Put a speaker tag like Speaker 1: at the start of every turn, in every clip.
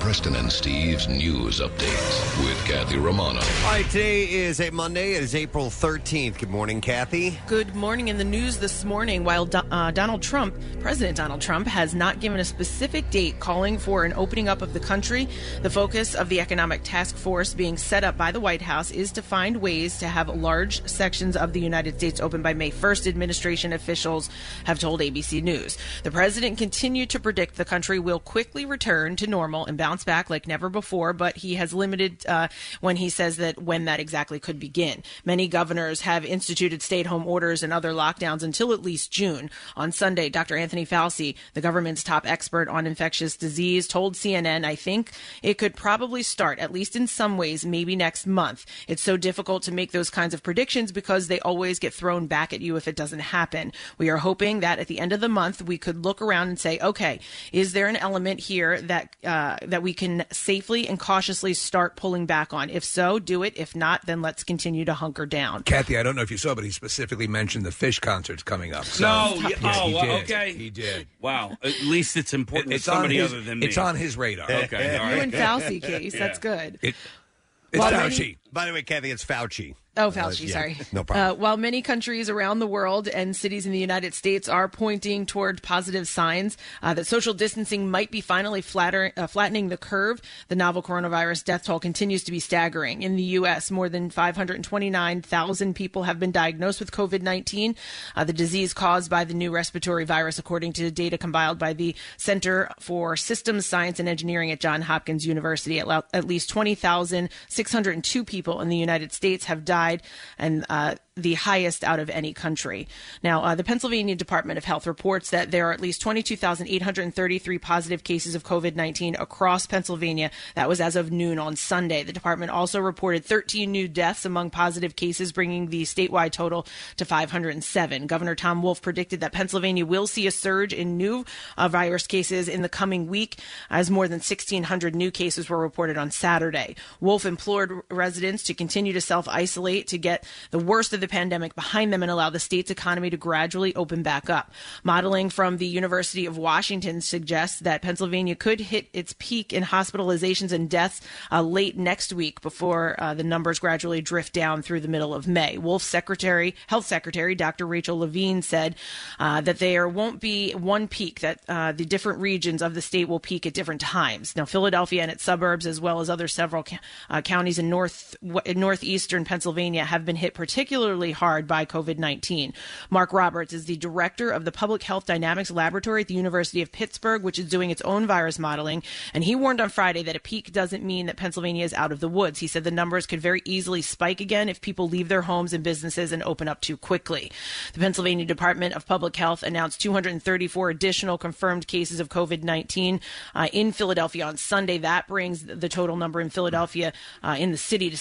Speaker 1: Preston and Steve's news update with Kathy Romano.
Speaker 2: All right, today is a Monday. It is April 13th. Good morning, Kathy.
Speaker 3: Good morning. In the news this morning, while Do- uh, Donald Trump, President Donald Trump, has not given a specific date calling for an opening up of the country, the focus of the economic task force being set up by the White House is to find ways to have large sections of the United States open by May 1st, administration officials have told ABC News. The president continued to predict the country will quickly return to normal and bounce back like never before, but he has limited uh, when he says that when that exactly could begin. Many governors have instituted stay at home orders and other lockdowns until at least June. On Sunday, Dr. Anthony Fauci, the government's top expert on infectious disease, told CNN, I think it could probably start, at least in some ways, maybe next month. It's so difficult to make those kinds of predictions because they always get thrown back at you if it doesn't happen. We are hoping that at the end of the month, we could look around and say, okay, is there an element here that, uh, that we can safely and cautiously start pulling back on? If so, do it. If not, then let's continue to hunker down.
Speaker 4: Kathy, I don't know if you saw, but he specifically mentioned the Fish concert's coming up. So,
Speaker 5: No, y-
Speaker 4: Yes,
Speaker 5: oh,
Speaker 4: he
Speaker 5: well,
Speaker 4: did.
Speaker 5: okay.
Speaker 4: He did.
Speaker 5: Wow. At least it's important
Speaker 4: It's
Speaker 5: to
Speaker 4: on
Speaker 5: somebody
Speaker 4: his-
Speaker 5: other than me.
Speaker 4: it's on his radar.
Speaker 5: Okay. All
Speaker 3: You
Speaker 5: right.
Speaker 3: and Fauci case. That's good.
Speaker 4: It, it's
Speaker 3: Well,
Speaker 4: Fauci.
Speaker 3: many-
Speaker 2: By the way, Kathy, it's Fauci. Uh,
Speaker 3: Oh, Fauci,
Speaker 2: yeah,
Speaker 3: sorry.
Speaker 2: no problem.
Speaker 3: Uh, while many countries around the world and cities in the United States are pointing toward positive signs uh, that social distancing might be finally flatter, uh, flattening the curve, the novel coronavirus death toll continues to be staggering. In the U.S., more than 529,000 people have been diagnosed with COVID 19, uh, the disease caused by the new respiratory virus, according to data compiled by the Center for Systems Science and Engineering at Johns Hopkins University. At, lo- at least 20,602 people in the United States have died, and uh, the highest out of any country. Now, uh, the Pennsylvania Department of Health reports that there are at least 22,833 positive cases of COVID 19 across Pennsylvania. That was as of noon on Sunday. The department also reported 13 new deaths among positive cases, bringing the statewide total to 507. Governor Tom Wolf predicted that Pennsylvania will see a surge in new uh, virus cases in the coming week, as more than 1,600 new cases were reported on Saturday. Wolf implored residents to continue to self isolate to get the worst of the pandemic behind them and allow the state's economy to gradually open back up. Modeling from the University of Washington suggests that Pennsylvania could hit its peak in hospitalizations and deaths uh, late next week before uh, the numbers gradually drift down through the middle of May. Wolf's secretary, health secretary, Dr. Rachel Levine said uh, that there won't be one peak, that uh, the different regions of the state will peak at different times. Now, Philadelphia and its suburbs, as well as other several ca- uh, counties in north w- northeastern Pennsylvania, have been hit particularly hard by COVID 19. Mark Roberts is the director of the Public Health Dynamics Laboratory at the University of Pittsburgh, which is doing its own virus modeling. And he warned on Friday that a peak doesn't mean that Pennsylvania is out of the woods. He said the numbers could very easily spike again if people leave their homes and businesses and open up too quickly. The Pennsylvania Department of Public Health announced 234 additional confirmed cases of COVID 19 uh, in Philadelphia on Sunday. That brings the total number in Philadelphia uh, in the city to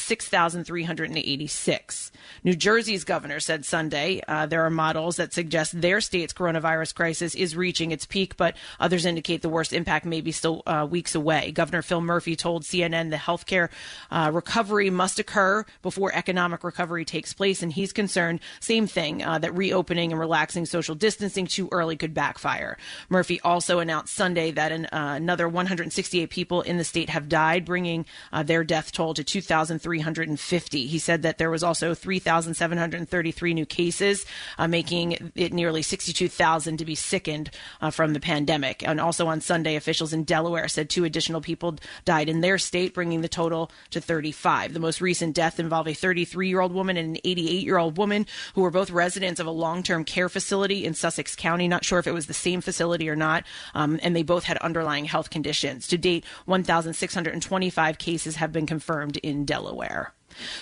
Speaker 3: 6,386. New Jersey's governor said Sunday uh, there are models that suggest their state's coronavirus crisis is reaching its peak, but others indicate the worst impact may be still uh, weeks away. Governor Phil Murphy told CNN the healthcare uh, recovery must occur before economic recovery takes place, and he's concerned, same thing, uh, that reopening and relaxing social distancing too early could backfire. Murphy also announced Sunday that an, uh, another 168 people in the state have died, bringing uh, their death toll to 2,350. He said that there was also 3,733 new cases, uh, making it nearly 62,000 to be sickened uh, from the pandemic. And also on Sunday, officials in Delaware said two additional people died in their state, bringing the total to 35. The most recent death involved a 33 year old woman and an 88 year old woman who were both residents of a long term care facility in Sussex County. Not sure if it was the same facility or not. Um, and they both had underlying health conditions. To date, 1,625 cases have been confirmed in Delaware.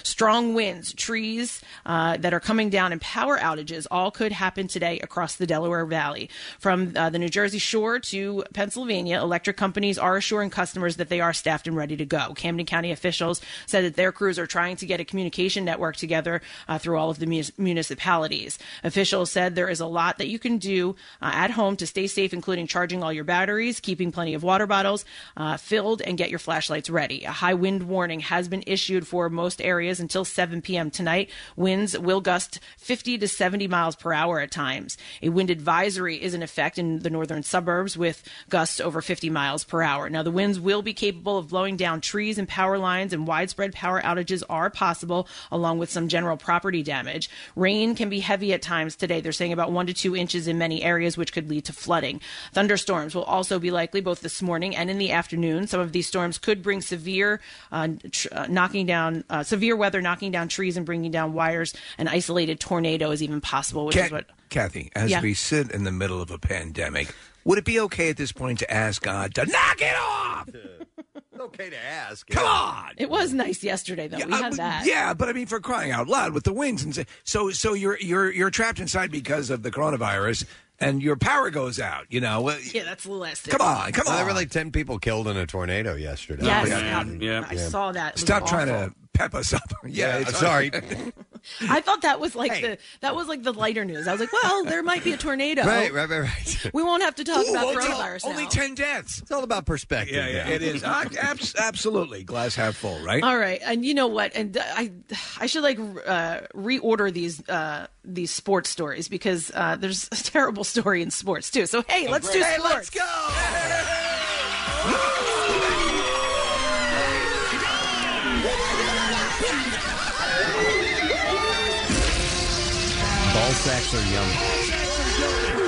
Speaker 3: Strong winds, trees uh, that are coming down, and power outages all could happen today across the Delaware Valley. From uh, the New Jersey shore to Pennsylvania, electric companies are assuring customers that they are staffed and ready to go. Camden County officials said that their crews are trying to get a communication network together uh, through all of the mu- municipalities. Officials said there is a lot that you can do uh, at home to stay safe, including charging all your batteries, keeping plenty of water bottles uh, filled, and get your flashlights ready. A high wind warning has been issued for most areas until 7 p.m. tonight. Winds will gust 50 to 70 miles per hour at times. A wind advisory is in effect in the northern suburbs with gusts over 50 miles per hour. Now, the winds will be capable of blowing down trees and power lines, and widespread power outages are possible, along with some general property damage. Rain can be heavy at times today. They're saying about one to two inches in many areas, which could lead to flooding. Thunderstorms will also be likely both this morning and in the afternoon. Some of these storms could bring severe uh, tr- uh, knocking down uh, severe weather, knocking down trees and bringing down wires. An isolated tornado is even possible, which
Speaker 4: Ca-
Speaker 3: is what.
Speaker 4: Kathy, as
Speaker 3: Yeah.
Speaker 4: we sit in the middle of a pandemic, would it be okay at this point to ask God to knock it off?
Speaker 6: It's okay to ask.
Speaker 4: Come on.
Speaker 3: It was nice yesterday, though. we
Speaker 4: I
Speaker 3: had
Speaker 4: would-
Speaker 3: that.
Speaker 4: Yeah, but I mean, for crying out loud, with the winds and so- so, so you're you're you're trapped inside because of the coronavirus, and your power goes out. You know, Well,
Speaker 3: Yeah, that's the last.
Speaker 4: come on, come on.
Speaker 2: There were like 10 people killed in a tornado yesterday.
Speaker 3: Yes, yeah. I saw that. It was
Speaker 4: Stop trying
Speaker 3: awful.
Speaker 4: to pep us up. yeah, it's
Speaker 2: sorry.
Speaker 3: I thought that was like
Speaker 4: Hey.
Speaker 3: the that was like the lighter news. I was like, well, there might be a tornado.
Speaker 2: right, right, right, right.
Speaker 3: We won't have to talk
Speaker 4: Ooh,
Speaker 3: about
Speaker 4: well, it's all-
Speaker 3: coronavirus
Speaker 4: Only
Speaker 3: now.
Speaker 4: ten deaths.
Speaker 2: It's all about perspective.
Speaker 4: Yeah, yeah,
Speaker 2: now.
Speaker 4: it is. I- abs- absolutely, glass half full,
Speaker 2: Uh,
Speaker 4: right?
Speaker 3: All right, and you know what? And I, I should like uh, reorder these uh, these sports stories because uh, there's a terrible story in sports too. So hey, let's do
Speaker 4: Oh, Hey, let's
Speaker 3: sports.
Speaker 4: go.
Speaker 2: Ball sacks are yummy.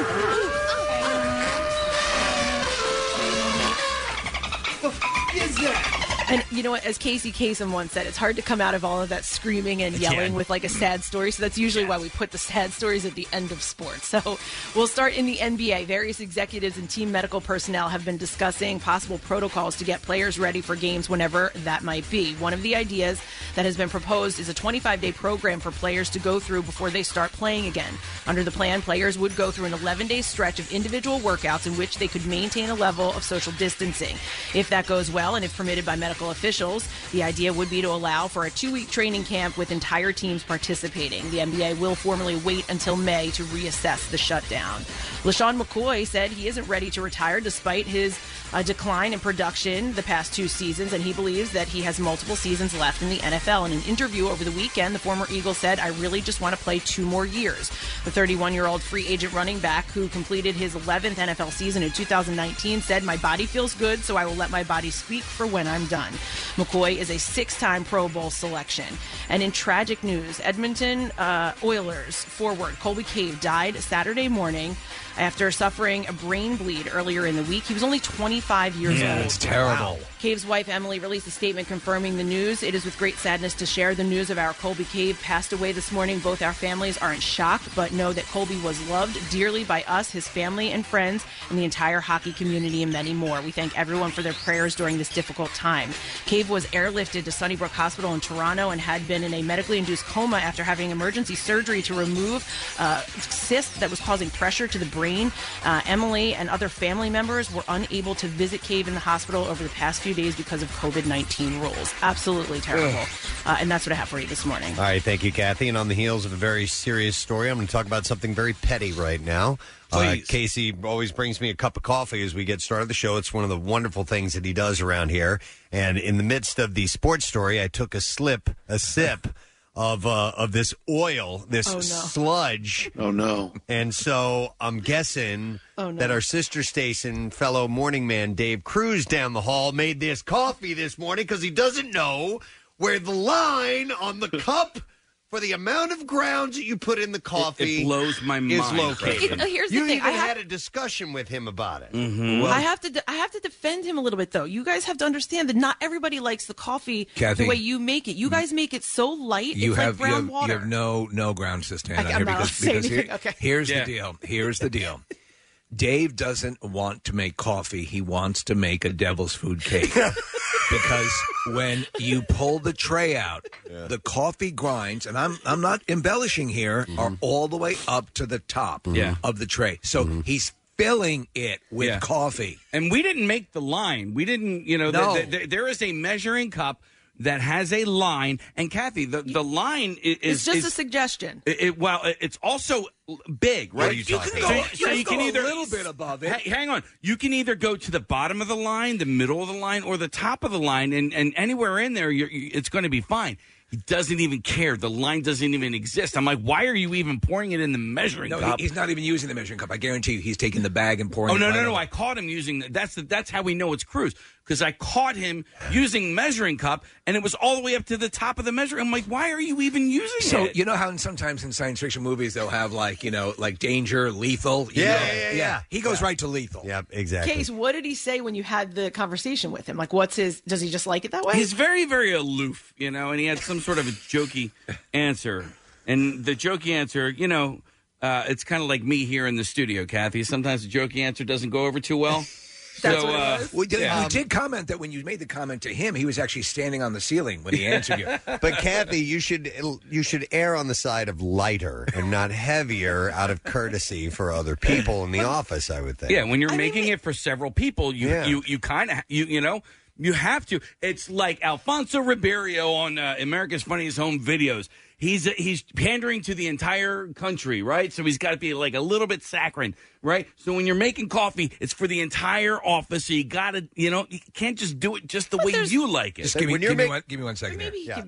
Speaker 3: And you know what? As Casey Kasem once said, it's hard to come out of all of that screaming and
Speaker 4: Yeah.
Speaker 3: yelling with like a sad story. So that's usually why we put the sad stories at the end of sports. So we'll start in the NBA. Various executives and team medical personnel have been discussing possible protocols to get players ready for games whenever that might be. One of the ideas that has been proposed is a 25 day program for players to go through before they start playing again. Under the plan, players would go through an 11 day stretch of individual workouts in which they could maintain a level of social distancing. If that goes well and if permitted by medical officials, the idea would be to allow for a two week training camp with entire teams participating. The NBA will formally wait until May to reassess the shutdown. LaShawn McCoy said he isn't ready to retire despite his uh, decline in production the past two seasons, and he believes that he has multiple seasons left in the NFL. In an interview over the weekend, the former Eagle said, I really just want to play two more years. The 31 year old free agent running back who completed his 11th NFL season in 2019 said, My body feels good, so I will let my body speak for when I'm done. McCoy is a six time Pro Bowl selection. And in tragic news, Edmonton uh, Oilers forward Colby Cave died Saturday morning after suffering a brain bleed earlier in the week. He was only 25 years
Speaker 4: Yeah,
Speaker 3: old.
Speaker 4: it's terrible.
Speaker 3: Cave's wife, Emily, released a statement confirming the news. It is with great sadness to share the news of our Colby Cave passed away this morning. Both our families are in shock, but know that Colby was loved dearly by us, his family and friends, and the entire hockey community, and many more. We thank everyone for their prayers during this difficult time. Cave was airlifted to Sunnybrook Hospital in Toronto and had been in a medically induced coma after having emergency surgery to remove a cyst that was causing pressure to the brain. Uh, Emily and other family members were unable to visit Cave in the hospital over the past few days because of COVID 19 rules. Absolutely terrible. Uh, and that's what I have for you this morning.
Speaker 4: Uh,
Speaker 2: All right, thank you, Kathy. And on the heels of a very serious story, I'm going to talk about something very petty right now. Uh,
Speaker 4: Please.
Speaker 2: Casey always brings me a cup of coffee as we get started the show. It's one of the wonderful things that he does around here. And in the midst of the sports story, I took a slip, a sip of uh, of this oil, this
Speaker 3: Oh, no.
Speaker 2: sludge.
Speaker 7: Oh no.
Speaker 2: And so I'm guessing
Speaker 3: Oh, no.
Speaker 2: that our sister station, fellow morning man Dave Cruz down the hall, made this coffee this morning because he doesn't know where the line on the cup for the amount of grounds that you put in the coffee
Speaker 5: blows my
Speaker 2: is
Speaker 5: mind,
Speaker 2: located.
Speaker 5: Preston.
Speaker 3: Here's the
Speaker 2: you
Speaker 3: thing,
Speaker 2: even
Speaker 3: I have-
Speaker 2: had a discussion with him about it.
Speaker 5: Mm-hmm.
Speaker 3: I have to de- I have to defend him a little bit though. You guys have to understand that not everybody likes the coffee
Speaker 4: Kathy.
Speaker 3: the way you make it. You guys make it so light.
Speaker 4: You
Speaker 3: it's
Speaker 4: have,
Speaker 3: like
Speaker 4: you
Speaker 3: brown
Speaker 4: have
Speaker 3: water.
Speaker 4: you have no no grounds to stand
Speaker 3: I-
Speaker 4: on
Speaker 3: I'm
Speaker 4: here
Speaker 3: not allowed
Speaker 4: because,
Speaker 3: to say
Speaker 4: because here-
Speaker 3: anything, okay.
Speaker 4: here's
Speaker 5: Yeah.
Speaker 4: the deal. Here's the deal. Dave doesn't want to make coffee. He wants to make a devil's food cake. because when you pull the tray out, the coffee grinds, and I'm I'm not embellishing here, are all the way up to the top
Speaker 5: Mm-hmm. Yeah. Mm-hmm.
Speaker 4: of the tray. So he's filling it with
Speaker 5: Yeah.
Speaker 4: coffee.
Speaker 5: And we didn't make the line. We didn't, you know,
Speaker 4: No.
Speaker 5: th- th- there is a measuring cup that has a line. And Kathy, the, the line i-
Speaker 3: It's
Speaker 5: is.
Speaker 3: just
Speaker 5: is,
Speaker 3: a suggestion.
Speaker 5: it, it- well, it- it's also l- big, right?
Speaker 3: What are you You can talking go- about?
Speaker 5: So,
Speaker 3: you
Speaker 5: so
Speaker 3: can
Speaker 5: you can
Speaker 3: go a
Speaker 5: either
Speaker 3: little bit above it.
Speaker 5: Ha- hang on. You can either go to the bottom of the line, the middle of the line, or the top of the line, and, and anywhere in there, you're, you, it's going to be fine. He doesn't even care. The line doesn't even exist. I'm like, why are you even pouring it in the measuring
Speaker 4: No, he-
Speaker 5: cup?
Speaker 4: he's not even using the measuring cup. I guarantee you, he's taking the bag and pouring.
Speaker 5: Oh
Speaker 4: it
Speaker 5: no
Speaker 4: right
Speaker 5: no
Speaker 4: over.
Speaker 5: no! I caught him using that's the, that's how we know it's Cruz because I caught him using measuring cup and it was all the way up to the top of the measure. I'm like, why are you even using
Speaker 4: So
Speaker 5: it?
Speaker 4: you know how in, sometimes in science fiction movies they'll have like you know like danger, lethal. you
Speaker 2: Yeah,
Speaker 4: know?
Speaker 2: yeah, yeah, yeah.
Speaker 4: He goes right to lethal.
Speaker 2: Yep, exactly.
Speaker 3: Case, what did he say when you had the conversation with him? Like, what's his? Does he just like it that way?
Speaker 5: He's very very aloof, you know, and he had some sort of a jokey answer, and the jokey answer, you know, uh, it's kind of like me here in the studio, Kathy. Sometimes the jokey answer doesn't go over too well. so, uh,
Speaker 4: we did,
Speaker 5: yeah.
Speaker 4: we did comment that when you made the comment to him, he was actually standing on the ceiling when he answered you.
Speaker 2: But Kathy, you should you should err on the side of lighter and not heavier, out of courtesy for other people in the office. I would think.
Speaker 5: Yeah, when you're making it for several people, you
Speaker 2: Yeah.
Speaker 5: you you kind of you you know you have to. It's like Alfonso Ribeiro on uh, America's Funniest Home Videos. He's uh, he's pandering to the entire country, right? So he's got to be like a little bit saccharine, right? So when you're making coffee, it's for the entire office. So you gotta, you know, you can't just do it just the way you like it.
Speaker 2: Just give me- When you're give me make- one-
Speaker 4: give me one second.
Speaker 2: Yeah.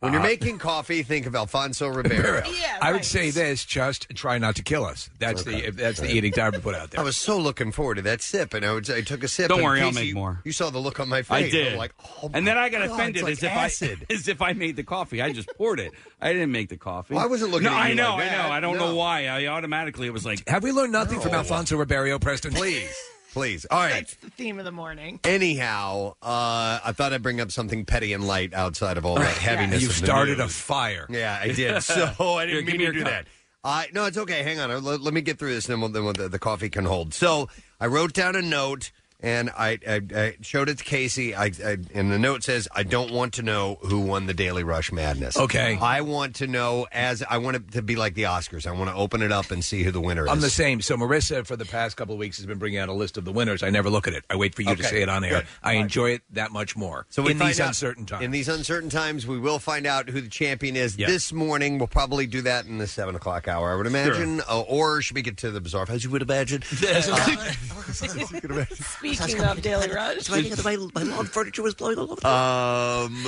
Speaker 2: When you're making coffee, think of Alfonso Ribeiro.
Speaker 4: I would say this: just try not to kill us. That's the that's the edict I would put out there.
Speaker 2: I was so looking forward to that sip, and I, would, I took a sip.
Speaker 5: Don't
Speaker 2: and
Speaker 5: worry, I'll
Speaker 2: Casey,
Speaker 5: make more.
Speaker 2: You saw the look on my
Speaker 5: I
Speaker 2: face.
Speaker 5: did,
Speaker 2: I'm like, oh
Speaker 5: and then I got
Speaker 2: my God,
Speaker 5: offended
Speaker 2: it's
Speaker 5: as
Speaker 2: like
Speaker 5: if
Speaker 2: acid.
Speaker 5: I as if I made the coffee. I just poured it. I didn't make the coffee.
Speaker 4: Well, I wasn't looking
Speaker 5: No,
Speaker 4: at you
Speaker 5: I know,
Speaker 4: like
Speaker 5: I
Speaker 4: that.
Speaker 5: know. I don't
Speaker 4: No.
Speaker 5: know why. I automatically it was like,
Speaker 4: Have we learned nothing from
Speaker 2: No.
Speaker 4: Alfonso Ribeiro, Preston? Please,
Speaker 2: please. All right.
Speaker 3: That's the theme of the morning.
Speaker 2: Anyhow, uh, I thought I'd bring up something petty and light outside of all that heaviness.
Speaker 4: You
Speaker 2: of the
Speaker 4: started
Speaker 2: news.
Speaker 4: a fire.
Speaker 2: Yeah, I did. So I
Speaker 4: Here,
Speaker 2: didn't mean
Speaker 4: give me
Speaker 2: to
Speaker 4: your
Speaker 2: do
Speaker 4: cup.
Speaker 2: that. Uh, no, it's okay. Hang on. Uh, Let, let me get through this, and then, we'll, then we'll, the, the coffee can hold. So I wrote down a note, and I, I, I showed it to Casey. I, I, and the note says, "I don't want to know who won the Daily Rush Madness.
Speaker 4: Okay.
Speaker 2: I want to know as I want it to be like the Oscars. I want to open it up and see who the winner is.
Speaker 4: I'm the same. So Marissa, for the past couple of weeks, has been bringing out a list of the winners. I never look at it. I wait for you
Speaker 2: Okay,
Speaker 4: to say it on air.
Speaker 2: good.
Speaker 4: I enjoy it that much more.
Speaker 2: So we
Speaker 4: in these
Speaker 2: find out-
Speaker 4: uncertain times,
Speaker 2: In these uncertain times, we will find out who the champion is
Speaker 4: Yeah.
Speaker 2: this morning. We'll probably do that in the seven o'clock hour, I would imagine. Uh, or should we get to the bizarre? As you would imagine. Uh,
Speaker 3: Speaking of Daily Rush,
Speaker 2: my lawn furniture was blowing all over. um,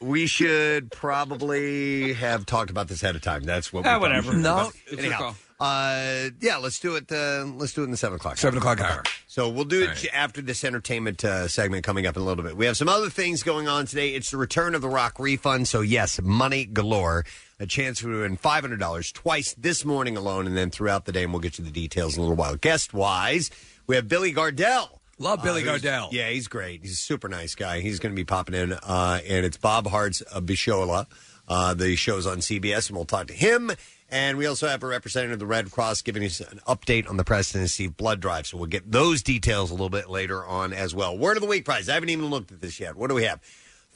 Speaker 2: we should probably have talked about this ahead of time. That's what.
Speaker 5: Ah,
Speaker 2: we probably
Speaker 5: whatever.
Speaker 2: should have
Speaker 5: No,
Speaker 2: done.
Speaker 5: it's your
Speaker 2: Anyhow,
Speaker 5: call.
Speaker 2: uh, yeah, let's do it. Uh, let's do it in the seven o'clock.
Speaker 4: seven o'clock
Speaker 2: Okay.
Speaker 4: hour.
Speaker 2: So we'll do it after this entertainment uh, segment coming up in a little bit. We have some other things going on today. It's the return of the Rock refund. So, yes, money galore. A chance to win $500 twice this morning alone and then throughout the day. And we'll get you the details in a little while. Guest wise, we have Billy Gardell.
Speaker 4: Love Billy
Speaker 2: who's-
Speaker 4: Gardell.
Speaker 2: Uh, Yeah, he's great. He's a super nice guy. He's going to be popping in. Uh, and it's Bob Hart's uh, Bishola. Uh, the show's on CBS, and we'll talk to him. And we also have a representative of the Red Cross giving us an update on the President Steve blood drive. So we'll get those details a little bit later on as well. Word of the week prize. I haven't even looked at this yet. What do we have?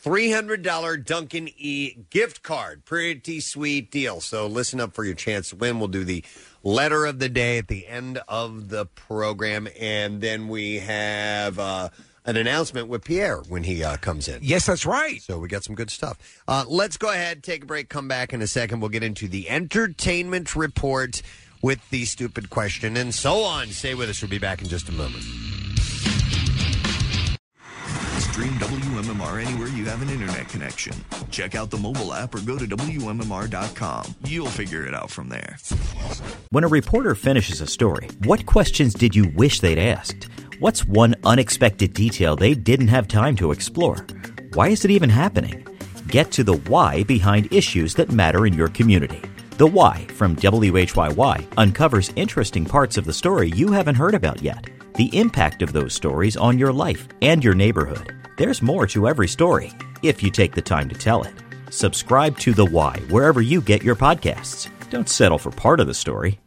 Speaker 2: $300 Duncan E gift card. Pretty sweet deal. So listen up for your chance to win. We'll do the letter of the day at the end of the program. And then we have uh, an announcement with Pierre when he uh, comes in.
Speaker 4: Yes, that's right.
Speaker 2: So we got some good stuff. Uh, let's go ahead, take a break, come back in a second. We'll get into the entertainment report with the stupid question and so on. Stay with us. We'll be back in just a moment.
Speaker 7: Stream WMMR anywhere you have an internet connection. Check out the mobile app or go to WMMR.com. You'll figure it out from there.
Speaker 8: When a reporter finishes a story, what questions did you wish they'd asked? What's one unexpected detail they didn't have time to explore? Why is it even happening? Get to the why behind issues that matter in your community. The Why from WHYY uncovers interesting parts of the story you haven't heard about yet, the impact of those stories on your life and your neighborhood. There's more to every story if you take the time to tell it. Subscribe to The Why wherever you get your podcasts. Don't settle for part of the story.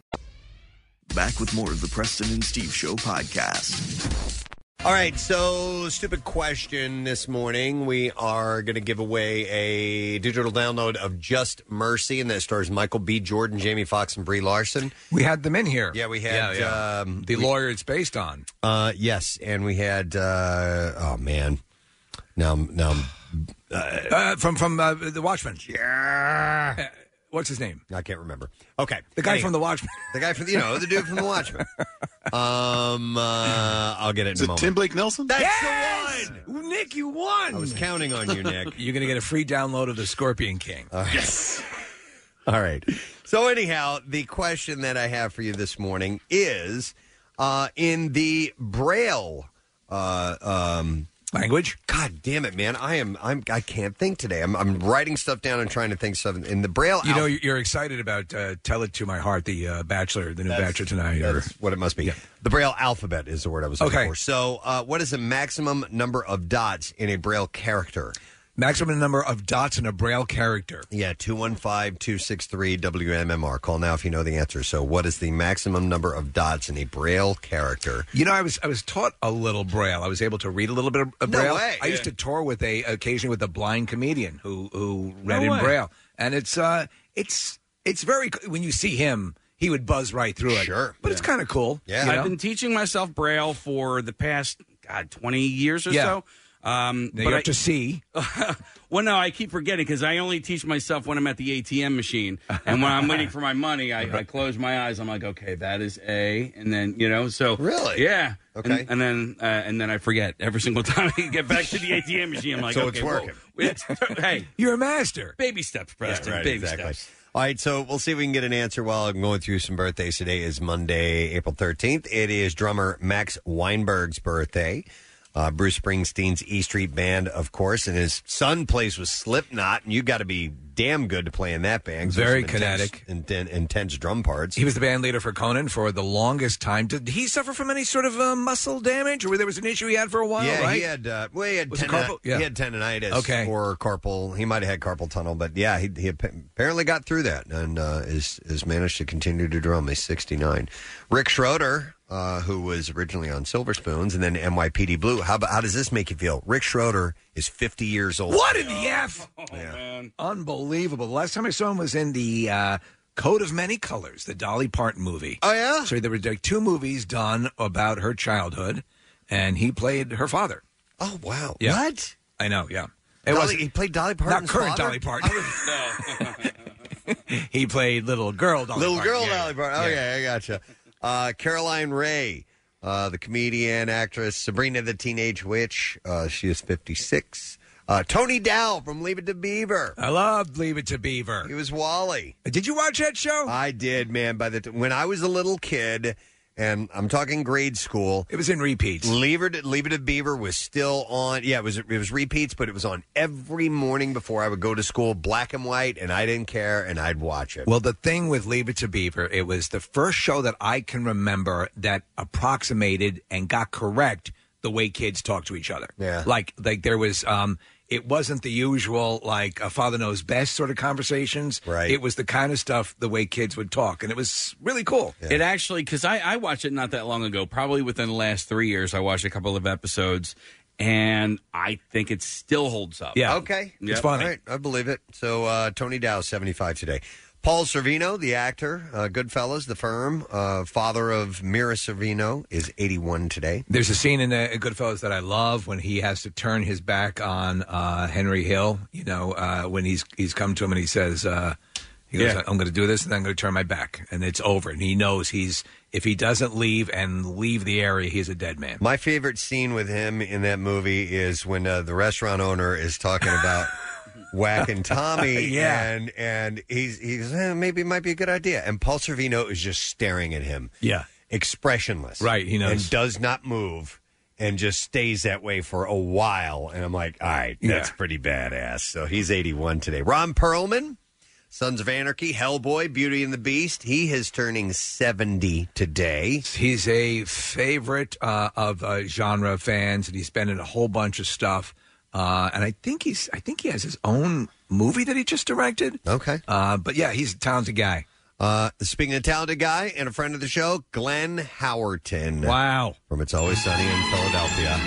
Speaker 7: Back with more of the Preston and Steve Show podcast.
Speaker 2: All right, so stupid question this morning. We are going to give away a digital download of Just Mercy, and that stars Michael B. Jordan, Jamie Foxx, and Brie Larson.
Speaker 4: We had them in here.
Speaker 2: Yeah, we had, um,
Speaker 4: the
Speaker 2: we-
Speaker 4: lawyer it's based on.
Speaker 2: Uh, yes, and we had uh, oh man, now I'm- now I'm-
Speaker 4: Uh, from from uh, the Watchmen. Yeah. Uh, what's his name?
Speaker 2: I can't remember. okay,
Speaker 4: The guy
Speaker 2: Anyhow.
Speaker 4: from the Watchmen.
Speaker 2: The guy from you know the dude from the Watchmen. Um, uh, I'll get it
Speaker 4: Is
Speaker 2: in
Speaker 4: it
Speaker 2: a moment.
Speaker 4: Tim
Speaker 2: Blake Nelson. That's
Speaker 4: yes! Nick, you won. I was
Speaker 2: counting on you, Nick.
Speaker 4: You're going to get a free download of The Scorpion King.
Speaker 2: Uh, Yes. All right. So anyhow, the question that I have for you this morning is uh, in the Braille uh, um,
Speaker 4: language.
Speaker 2: God damn it, man! I am I'm I can't think today. I'm, I'm writing stuff down and trying to think something in the Braille.
Speaker 4: You know,
Speaker 2: alph-
Speaker 4: you're excited about uh, Tell It to My Heart, the uh, Bachelor, the new
Speaker 2: That's-
Speaker 4: Bachelor tonight. Or,
Speaker 2: that's what it must be. The Braille alphabet is the word I was looking
Speaker 4: Okay.
Speaker 2: for. So, uh, what is the maximum number of dots in a Braille character?
Speaker 4: Maximum number of dots in a Braille character.
Speaker 2: Yeah, 215 263 WMMR. Call now if you know the answer. So, what is the maximum number of dots in a Braille character?
Speaker 4: You know, I was I was taught a little braille. I was able to read a little bit of
Speaker 2: No
Speaker 4: braille.
Speaker 2: way.
Speaker 4: I used to tour with a occasionally with a blind comedian who who read
Speaker 2: No
Speaker 4: in
Speaker 2: way.
Speaker 4: braille, and it's uh it's it's very when you see him, he would buzz right through it. Sure, but it's kind of cool. you
Speaker 5: I've
Speaker 4: know?
Speaker 5: been teaching myself Braille for the past God twenty years or
Speaker 4: Yeah.
Speaker 5: so. Um,
Speaker 4: Now you have
Speaker 5: I-
Speaker 4: to see.
Speaker 5: well, no, I keep forgetting because I only teach myself when I'm at the ATM machine, and when I'm waiting for my money, I, I close my eyes. I'm like, okay, that is A, and then you know, so really, yeah, okay, and, then uh, and then I forget every single time I get back to the ATM machine. I'm like,
Speaker 2: So
Speaker 5: okay,
Speaker 2: it's working.
Speaker 5: whoa, it's- hey,
Speaker 4: you're a master.
Speaker 5: Baby steps, Preston.
Speaker 2: Yeah, right,
Speaker 5: baby
Speaker 2: exactly.
Speaker 5: steps.
Speaker 2: All right, so we'll see if we can get an answer while I'm going through some birthdays. Today is Monday, April 13th. It is drummer Max Weinberg's birthday. Uh, Bruce Springsteen's E Street Band, of course, and his son plays with Slipknot, and you got to be damn good to play in that band. 'cause there's
Speaker 4: Very
Speaker 2: some intense-
Speaker 4: kinetic.
Speaker 2: inten- intense drum parts.
Speaker 4: He was the band leader for Conan for the longest time. Did he suffer from any sort of uh, muscle damage, or there was an issue he had for a while?
Speaker 2: yeah,
Speaker 4: right?
Speaker 2: he had uh, well, he had,
Speaker 4: Was it
Speaker 2: tendini-
Speaker 4: carpal? Yeah.
Speaker 2: he had tendonitis
Speaker 4: Okay.
Speaker 2: or carpal. He might have had carpal tunnel, but yeah, he, he ap- apparently got through that and uh, is is managed to continue to drum. He's sixty nine. Rick Schroeder, uh, who was originally on Silver Spoons and then NYPD Blue. How about, how does this make you feel? Rick Schroeder is fifty years old.
Speaker 4: What in the F? Unbelievable. The last time I saw him was in the uh, Code of Many Colors, the Dolly Parton movie.
Speaker 2: Oh, yeah?
Speaker 4: So there were like two movies done about her childhood, and he played her father.
Speaker 2: Oh, wow.
Speaker 4: Yeah.
Speaker 2: What?
Speaker 4: I know, yeah.
Speaker 2: Dolly-
Speaker 4: wasn't-
Speaker 2: he played Dolly
Speaker 4: Not
Speaker 2: Parton's
Speaker 4: current
Speaker 2: father?
Speaker 4: Dolly Parton. he played little girl Dolly
Speaker 2: Little
Speaker 4: Parton,
Speaker 2: girl
Speaker 4: yeah.
Speaker 2: Dolly Parton. Okay, I gotcha. Uh, Caroline Ray, uh, the comedian, actress, Sabrina the Teenage Witch. Uh, she is 56. Uh, Tony Dow from Leave It to Beaver.
Speaker 4: I loved Leave It to Beaver.
Speaker 2: He was Wally.
Speaker 4: Did you watch that show?
Speaker 2: I did, man. By the t- when I was a little kid, and I'm talking grade school,
Speaker 4: it was in repeats.
Speaker 2: Leave It, Leave It to Beaver was still on. Yeah, it was it was repeats, but it was on every morning before I would go to school, black and white, and I didn't care, and I'd watch it.
Speaker 4: Well, the thing with Leave It to Beaver, it was the first show that I can remember that approximated and got correct the way kids talk to each other.
Speaker 2: Yeah.
Speaker 4: Like, like there was, um, it wasn't the usual, like, a father knows best sort of conversations. Right. It was the kind of stuff the way kids would talk. And it was really cool.
Speaker 5: It actually, because I, I watched it not that long ago, probably within the last three years, I watched a couple of episodes, and I think it still holds up.
Speaker 2: Okay.
Speaker 5: Yep.
Speaker 2: All right. I believe it. So uh, Tony Dow, 75 today. Paul Servino, the actor, uh, Goodfellas, The Firm, uh, father of Mira Servino, is 81 today.
Speaker 4: There's a scene in uh, Goodfellas that I love when he has to turn his back on uh, Henry Hill. You know, uh, when he's he's come to him and he says, uh, "He goes,
Speaker 5: Yeah.
Speaker 4: I'm going to do this, and I'm going to turn my back, and it's over." And he knows he's if he doesn't leave and leave the area, he's a dead man.
Speaker 2: My favorite scene with him in that movie is when uh, the restaurant owner is talking about whacking Tommy.
Speaker 4: Yeah.
Speaker 2: And, and he's, he's eh, maybe it might be a good idea. And Paul Servino is just staring at him.
Speaker 4: Yeah.
Speaker 2: Expressionless.
Speaker 4: Right, he knows.
Speaker 2: And does not move and just stays that way for a while. And I'm like, all right, that's
Speaker 6: Yeah.
Speaker 2: pretty badass. So he's 81 today. Ron Perlman, Sons of Anarchy, Hellboy, Beauty and the Beast. He is turning 70 today.
Speaker 4: He's a favorite uh, of uh, genre fans, and he's been in a whole bunch of stuff. Uh, and I think he's I think he has his own movie that he just directed.
Speaker 2: Okay.
Speaker 4: Uh, but yeah, he's a talented guy.
Speaker 2: Uh, speaking of talented guy and a friend of the show, Glenn Howerton.
Speaker 4: Wow.
Speaker 2: From It's Always Sunny in Philadelphia.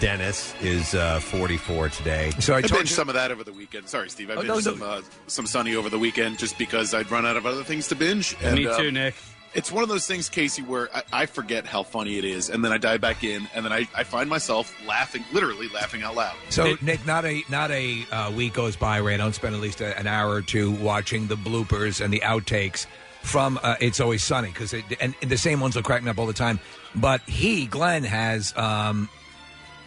Speaker 2: Dennis is uh, 44 today.
Speaker 9: I, binged some of that over the weekend. Sorry, Steve. I
Speaker 2: Oh,
Speaker 9: binged
Speaker 2: no, no.
Speaker 9: some uh, some Sunny over the weekend just because I'd run out of other things to binge.
Speaker 5: Yeah, me too,
Speaker 9: Nick. It's one of those things, Casey, where I, I forget how funny it is, and then I dive back in, and then I, I find myself laughing, literally laughing out loud.
Speaker 4: So, Nick, not a not a uh, week goes by where I don't spend at least a, an hour or two watching the bloopers and the outtakes from uh, "It's Always Sunny" because and, and the same ones will crack me up all the time. But he, Glenn, has um,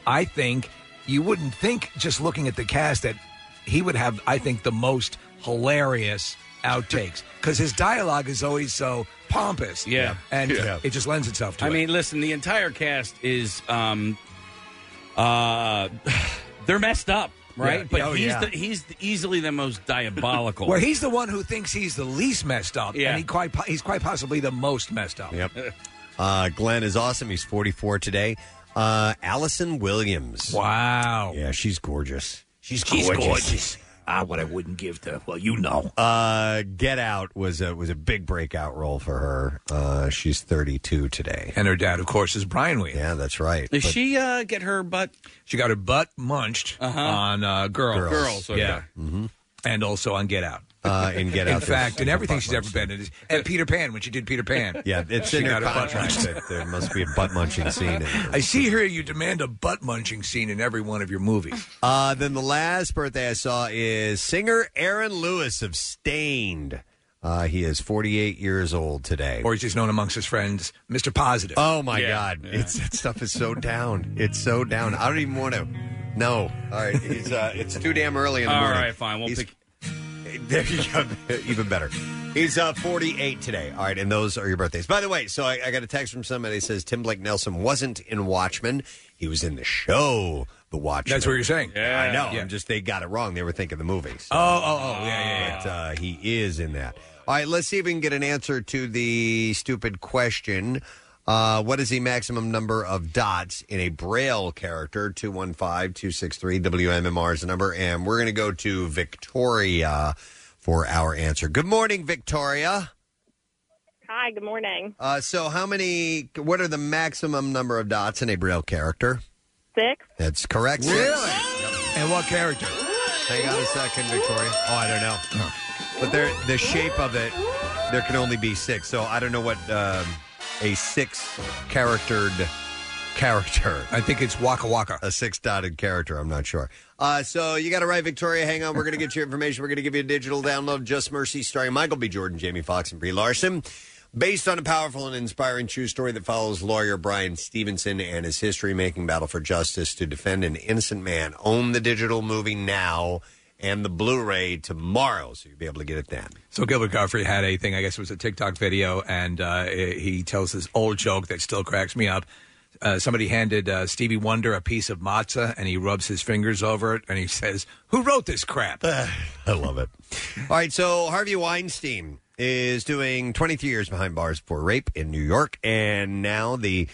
Speaker 4: I think you wouldn't think just looking at the cast that he would have, I think, the most hilarious outtakes because his dialogue is always so pompous.
Speaker 5: Yeah.
Speaker 4: and
Speaker 5: Yeah.
Speaker 4: it just lends itself to
Speaker 5: I
Speaker 4: it.
Speaker 5: mean, listen, the entire cast is um uh they're messed up, right?
Speaker 4: Yeah.
Speaker 5: But
Speaker 4: Oh,
Speaker 5: he's
Speaker 4: yeah.
Speaker 5: the, he's the, easily the most diabolical.
Speaker 4: Where he's the one who thinks he's the least messed up,
Speaker 5: Yeah.
Speaker 4: and he quite po- he's quite possibly the most messed up.
Speaker 2: Yep. Uh, Glenn is awesome. He's 44 today. Uh, Allison Williams.
Speaker 4: Wow.
Speaker 2: Yeah, she's gorgeous. She's
Speaker 4: She's
Speaker 2: gorgeous.
Speaker 4: gorgeous. Ah, what I wouldn't give to. Well, you know.
Speaker 2: Uh, Get Out was a was a big breakout role for her. Uh, she's 32 today,
Speaker 4: and her dad, of course, is Brian Williams.
Speaker 2: Yeah, that's right.
Speaker 5: Did
Speaker 2: But-
Speaker 5: she uh, get her butt? Uh-huh.
Speaker 4: She got her butt munched on uh, Girls.
Speaker 2: Girls. Girls, okay.
Speaker 4: yeah. And also on Get Out.
Speaker 2: Mm-hmm. Uh, in Get Out,
Speaker 4: In fact,
Speaker 2: there's-
Speaker 4: in everything she's ever been in. is- And Peter Pan, when she did Peter Pan.
Speaker 2: Yeah, it's
Speaker 4: she
Speaker 2: in her
Speaker 4: got her butt
Speaker 2: contract
Speaker 4: munched.
Speaker 2: that there must be a butt munching scene. In it.
Speaker 4: I see here you demand a butt munching scene in every one of your movies.
Speaker 2: Uh, then the last birthday I saw is singer Aaron Lewis of Stained. Uh, he is 48 years old today.
Speaker 4: Or he's just known amongst his friends, Mr. Positive.
Speaker 2: Oh my
Speaker 4: Yeah,
Speaker 2: God,
Speaker 4: yeah.
Speaker 2: it's that stuff is so down. It's so down. I don't even want to. No. All right, he's, uh, it's too damn early in the
Speaker 5: All
Speaker 2: morning.
Speaker 5: right, fine, we'll
Speaker 2: He's-
Speaker 5: pick-
Speaker 2: There you go. Even better. He's uh, 48 today. All right, and those are your birthdays. By the way, so I, I got a text from somebody that says Tim Blake Nelson wasn't in Watchmen. He was in the show, The Watchmen.
Speaker 4: That's what you're saying.
Speaker 2: Yeah, I know.
Speaker 4: Yeah.
Speaker 2: I'm just they got it wrong. They were thinking the movie. so-
Speaker 4: Oh, oh, oh, yeah, yeah, yeah.
Speaker 2: But uh, he is in that. All right, let's see if we can get an answer to the stupid question. Uh, what is the maximum number of dots in a Braille character? 215 263 WMMR is the number. And we're going to go to Victoria for our answer. Good morning, Victoria.
Speaker 10: Hi, good morning.
Speaker 2: Uh, so, how many, what are the maximum number of dots in a Braille character?
Speaker 10: Six.
Speaker 2: That's correct. six.
Speaker 4: Really? And what character?
Speaker 2: Hang on a second, Victoria. Oh, I don't know. But they're, the shape of it, there can only be six. So I don't know what um, a six charactered character.
Speaker 4: I think it's Waka Waka.
Speaker 2: A six dotted character. I'm not sure. Uh, so you got it right, Victoria. Hang on. We're going to get your information. We're going to give you a digital download. Just Mercy, starring Michael B. Jordan, Jamie Foxx, and Brie Larson. Based on a powerful and inspiring true story that follows lawyer Brian Stevenson and his history making battle for justice to defend an innocent man. Own the digital movie now and the Blu ray tomorrow. So you'll be able to get it then.
Speaker 4: So Gilbert Godfrey had a thing. I guess it was a TikTok video, and uh, he tells this old joke that still cracks me up. Uh, somebody handed uh, Stevie Wonder a piece of matzah, and he rubs his fingers over it, and he says, "Who wrote this crap?"
Speaker 2: I love it. All right, so Harvey Weinstein is doing 23 years behind bars for rape in New York, and now the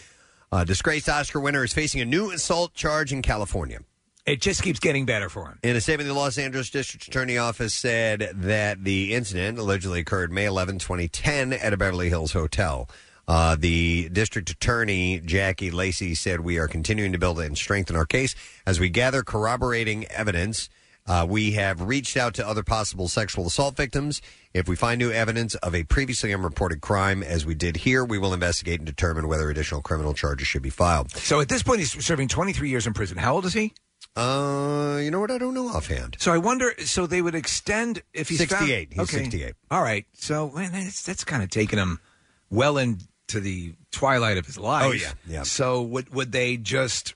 Speaker 2: uh, disgraced Oscar winner is facing a new assault charge in California.
Speaker 4: It just keeps getting better for him.
Speaker 2: In a statement, the Los Angeles District Attorney Office said that the incident allegedly occurred May 11, 2010, at a Beverly Hills hotel. Uh, the district attorney, Jackie Lacey, said, We are continuing to build and strengthen our case. As we gather corroborating evidence, uh, we have reached out to other possible sexual assault victims. If we find new evidence of a previously unreported crime, as we did here, we will investigate and determine whether additional criminal charges should be filed.
Speaker 4: So at this point, he's serving 23 years in prison. How old is he?
Speaker 2: Uh, you know what? I don't know offhand.
Speaker 4: So I wonder. So they would extend if he's found-
Speaker 2: 68. He's 68.
Speaker 4: All right. So man, that's, that's kind of taken him well into the twilight of his life.
Speaker 2: Oh, yeah. Yeah.
Speaker 4: So would would they just?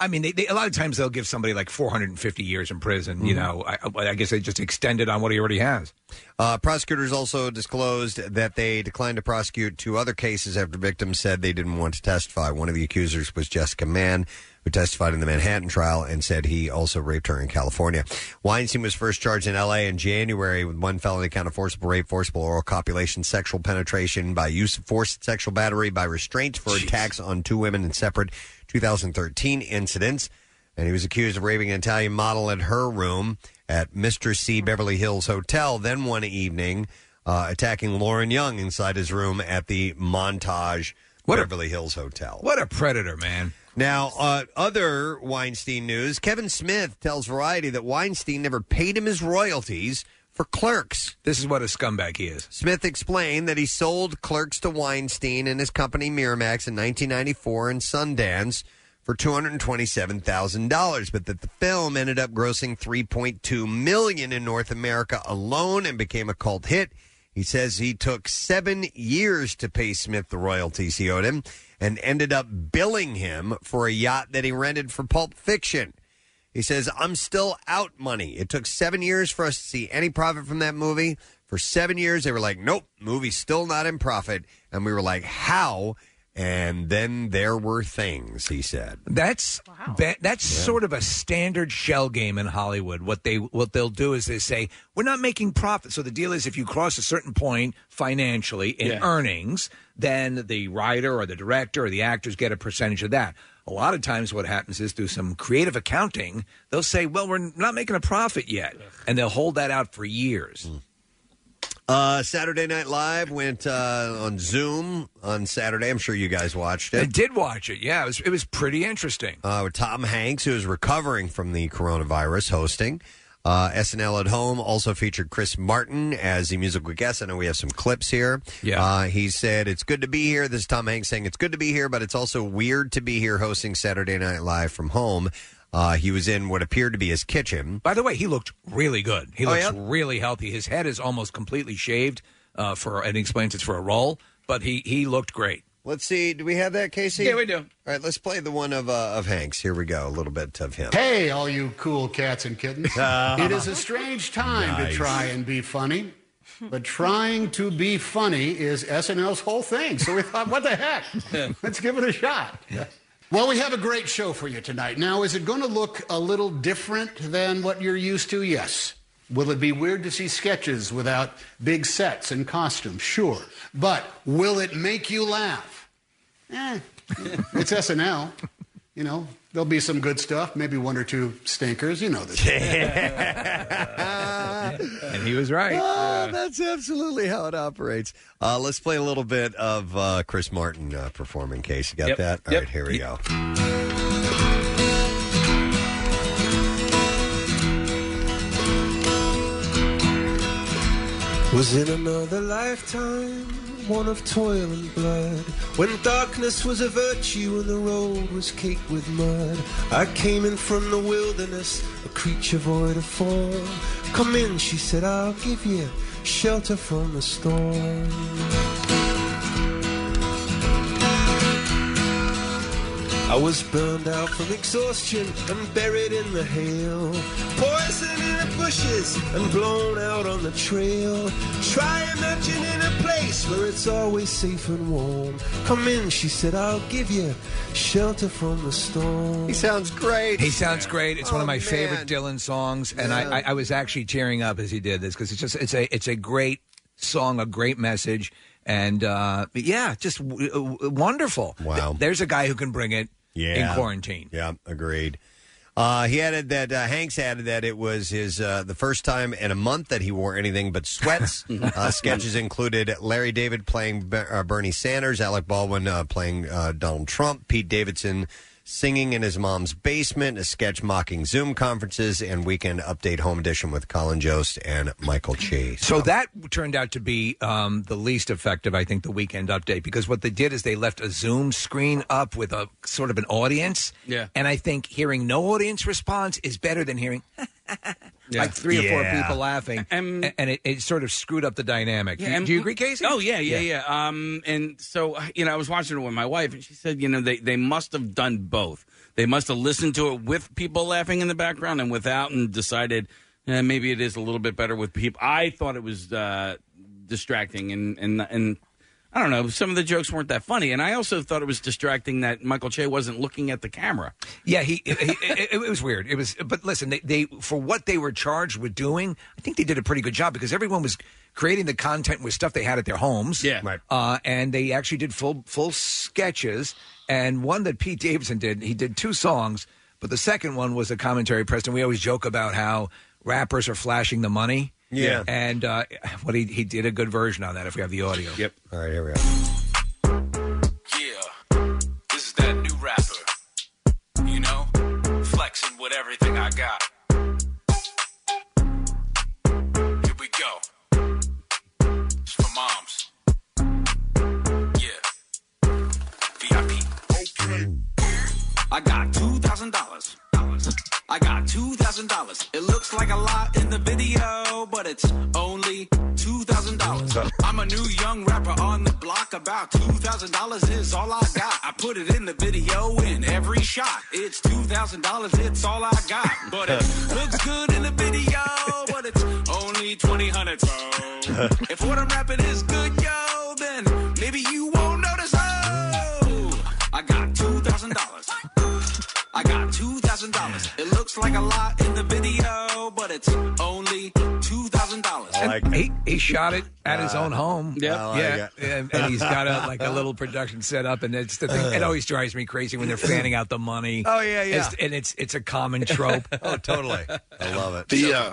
Speaker 4: I mean, they, they, a lot of times they'll give somebody like 450 years in prison. You
Speaker 2: Mhm.
Speaker 4: know, I, I- I guess they just extend it on what he already has.
Speaker 2: Uh, prosecutors also disclosed that they declined to prosecute two other cases after victims said they didn't want to testify. One of the accusers was Jessica Mann, who testified in the Manhattan trial and said he also raped her in California. Weinstein was first charged in L.A. in January with one felony count of forcible rape, forcible oral copulation, sexual penetration by use of force, sexual battery by restraint for attacks on two women in separate 2013 incidents and he was accused of raping an Italian model at her room at Mr. C. Beverly Hills Hotel. Then one evening, uh, attacking Lauren Young inside his room at the Montage Beverly Hills Hotel.
Speaker 4: What a predator, man.
Speaker 2: Now, uh, other Weinstein news Kevin Smith tells Variety that Weinstein never paid him his royalties for clerks.
Speaker 4: This is what a scumbag he is.
Speaker 2: Smith explained that he sold clerks to Weinstein and his company Miramax in 1994 in Sundance for $227,000, but that the film ended up grossing 3.2 million in North America alone and became a cult hit. He says he took seven years to pay Smith the royalties he owed him and ended up billing him for a yacht that he rented for Pulp Fiction. He says, I'm still out money. It took seven years for us to see any profit from that movie. For seven years, they were like, nope, movie's still not in profit. And we were like, how? And then there were things, he said.
Speaker 4: That's that, that's sort of a standard shell game in Hollywood. What they what they'll do is they say we're not making profit. So the deal is if you cross a certain point financially in
Speaker 11: Yeah.
Speaker 4: earnings, then the writer or the director or the actors get a percentage of that. A lot of times, what happens is through some creative accounting, they'll say, "Well, we're not making a profit yet," and they'll hold that out for years.
Speaker 2: Uh, Saturday Night Live went uh, on Zoom on Saturday. I'm sure you guys watched it.
Speaker 4: I did watch it. Yeah, it was it was pretty interesting.
Speaker 2: Uh, with Tom Hanks, who is recovering from the coronavirus, hosting. Uh, SNL at Home also featured Chris Martin as the musical guest. I know we have some clips here. Yeah. Uh, he said, It's good to be here. This is Tom Hanks saying, It's good to be here, but it's also weird to be here hosting Saturday Night Live from home. Uh, he was in what appeared to be his kitchen.
Speaker 4: By the way, he looked really good. He
Speaker 2: Oh,
Speaker 4: looks
Speaker 2: yeah?
Speaker 4: really healthy. His head is almost completely shaved uh, for, and he explains it's for a role, but he, he looked great.
Speaker 2: Let's see. Do we have that, Casey?
Speaker 4: Yeah, we
Speaker 5: do. All
Speaker 2: right, let's play the one of uh, of Hanks. Here we go. A little bit of him. Uh-huh.
Speaker 12: Hey, all you cool cats and kittens. it is a strange time
Speaker 2: Nice.
Speaker 12: to try and be funny, but trying to be funny is SNL's whole thing. So we thought, what the heck? Let's give it a shot. Well, we have a great show for you tonight. Now, is it going to look a little different than what you're used to? Yes. Will it be weird to see sketches without big sets and costumes? Sure. But will it make you laugh? Eh, it's SNL. You know, there'll be some good stuff, maybe one or two stinkers. You know this.
Speaker 4: and he was right.
Speaker 12: Ah,
Speaker 2: Oh, That's absolutely how it operates. Uh, let's play a little bit of uh, Chris Martin uh, performing. Case you got
Speaker 11: Yep.
Speaker 2: that. All right,
Speaker 11: Yep.
Speaker 2: here we go.
Speaker 13: Was in another lifetime, one of toil and blood. When darkness was a virtue and the road was caked with mud. I came in from the wilderness, a creature void of form. Come in, she said, I'll give you shelter from the storm. I was burned out from exhaustion and buried in the hail. Poison in the bushes and blown out on the trail. Try imagining a place where it's always safe and warm. Come in, she said, I'll give you shelter from the storm. He
Speaker 2: sounds great.
Speaker 4: He sounds great. It's one
Speaker 13: Oh,
Speaker 4: of my
Speaker 13: man.
Speaker 4: favorite Dylan songs, and I, I, I was actually tearing up as he did this because it's just it's a it's a great song, a great message, and uh, but yeah, just w- w- wonderful. Wow, there's a guy who can bring it in quarantine.
Speaker 2: Yeah, agreed. Uh, he added that uh, Hanks added that it was his uh, the first time in a month that he wore anything but sweats. uh, sketches included Larry David playing Ber- uh, Bernie Sanders, Alec Baldwin uh, playing uh, Donald Trump, Pete Davidson singing in his mom's basement, a sketch mocking Zoom conferences, and Weekend Update Home Edition with Colin Jost and Michael Chase.
Speaker 4: So that turned out to be um, the least effective, I think, the weekend update because what they did is they left a Zoom screen up with a sort of an audience,
Speaker 5: Yeah.
Speaker 4: and I think hearing no audience response is better than hearing like three or four
Speaker 5: Yeah.
Speaker 4: people laughing, and, and it, it sort of screwed up the dynamic.
Speaker 5: Yeah,
Speaker 4: do,
Speaker 5: and
Speaker 4: do you
Speaker 5: we-
Speaker 4: agree, Casey?
Speaker 5: Oh yeah, yeah, yeah, Um, and so you know, I was watching it with my wife, and she said, you know, they they must have done both. They must have listened to it with people laughing in the background and without, and decided eh, maybe it is a little bit better with people. I thought it was uh, distracting, and and and I don't know, some of the jokes weren't that funny, and I also thought it was distracting that Michael Che wasn't looking at the camera.
Speaker 4: Yeah, he, he it, it was weird. It was, but listen, they, they for what they were charged with doing, I think they did a pretty good job because everyone was creating the content with stuff they had at their homes. Yeah, right. Uh, and they actually did full full sketches, and one that Pete Davidson did. He did two songs, but the second one was a commentary. Preston, we always joke about how rappers are flashing the money. Yeah. And uh, what he he did a good version on that. If we have the audio. Yep.
Speaker 2: All right. Here we go.
Speaker 11: This is that new rapper. You know? Flexing with everything I got. Here we go. It's for moms. Yeah. VIP. I got two thousand dollars. I got two thousand dollars. It looks like a lot in the video, but it's only two thousand dollars. I'm a new young rapper on the block. About two thousand dollars is all I got. I put it in the video in every shot. It's two thousand dollars. It's all I got, but it looks good in the video, but it's only twenty hundred. So if what I'm rapping is good, yo, then maybe you won't notice. Oh, I got two thousand dollars. I got two thousand dollars. It looks like a lot in the video, but it's only two thousand dollars.
Speaker 4: he, he shot it at his
Speaker 9: Uh,
Speaker 4: own home.
Speaker 11: Yep. I like
Speaker 4: yeah,
Speaker 11: it.
Speaker 4: and, and he's got a like a little production set up, and it's the thing. It always drives me crazy when they're fanning out the money.
Speaker 2: Uh. Oh, yeah, yeah.
Speaker 4: It's- and it's it's a common trope.
Speaker 2: oh, totally. I love it.
Speaker 9: The uh,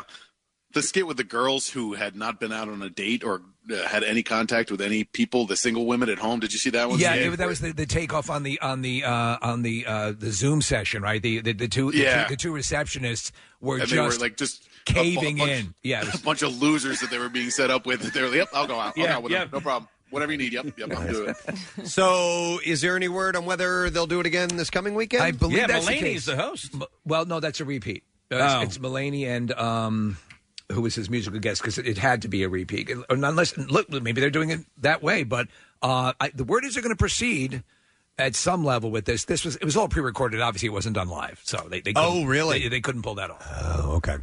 Speaker 9: the skit with the girls who had not been out on a date or uh, had any contact with any people, the single women at home. Did you see that one?
Speaker 4: Yeah, it, that was the, the takeoff on the on the uh, on the uh, the Zoom session, right? The the, the two
Speaker 9: Yeah.
Speaker 4: the two, the two receptionists were
Speaker 9: And
Speaker 4: just
Speaker 9: they were like just a bu-
Speaker 4: caving
Speaker 9: bunch-
Speaker 4: in. Yeah, it was-
Speaker 9: a bunch of losers that they were being set up with. That they were like, "Yep, I'll go out. I'll
Speaker 2: Yeah,
Speaker 9: go out with
Speaker 2: yeah.
Speaker 9: them. No problem. Whatever you need. Yep, yep, I'll do it."
Speaker 2: So, is there any word on whether they'll do it again this coming weekend?
Speaker 4: I believe that's
Speaker 2: Mulaney's
Speaker 4: the, case. M- Well, no, that's a repeat. Uh, it's-
Speaker 2: Oh.
Speaker 4: It's, Mulaney and um, who was his musical guest because it, it had to be a repeat. And Unless look, maybe they're doing it that way, but uh, I, the word is they're going to proceed at some level with this. This was it was all pre-recorded. Obviously, it wasn't done live, so they, they
Speaker 2: Oh,
Speaker 4: couldn't-
Speaker 2: really?
Speaker 4: they, they couldn't pull that off.
Speaker 2: Oh, okay.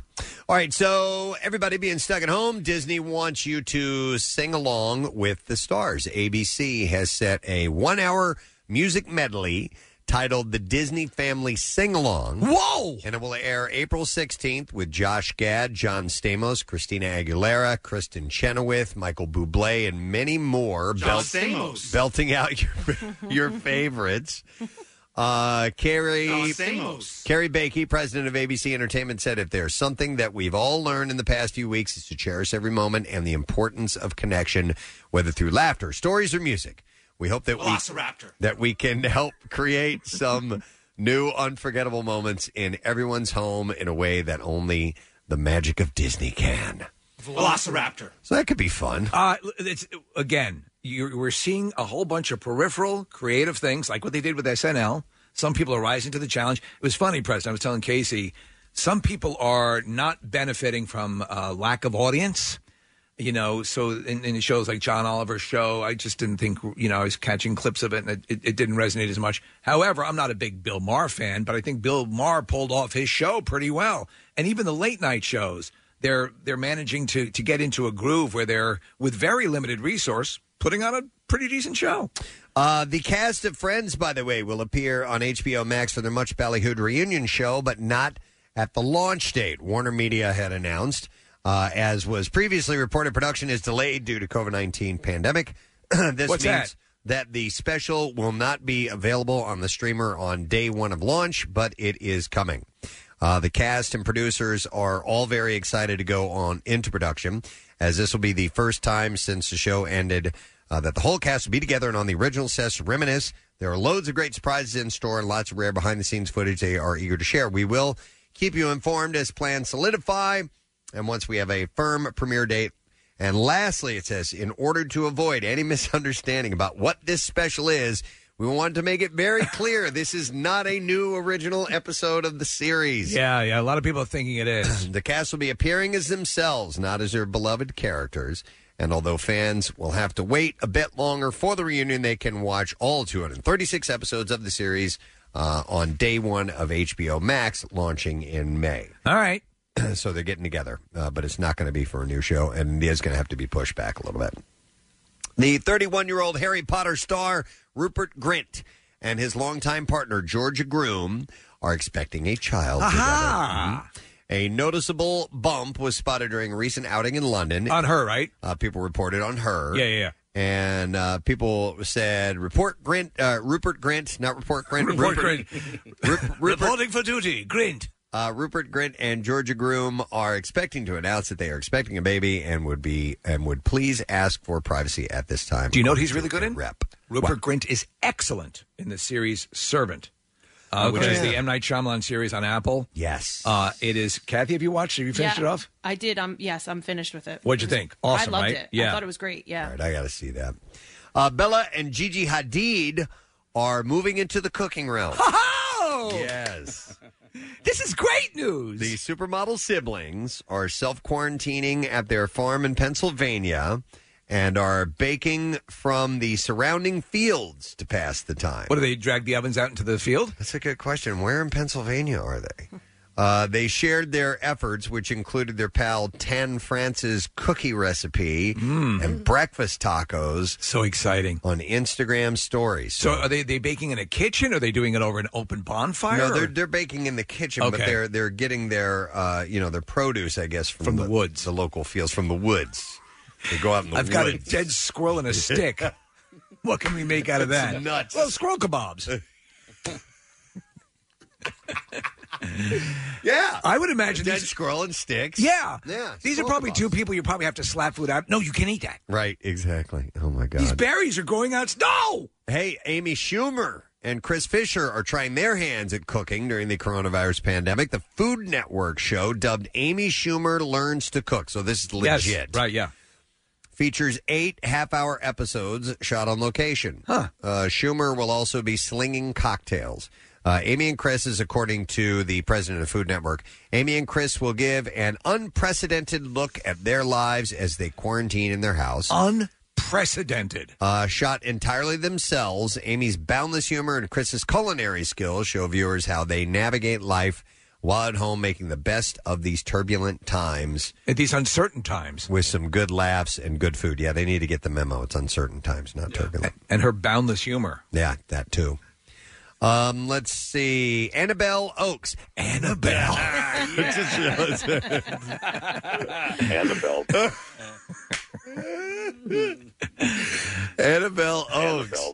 Speaker 2: All right, so everybody being stuck at home, Disney wants you to sing along with the stars. ABC has set a one hour music medley titled The Disney Family Sing Along.
Speaker 4: Whoa!
Speaker 2: And it will air April 16th with Josh Gad, John Stamos, Christina Aguilera, Kristen Chenoweth, Michael Bublé, and many more.
Speaker 14: John Stamos.
Speaker 2: Belting out your, your favorites. Uh, Carrie
Speaker 14: Don Stamos.
Speaker 2: Carrie Bakey, president of ABC Entertainment, said, "If there's something that we've all learned in the past few weeks, is to cherish every moment and the importance of connection, whether through laughter, stories, or music. We hope that we
Speaker 14: Velociraptor.
Speaker 2: that we can help create some new unforgettable moments in everyone's home in a way that only the magic of Disney can.
Speaker 14: Velociraptor.
Speaker 2: So that could be fun.
Speaker 4: Uh, it's again, you're, we're seeing a whole bunch of peripheral creative things, like what they did with SNL. Some people are rising to the challenge. It was funny, President. I was telling Casey, some people are not benefiting from uh, lack of audience. You know, so in, in shows like John Oliver's show, I just didn't think, you know, I was catching clips of it and it, it, it didn't resonate as much. However, I'm not a big Bill Maher fan, but I think Bill Maher pulled off his show pretty well. And even the late night shows, they're they're managing to to get into a groove where they're with very limited resource putting on a pretty decent show.
Speaker 2: Uh, the cast of Friends, by the way, will appear on HBO Max for their much ballyhooed reunion show, but not at the launch date. Warner Media had announced, uh, as was previously reported, production is delayed due to COVID nineteen pandemic. this
Speaker 4: What's
Speaker 2: means that the special will not be available on the streamer on day one of launch, but it is coming. Uh, the cast and producers are all very excited to go on into production, as this will be the first time since the show ended uh, that the whole cast will be together and on the original sets to reminisce. There are loads of great surprises in store and lots of rare behind the scenes footage they are eager to share. We will keep you informed as plans solidify and once we have a firm premiere date. And lastly, it says, in order to avoid any misunderstanding about what this special is, we want to make it very clear this is not a new original episode of the series.
Speaker 4: Yeah, yeah. A lot of people are thinking it is.
Speaker 2: the cast will be appearing as themselves, not as their beloved characters. And although fans will have to wait a bit longer for the reunion, they can watch all 236 episodes of the series uh, on day one of HBO Max, launching in May.
Speaker 4: All right.
Speaker 2: so they're getting together, uh, but it's not going to be for a new show, and it is going to have to be pushed back a little bit. The 31 year old Harry Potter star Rupert Grint and his longtime partner Georgia Groom are expecting a child together. Mhm. A noticeable bump was spotted during a recent outing in London.
Speaker 4: On her, right?
Speaker 2: Uh, people reported on her.
Speaker 4: Yeah, yeah, yeah.
Speaker 2: And uh, people said, "Report Grint, uh, Rupert Grint, not report Grint,
Speaker 4: Report
Speaker 2: Rupert, Rupert,
Speaker 4: Reporting for duty, Grint.
Speaker 2: Uh, Rupert Grint and Georgia Groom are expecting to announce that they are expecting a baby and would be and would please ask for privacy at this time.
Speaker 4: Do you know what he's really good in?
Speaker 2: Rep.
Speaker 4: Rupert Grint is excellent in the series Servant, uh, which
Speaker 2: Okay.
Speaker 4: is the
Speaker 2: Yeah.
Speaker 4: M Night Shyamalan series on Apple.
Speaker 2: Yes,
Speaker 4: uh, it is. Kathy, have you watched? it? Have you finished it off?
Speaker 3: I did. Um, yes, I'm finished with it.
Speaker 4: What'd you think? Awesome,
Speaker 3: I loved
Speaker 4: right?
Speaker 3: it. I
Speaker 2: Yeah.
Speaker 3: thought it was great. Yeah.
Speaker 2: All right, I got to see that. Uh, Bella and Gigi Hadid are moving into the cooking realm.
Speaker 4: Oh,
Speaker 2: yes.
Speaker 4: this is great news.
Speaker 2: The supermodel siblings are self quarantining at their farm in Pennsylvania and are baking from the surrounding fields to pass the time.
Speaker 4: What do they drag the ovens out into the field?
Speaker 2: That's a good question. Where in Pennsylvania are they? Uh, they shared their efforts, which included their pal Tan France's cookie recipe and breakfast tacos.
Speaker 4: Mm. So exciting.
Speaker 2: On Instagram stories.
Speaker 4: So, are they they baking in a kitchen? Are they doing it over an open bonfire?
Speaker 2: No,
Speaker 4: or-
Speaker 2: they're they're baking in the kitchen,
Speaker 4: Okay.
Speaker 2: but they're they're getting their uh, you know their produce, I guess, from, the, woods, the local fields, from the woods. They go out in the
Speaker 4: I've
Speaker 2: woods.
Speaker 4: got a dead squirrel and a stick. what can we make out of
Speaker 2: That's
Speaker 4: that?
Speaker 2: nuts.
Speaker 4: Well, squirrel kebabs.
Speaker 2: yeah,
Speaker 4: I would imagine
Speaker 2: dead
Speaker 4: these-
Speaker 2: squirrel and sticks.
Speaker 4: Yeah,
Speaker 2: yeah.
Speaker 4: These are
Speaker 2: squirrel
Speaker 4: probably
Speaker 2: kebabs.
Speaker 4: two people you probably have to slap food out. No, you can eat that.
Speaker 2: Right, exactly. Oh my God.
Speaker 4: These berries are going out. No.
Speaker 2: Hey, Amy Schumer and Chris Fisher are trying their hands at cooking during the coronavirus pandemic. The Food Network show, dubbed Amy Schumer Learns to Cook. So this is legit.
Speaker 4: Right. Yeah.
Speaker 2: Features eight half hour episodes shot on location. Huh. Uh, Schumer will also be slinging cocktails. Uh, Amy and Chris is according to the president of Food Network. Amy and Chris will give an unprecedented look at their lives as they quarantine in their house.
Speaker 4: Unprecedented.
Speaker 2: Uh, shot entirely themselves, Amy's boundless humor and Chris's culinary skills show viewers how they navigate life while at home, making the best of these turbulent times.
Speaker 4: At these uncertain times.
Speaker 2: With some good laughs and good food. Yeah, they need to get the memo. It's uncertain times, not turbulent.
Speaker 4: And her boundless humor.
Speaker 2: Yeah, that too. Um, let's see. Annabelle Oaks. Annabelle.
Speaker 15: Annabelle.
Speaker 2: Annabelle Oaks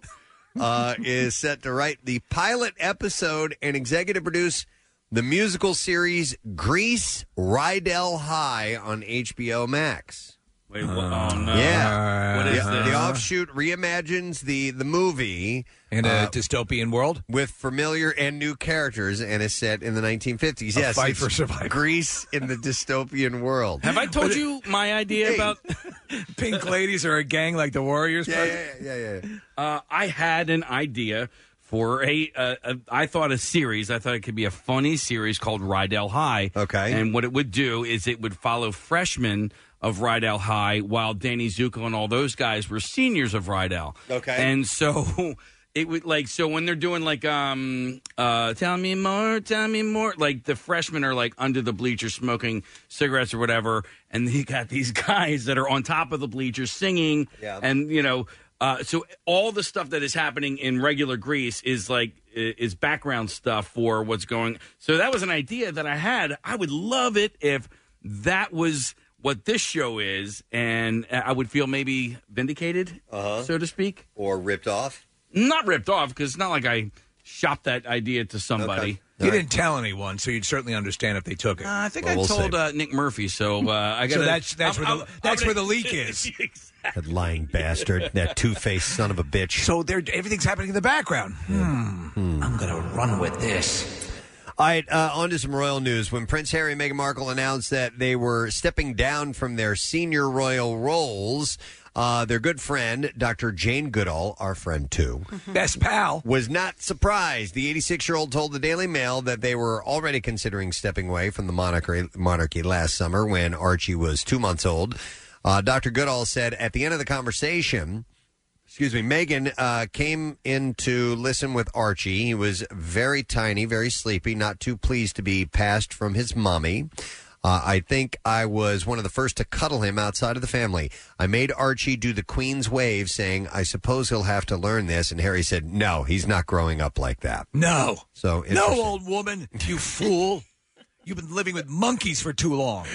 Speaker 2: uh, is set to write the pilot episode and executive produce the musical series Grease Rydell High on HBO Max.
Speaker 5: Wait, what? Oh, no.
Speaker 2: Yeah.
Speaker 5: What is
Speaker 4: Uh-huh.
Speaker 2: the,
Speaker 5: this?
Speaker 2: the offshoot reimagines the, the movie. uh,
Speaker 4: In a dystopian world?
Speaker 2: With familiar and new characters and is set in the 1950s.
Speaker 5: A
Speaker 2: yes.
Speaker 5: fight
Speaker 2: it's
Speaker 5: for survival.
Speaker 2: Grease in the dystopian world.
Speaker 5: Have I told you my idea about
Speaker 4: pink ladies are a gang like the Warriors?
Speaker 5: Yeah,
Speaker 2: yeah, yeah.
Speaker 5: Uh, I had an idea for a, uh, a. I thought a series. I thought it could be a funny series called Rydell High. Okay. And what it would do is it would follow freshmen of Rydell High while Danny Zuko and all those guys were seniors of Rydell.
Speaker 2: Okay.
Speaker 5: And so. It would like so when they're doing like um uh tell me more tell me more like the freshmen are like under the bleachers smoking cigarettes or whatever and he got these guys that are on top of the bleachers singing
Speaker 2: Yeah.
Speaker 5: and you know uh, so all the stuff that is happening in regular Greece is like i- is background stuff for what's going. So that was an idea that I had. I would love it if that was what this show is, and I would feel maybe vindicated, so to speak,
Speaker 2: or ripped off.
Speaker 5: Not ripped off because it's not like I shopped that idea to somebody.
Speaker 4: You didn't tell anyone, so you'd certainly understand if they took it.
Speaker 5: Uh, I think I told uh, Nick Murphy, so uh, I got.
Speaker 4: So that's- that's where the- that's where the leak is.
Speaker 2: That lying bastard. That two faced son of a bitch.
Speaker 4: So there, everything's happening in the background. Hmm. I'm gonna run with this.
Speaker 2: All right, uh, on to some royal news. When Prince Harry and Meghan Markle announced that they were stepping down from their senior royal roles, uh, their good friend, Dr. Jane Goodall, our friend too,
Speaker 4: best pal,
Speaker 2: was not surprised. The 86 year old told the Daily Mail that they were already considering stepping away from the monarchy, monarchy last summer when Archie was two months old. Uh, Dr. Goodall said at the end of the conversation, excuse me, Megan uh, came in to listen with Archie. He was very tiny, very sleepy, not too pleased to be passed from his mommy. Uh, I think I was one of the first to cuddle him outside of the family. I made Archie do the Queen's wave, saying, I suppose he'll have to learn this. And Harry said, No, he's not growing up like that.
Speaker 4: No.
Speaker 2: So,
Speaker 4: No,
Speaker 2: interesting.
Speaker 4: old woman, you fool! You've been living with monkeys for too long.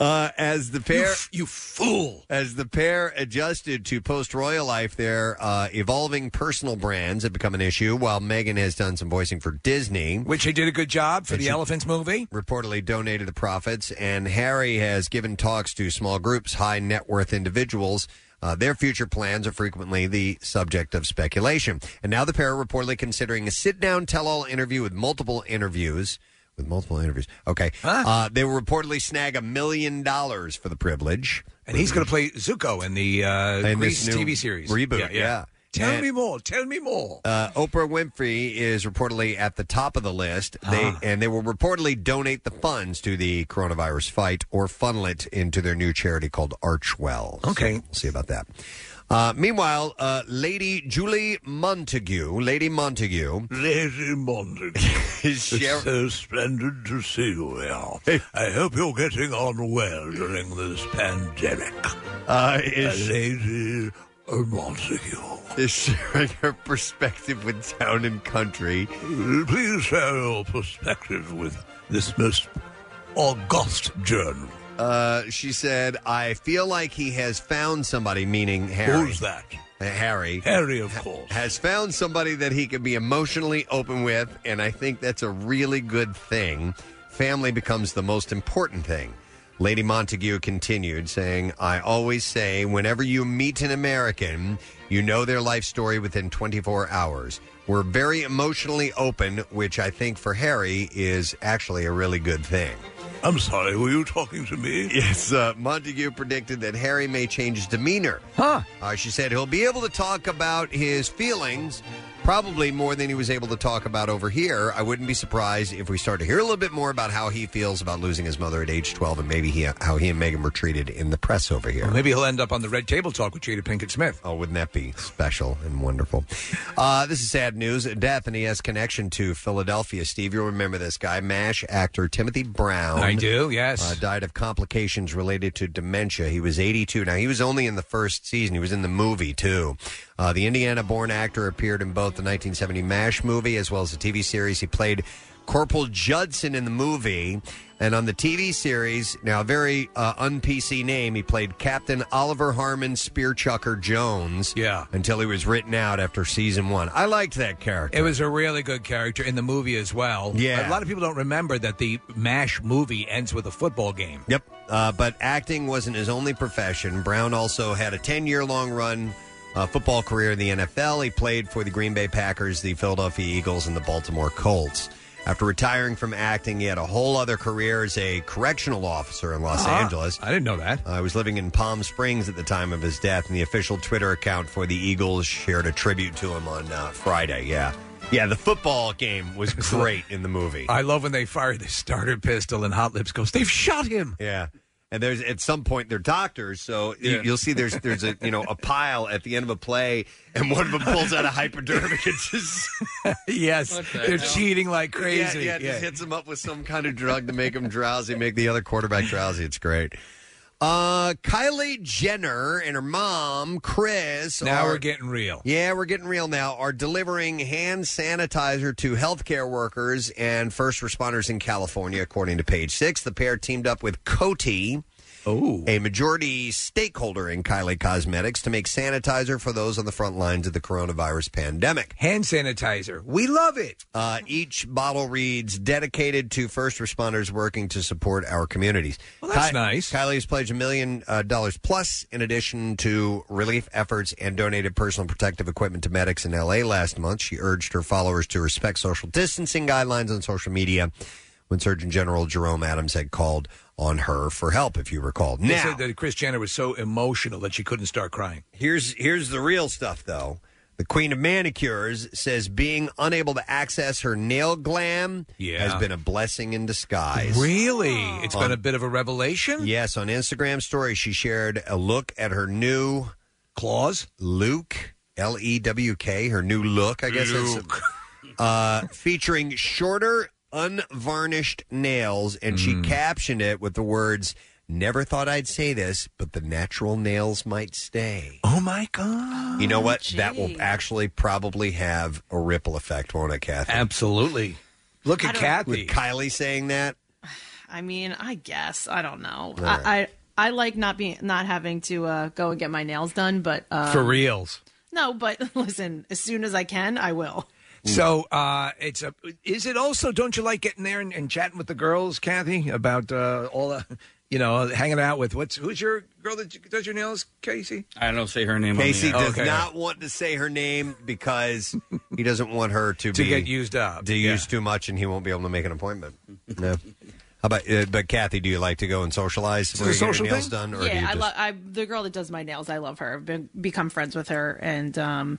Speaker 2: Uh, as the pair, you,
Speaker 4: fool!
Speaker 2: As the pair adjusted to post-royal life, their uh, evolving personal brands have become an issue. While Megan has done some voicing for Disney,
Speaker 4: which he did a good job for
Speaker 2: And
Speaker 4: the
Speaker 2: she-
Speaker 4: Elephants movie.
Speaker 2: reportedly donated the profits, and Harry has given talks to small groups, high net worth individuals. Uh, their future plans are frequently the subject of speculation. And now the pair are reportedly considering a sit down tell all interview with multiple interviews. With multiple interviews. Okay. Uh, they will reportedly snag a million dollars for the privilege.
Speaker 4: And he's going to play Zuko in the uh,
Speaker 2: In this
Speaker 4: Grease
Speaker 2: new
Speaker 4: TV series
Speaker 2: reboot, yeah.
Speaker 4: Tell
Speaker 2: And-
Speaker 4: me more. Tell me more.
Speaker 2: Uh, Oprah Winfrey is reportedly at the top of the list. They and they will reportedly donate the funds to the coronavirus fight or funnel it into their new charity called Archwell. Okay, we'll see about that. Uh, meanwhile, uh, Lady Julie Montague, Lady Montague,
Speaker 15: Lady Montague.
Speaker 2: It's
Speaker 15: so splendid to see you here. I hope you're getting on well during this pandemic.
Speaker 2: Uh, is-
Speaker 15: Lady Montague.
Speaker 2: is sharing her perspective with Town and Country.
Speaker 15: Uh, Please share your perspective with this most august journal.
Speaker 2: Uh, she said, "I feel like he has found somebody." Meaning Harry.
Speaker 15: Who's that?
Speaker 2: Uh, Harry.
Speaker 15: Harry, of
Speaker 2: ha-
Speaker 15: course.
Speaker 2: Has found somebody that he can be emotionally open with, and I think that's a really good thing. Family becomes the most important thing. Lady Montague continued, saying, I always say, whenever you meet an American, you know their life story within 24 hours. We're very emotionally open, which I think for Harry is actually a really good thing.
Speaker 15: I'm sorry, were you talking to me?
Speaker 2: Yes, uh, Montague predicted that Harry may change his demeanor. Huh. Uh, she said he'll be able to talk about his feelings probably more than he was able to talk about over here. I wouldn't be surprised if we start to hear a little bit more about how he feels about losing his mother at age 12 and maybe he, how he and Megan were treated in the press over here.
Speaker 4: Well, maybe he'll end up on the Red Table Talk with Jada Pinkett Smith.
Speaker 2: Oh, wouldn't that be special and wonderful? Uh, this is sad news. Death, and he has connection to Philadelphia. Steve, you'll remember this guy, MASH actor Timothy Brown.
Speaker 4: I do, yes.
Speaker 2: Uh, died of complications related to dementia. He was 82. Now, he was only in the first season, he was in the movie, too. Uh, the Indiana born actor appeared in both the 1970 MASH movie as well as the TV series. He played Corporal Judson in the movie. And on the TV series, now a very uh, un PC name, he played Captain Oliver Harmon Spearchucker Jones. Yeah. Until he was written out after season one. I liked that character.
Speaker 4: It was a really good character in the movie as well.
Speaker 2: Yeah.
Speaker 4: A lot of people don't remember that the MASH movie ends with a football game.
Speaker 2: Yep. Uh, but acting wasn't his only profession. Brown also had a 10 year long run uh, football career in the NFL. He played for the Green Bay Packers, the Philadelphia Eagles, and the Baltimore Colts. After retiring from acting, he had a whole other career as a correctional officer in Los
Speaker 4: Ah,
Speaker 2: Angeles.
Speaker 4: I didn't know that.
Speaker 2: I was living in Palm Springs at the time of his death, and the official Twitter account for the Eagles shared a tribute to him on uh, Friday. Yeah. Yeah, the football game was great in the movie.
Speaker 4: I love when they fire the starter pistol and Hot Lips goes, they've shot him.
Speaker 2: Yeah. And there's at some point they're doctors, so you-
Speaker 4: Yeah.
Speaker 2: you'll see there's there's a you know a pile at the end of a play, and one of them pulls out a hypodermic and just
Speaker 4: yes,
Speaker 2: What the hell?
Speaker 4: they're cheating like crazy.
Speaker 2: Yeah, yeah, just hits him up with some kind of drug to make him drowsy, make the other quarterback drowsy. It's great. Uh, Kylie Jenner and her mom Chris.
Speaker 4: Now
Speaker 2: are-
Speaker 4: we're getting real.
Speaker 2: Yeah, we're getting real now. Are delivering hand sanitizer to healthcare workers and first responders in California, according to Page Six. The pair teamed up with Coty. A majority stakeholder in Kylie Cosmetics to make sanitizer for those on the front lines of the coronavirus pandemic.
Speaker 4: Hand sanitizer. We love it.
Speaker 2: Uh, each bottle reads dedicated to first responders working to support our communities. Well,
Speaker 4: that's
Speaker 2: nice. Kylie has pledged a million uh, dollars plus in addition to relief efforts and donated personal protective equipment to medics in LA last month. She urged her followers to respect social distancing guidelines on social media when Surgeon General Jerome Adams had called on her for help, if you recall.
Speaker 4: They
Speaker 2: Now,
Speaker 4: said that Chris Jenner was so emotional that she couldn't start crying.
Speaker 2: Here's here's the real stuff though. The Queen of Manicures says being unable to access her nail glam
Speaker 4: Yeah.
Speaker 2: has been a blessing in disguise.
Speaker 4: Really? It's been
Speaker 2: On-
Speaker 4: a bit of a revelation?
Speaker 2: Yes, on Instagram story she shared a look at her new
Speaker 4: claws
Speaker 2: Luke L E W K, her new look, I guess it's-
Speaker 4: Luke.
Speaker 2: uh featuring shorter unvarnished nails and she
Speaker 4: Hmm.
Speaker 2: captioned it with the words Never thought I'd say this, but the natural nails might stay.
Speaker 4: Oh my god.
Speaker 3: Oh,
Speaker 2: You know what? That will actually probably have a ripple effect, won't it, Kathy?
Speaker 4: Absolutely. Look at Kathy.
Speaker 2: With Kylie saying that,
Speaker 3: I mean, I guess I don't
Speaker 2: All
Speaker 3: know.
Speaker 2: right.
Speaker 3: I, I I like not being not having to uh, go and get my nails done, but uh,
Speaker 4: For reals.
Speaker 3: No, but listen, as soon as I can, I will.
Speaker 4: So uh, it's a. Is it also? Don't you like getting there and, and chatting with the girls, Kathy, about uh, all the, you know, hanging out with what's who's your girl that does your nails, Casey?
Speaker 5: I don't say her name.
Speaker 2: Casey
Speaker 5: on the air.
Speaker 2: does not want to say her name because he doesn't want her to,
Speaker 4: To
Speaker 2: be
Speaker 4: get used up,
Speaker 2: to use too much, and he won't be able to make an appointment. No. How about uh, but Kathy? Do you like to go and socialize?
Speaker 4: it a
Speaker 2: where you get your
Speaker 4: social
Speaker 2: nails
Speaker 4: thing?
Speaker 2: done, or do you
Speaker 3: yeah, I
Speaker 2: just-
Speaker 3: love I the girl that does my nails. I love her. I've been, become friends with her, and um,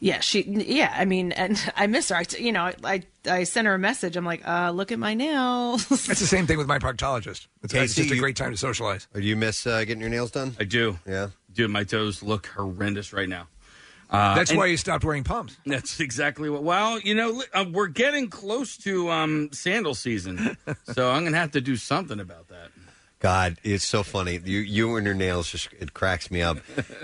Speaker 3: yeah, she yeah. I mean, and I miss her. I t- you know, I I, I sent her a message. I'm like, uh, look at my nails.
Speaker 4: It's the same thing with my proctologist. It's, it's
Speaker 5: Casey,
Speaker 4: just a
Speaker 5: you-
Speaker 4: great time to socialize.
Speaker 2: Do you miss uh, getting your nails done?
Speaker 5: I do.
Speaker 2: Yeah.
Speaker 5: Dude, my toes look horrendous right now. Uh,
Speaker 4: That's
Speaker 5: and
Speaker 4: why you stopped wearing pumps.
Speaker 5: That's exactly what. Well, you know, li- uh, we're getting close to um, sandal season, so I'm going to have to do something about that.
Speaker 2: God, it's so funny. You you and your nails just it cracks me up.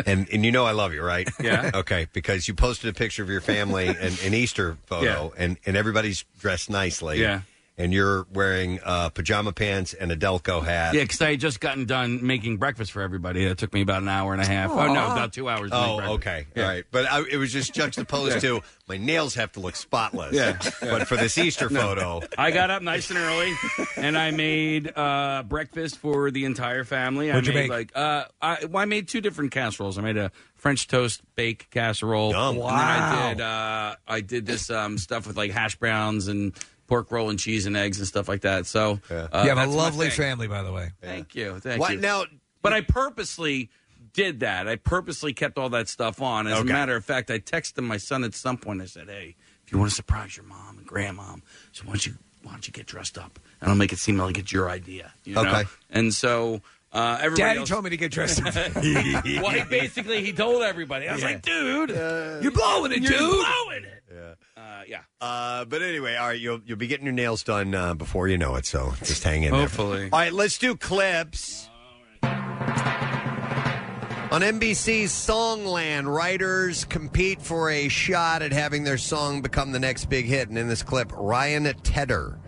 Speaker 2: And and you know I love you, right?
Speaker 5: Yeah.
Speaker 2: Okay, because you posted a picture of your family and an Easter photo and, and everybody's dressed nicely.
Speaker 5: Yeah.
Speaker 2: And you're wearing uh, pajama pants and a Delco hat.
Speaker 5: Yeah, because I had just gotten done making breakfast for everybody. It took me about an hour and a half. Oh no,
Speaker 2: Aw.
Speaker 5: about two hours. to make
Speaker 2: Oh,
Speaker 5: breakfast.
Speaker 2: okay.
Speaker 5: Yeah.
Speaker 2: All right. But I, it was just juxtaposed to my nails have to look spotless.
Speaker 5: Yeah.
Speaker 2: But for this Easter
Speaker 5: No.
Speaker 2: photo,
Speaker 5: I got up nice and early, and I made uh, breakfast for the entire family.
Speaker 4: What'd
Speaker 5: I
Speaker 4: you
Speaker 5: made
Speaker 4: make?
Speaker 5: like uh, I, well, I made two different casseroles. I made a French toast bake casserole. And then I
Speaker 4: Wow.
Speaker 5: did uh, I did this um, stuff with like hash browns and pork roll and cheese and eggs and stuff like that. So uh,
Speaker 4: you have
Speaker 5: that's
Speaker 4: a
Speaker 5: my
Speaker 4: lovely
Speaker 5: thing.
Speaker 4: family, by the way.
Speaker 5: Thank you. Thank
Speaker 4: What
Speaker 5: you.
Speaker 4: now-
Speaker 5: But I purposely did that. I purposely kept all that stuff on. As
Speaker 4: Okay.
Speaker 5: a matter of fact, I texted my son at some point. I said, "Hey, if you want to surprise your mom and grandmom, so why don't you why don't you get dressed up and I'll make it seem like it's your idea." You know?
Speaker 4: Okay.
Speaker 5: And so uh, everybody.
Speaker 4: Daddy
Speaker 5: else-
Speaker 4: told me to get dressed up.
Speaker 5: well, he basically he told everybody. I was
Speaker 4: Yeah.
Speaker 5: like, "Dude,
Speaker 4: Uh, You're blowing it,
Speaker 5: you're
Speaker 4: dude.
Speaker 5: blowing it." Yeah. Uh, yeah.
Speaker 2: Uh, but anyway, all right, you'll you'll be getting your nails done uh, before you know it. So just hang in. there.
Speaker 5: Hopefully.
Speaker 2: All right, let's do clips. On NBC's Songland, writers compete for a shot at having their song become the next big hit. And in this clip, Ryan Tedder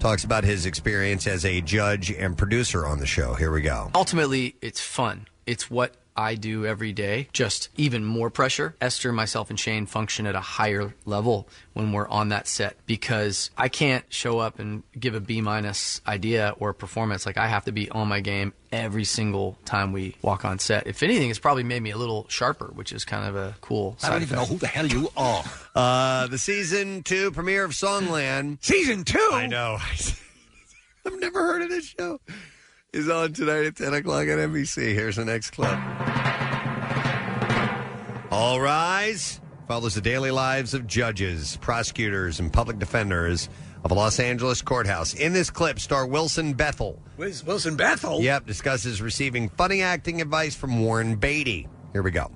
Speaker 2: talks about his experience as a judge and producer on the show. Here we go.
Speaker 16: Ultimately, it's fun. It's what I do every day, just even more pressure. Esther, myself, and Shane function at a higher level when we're on that set because I can't show up and give a B minus idea or performance. Like, I have to be on my game every single time we walk on set. If anything, it's probably made me a little sharper, which is kind of a cool side effect.
Speaker 2: the hell you are. Uh, the season two premiere of Songland.
Speaker 4: season two?
Speaker 2: I know. I've never heard of this show. Is on tonight at 10 o'clock on NBC. Here's the next clip. All Rise follows the daily lives of judges, prosecutors, and public defenders of a Los Angeles courthouse. In this clip, star Wilson Bethel.
Speaker 4: Where's Wilson Bethel?
Speaker 2: Yep, discusses receiving funny acting advice from Warren Beatty. Here we go.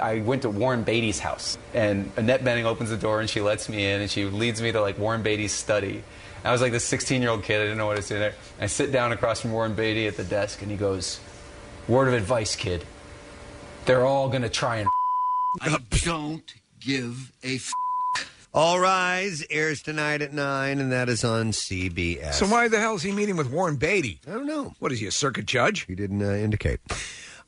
Speaker 17: I went to Warren Beatty's house, and Annette Benning opens the door and she lets me in, and she leads me to like Warren Beatty's study. I was like this 16 year old kid, I didn't know what was in there. I sit down across from Warren Beatty at the desk, and he goes, "Word of advice, kid. They're all gonna try and."
Speaker 2: I don't give a f- All Rise airs tonight at 9, and that is on CBS.
Speaker 4: So why the hell is he meeting with Warren Beatty? I
Speaker 2: don't know.
Speaker 4: What is he, a circuit judge?
Speaker 2: He didn't uh, indicate.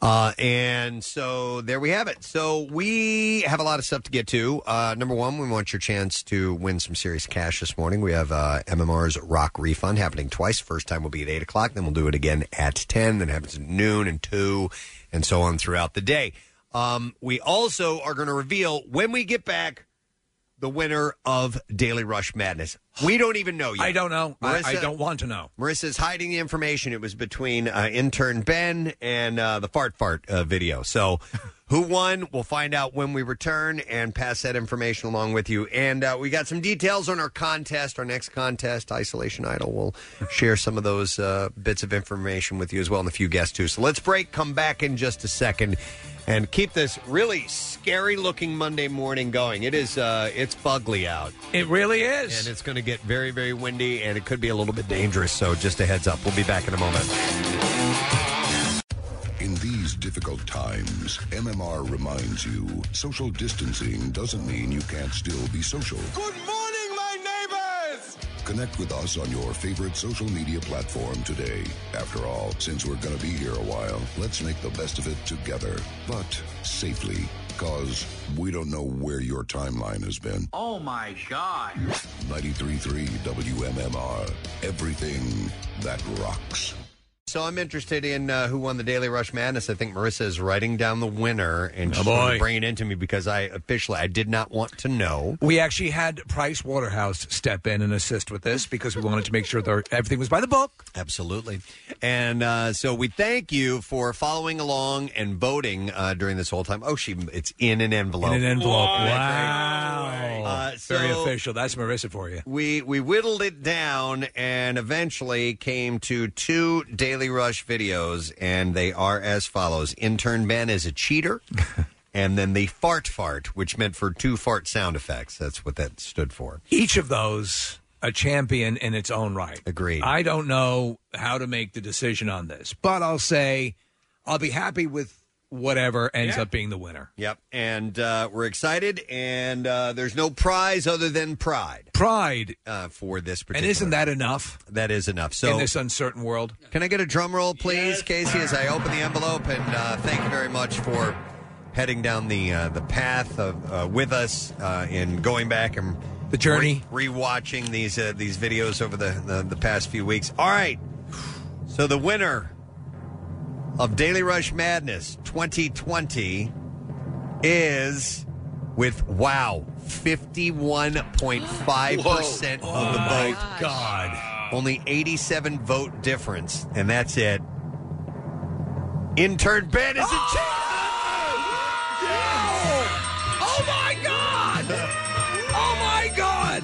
Speaker 2: Uh, and so there we have it. So we have a lot of stuff to get to. Uh, number one, we want your chance to win some serious cash this morning. We have uh, MMR's Rock Refund happening twice. First time will be at 8 o'clock, then we'll do it again at 10, then happens at noon and 2, and so on throughout the day. Um, we also are going to reveal when we get back the winner of Daily Rush Madness. We don't even know yet.
Speaker 4: I don't know. I, I
Speaker 2: Marissa-
Speaker 4: don't want to know.
Speaker 2: Marissa's hiding the information. It was between uh, intern Ben and uh, the fart fart uh, video. So, who won? We'll find out when we return and pass that information along with you. And uh, we got some details on our contest, our next contest, Isolation Idol. We'll share some of those uh, bits of information with you as well, and a few guests too. So let's break. Come back in just a second. And keep this really scary-looking Monday morning going. It is, uh, it's bugly out.
Speaker 4: It really is.
Speaker 2: And it's going to get very, very windy, and it could be a little bit dangerous. So just a heads up. We'll be back in a moment.
Speaker 1: In these difficult times, MMR reminds you social distancing doesn't mean you can't still be social.
Speaker 13: Good morning, my neighbors!
Speaker 1: Connect with us on your favorite social media platform today. After all, since we're going to be here a while, let's make the best of it together, but safely, because we don't know where your timeline has been.
Speaker 11: Oh my God.
Speaker 1: 93.3 WMMR. Everything that rocks.
Speaker 2: So I'm interested in uh, who won the Daily Rush Madness. I think Marissa is writing down the winner and she's gonna
Speaker 4: Oh, boy.
Speaker 2: bring it into me because I officially I did not want to know.
Speaker 4: We actually had Price Waterhouse step in and assist with this because we wanted to make sure that everything was by the book.
Speaker 2: Absolutely. And uh, so we thank you for following along and voting uh, during this whole time. Oh, she it's in an envelope.
Speaker 4: In an envelope.
Speaker 2: Isn't that great?
Speaker 4: Wow.
Speaker 2: Uh,
Speaker 4: Very
Speaker 2: so-
Speaker 4: official. That's Marissa for you.
Speaker 2: We we whittled it down and eventually came to two Daily Rush videos, and they are as follows: Intern Ben is a cheater, and then the fart fart, which meant for two fart sound effects. That's what that stood for.
Speaker 4: Each of those a champion in its own right.
Speaker 2: Agreed.
Speaker 4: I don't know how to make the decision on this, but I'll say I'll be happy with whatever ends
Speaker 2: Yeah.
Speaker 4: up being the winner.
Speaker 2: Yep, and uh, we're excited, and uh, there's no prize other than pride.
Speaker 4: Pride
Speaker 2: uh, for this particular.
Speaker 4: And isn't that enough?
Speaker 2: That is enough. So
Speaker 4: in this uncertain world,
Speaker 2: Can I get a drum roll, please, Casey, as I open the envelope? And uh, thank you very much for heading down the uh, the path of uh, with us uh, in going back and
Speaker 4: the journey,
Speaker 2: re- rewatching these uh, these videos over the, the the past few weeks. All right, so the winner of Daily Rush Madness 2020 is with wow 51.5% of the vote.
Speaker 4: Whoa. Oh, my God.
Speaker 2: Only 87 vote difference and that's it. Intern Ben is a champ.
Speaker 4: Oh my God! Oh my God!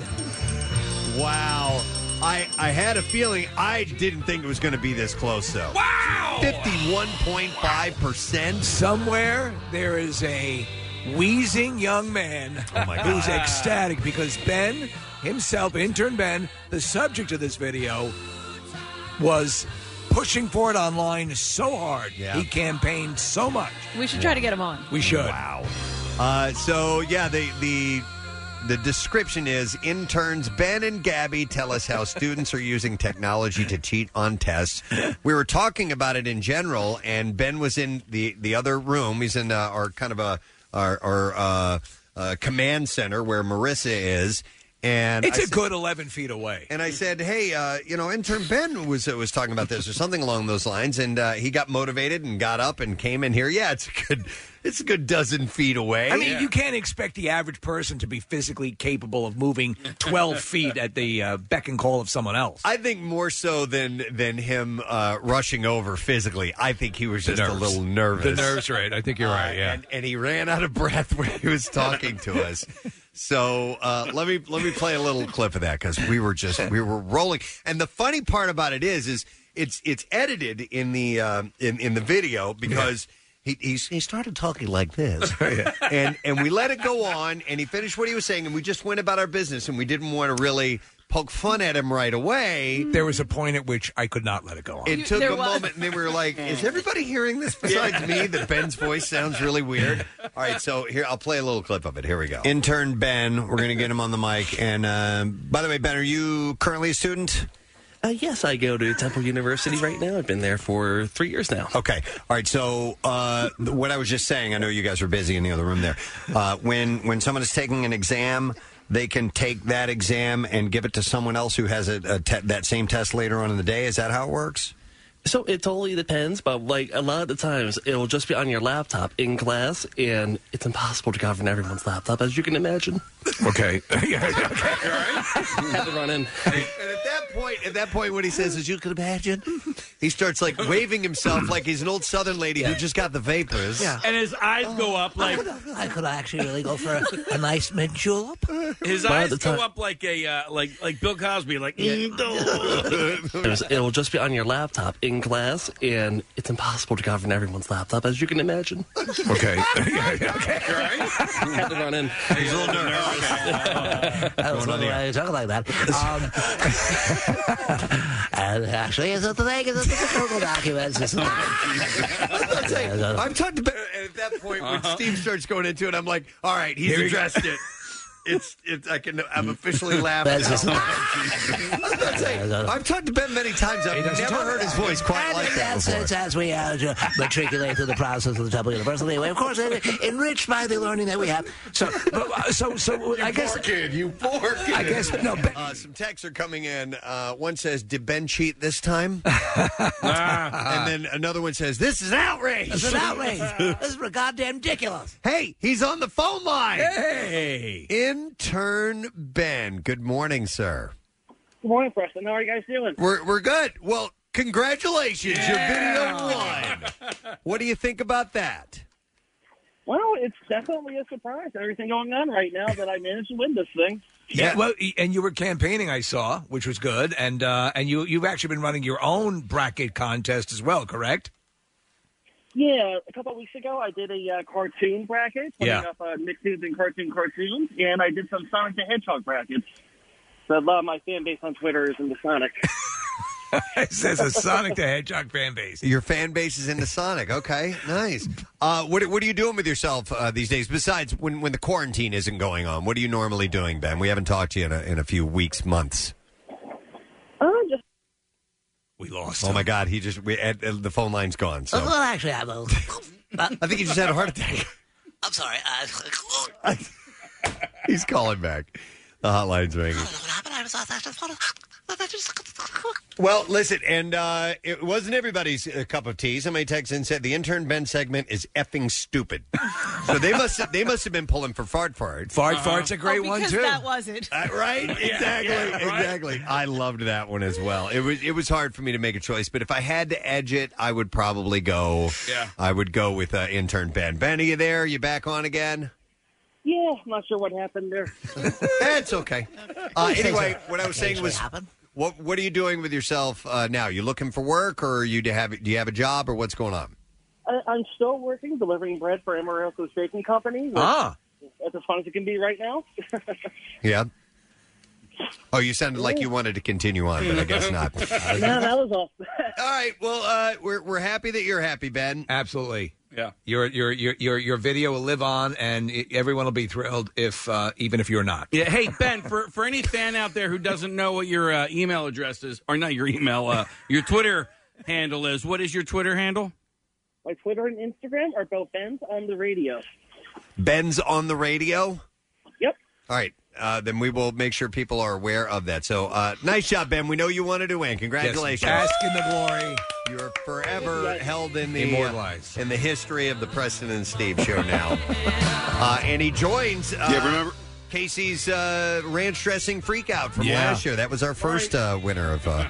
Speaker 2: Wow. I, I had a feeling I didn't think it was going to be this close, though. Wow! 51.5%.
Speaker 4: Somewhere there is a wheezing young man
Speaker 2: Oh my God.
Speaker 4: who's ecstatic because Ben himself, intern Ben, the subject of this video, was pushing for it online so hard. He campaigned so much.
Speaker 3: We should try to get him on.
Speaker 4: We should.
Speaker 2: Wow. Uh, so yeah, the the the description is interns Ben and Gabby tell us how students are using technology to cheat on tests. We were talking about it in general, and Ben was in the the other room. He's in uh, our kind of a our, our uh, uh, command center where Marissa is. And
Speaker 4: It's
Speaker 2: a
Speaker 4: a good 11 feet away.
Speaker 2: and I said, "Hey, uh, you know, intern Ben was uh, was talking about this or something along those lines, and uh, he got motivated and got up and came in here. Yeah, it's a good, it's a good dozen feet away.
Speaker 4: I mean, you can't expect the average person to be physically capable of moving 12 feet at the uh, beck and call of someone else.
Speaker 2: I think more so than than him uh, rushing over physically. I think he was
Speaker 4: The
Speaker 2: just a
Speaker 4: nerves.
Speaker 2: little nervous.
Speaker 4: The nerves are it. I think you're right, yeah.
Speaker 2: Uh, and, and he ran out of breath when he was talking to us. So uh, let me let me play a little clip of that because we were just we were rolling. And the funny part about it is is it's it's edited in the um, in in the video because. He, he's, he started talking like this, and and we let it go on, and he finished what he was saying, and we just went about our business, and we didn't want to really poke fun at him right away.
Speaker 4: There was a point at which I could not let it go on.
Speaker 2: It took a moment, and then we were like, "Is everybody hearing this besides me?" That Ben's voice sounds really weird. All right, so here I'll play a little clip of it. Here we go. Intern Ben, we're gonna get him on the mic. And uh, by the way, Ben, are you currently a student?
Speaker 18: Uh, yes, I go to Temple University right now. I've been there for three years now.
Speaker 2: Okay. All right. So uh, what I was just saying, I know you guys were busy in the other room there. Uh, when when someone is taking an exam, they can take that exam and give it to someone else who has a, a te- that same test later on in the day. Is that how it works?
Speaker 18: So it totally depends, but like a lot of the times, it'll just be on your laptop in class, and it's impossible to govern everyone's laptop, as you can imagine.
Speaker 4: Okay.
Speaker 18: Had to run in.
Speaker 2: And at that point, at that point, what he says is, "You can imagine." He starts like waving himself like he's an old Southern lady who just got the vapors.
Speaker 5: And his eyes go up like
Speaker 19: Oh, I could actually really go for a, a nice mint julep.
Speaker 5: his eyes go up like a uh, like like Bill Cosby like
Speaker 18: There's- it'll just be on your laptop in class, and it's impossible to govern everyone's laptop, as you can imagine.
Speaker 4: Okay.
Speaker 18: Had to run in.
Speaker 2: He's a little nervous.
Speaker 19: I was wondering why you talking like that. Um, and actually, it's not the thing. It's not the Google documents. It's not
Speaker 2: I'm talking to Ben, and at that point, when Steve starts going into it, I'm like, "All right, he's
Speaker 19: Here we go.
Speaker 2: addressed it." It's, it's I can I'm officially laughing.
Speaker 19: That's just-
Speaker 2: now. I was about to say, I've talked to Ben many times. I've never heard his voice quite
Speaker 19: And
Speaker 2: like that
Speaker 19: that's,
Speaker 2: before.
Speaker 19: That's as we uh, ju- matriculate through the process of the double universal. Anyway, of course, en- enriched by the learning that we have. So, but, uh, so, so I guess.
Speaker 2: you poor
Speaker 19: kid. I guess- no, Ben-
Speaker 2: Uh, some texts are coming in. Uh, one says, "Did Ben cheat this time?" Ah. and then another one says, "This is outrage.
Speaker 19: This is an outrage. this is goddamn ridiculous.
Speaker 2: Hey, he's on the phone line. Hey, intern Ben. Good morning, sir.
Speaker 20: Good morning, Preston. How are you guys doing?
Speaker 2: We're we're good. Well, congratulations. You're video one. what do you think about that?
Speaker 20: Well, it's definitely a surprise. Everything going on right now that I managed to win this thing.
Speaker 4: Yeah. well, y- and you were campaigning, I saw, which was good, and uh, and you you've actually been running your own bracket contest as well, correct?
Speaker 20: Yeah, a couple of weeks ago, I did a uh, cartoon bracket, putting
Speaker 4: Yeah.
Speaker 20: up uh, Nicktoons and cartoon cartoons, and I did some Sonic the Hedgehog brackets. So a lot of my fan base on Twitter is into Sonic.
Speaker 4: it says a Sonic the Hedgehog fan base.
Speaker 2: Your fan base is into Sonic. Okay, nice. Uh, what what are you doing with yourself uh, these days? Besides when when the quarantine isn't going on, what are you normally doing, Ben? We haven't talked to you in a, in a few weeks, months.
Speaker 20: Oh, just
Speaker 4: We lost.
Speaker 2: Oh my God, he just we, Ed, Ed- the phone line's gone. So
Speaker 19: Uh, Well, actually, I'm a
Speaker 2: I think he just had a heart attack.
Speaker 19: I'm sorry. Uh,
Speaker 4: Uh-huh.
Speaker 2: he's calling back. The hotline's ringing. Well, listen, and uh, it wasn't everybody's uh, cup of tea. Somebody texted and said the intern Ben segment is effing stupid. so they must they must have been pulling for fart fart.
Speaker 4: Fart fart's a great
Speaker 3: oh,
Speaker 4: one
Speaker 3: because
Speaker 4: too.
Speaker 3: That wasn't
Speaker 2: Uh, right. Exactly. Exactly. I loved that one as well. It was it was hard for me to make a choice, but if I had to edge it, I would probably go.
Speaker 20: Yeah.
Speaker 2: I would go with uh, intern Ben. Ben, are you there? Are you back on again?
Speaker 20: yeah, I'm not sure what happened there.
Speaker 2: That's okay. Uh,
Speaker 20: These things
Speaker 2: anyway,
Speaker 20: are-
Speaker 2: what I was saying
Speaker 20: occasionally
Speaker 2: was,
Speaker 20: happen.
Speaker 2: what what are you doing with yourself uh, now? You looking for work, or are you to have do you have a job, or what's going on?
Speaker 20: I, I'm still working, delivering bread for Amarillo's Baking Company. which-
Speaker 2: Ah.
Speaker 20: That's as fun as it can be right now.
Speaker 2: Yeah. Oh, you sounded like you wanted to continue on, but I guess not.
Speaker 20: no, that was all.
Speaker 2: All right. Well, uh, we're we're happy that you're happy, Ben.
Speaker 4: Absolutely.
Speaker 5: Yeah.
Speaker 4: Your your your your your video will live on, and i everyone will be thrilled if uh, even if you're not.
Speaker 5: Yeah. Hey Ben, for for any fan out there who doesn't know what your uh, email address is, or not your email, uh, your Twitter handle is. What is your Twitter handle?
Speaker 20: My Twitter and Instagram are both Ben's on the radio.
Speaker 2: Ben's on the radio.
Speaker 20: Yep.
Speaker 2: All right. Uh, then we will make sure people are aware of that. So, uh, nice job, Ben. We know you wanted to win. Congratulations.
Speaker 4: Yes, bask in the glory.
Speaker 2: You're forever held in the uh,
Speaker 4: Immortalized.
Speaker 2: in the history of the Preston and Steve show now. uh, and he joins. Uh,
Speaker 9: Yeah, remember-
Speaker 2: Casey's uh, ranch dressing freakout from
Speaker 9: Yeah.
Speaker 2: last year. That was our first uh, winner of uh,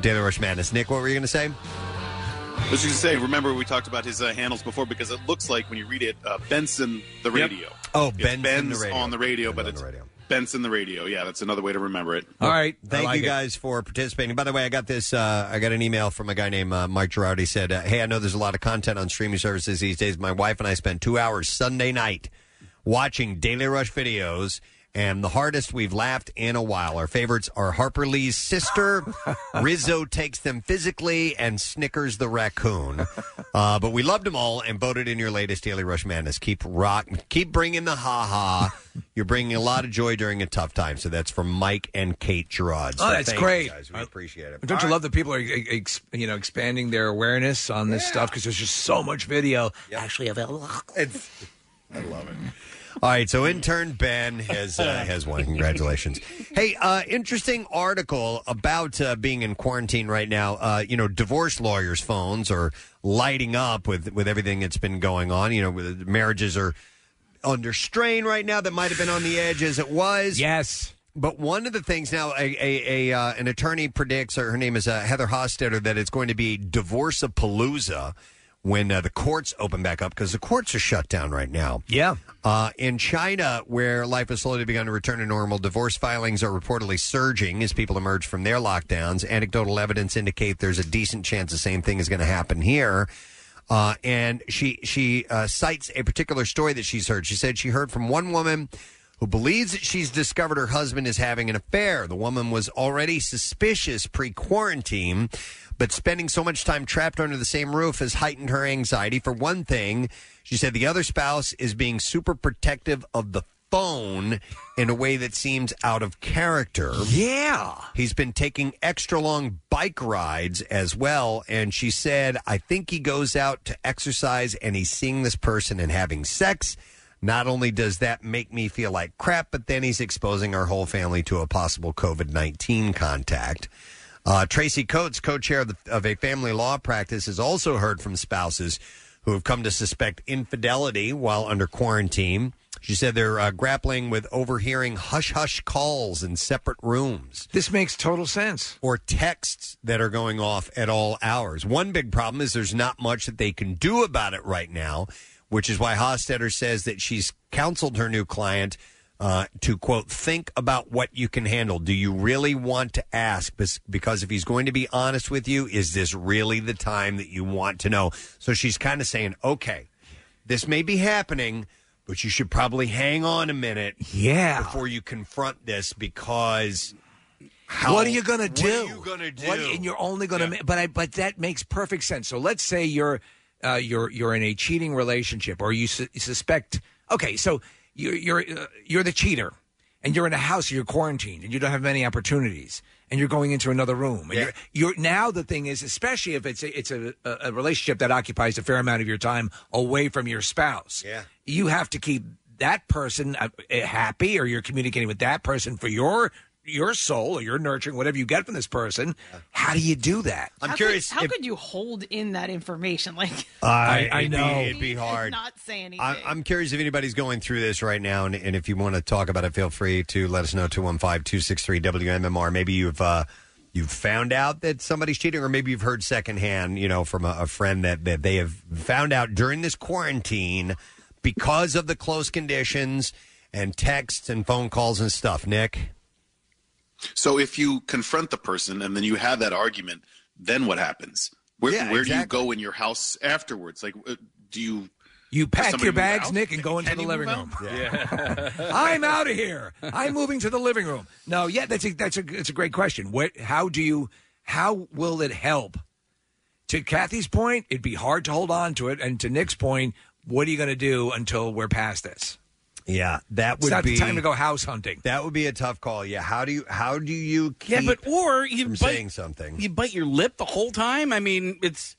Speaker 2: Daily Rush Madness. Nick, what were you going to say?
Speaker 9: I was going to say, remember we talked about his uh, handles before because it looks like when you read it, uh, Benson the radio.
Speaker 2: Oh,
Speaker 9: It's
Speaker 2: Benson the
Speaker 9: Ben's
Speaker 2: radio.
Speaker 9: on the radio, but it's Benson the radio. Yeah, that's another way to remember it.
Speaker 2: All right. Thank you guys for participating. By the way, I got this. Uh, I got an email from a guy named uh, Mike Girardi. Said, uh, "Hey, I know there's a lot of content on streaming services these days. My wife and I spent two hours Sunday night watching Daily Rush videos." And the hardest we've laughed in a while. Our favorites are Harper Lee's sister, Rizzo takes them physically, and Snickers the raccoon. Uh, but we loved them all and voted in your latest Daily Rush Madness. Keep rock, keep bringing the ha ha. You're bringing a lot of joy during a tough time. So that's from Mike and Kate Gerard. So
Speaker 4: Oh, that's
Speaker 2: thank you
Speaker 4: great.
Speaker 2: guys. We appreciate it.
Speaker 4: Don't you love that people are e-, ex- you know expanding their awareness on this stuff because there's just so much video
Speaker 19: actually available.
Speaker 2: It's, I love it. All right, so intern Ben has uh, has won. Congratulations. hey, uh, interesting article about uh, being in quarantine right now. Uh, you know, divorce lawyers' phones are lighting up with with everything that's been going on. You know, with, marriages are under strain right now that might have been on the edge as it was.
Speaker 4: Yes.
Speaker 2: But one of the things now, a, a, a uh, an attorney predicts, or her name is uh, Heather Hostetter, that it's going to be divorce of palooza when uh, the courts open back up because the courts are shut down right now.
Speaker 4: Yeah.
Speaker 2: Uh, in China, where life has slowly begun to return to normal, divorce filings are reportedly surging as people emerge from their lockdowns. Anecdotal evidence indicate there's a decent chance the same thing is going to happen here. Uh, and she she uh, cites a particular story that she's heard. She said she heard from one woman who believes that she's discovered her husband is having an affair. The woman was already suspicious pre quarantine, but spending so much time trapped under the same roof has heightened her anxiety. For one thing, she said the other spouse is being super protective of the phone in a way that seems out of character.
Speaker 4: Yeah.
Speaker 2: He's been taking extra long bike rides as well. And she said, I think he goes out to exercise and he's seeing this person and having sex. Not only does that make me feel like crap, but then he's exposing our whole family to a possible COVID 19 contact. Uh, Tracy Coates, co chair of, the- of a family law practice, has also heard from spouses who have come to suspect infidelity while under quarantine. She said they're uh, grappling with overhearing hush hush calls in separate rooms.
Speaker 4: This makes total sense.
Speaker 2: Or texts that are going off at all hours. One big problem is there's not much that they can do about it right now, which is why Hostetter says that she's counseled her new client uh, to quote think about what you can handle do you really want to ask Bes- because if he's going to be honest with you is this really the time that you want to know so she's kind of saying okay this may be happening but you should probably hang on a minute
Speaker 4: Yeah.
Speaker 2: before you confront this because how,
Speaker 4: what are you going to do?
Speaker 2: what are you going to do
Speaker 4: What- and you're only going to. But I, but that makes perfect sense. So let's say you're uh, you're you're in a cheating relationship, or you su- suspect. Okay, so you're you're uh, you're the cheater, and you're in a house, you're quarantined, and you don't have many opportunities, and you're going into another room, and you're, you're now the thing is, especially if it's a, it's a, a a relationship that occupies a fair amount of your time away from your spouse
Speaker 2: yeah
Speaker 4: you have to keep that person uh, happy or you're communicating with that person for your your soul or your nurturing whatever you get from this person how do you do that
Speaker 3: How could- how could you hold in that information? Like,
Speaker 2: I,
Speaker 4: I
Speaker 2: it'd be-
Speaker 4: know.
Speaker 2: it'd be hard.
Speaker 3: not say anything.
Speaker 2: I, I'm curious if anybody's going through this right now, and, and if you want to talk about it, feel free to let us know 215 263 WMMR. Maybe you've uh, you've found out that somebody's cheating, or maybe you've heard secondhand, you know, from a, a friend that, that they have found out during this quarantine because of the close conditions and texts and phone calls and stuff. Nick?
Speaker 9: So if you confront the person and then you have that argument, then what happens? Where,
Speaker 4: Yeah,
Speaker 9: where
Speaker 4: exactly.
Speaker 9: do you go in your house afterwards? Like, uh, do you
Speaker 4: you
Speaker 9: does
Speaker 4: pack
Speaker 9: somebody
Speaker 4: your
Speaker 9: move
Speaker 4: bags
Speaker 9: out?
Speaker 4: nick and go into
Speaker 9: Can
Speaker 4: the
Speaker 9: you
Speaker 4: living
Speaker 9: move
Speaker 4: room
Speaker 9: out? Yeah.
Speaker 4: i'm out of here i'm moving to the living room no yeah that's a that's a it's a great question what how do you how will it help to kathy's point it'd be hard to hold on to it and to nick's point what are you going to do until we're past this
Speaker 2: Yeah, that
Speaker 4: it's
Speaker 2: would
Speaker 4: not
Speaker 2: be
Speaker 4: the time to go house hunting
Speaker 2: That would be a tough call. Yeah, how do you how do you keep
Speaker 5: Yeah, but or you
Speaker 2: from
Speaker 5: bite,
Speaker 2: saying something?
Speaker 5: You bite your lip the whole time. I mean, it's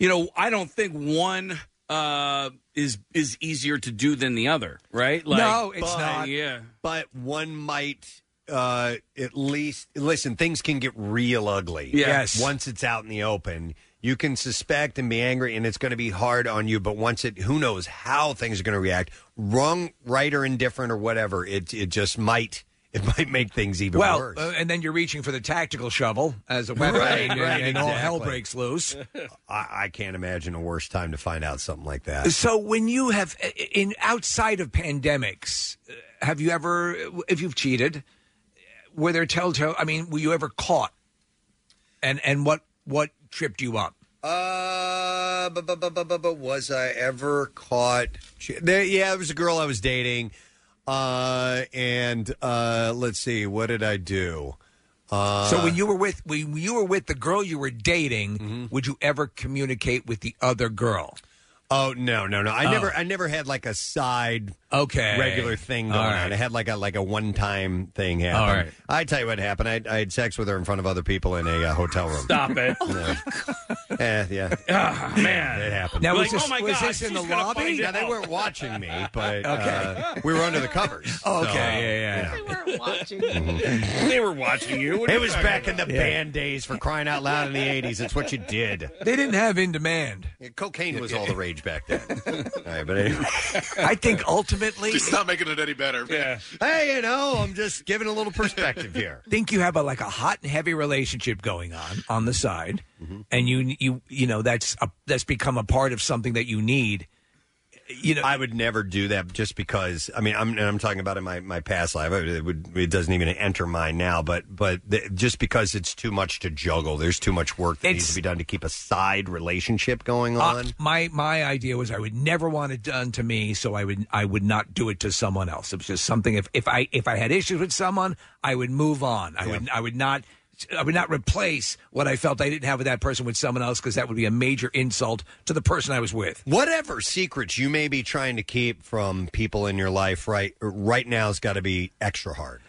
Speaker 5: you know, I don't think one uh is is easier to do than the other, right?
Speaker 2: but-
Speaker 5: Yeah.
Speaker 2: But one might uh at least listen, things can get real ugly.
Speaker 5: Yes.
Speaker 2: Once it's out in the open, you can suspect and be angry and it's going to be hard on you, but once it who knows how things are going to react, wrong, right or indifferent or whatever, it it just might it might make things even
Speaker 4: well,
Speaker 2: worse.
Speaker 4: uh, and then you're reaching for the tactical shovel as a weapon,
Speaker 2: Right,
Speaker 4: and,
Speaker 2: right,
Speaker 4: and all hell
Speaker 2: exactly.
Speaker 4: breaks loose.
Speaker 2: I, I can't imagine a worse time to find out something like that.
Speaker 4: So, when you have uh, in outside of pandemics, uh, have you ever, uh, if you've cheated, were there telltale? I mean, were you ever caught? And and what what tripped you up?
Speaker 2: Uh, but, but, but, but, but, but was I ever caught? She, there, yeah, there was a girl I was dating. Uh, and uh, let's see, what did I do? Uh,
Speaker 4: so when you were with when you were with the girl you were dating,
Speaker 2: Mm-hmm.
Speaker 4: would you ever communicate with the other girl?
Speaker 2: Oh no no no! I
Speaker 4: Oh.
Speaker 2: never I never had like a side
Speaker 4: Okay.
Speaker 2: regular thing going
Speaker 4: All
Speaker 2: on.
Speaker 4: right.
Speaker 2: I had like a like a one time thing happen.
Speaker 4: All right.
Speaker 2: I tell you what happened. I, I had sex with her in front of other people in a uh, hotel room.
Speaker 5: Stop it!
Speaker 2: Yeah, Eh, yeah.
Speaker 5: Ah, man,
Speaker 2: it happened.
Speaker 4: Now, was Like, this- oh my was God, this in she's the gonna lobby? find
Speaker 2: Now they
Speaker 4: out.
Speaker 2: weren't watching me, but
Speaker 4: Okay.
Speaker 2: uh, we were under the covers.
Speaker 4: Okay,
Speaker 2: so,
Speaker 4: yeah, yeah.
Speaker 2: you know.
Speaker 5: they were watching you. What are
Speaker 2: It
Speaker 5: you
Speaker 2: was
Speaker 5: talking
Speaker 2: back in the
Speaker 5: about?
Speaker 2: band days for crying out loud in the '80s. It's what you did.
Speaker 4: They didn't have in demand.
Speaker 2: cocaine was all the rage back then. all right, but anyway.
Speaker 4: I think ultimately,
Speaker 9: It's not making it any better. Yeah.
Speaker 2: Hey, you know, I'm just giving a little perspective here.
Speaker 4: think you have a like a hot and heavy relationship going on on the side, and you you you know that's a, that's become a part of something that you need. You know,
Speaker 2: I would never do that just because. I mean, I'm and I'm talking about in my, my past life. It would it doesn't even enter mine now. But but the, just because it's too much to juggle, there's too much work that needs to be done to keep a side relationship going
Speaker 4: Uh,
Speaker 2: on.
Speaker 4: my my idea was I would never want it done to me, so I would I would not do it to someone else. It was just something if if I if I had issues with someone, I would move on. I would I would not I mean, not replace what I felt I didn't have with that person with someone else because that would be a major insult to the person I was with.
Speaker 2: Whatever secrets you may be trying to keep from people in your life right right now has got to be extra hard.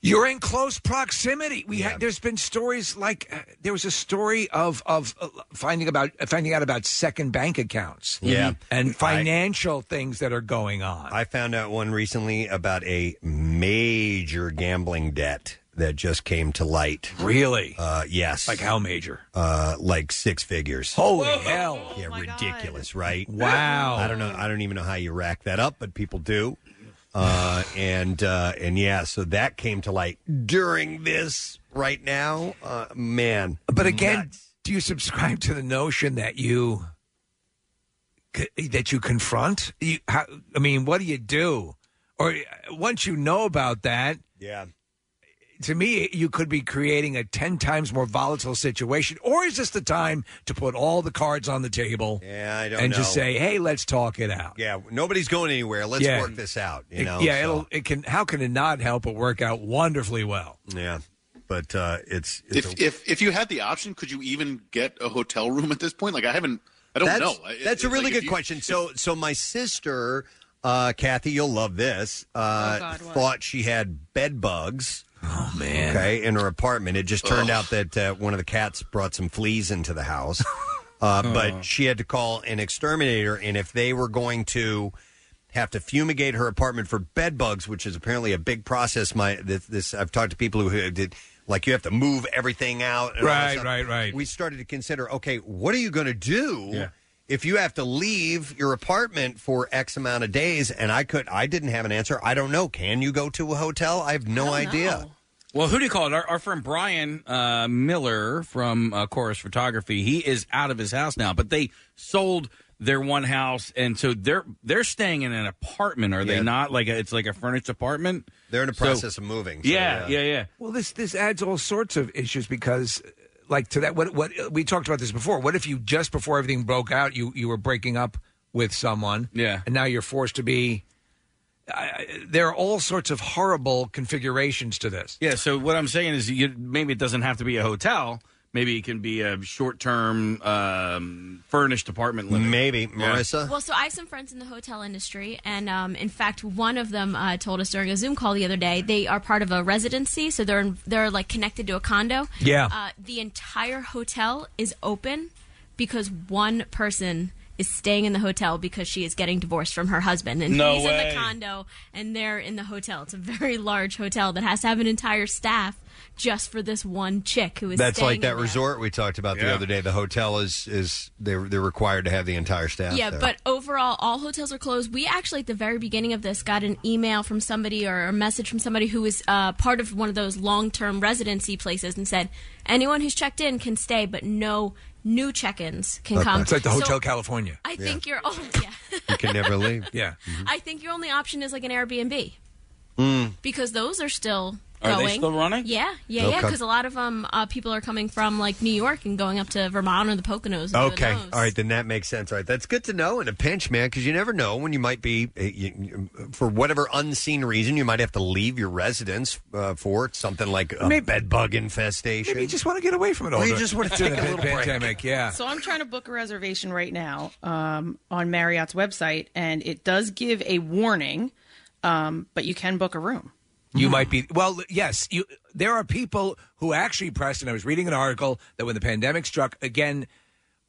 Speaker 4: You're in close proximity. We ha- there's been stories like uh, there was a story of of uh, finding about finding out about second bank accounts. Mm-hmm.
Speaker 2: Yeah.
Speaker 4: and financial things that are going on.
Speaker 2: I found out one recently about a major gambling debt that just came to light.
Speaker 4: Really?
Speaker 2: Uh, yes.
Speaker 4: Like how major?
Speaker 2: Uh, like six figures.
Speaker 4: Holy hell!
Speaker 2: Yeah, ridiculous, right?
Speaker 4: Wow.
Speaker 2: I don't know. I don't even know how you rack that up, but people do. Uh, and uh, and yeah, so that came to light during this right now. Uh, man,
Speaker 4: But again, do you subscribe to the notion that you c- that you confront? You, how, I mean, what do you do? Or uh, once you know about that,
Speaker 2: yeah.
Speaker 4: To me, you could be creating a ten times more volatile situation. Or is this the time to put all the cards on the table?
Speaker 2: Yeah, I don't
Speaker 4: and just
Speaker 2: know.
Speaker 4: say, "Hey, let's talk it out."
Speaker 2: yeah, nobody's going anywhere. Let's
Speaker 4: Yeah.
Speaker 2: work this out. You
Speaker 4: It-
Speaker 2: know, so-
Speaker 4: yeah, it'll, it can. How can it not help but work out wonderfully well?
Speaker 2: yeah. But uh, it's, it's
Speaker 9: If, if if you had the option, could you even get a hotel room at this point? Like I haven't, I don't
Speaker 2: that's,
Speaker 9: know. I-
Speaker 2: That's
Speaker 9: it's
Speaker 2: a really
Speaker 9: like if
Speaker 2: good
Speaker 9: you-
Speaker 2: question. So, so my sister, uh, Kathy, you'll love this. Uh,
Speaker 4: Oh, God, what?
Speaker 2: thought she had bed bugs. Oh man! Okay, in her apartment, it just
Speaker 9: Oh.
Speaker 2: turned out that uh, one of the cats brought some fleas into the house. Uh,
Speaker 10: Oh.
Speaker 2: But she had to call an exterminator, and if they were going to have to fumigate her apartment for bed bugs, which is apparently a big process. My this, this I've talked to people who did like you have to move everything out. and all that
Speaker 4: Right,
Speaker 2: stuff.
Speaker 4: right, right.
Speaker 2: We started to consider, okay, what are you going to do if you have to leave your apartment for X amount of days? And I could, I didn't have an answer. I don't know. Can you go to a hotel? I have no idea.
Speaker 5: Well, who do you call it? Our, our friend Brian uh, Miller from uh, Chorus Photography. He is out of his house now, but they sold their one house, and so they're they're staying in an apartment. Are they
Speaker 2: Yeah.
Speaker 5: not? Like a, it's like a furnished apartment.
Speaker 2: They're in the
Speaker 5: So-
Speaker 2: process of moving. so
Speaker 5: yeah, yeah, yeah,
Speaker 4: Well, this this adds all sorts of issues because, uh, like to that, what what we talked about this before. What if you just before everything broke out, you you were breaking up with someone,
Speaker 5: Yeah.
Speaker 4: and now you're forced to be. I I- there are all sorts of horrible configurations to this.
Speaker 5: Yeah, so what I'm saying is, you, maybe it doesn't have to be a hotel. Maybe it can be a short-term um, furnished apartment. Living.
Speaker 2: Maybe
Speaker 21: Well, so I have some friends in the hotel industry, and um, in fact, one of them uh, told us during a Zoom call the other day they are part of a residency, so they're in, they're like connected to a condo.
Speaker 7: Yeah.
Speaker 21: Uh, the entire hotel is open because one person is staying in the hotel because she is getting divorced from her husband, and
Speaker 7: No
Speaker 21: he's in
Speaker 7: way.
Speaker 21: the condo, and they're in the hotel. It's a very large hotel that has to have an entire staff just for this one chick who is.
Speaker 2: That's
Speaker 21: staying
Speaker 2: like
Speaker 21: in
Speaker 2: that
Speaker 21: there.
Speaker 2: resort we talked about the
Speaker 21: Yeah.
Speaker 2: other day. The hotel is is they're they're required to have the entire staff.
Speaker 21: Yeah,
Speaker 2: there.
Speaker 21: but overall, all hotels are closed. We actually, at the very beginning of this, got an email from somebody or a message from somebody who was uh, part of one of those long term residency places and said, anyone who's checked in can stay, but no new check ins can come.
Speaker 4: It's like the
Speaker 21: So
Speaker 4: Hotel California.
Speaker 21: I think your oh, yeah.
Speaker 2: you can never leave.
Speaker 4: Yeah.
Speaker 21: I think your only option is like an Airbnb
Speaker 2: Hmm.
Speaker 21: because those are still
Speaker 5: Are they
Speaker 21: going.
Speaker 5: still running?
Speaker 21: Yeah, yeah, yeah.
Speaker 2: Okay.
Speaker 21: Because a lot of um, uh, people are coming from like New York and going up to Vermont or the Poconos. and doing
Speaker 2: Okay.
Speaker 21: those.
Speaker 2: All right. Then that makes sense. All right. That's good to know in a pinch, man, because you never know when you might be, uh, you, for whatever unseen reason, you might have to leave your residence uh, for something like a
Speaker 4: Maybe-
Speaker 2: bed bug infestation.
Speaker 4: Maybe you just want to get away from it all.
Speaker 2: Or you
Speaker 4: the-
Speaker 2: just want to
Speaker 4: during
Speaker 2: take a
Speaker 4: the
Speaker 2: little break.
Speaker 4: pandemic. Yeah.
Speaker 3: So I'm trying to book a reservation right now um, on Marriott's website, and it does give a warning, um, but you can book a room.
Speaker 4: You might be well. Yes, you. There are people who actually, Preston. I was reading an article that when the pandemic struck again,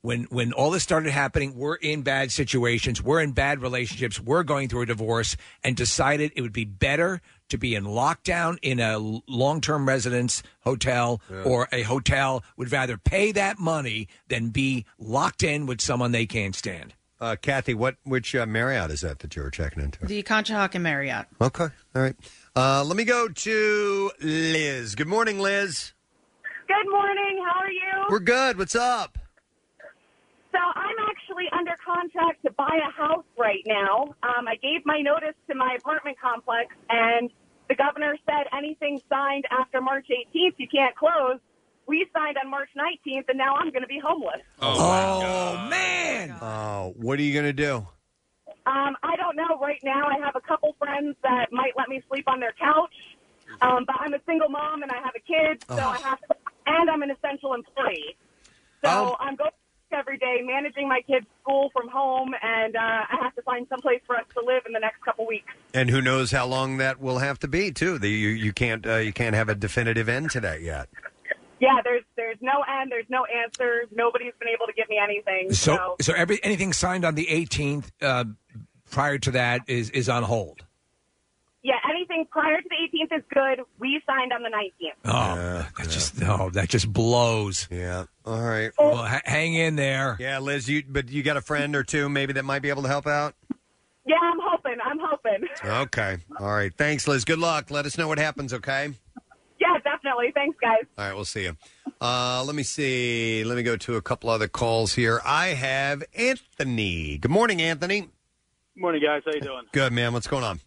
Speaker 4: when when all this started happening, we're in bad situations, we're in bad relationships, we're going through a divorce, and decided it would be better to be in lockdown in a long term residence hotel or a hotel. Would rather pay that money than be locked in with someone they can't stand.
Speaker 2: Uh, Kathy, what which uh, Marriott is that that you were checking into?
Speaker 3: The Conshohocken Marriott.
Speaker 2: Okay. All right. Uh, let me go to Liz. Good morning, Liz.
Speaker 22: Good morning. How are you?
Speaker 2: We're good. What's up?
Speaker 22: So I'm actually under contract to buy a house right now. Um, I gave my notice to my apartment complex, and the governor said anything signed after March 18th, you can't close. We signed on March 19th, and now I'm going to be homeless.
Speaker 2: Oh,
Speaker 4: man.
Speaker 2: Oh, what are you going to do?
Speaker 22: Um, I don't know. Right now, I have a couple friends that might let me sleep on their couch, um, but I'm a single mom and I have a kid, so
Speaker 2: Oh.
Speaker 22: I have to and I'm an essential employee. So I'm going to work every day managing my kids' school from home, and uh, I have to find someplace for us to live in the next couple weeks.
Speaker 2: And who knows how long that will have to be too. The, you you can't uh, you can't have a definitive end to that yet.
Speaker 22: Yeah, there's there's no end, there's no answer. Nobody's been able to give me anything. So,
Speaker 4: So, so every anything signed on the 18th uh, prior to that is is on hold.
Speaker 22: yeah, anything prior to the 18th is good. We signed on the 19th.
Speaker 4: Oh, that just oh, that just blows.
Speaker 2: Yeah. All right.
Speaker 4: Well, ha- hang in there.
Speaker 2: Yeah, Liz. You but you got a friend or two maybe that might be able to help out.
Speaker 22: Yeah, I'm hoping. I'm hoping.
Speaker 2: Okay. All right. Thanks, Liz. Good luck. Let us know what happens. Okay.
Speaker 22: Yeah, definitely. Thanks, guys.
Speaker 2: All right, we'll see you. Uh, let me see. Let me go to a couple other calls here. I have Anthony. Good morning, Anthony.
Speaker 7: Morning, guys. How you doing?
Speaker 2: Good man. What's going on?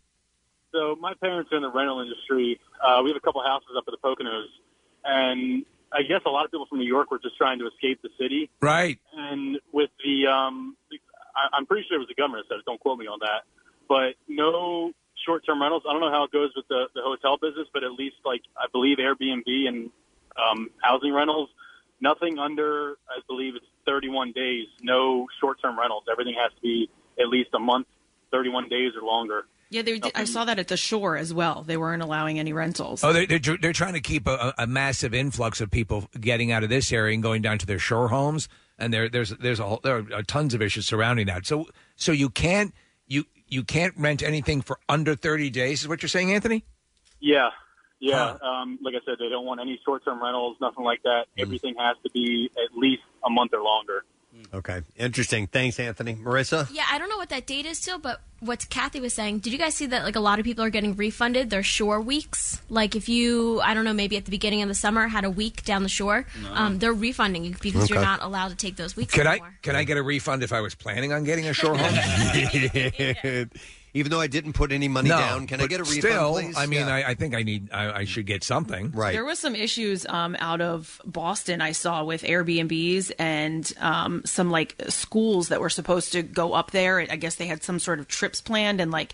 Speaker 7: So my parents are in the rental industry. Uh, we have a couple houses up at the Poconos, and I guess a lot of people from New York were just trying to escape the city.
Speaker 4: Right.
Speaker 7: And with the, um, I, I'm pretty sure it was the governor that said it. Don't quote me on that. But no short-term rentals. I don't know how it goes with the, the hotel business, but at least like I believe Airbnb and um, housing rentals, nothing under I believe it's 31 days. No short-term rentals. Everything has to be at least a month, 31 days or longer.
Speaker 3: Yeah, they did, I saw that at the shore as well. They weren't allowing any rentals.
Speaker 4: Oh, they're, they're tr- they're trying to keep a, a massive influx of people getting out of this area and going down to their shore homes, and there there's there's a whole, there are tons of issues surrounding that. So so you can't you you can't rent anything for under thirty days is what you're saying, Anthony?
Speaker 7: Yeah, yeah. Um, like I said, they don't want any short-term rentals, nothing like that.
Speaker 23: Mm.
Speaker 7: Everything has to be at least a month or longer.
Speaker 2: Okay. Interesting. Thanks, Anthony. Marissa.
Speaker 24: Yeah, I don't know what that date is still, but what Kathy was saying, did you guys see that like a lot of people are getting refunded their shore weeks? Like if you, I don't know, maybe at the beginning of the summer had a week down the shore,
Speaker 4: No.
Speaker 24: um, they're refunding you because you're
Speaker 4: Okay.
Speaker 24: not allowed to take those weeks
Speaker 4: Can I
Speaker 24: anymore.
Speaker 4: can I get a refund if I was planning on getting a shore home?
Speaker 2: Even though I didn't put any money
Speaker 4: No,
Speaker 2: down, can I
Speaker 4: but
Speaker 2: get a refund,
Speaker 4: Still,
Speaker 2: please?
Speaker 4: I mean,
Speaker 2: Yeah.
Speaker 4: I, I think I need I, I should get something.
Speaker 2: Right.
Speaker 3: There was some issues um, out of Boston I saw with Airbnbs and um, some like schools that were supposed to go up there. I guess they had some sort of trips planned and like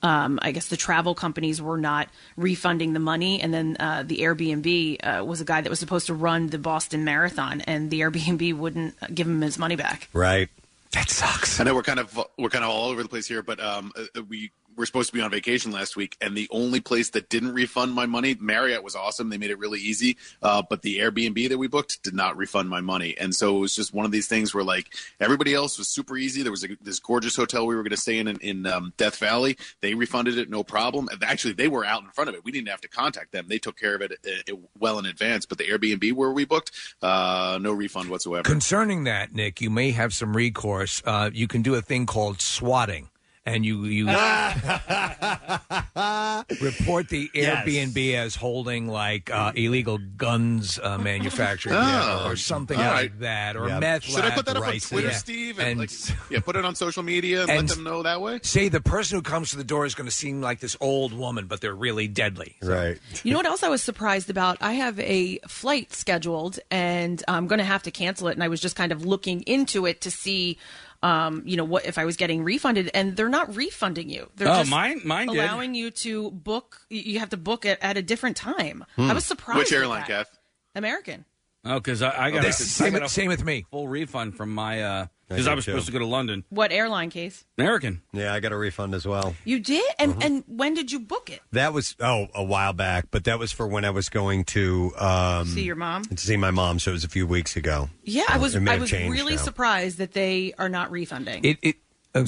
Speaker 3: um, I guess the travel companies were not refunding the money. And then uh, the Airbnb uh, was a guy that was supposed to run the Boston Marathon and the Airbnb wouldn't give him his money back.
Speaker 2: Right.
Speaker 4: That sucks.
Speaker 9: I know we're kind of we're kind of all over the place here, but um, uh, we were supposed to be on vacation last week, and the only place that didn't refund my money, Marriott was awesome. They made it really easy, uh, but the Airbnb that we booked did not refund my money, and so it was just one of these things where like everybody else was super easy. There was a, this gorgeous hotel we were going to stay in in, in um, Death Valley. They refunded it, no problem. Actually, they were out in front of it. We didn't have to contact them. They took care of it, uh, well in advance. But the Airbnb where we booked, uh, no refund whatsoever.
Speaker 4: Concerning that, Nick, you may have some recourse. Uh, you can do a thing called swatting, and you you
Speaker 9: Ah!
Speaker 4: report the
Speaker 2: Yes.
Speaker 4: Airbnb as holding like uh, illegal guns uh, manufacturing
Speaker 9: Oh.
Speaker 4: or something
Speaker 9: All
Speaker 4: like
Speaker 9: right.
Speaker 4: that, or meth.
Speaker 9: Should I
Speaker 4: lab
Speaker 9: put that up on
Speaker 4: rice-
Speaker 9: Twitter,
Speaker 4: yeah.
Speaker 9: Steve? And, like, yeah, put it on social media and,
Speaker 4: and-
Speaker 9: let them know that way.
Speaker 4: Say the person who comes to the door is going to seem like this old woman, but they're really deadly.
Speaker 2: Right.
Speaker 3: You know what else I was surprised about? I have a flight scheduled and I'm going to have to cancel it. And I was just kind of looking into it to see, um, you know, what if I was getting refunded. And they're not refunding you. They're
Speaker 5: Oh,
Speaker 3: just
Speaker 5: mine- mine did.
Speaker 3: allowing you to book. y- You have to book it at a different time.
Speaker 5: Hmm.
Speaker 3: I was surprised.
Speaker 5: Which
Speaker 3: at
Speaker 5: airline,
Speaker 3: that.
Speaker 9: Kath?
Speaker 3: American.
Speaker 5: Oh, because I, I
Speaker 4: They-
Speaker 5: got, a,
Speaker 4: same-
Speaker 5: I got a
Speaker 4: same with me.
Speaker 5: Full refund from my because
Speaker 2: I
Speaker 5: I,
Speaker 2: did,
Speaker 5: was
Speaker 2: too.
Speaker 5: supposed to go to London.
Speaker 3: What airline case?
Speaker 5: American.
Speaker 2: Yeah, I got a refund as well.
Speaker 3: You did? And
Speaker 2: Mhm.
Speaker 3: and when did you book it?
Speaker 2: That was oh a while back, but that was for when I was going to um,
Speaker 3: See your mom?
Speaker 2: To see my mom, so it was a few weeks ago.
Speaker 3: Yeah, I
Speaker 2: So
Speaker 3: was
Speaker 2: It may
Speaker 3: I
Speaker 2: have
Speaker 3: was
Speaker 2: changed
Speaker 3: really
Speaker 2: now.
Speaker 3: surprised that they are not refunding.
Speaker 4: It. it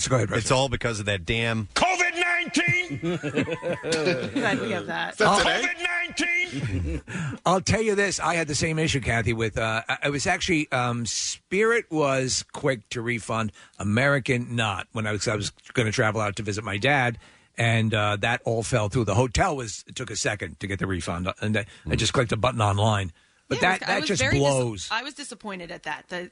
Speaker 4: go ahead,
Speaker 2: it's all because of that damn
Speaker 3: COVID nineteen. Glad we have that.
Speaker 4: I'll tell you this: I had the same issue, Kathy. With uh, I- I was actually um, Spirit was quick to refund, American not. When I was I was going to travel out to visit my dad, and uh, that all fell through. The hotel was it took a second to get the refund, uh, and I, I just clicked a button online. But
Speaker 3: Yeah, I
Speaker 4: that
Speaker 3: was- I
Speaker 4: that
Speaker 3: was
Speaker 4: just
Speaker 3: very dis-
Speaker 4: blows.
Speaker 3: I was disappointed at that. That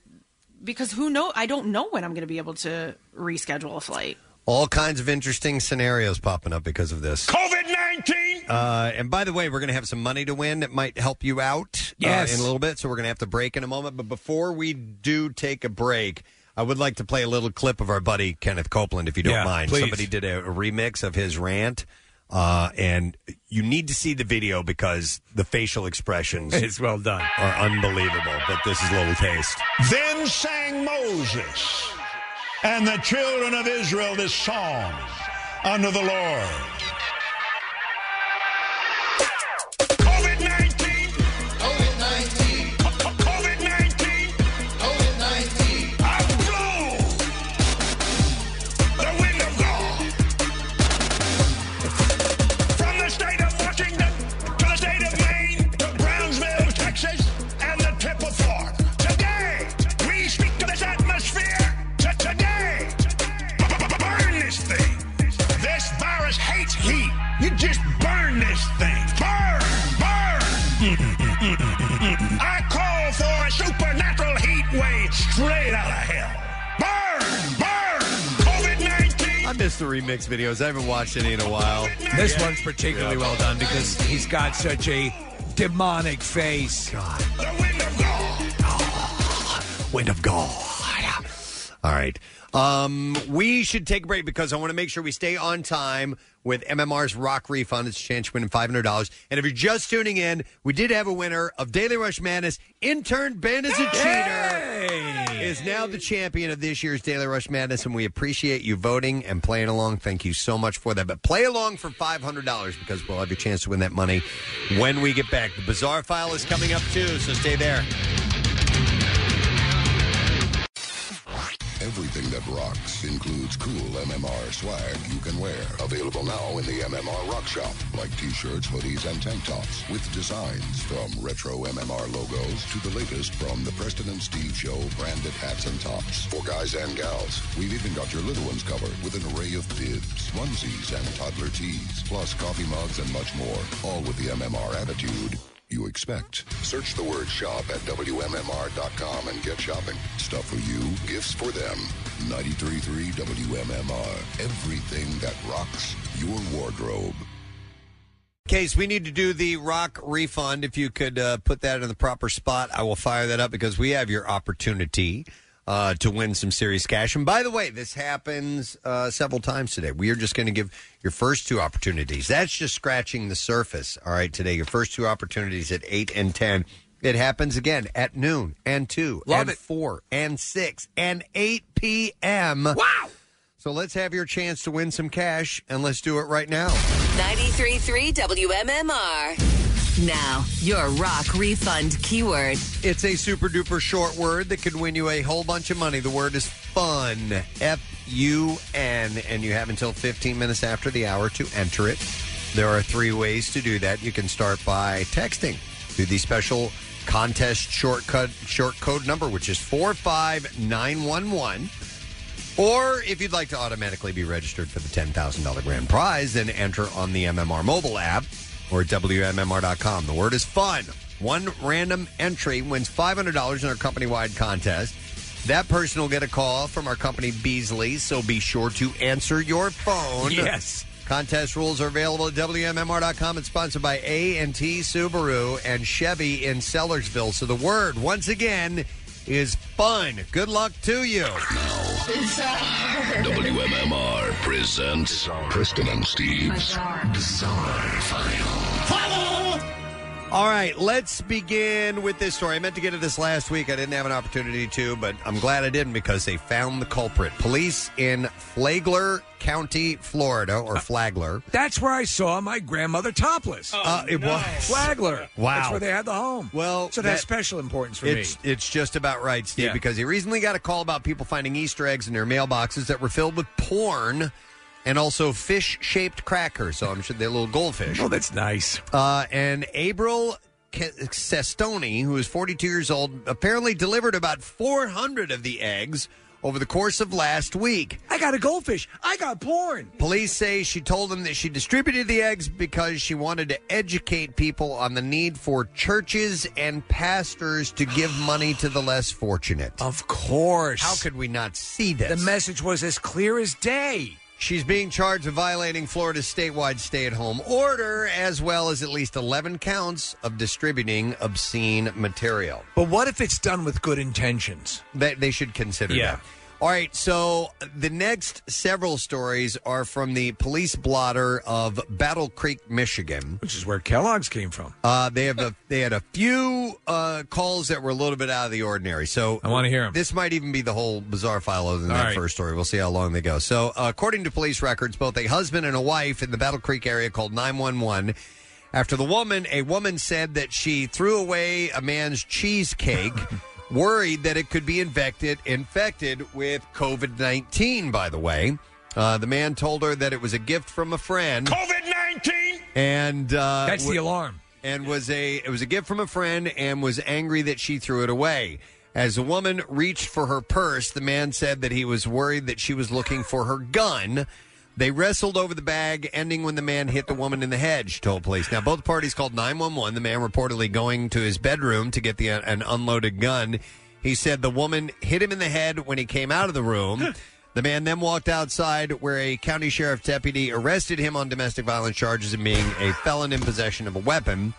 Speaker 3: because who know? I don't know when I'm going to be able to reschedule a flight.
Speaker 2: all kinds of interesting scenarios popping up because of this.
Speaker 3: COVID nineteen.
Speaker 2: Uh, and by the way, we're going to have some money to win that might help you out uh,
Speaker 4: Yes.
Speaker 2: in a little bit. So we're going to have to break in a moment. But before we do take a break, I would like to play a little clip of our buddy Kenneth Copeland, if you don't
Speaker 4: Yeah,
Speaker 2: mind.
Speaker 4: please.
Speaker 2: Somebody did a, a remix of his rant. Uh, and you need to see the video because the facial expressions
Speaker 4: It's well done.
Speaker 2: are unbelievable. But this is Little Taste.
Speaker 8: Then sang Moses and the children of Israel this song unto the Lord.
Speaker 10: From the state of Washington to the state of Maine to Brownsville, Texas, and the tip of Florida. Today, we speak to this atmosphere. To today, burn this thing. This virus hates heat. You just burn this thing. Burn, burn. I call for a supernatural heat wave straight out of hell. Burn, burn. COVID 19.
Speaker 2: I miss the remix videos. I haven't watched any in a while.
Speaker 4: This one's particularly well done because he's got such a demonic face. God.
Speaker 2: Wind of God. All right. Um, we should take a break because I want to make sure we stay on time with MMR's Rock Refund. It's a chance to win $500. And if you're just tuning in, we did have a winner of Daily Rush Madness. Intern Ben is a cheater. Is now the champion of this year's Daily Rush Madness, and we appreciate you voting and playing along. Thank you so much for that. But play along for $500 because we'll have your chance to win that money when we get back. The Bizarre File is coming up too, so stay there.
Speaker 1: Everything that rocks includes cool MMR swag you can wear. Available now in the MMR Rock Shop, like t-shirts, hoodies, and tank tops with designs from retro MMR logos to the latest from the Preston and Steve Show branded hats and tops for guys and gals. We've even got your little ones covered with an array of bibs, onesies, and toddler tees, plus coffee mugs and much more, all with the MMR attitude you expect. Search the word shop at WMMR.com and get shopping. Stuff for you, gifts for them. 933 WMMR. Everything that rocks your wardrobe.
Speaker 2: Case, we need to do the rock refund. If you could uh, put that in the proper spot, I will fire that up because we have your opportunity uh, to win some serious cash. And by the way, this happens uh, several times today. We are just going to give your first two opportunities. That's just scratching the surface. All right, today, your first two opportunities at 8 and 10. It happens again at noon and 2
Speaker 4: Love
Speaker 2: and
Speaker 4: it.
Speaker 2: 4 and 6 and 8 p.m. Wow! So let's have your chance to win some cash and let's do it right now.
Speaker 25: 933 WMMR. Now, your rock refund keyword.
Speaker 2: It's a super duper short word that could win you a whole bunch of money. The word is fun. F U N. And you have until 15 minutes after the hour to enter it. There are three ways to do that. You can start by texting to the special contest shortcut short code number, which is 45911. Or if you'd like to automatically be registered for the $10,000 grand prize, then enter on the MMR mobile app or at WMMR.com. The word is fun. One random entry wins $500 in our company wide contest. That person will get a call from our company Beasley, so be sure to answer your phone.
Speaker 4: Yes.
Speaker 2: Contest rules are available at WMMR.com. It's sponsored by A&T Subaru and Chevy in Sellersville. So the word, once again, is fun. Good luck to you.
Speaker 1: WMMR presents Preston and Steve's Bizarre, File.
Speaker 2: All right, let's begin with this story. I meant to get to this last week. I didn't have an opportunity to, but I'm glad I didn't because they found the culprit. Police in Flagler County, Florida, or Flagler.
Speaker 4: That's where I saw my grandmother topless.
Speaker 2: Uh, it was
Speaker 4: Flagler.
Speaker 2: Wow.
Speaker 4: That's where they had the home.
Speaker 2: Well,
Speaker 4: so that's
Speaker 2: that-
Speaker 4: special importance for me.
Speaker 2: it's, It's just about right, Steve,
Speaker 4: Yeah.
Speaker 2: because he recently got a call about people finding Easter eggs in their mailboxes that were filled with porn and also fish shaped crackers. So I'm sure they're little goldfish. Oh,
Speaker 4: that's nice.
Speaker 2: Uh, and April Ke- Sestoni, who is 42 years old, apparently delivered about 400 of the eggs over the course of last week.
Speaker 4: I got a goldfish. I got porn.
Speaker 2: Police say she told them that she distributed the eggs because she wanted to educate people on the need for churches and pastors to give money to the less fortunate.
Speaker 4: Of course.
Speaker 2: How could we not see this?
Speaker 4: The message was as clear as day.
Speaker 2: She's being charged with violating Florida's statewide stay at home order, as well as at least 11 counts of distributing obscene material.
Speaker 4: But what if it's done with good intentions?
Speaker 2: They, they should consider
Speaker 4: Yeah.
Speaker 2: that. All right, so the next several stories are from the police blotter of Battle Creek, Michigan,
Speaker 4: which is where Kellogg's came from.
Speaker 2: Uh, they have a, they had a few uh, calls that were a little bit out of the ordinary. So
Speaker 4: I wanna hear 'em.
Speaker 2: This might even be the whole bizarre file other than
Speaker 4: All
Speaker 2: that
Speaker 4: right.
Speaker 2: first story. We'll see how long they go. So, uh, according to police records, both a husband and a wife in the Battle Creek area called nine one one. After the woman, a woman said that she threw away a man's cheesecake, worried that it could be infected infected with COVID nineteen. By the way, uh, the man told her that it was a gift from a friend.
Speaker 10: COVID 19?
Speaker 2: and uh,
Speaker 10: That's the
Speaker 2: wa-
Speaker 10: alarm.
Speaker 2: And was a it was a gift from a friend, and was angry that she threw it away. As the woman reached for her purse, the man said that he was worried that she was looking for her gun. They wrestled over the bag, ending when the man hit the woman in the head, she told police. Now, both parties called 911. The man reportedly going to his bedroom to get the an unloaded gun. He said the woman hit him in the head when he came out of the room. The man then walked outside where a county sheriff deputy arrested him on domestic violence charges of being a felon in possession of a weapon.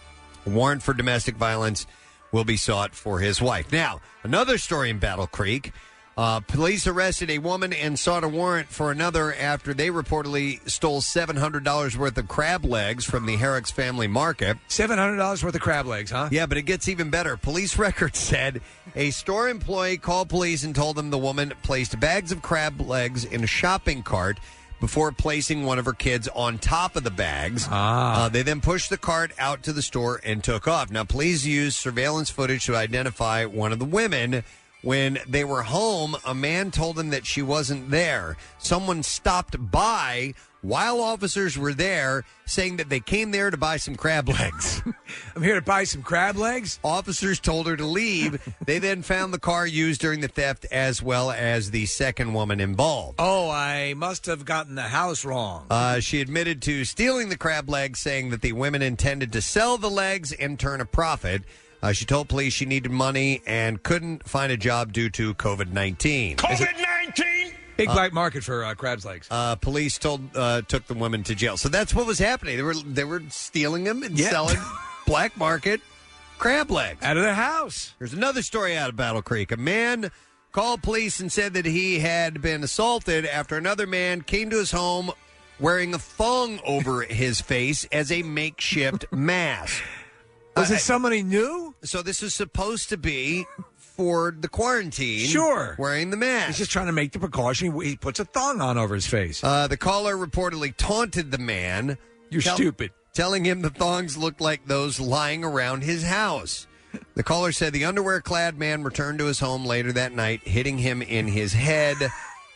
Speaker 2: A warrant for domestic violence will be sought for his wife. Now, another story in Battle Creek. Uh, police arrested a woman and sought a warrant for another after they reportedly stole $700 worth of crab legs from the Herricks family market.
Speaker 4: $700 worth of crab legs, huh?
Speaker 2: Yeah, but it gets even better. Police records said a store employee called police and told them the woman placed bags of crab legs in a shopping cart before placing one of her kids on top of the bags. Ah. they then pushed the cart out to the store and took off. Now, police used surveillance footage to identify one of the women. When they were home, a man told them that she wasn't there. Someone stopped by while officers were there, saying that they came there to buy some crab legs.
Speaker 4: I'm here to buy some crab legs.
Speaker 2: Officers told her to leave. they then found the car used during the theft, as well as the second woman involved.
Speaker 4: Oh, I must have gotten the house wrong.
Speaker 2: Uh, she admitted to stealing the crab legs, saying that the women intended to sell the legs and turn a profit. Uh, she told police she needed money and couldn't find a job due to COVID 19.
Speaker 10: COVID 19?
Speaker 4: Big black market for uh, crab's legs.
Speaker 2: Uh, police told uh, took the women to jail. So that's what was happening. They were they were stealing them and selling black market crab legs
Speaker 4: out of their house.
Speaker 2: There's another story out of Battle Creek. A man called police and said that he had been assaulted after another man came to his home wearing a thong over his face as a makeshift mask.
Speaker 4: Was it somebody new?
Speaker 2: So this is supposed to be for the quarantine.
Speaker 4: Sure.
Speaker 2: Wearing the mask.
Speaker 4: He's just trying to make the precaution. He puts a thong on over his face.
Speaker 2: Uh, the caller reportedly taunted the man.
Speaker 4: You're stupid.
Speaker 2: Telling him the thongs looked like those lying around his house. The caller said the underwear clad man returned to his home later that night, hitting him in his head,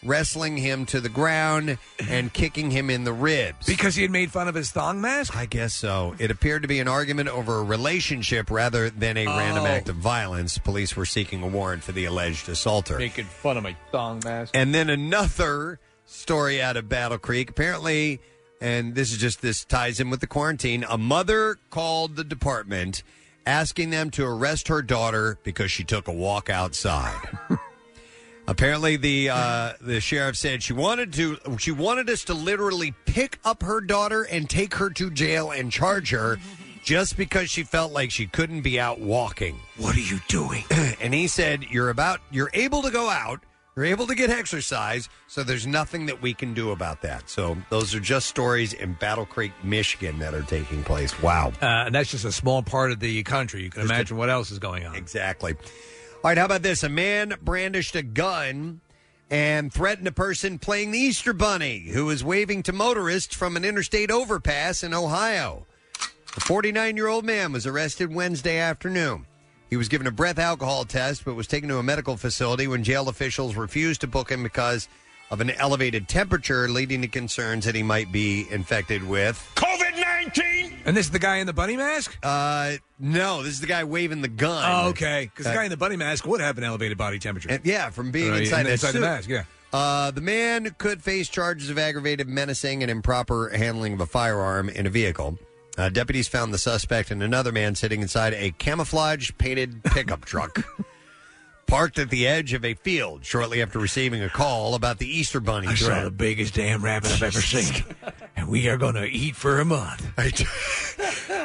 Speaker 2: wrestling him to the ground, and kicking him in the ribs.
Speaker 4: Because he had made fun of his thong mask?
Speaker 2: I guess so. It appeared to be an argument over a relationship rather than a random
Speaker 4: Oh.
Speaker 2: act of violence. Police were seeking a warrant for the alleged assaulter.
Speaker 4: Making fun of my thong mask.
Speaker 2: And then another story out of Battle Creek. Apparently, and this is just this ties in with the quarantine. A mother called the department asking them to arrest her daughter because she took a walk outside. Apparently, the uh, the sheriff said she wanted to she wanted us to literally pick up her daughter and take her to jail and charge her just because she felt like she couldn't be out walking.
Speaker 4: What are you doing?
Speaker 2: and he said, "You're about you're able to go out." You're able to get exercise, so there's nothing that we can do about that. So those are just stories in Battle Creek, Michigan, that are taking place. Wow.
Speaker 4: Uh, and that's just a small part of the country. You can imagine what else is going on.
Speaker 2: Exactly. All right, how about this? A man brandished a gun and threatened a person playing the Easter Bunny who was waving to motorists from an interstate overpass in Ohio. The 49 year old man was arrested Wednesday afternoon. He was given a breath alcohol test but was taken to a medical facility when jail officials refused to book him because of an elevated temperature, leading to concerns that he might be infected with
Speaker 10: COVID 19?
Speaker 4: And this is the guy in the bunny mask?
Speaker 2: Uh, no, this is the guy waving the gun.
Speaker 4: Oh, okay. Because the
Speaker 2: Uh,
Speaker 4: guy in the bunny mask would have an elevated body temperature.
Speaker 2: And- yeah, from being
Speaker 4: Uh,
Speaker 2: inside, that
Speaker 4: inside the
Speaker 2: suit.
Speaker 4: mask. Yeah.
Speaker 2: Uh, the man could face charges of aggravated menacing and improper handling of a firearm in a vehicle. Uh, deputies found the suspect and another man sitting inside a camouflage painted pickup truck parked at the edge of a field shortly after receiving a call about the Easter Bunny.
Speaker 4: I saw
Speaker 2: threat.
Speaker 4: the biggest damn rabbit I've ever seen. and we are going to eat for a month.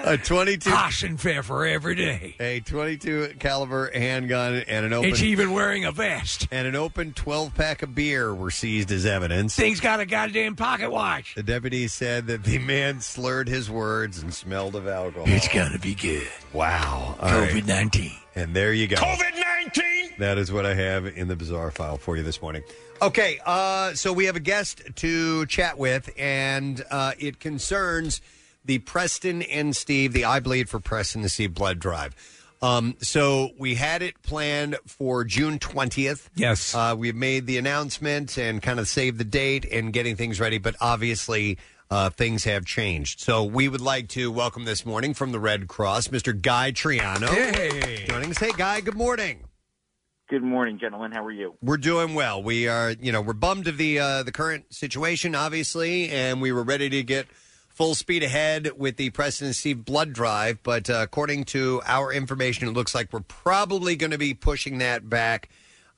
Speaker 2: A 22
Speaker 4: Harsh and fair for every day.
Speaker 2: A 22 caliber handgun and an open
Speaker 4: It's even wearing a vest.
Speaker 2: and an open 12 pack of beer were seized as evidence.
Speaker 4: Thing's got a goddamn pocket watch.
Speaker 2: The deputy said that the man slurred his words and smelled of alcohol.
Speaker 4: It's gonna be good.
Speaker 2: Wow.
Speaker 4: COVID 19.
Speaker 2: And there you go.
Speaker 10: COVID 19!
Speaker 2: That is what I have in the bizarre file for you this morning. Okay, uh, so we have a guest to chat with, and uh, it concerns the Preston and Steve, the I Bleed for Preston and Steve blood drive. Um, so we had it planned for June 20th.
Speaker 4: Yes.
Speaker 2: Uh, we've made the announcement and kind of saved the date and getting things ready, but obviously uh, things have changed. So we would like to welcome this morning from the Red Cross, Mr. Guy Triano.
Speaker 4: Hey.
Speaker 2: Joining us. Hey, Guy, good morning.
Speaker 12: Good morning, gentlemen. How are you?
Speaker 2: We're doing well. We are, you know, we're bummed of the uh, the current situation, obviously, and we were ready to get full speed ahead with the President Steve blood drive. But uh, according to our information, it looks like we're probably going to be pushing that back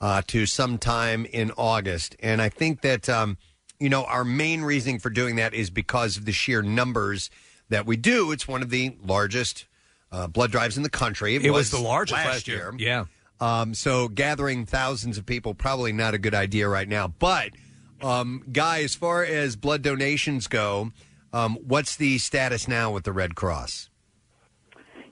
Speaker 2: uh, to sometime in August. And I think that um, you know our main reasoning for doing that is because of the sheer numbers that we do. It's one of the largest uh, blood drives in the country.
Speaker 4: It was the largest last year. Yeah.
Speaker 2: Um, so gathering thousands of people probably not a good idea right now. But um, guy, as far as blood donations go, um, what's the status now with the Red Cross?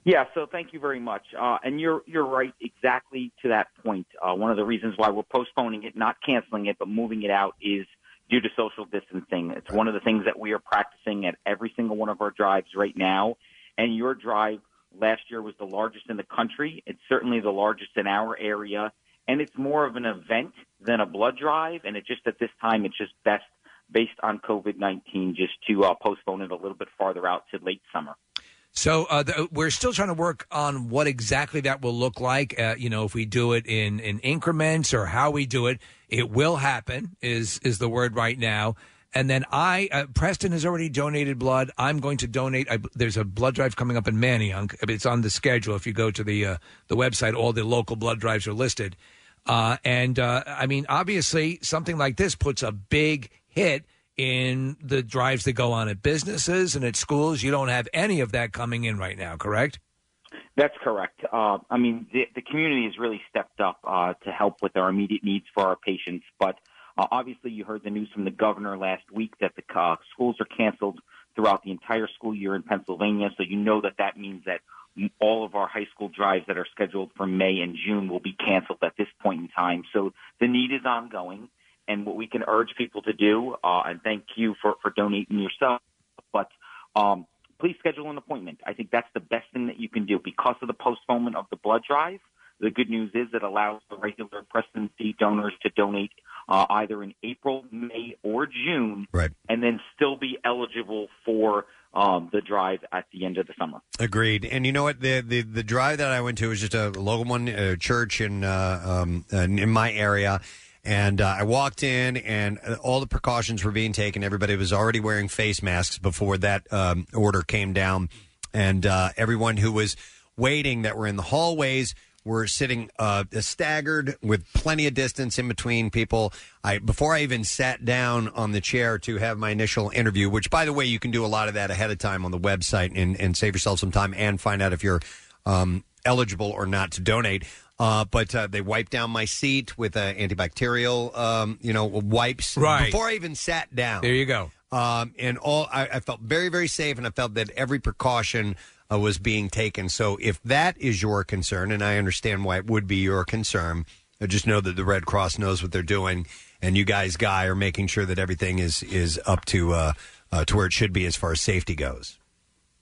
Speaker 12: Yeah, so thank you very much. Uh, and you're you're right exactly to that point. Uh, one of the reasons why we're postponing it, not canceling it, but moving it out is due to social distancing. It's one of the things that we are practicing at every single one of our drives right now. And your drive last year was the largest in the country. It's certainly the largest in our area, and it's more of an event than a blood drive. And it just at this time, it's just best based on COVID nineteen just to uh, postpone it a little bit farther out to late summer.
Speaker 4: So uh, the, we're still trying to work on what exactly that will look like. Uh, you know, if we do it in, in increments or how we do it, it will happen. Is is the word right now? And then I, uh, Preston has already donated blood. I'm going to donate. I, there's a blood drive coming up in Manayunk. It's on the schedule. If you go to the uh, the website, all the local blood drives are listed. Uh, and uh, I mean, obviously, something like this puts a big hit in the drives that go on at businesses and at schools. You don't have any of that coming in right now, correct?
Speaker 12: That's correct. Uh, I mean, the, the community has really stepped up uh, to help with our immediate needs for our patients. But uh, obviously, you heard the news from the governor last week that the uh, schools are canceled throughout the entire school year in Pennsylvania. So you know that that means that all of our high school drives that are scheduled for May and June will be canceled at this point in time. So the need is ongoing. And what we can urge people to do, uh, and thank you for, for donating yourself, but um, please schedule an appointment. I think that's the best thing that you can do because of the postponement of the blood drive. The good news is it allows the regular Preston C donors to donate uh, either in April, May, or June,
Speaker 2: Right.
Speaker 12: and then still be eligible for um, the drive at the end of the summer.
Speaker 2: Agreed. And you know what? The the, the drive that I went to was just a local one, a church in uh, um, in in my area. And uh, I walked in, and uh, all the precautions were being taken. Everybody was already wearing face masks before that um, order came down, and uh, everyone who was waiting that were in the hallways were sitting uh, staggered with plenty of distance in between people. I before I even sat down on the chair to have my initial interview, which by the way, you can do a lot of that ahead of time on the website and, and save yourself some time and find out if you're um, eligible or not to donate. Uh, but uh, they wiped down my seat with uh, antibacterial, um, you know, wipes
Speaker 4: Right.
Speaker 2: before I even sat down.
Speaker 4: There you go.
Speaker 2: Um, and all I, I felt very, very safe, and I felt that every precaution uh, was being taken. So, if that is your concern, and I understand why it would be your concern, I just know that the Red Cross knows what they're doing, and you guys, guy, are making sure that everything is is up to uh, uh, to where it should be as far as safety goes.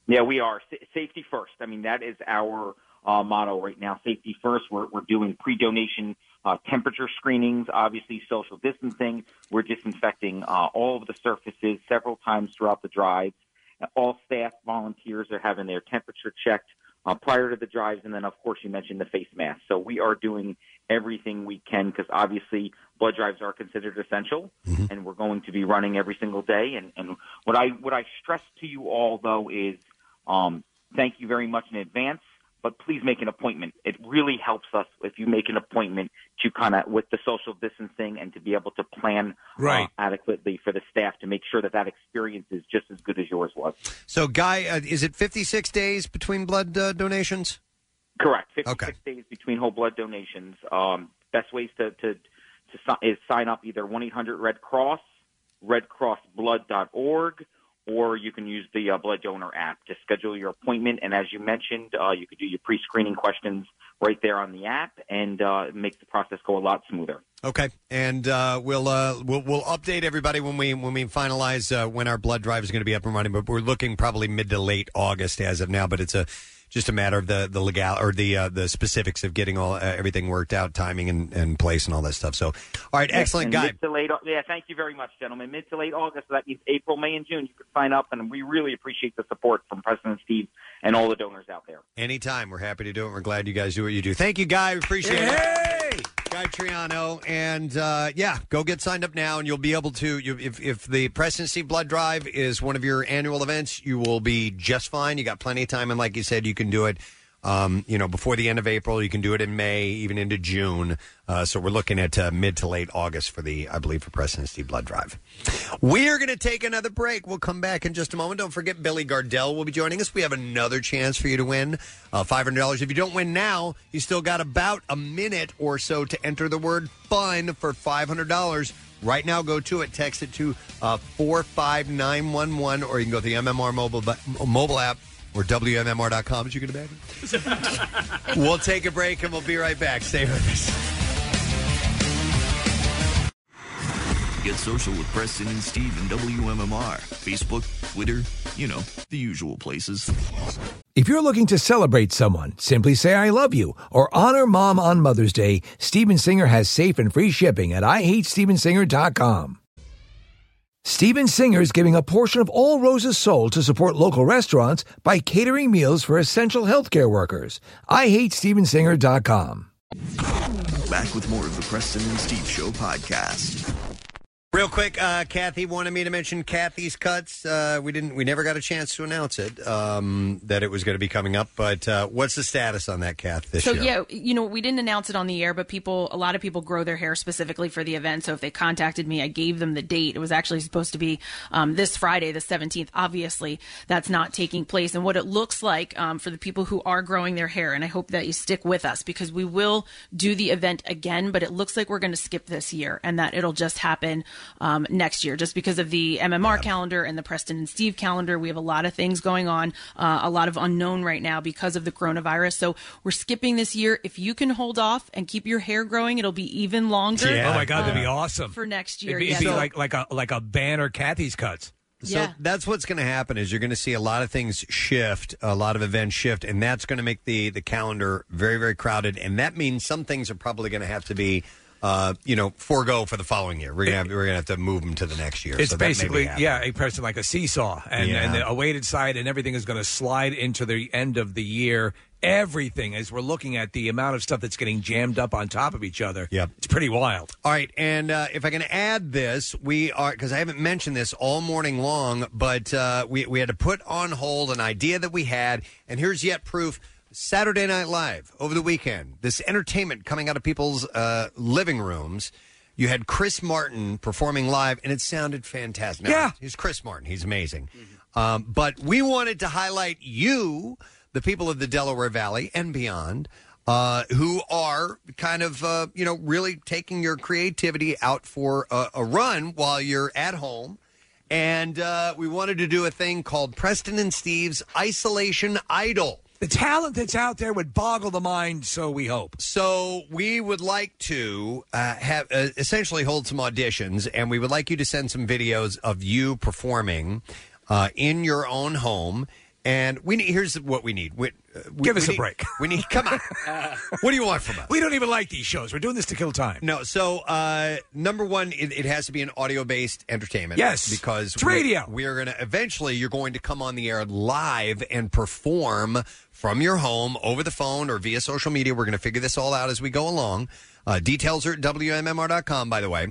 Speaker 12: Yeah, we are. Sa- safety first. I mean, that is our uh, motto right now. Safety first. We're, we're doing pre donation uh, temperature screenings, obviously, social distancing. We're disinfecting uh, all of the surfaces several times throughout the drives. All staff volunteers are having their temperature checked uh, prior to the drives. And then, of course, you mentioned the face mask. So we are doing everything we can because obviously blood drives are considered essential and we're going to be running every single day. And, and what I what I stress to you all though is um, thank you very much in advance. but please make an appointment. It really helps us if you make an appointment to kind of with the social distancing and to be able to plan uh,
Speaker 4: Right.
Speaker 12: adequately for the staff to make sure that that experience is just as good as yours was.
Speaker 2: So, Guy, uh, is it 56 days between blood uh, donations?
Speaker 12: Correct. 56 days between whole blood donations. Um, best ways to, to, to si- is sign up either 1 800 Red Cross, redcrossblood.org, or you can use the uh, blood donor app to schedule your appointment. And as you mentioned, uh, you could do your pre screening questions right there on the app, and uh, it makes the process go a lot smoother.
Speaker 2: Okay, and uh, we'll, uh, we'll we'll update everybody when we when we finalize uh, when our blood drive is going to be up and running. But we're looking probably mid to late August as of now. But it's a just a matter of the the legal or the uh, the specifics of getting all uh, everything worked out, timing and, and place and all that stuff. So, all right,
Speaker 12: Yes,
Speaker 2: excellent,
Speaker 12: and
Speaker 2: Guy.
Speaker 12: Mid to late, Au- yeah, thank you very much, gentlemen. Mid to late August, so that means April, May, and June. You can sign up, and we really appreciate the support from President Steve and all the donors out there.
Speaker 2: Anytime, we're happy to do it. We're glad you guys do what you do. Thank you, Guy. We appreciate it. Guy Triano, and uh, yeah, go get signed up now, and you'll be able to. You, if if the presidency blood drive is one of your annual events, you will be just fine. You got plenty of time, and like you said, you can do it. Um, you know, before the end of April, you can do it in May, even into June. Uh, so we're looking at uh, mid to late August for the, I believe, for presidency blood drive. We are going to take another break. We'll come back in just a moment. Don't forget, Billy Gardell will be joining us. We have another chance for you to win uh, $500. If you don't win now, you still got about a minute or so to enter the word fun for $500. Right now, go to it. Text it to uh, 45911, or you can go to the MMR mobile, bu- mobile app or WMMR.com, as you can imagine. we'll take a break and we'll be right back. Stay with us.
Speaker 14: Get social with Preston and Steve and WMMR. Facebook, Twitter, you know, the usual places.
Speaker 15: If you're looking to celebrate someone, simply say I love you or honor mom on Mother's Day, Steven Singer has safe and free shipping at IHateStevenSinger.com. Steven Singer is giving a portion of all roses sold to support local restaurants by catering meals for essential healthcare workers. IHateStevenSinger.com.
Speaker 14: Back with more of the Preston and Steve Show podcast.
Speaker 2: Real quick, uh, Kathy wanted me to mention Kathy's cuts. Uh, we didn't, we never got a chance to announce it um, that it was going to be coming up. But uh, what's the status on that, Kath? This
Speaker 3: so
Speaker 2: year?
Speaker 3: yeah, you know, we didn't announce it on the air, but people, a lot of people grow their hair specifically for the event. So if they contacted me, I gave them the date. It was actually supposed to be um, this Friday, the seventeenth. Obviously, that's not taking place. And what it looks like um, for the people who are growing their hair, and I hope that you stick with us because we will do the event again. But it looks like we're going to skip this year, and that it'll just happen um, next year, just because of the MMR calendar and the Preston and Steve calendar. We have a lot of things going on, uh, a lot of unknown right now because of the coronavirus. So we're skipping this year. If you can hold off and keep your hair growing, it'll be even longer.
Speaker 4: Oh my God, that'd be
Speaker 3: um,
Speaker 4: awesome
Speaker 3: for next year.
Speaker 4: It'd be,
Speaker 3: yeah.
Speaker 4: it'd be
Speaker 3: So-
Speaker 4: like like a like a banner. Kathy's cuts.
Speaker 2: So
Speaker 3: Yeah.
Speaker 2: that's what's going to happen is you're going to see a lot of things shift, a lot of events shift, and that's going to make the the calendar very very crowded, and that means some things are probably going to have to be. Uh, you know, forego for the following year. We're gonna have, we're gonna have to move them to the next year.
Speaker 4: It's
Speaker 2: So that may be
Speaker 4: basically
Speaker 2: happening.
Speaker 4: yeah, a person like a seesaw, and
Speaker 2: Yeah.
Speaker 4: and the awaited side, and everything is going to slide into the end of the year. Everything as we're looking at the amount of stuff that's getting jammed up on top of each other. Yep. it's pretty wild.
Speaker 2: All right, and uh, if I can add this, we are because I haven't mentioned this all morning long, but uh, we we had to put on hold an idea that we had, and here's yet proof. Saturday Night Live over the weekend, this entertainment coming out of people's uh, living rooms. You had Chris Martin performing live, and it sounded fantastic. yeah, he's Chris Martin. He's amazing. Um, but we wanted to highlight you, the people of the Delaware Valley and beyond, uh, who are kind of, uh, you know, really taking your creativity out for a, a run while you're at home. And uh, we wanted to do a thing called Preston and Steve's Isolation Idol.
Speaker 4: The talent that's out there would boggle the mind, so we hope.
Speaker 2: So we would like to uh, have uh, essentially hold some auditions, and we would like you to send some videos of you performing uh, in your own home. And we need, here's what we need. We, uh, we-
Speaker 4: Give us
Speaker 2: we
Speaker 4: a
Speaker 2: need-
Speaker 4: break.
Speaker 2: We need. Come on.
Speaker 5: Ah.
Speaker 2: what do you want from us?
Speaker 4: We don't even like these shows. We're doing this to kill time.
Speaker 2: No. So uh, number one, it, it has to be an audio based entertainment.
Speaker 4: Yes.
Speaker 2: because
Speaker 4: It's
Speaker 2: we-
Speaker 4: radio.
Speaker 2: We are going to eventually. You're going to come on the air live and perform from your home over the phone or via social media. We're going to figure this all out as we go along. Uh, details are at wmmr.com. By the way,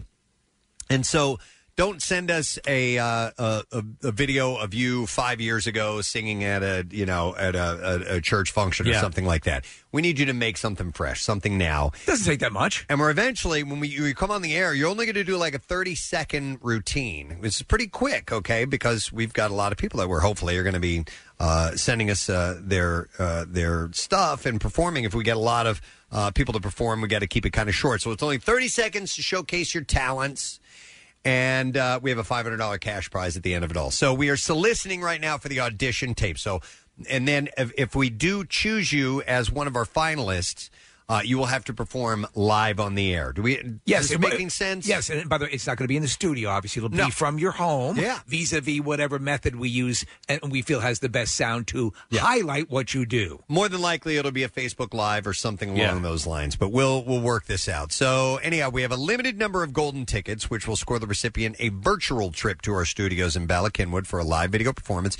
Speaker 2: and so Don't send us a, uh, a, a a video of you five years ago singing at a you know at a, a, a church function or
Speaker 4: Yeah.
Speaker 2: something like that. We need you to make something fresh, something now.
Speaker 4: Doesn't take that much.
Speaker 2: And we're eventually, when we you come on the air, you're only going to do like a 30 second routine. It's pretty quick, okay? Because we've got a lot of people that we're hopefully are going to be uh, sending us uh, their uh, their stuff and performing. If we get a lot of uh, people to perform, we got to keep it kind of short. So it's only 30 seconds to showcase your talents. And uh, we have a $500 cash prize at the end of it all. So we are soliciting right now for the audition tape. So, and then if, if we do choose you as one of our finalists, uh, you will have to perform live on the air. Do we?
Speaker 4: Yes,
Speaker 2: is this
Speaker 4: it-
Speaker 2: making sense.
Speaker 4: Yes, and by the way, it's not going to be in the studio. Obviously, it'll
Speaker 2: No.
Speaker 4: be from your home.
Speaker 2: Yeah.
Speaker 4: vis-a-vis whatever method we use and we feel has the best sound to highlight what you do.
Speaker 2: More than likely, it'll be a Facebook Live or something along
Speaker 4: Yeah.
Speaker 2: those lines. But we'll we'll work this out. So anyhow, we have a limited number of golden tickets, which will score the recipient a virtual trip to our studios in Bala Kinwood for a live video performance.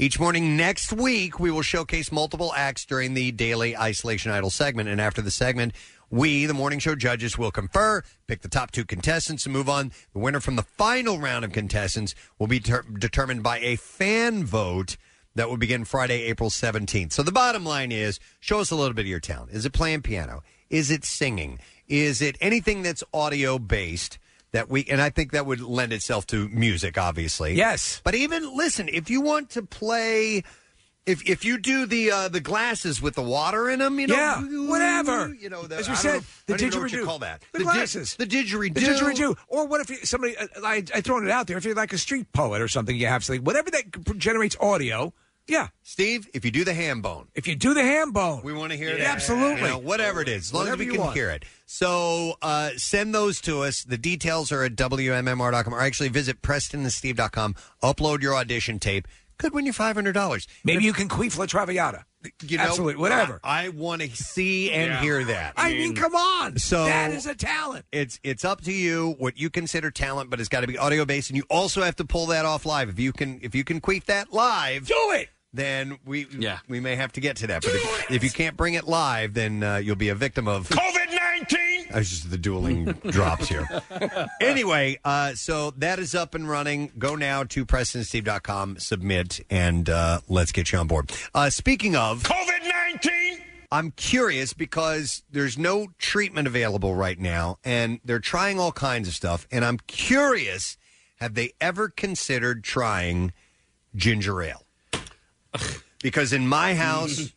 Speaker 2: Each morning next week, we will showcase multiple acts during the daily Isolation Idol segment. And after the segment, we, the morning show judges, will confer, pick the top two contestants, and move on. The winner from the final round of contestants will be ter- determined by a fan vote that will begin Friday, April 17th. So the bottom line is show us a little bit of your talent. Is it playing piano? Is it singing? Is it anything that's audio based? That we and I think that would lend itself to music, obviously. Yes, but even listen, if you want to play, if if you do the uh, the glasses with the water in them, you know,
Speaker 4: yeah, whatever.
Speaker 2: you know, the,
Speaker 4: as
Speaker 2: I
Speaker 4: we
Speaker 2: don't
Speaker 4: said,
Speaker 2: know-
Speaker 4: the
Speaker 2: I don't even know what
Speaker 4: didgeridoo.
Speaker 2: you call that. The
Speaker 4: The,
Speaker 2: di-
Speaker 4: glasses.
Speaker 2: the didgeridoo.
Speaker 4: The didgeridoo. Or what if you, somebody? uh, I, I thrown it out there. If you're like a street poet or something, you have something. Whatever that g- generates audio. Yeah,
Speaker 2: Steve. If you do the ham bone.
Speaker 4: If you do the ham bone,
Speaker 2: we want to hear
Speaker 4: it.
Speaker 2: that.
Speaker 4: Absolutely.
Speaker 2: You know, whatever it is, as long
Speaker 4: Whatever
Speaker 2: as we
Speaker 4: you
Speaker 2: can
Speaker 4: want.
Speaker 2: hear it. So uh, send those to us. The details are at WMMR.com or actually visit PrestonandSteve.com. Upload your audition tape. Could win you $500.
Speaker 4: Maybe you can queef La Traviata.
Speaker 2: You know,
Speaker 4: Absolutely, whatever.
Speaker 2: I, want to see and
Speaker 4: Yeah.
Speaker 2: hear that.
Speaker 4: I mean,
Speaker 5: Mm.
Speaker 4: come on.
Speaker 2: So-
Speaker 4: that is a talent.
Speaker 2: It's it's up to you what you consider talent, but it's got to be audio based, and you also have to pull that off live. If you can if you can queef that live, do
Speaker 4: it.
Speaker 2: Then we we may have to get to that. But if, if you can't bring it live, then uh, you'll be a victim of
Speaker 10: COVID 19!
Speaker 2: I was just the dueling drops here. Anyway, uh, so that is up and running. Go now to PrestonSteve.com, submit, and uh, let's get you on board. Uh, speaking of
Speaker 10: COVID 19!
Speaker 2: I'm curious because there's no treatment available right now, and they're trying all kinds of stuff. And I'm curious, have they ever considered trying ginger ale? Because in my house,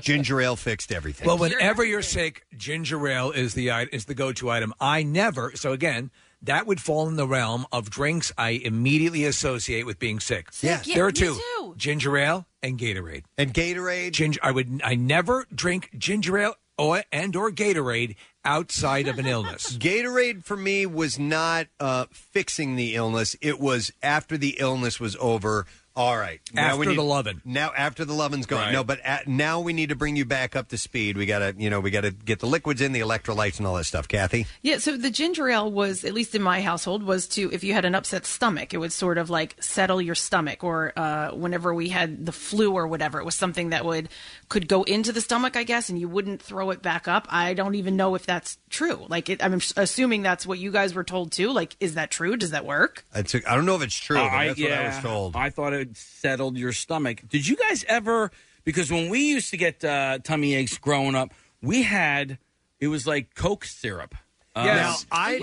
Speaker 2: ginger ale fixed everything.
Speaker 4: Well, whenever you're sick, ginger ale is the i- is the go-to item. I never. So again, that would fall in the realm of drinks I immediately associate with being sick.
Speaker 2: Sick, yeah,
Speaker 4: there are
Speaker 2: me
Speaker 4: two:
Speaker 2: too.
Speaker 4: ginger ale and Gatorade.
Speaker 2: And Gatorade.
Speaker 4: Ginger. I would. I never drink ginger ale or and or Gatorade outside of an illness.
Speaker 2: Gatorade for me was not uh, fixing the illness. It was after the illness was over. All right.
Speaker 4: After the lovin'.
Speaker 2: Now after the lovin's gone.
Speaker 4: Right.
Speaker 2: No, but at, now we need to bring you back up to speed. We gotta, you know, we gotta get the liquids in, the electrolytes, and all that stuff. Kathy.
Speaker 3: Yeah, so the ginger ale was, at least in my household, was to, if you had an upset stomach, it would sort of like settle your stomach. Or uh, whenever we had the flu or whatever, it was something that would, could go into the stomach, I guess, and you wouldn't throw it back up. I don't even know if that's true. Like, it, I'm assuming that's what you guys were told too. Like, is that true? Does that work?
Speaker 2: I, took, I don't know if it's true.
Speaker 5: Uh,
Speaker 2: but that's what I was told.
Speaker 5: I thought it settled your stomach. Did you guys ever? Because when we used to get uh, tummy aches growing up, we had it was like Coke syrup. Uh,
Speaker 2: Now, I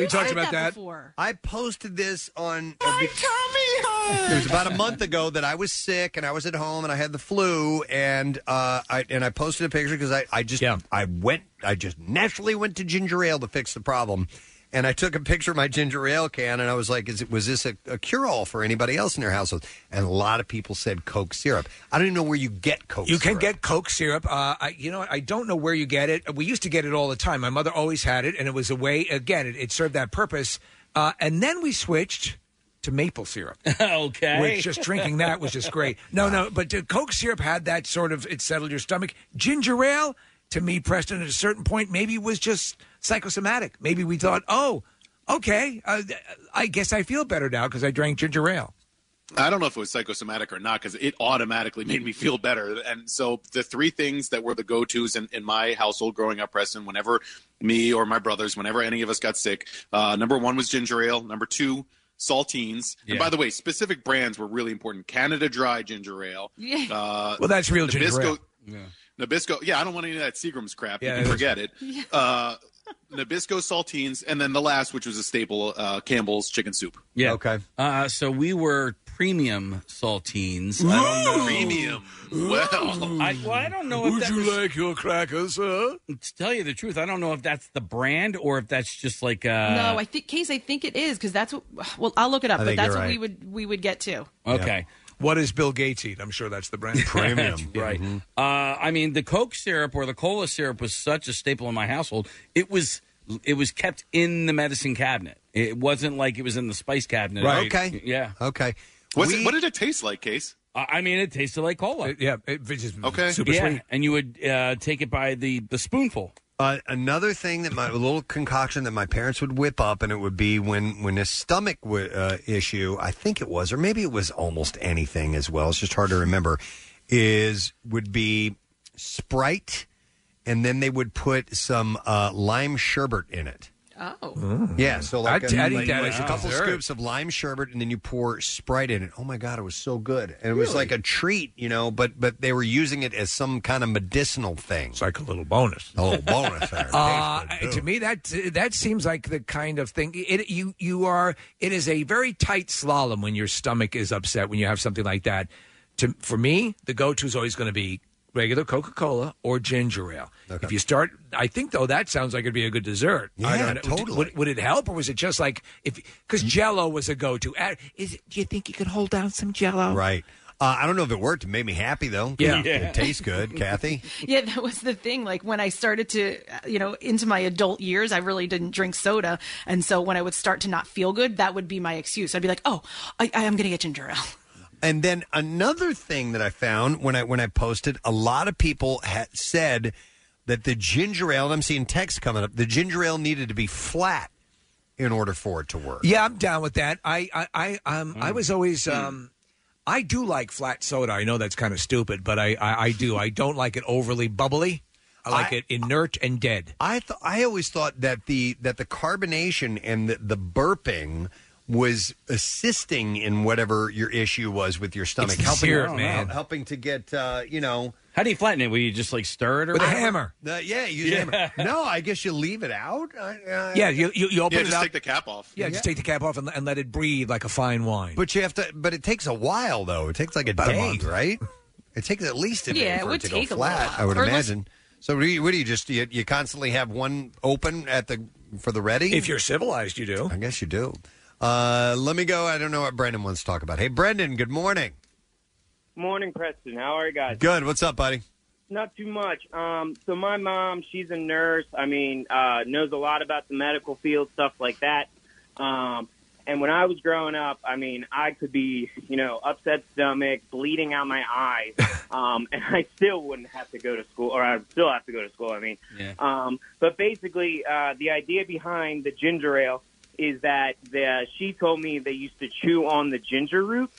Speaker 2: I posted this on. It was about a month ago that I was sick and I was at home and I had the flu and uh, I and I posted a picture because I, I just I went I just naturally went to ginger ale to fix the problem. And I took a picture of my ginger ale can, and I was like, "Is it was this a, a cure all for anybody else in their household?" And a lot of people said Coke syrup. I don't even know where you get Coke.
Speaker 4: You
Speaker 2: syrup.
Speaker 4: can get Coke syrup. Uh, I, you know, what? I don't know where you get it. We used to get it all the time. My mother always had it, and it was a way. Again, it, it served that purpose. Uh, and then we switched to maple syrup.
Speaker 5: okay.
Speaker 4: Which just drinking that was just great. No, no, but uh, Coke syrup had that sort of it settled your stomach. Ginger ale, to me, Preston, at a certain point, maybe was just psychosomatic. Maybe we thought, oh, okay, uh, I guess I feel better now because I drank ginger ale.
Speaker 9: I don't know if it was psychosomatic or not because it automatically made me feel better. And so the three things that were the go tos in, in my household growing up, Preston, whenever me or my brothers, whenever any of us got sick, uh, number one was ginger ale. Number two, saltines.
Speaker 4: Yeah.
Speaker 9: And by the way, specific brands were really important. Canada Dry Ginger Ale.
Speaker 4: Yeah.
Speaker 9: Uh,
Speaker 4: Well, that's real ginger
Speaker 9: Nabisco,
Speaker 4: ale.
Speaker 9: Nabisco. Yeah, I don't want any of that Seagram's crap.
Speaker 4: Yeah,
Speaker 9: you
Speaker 4: that's-
Speaker 9: can forget it. Uh, Nabisco saltines, and then the last, which was a staple, uh, Campbell's chicken soup.
Speaker 5: Yeah. Okay. Uh, so we were premium saltines. I don't know.
Speaker 9: Premium. Well,
Speaker 5: I, well, I don't know if
Speaker 10: Would
Speaker 5: that
Speaker 10: you
Speaker 5: like your crackers, huh? To tell you the truth, I don't know if that's the brand or if that's just like uh
Speaker 3: no, I think case I think it is because that's what. Well, I'll look it
Speaker 5: I
Speaker 3: up, but
Speaker 5: think
Speaker 3: that's
Speaker 5: you're
Speaker 3: what we
Speaker 5: right.
Speaker 3: would we would get to.
Speaker 5: Okay.
Speaker 4: What does Bill Gates eat? I'm sure that's the brand.
Speaker 5: That's right. Uh, I mean, the Coke syrup or the cola syrup was such a staple in my household. It was it was kept in the medicine cabinet. It wasn't like it was in the spice cabinet.
Speaker 4: Right. Okay.
Speaker 5: Yeah.
Speaker 2: Okay.
Speaker 9: What's it, what did it taste like, Case?
Speaker 5: I I mean, it tasted like cola.
Speaker 4: yeah, it, just
Speaker 9: Okay.
Speaker 2: super
Speaker 5: yeah,
Speaker 2: sweet.
Speaker 5: and you would uh, take it by the the spoonful.
Speaker 2: Uh, another thing that my a little concoction that my parents would whip up, and it would be when when a stomach w- uh, issue, I think it was, or maybe it was almost anything as well. It's just hard to remember. Is would be Sprite, and then they would put some uh, lime sherbet in it.
Speaker 3: Oh.
Speaker 4: Hmm.
Speaker 2: Mm. Yeah, so like,
Speaker 4: I'd-
Speaker 2: a,
Speaker 4: I'd eat
Speaker 2: like,
Speaker 4: that
Speaker 2: like
Speaker 4: as
Speaker 2: a
Speaker 4: a
Speaker 2: couple
Speaker 4: dessert.
Speaker 2: scoops of lime sherbet, and then you pour Sprite in it. Oh my god, it was so good, and it was like a treat, you know. But but they were using it as some kind of medicinal thing. It's
Speaker 4: like a little bonus,
Speaker 2: a little bonus. there.
Speaker 4: Uh, to me, that that seems like the kind of thing. It you you are. It is a very tight slalom when your stomach is upset when you have something like that. To for me, the go to is always going to be regular Coca Cola or ginger ale. If you start, I think though that sounds like it'd be a good dessert.
Speaker 2: Yeah,
Speaker 4: I don't know.
Speaker 2: totally. Mm.
Speaker 4: Would, would it help, or was it just like if because Jello was a go to? Is it, do you think you could hold down some Jello?
Speaker 2: Right. Uh, I don't know if it worked. It made me happy though.
Speaker 4: Yeah.
Speaker 2: it,
Speaker 4: Yeah.
Speaker 2: it tastes good, Kathy.
Speaker 3: Yeah, that was the thing. Like when I started to, uh, you know, into my adult years, I really didn't drink soda, and so when I would start to not feel good, that would be my excuse. I'd be like, "Oh, I, I am going to get ginger ale."
Speaker 2: And then another thing that I found when I when I posted, a lot of people had said that the ginger ale. And I'm seeing text coming up. The ginger ale needed to be flat in order for it to work.
Speaker 4: Yeah, I'm down with that. I I I, um,
Speaker 2: Mm.
Speaker 4: I was always um, I do like flat soda. I know that's kind of stupid, but I, I I do. I don't like it overly bubbly. I like it inert and dead.
Speaker 2: I th- I always thought that the that the carbonation and the, the burping was assisting in whatever your issue was with your stomach,
Speaker 5: the syrup,
Speaker 2: helping
Speaker 5: man.
Speaker 2: helping to get uh, you know.
Speaker 5: How do you flatten it? Will you just like stir it or
Speaker 2: With a
Speaker 5: whatever?
Speaker 2: hammer. Uh, yeah, use a
Speaker 5: Yeah.
Speaker 2: hammer. No, I guess you leave it out. I, I-
Speaker 4: Yeah, you you, you open
Speaker 2: Yeah,
Speaker 4: it
Speaker 2: just
Speaker 4: up.
Speaker 2: take
Speaker 9: the cap off.
Speaker 4: Yeah, just
Speaker 2: Yeah.
Speaker 4: take the cap off and, and let it breathe like a fine wine.
Speaker 2: But you have to. But it takes a while, though. It takes like a
Speaker 4: About a
Speaker 2: day,
Speaker 4: month.
Speaker 2: right? It takes at least a day
Speaker 3: Yeah, it
Speaker 2: for
Speaker 3: would
Speaker 2: to
Speaker 3: take a
Speaker 2: go flat.
Speaker 3: little
Speaker 2: I would
Speaker 3: while. Or unless-
Speaker 2: imagine. So what do you, what do you just you, you constantly have one open at the for the ready?
Speaker 4: If you're civilized, you do.
Speaker 2: I guess you do. Uh, let me go. I don't know what Brendan wants to talk about. Hey, Brendan. Good morning.
Speaker 13: Morning, Preston. How are you guys?
Speaker 2: Good. What's up, buddy?
Speaker 13: Not too much. Um, so my mom, she's a nurse. I mean, uh, knows a lot about the medical field, stuff like that. Um, and when I was growing up, I mean, I could be, you know, upset stomach, bleeding out my eyes, um, and I still wouldn't have to go to school, or I'd still have to go to school. I mean,
Speaker 5: Yeah.
Speaker 13: um, but basically, uh, the idea behind the ginger ale is that the, she told me they used to chew on the ginger root,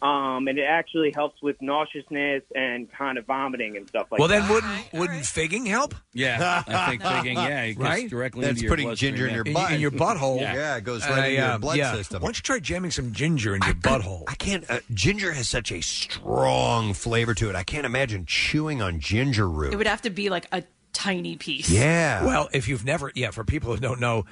Speaker 13: um, and it actually helps with nauseousness and kind of vomiting and stuff like
Speaker 4: well,
Speaker 13: that.
Speaker 4: then wouldn't wouldn't figging help?
Speaker 5: Yeah, I think figging, yeah, it goes
Speaker 4: right?
Speaker 5: directly That's into your putting bloodstream, ginger in yeah. your butt.
Speaker 4: in your butthole.
Speaker 5: Yeah. Yeah, it
Speaker 2: goes right into your blood system.
Speaker 4: Why don't you try jamming some ginger in your butthole?
Speaker 2: I can't. Uh, ginger has such a strong flavor to it. I can't imagine chewing on ginger root.
Speaker 3: It would have to be like a tiny piece.
Speaker 4: Well, if you've never, yeah, for people who don't know,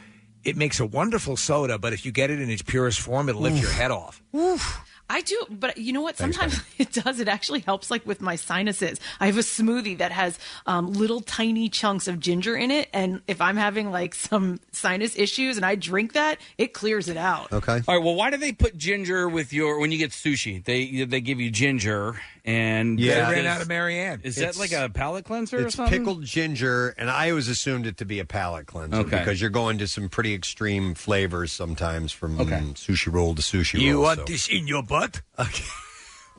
Speaker 4: it makes a wonderful soda, but if you get it in its purest form, it'll lift
Speaker 3: Oof.
Speaker 4: your head off.
Speaker 3: Oof. I do, but you know what?
Speaker 4: Thanks,
Speaker 3: Sometimes it does. It actually helps, like with my sinuses. I have a smoothie that has um, little tiny chunks of ginger in it, and if I'm having like some sinus issues and I drink that, it clears it out.
Speaker 2: Okay.
Speaker 5: All right. Well, why do they put ginger with your when you get sushi? They they give you ginger and
Speaker 4: They ran out of
Speaker 5: Mary
Speaker 4: Marianne.
Speaker 5: Is that like a palate cleanser or
Speaker 2: It's
Speaker 5: something?
Speaker 2: pickled ginger, and I always assumed it to be a palate cleanser
Speaker 5: Okay.
Speaker 2: because you're going to some pretty extreme flavors sometimes from
Speaker 4: Okay.
Speaker 2: sushi roll to sushi
Speaker 4: You
Speaker 2: roll.
Speaker 4: want
Speaker 2: so-
Speaker 4: this in your butt?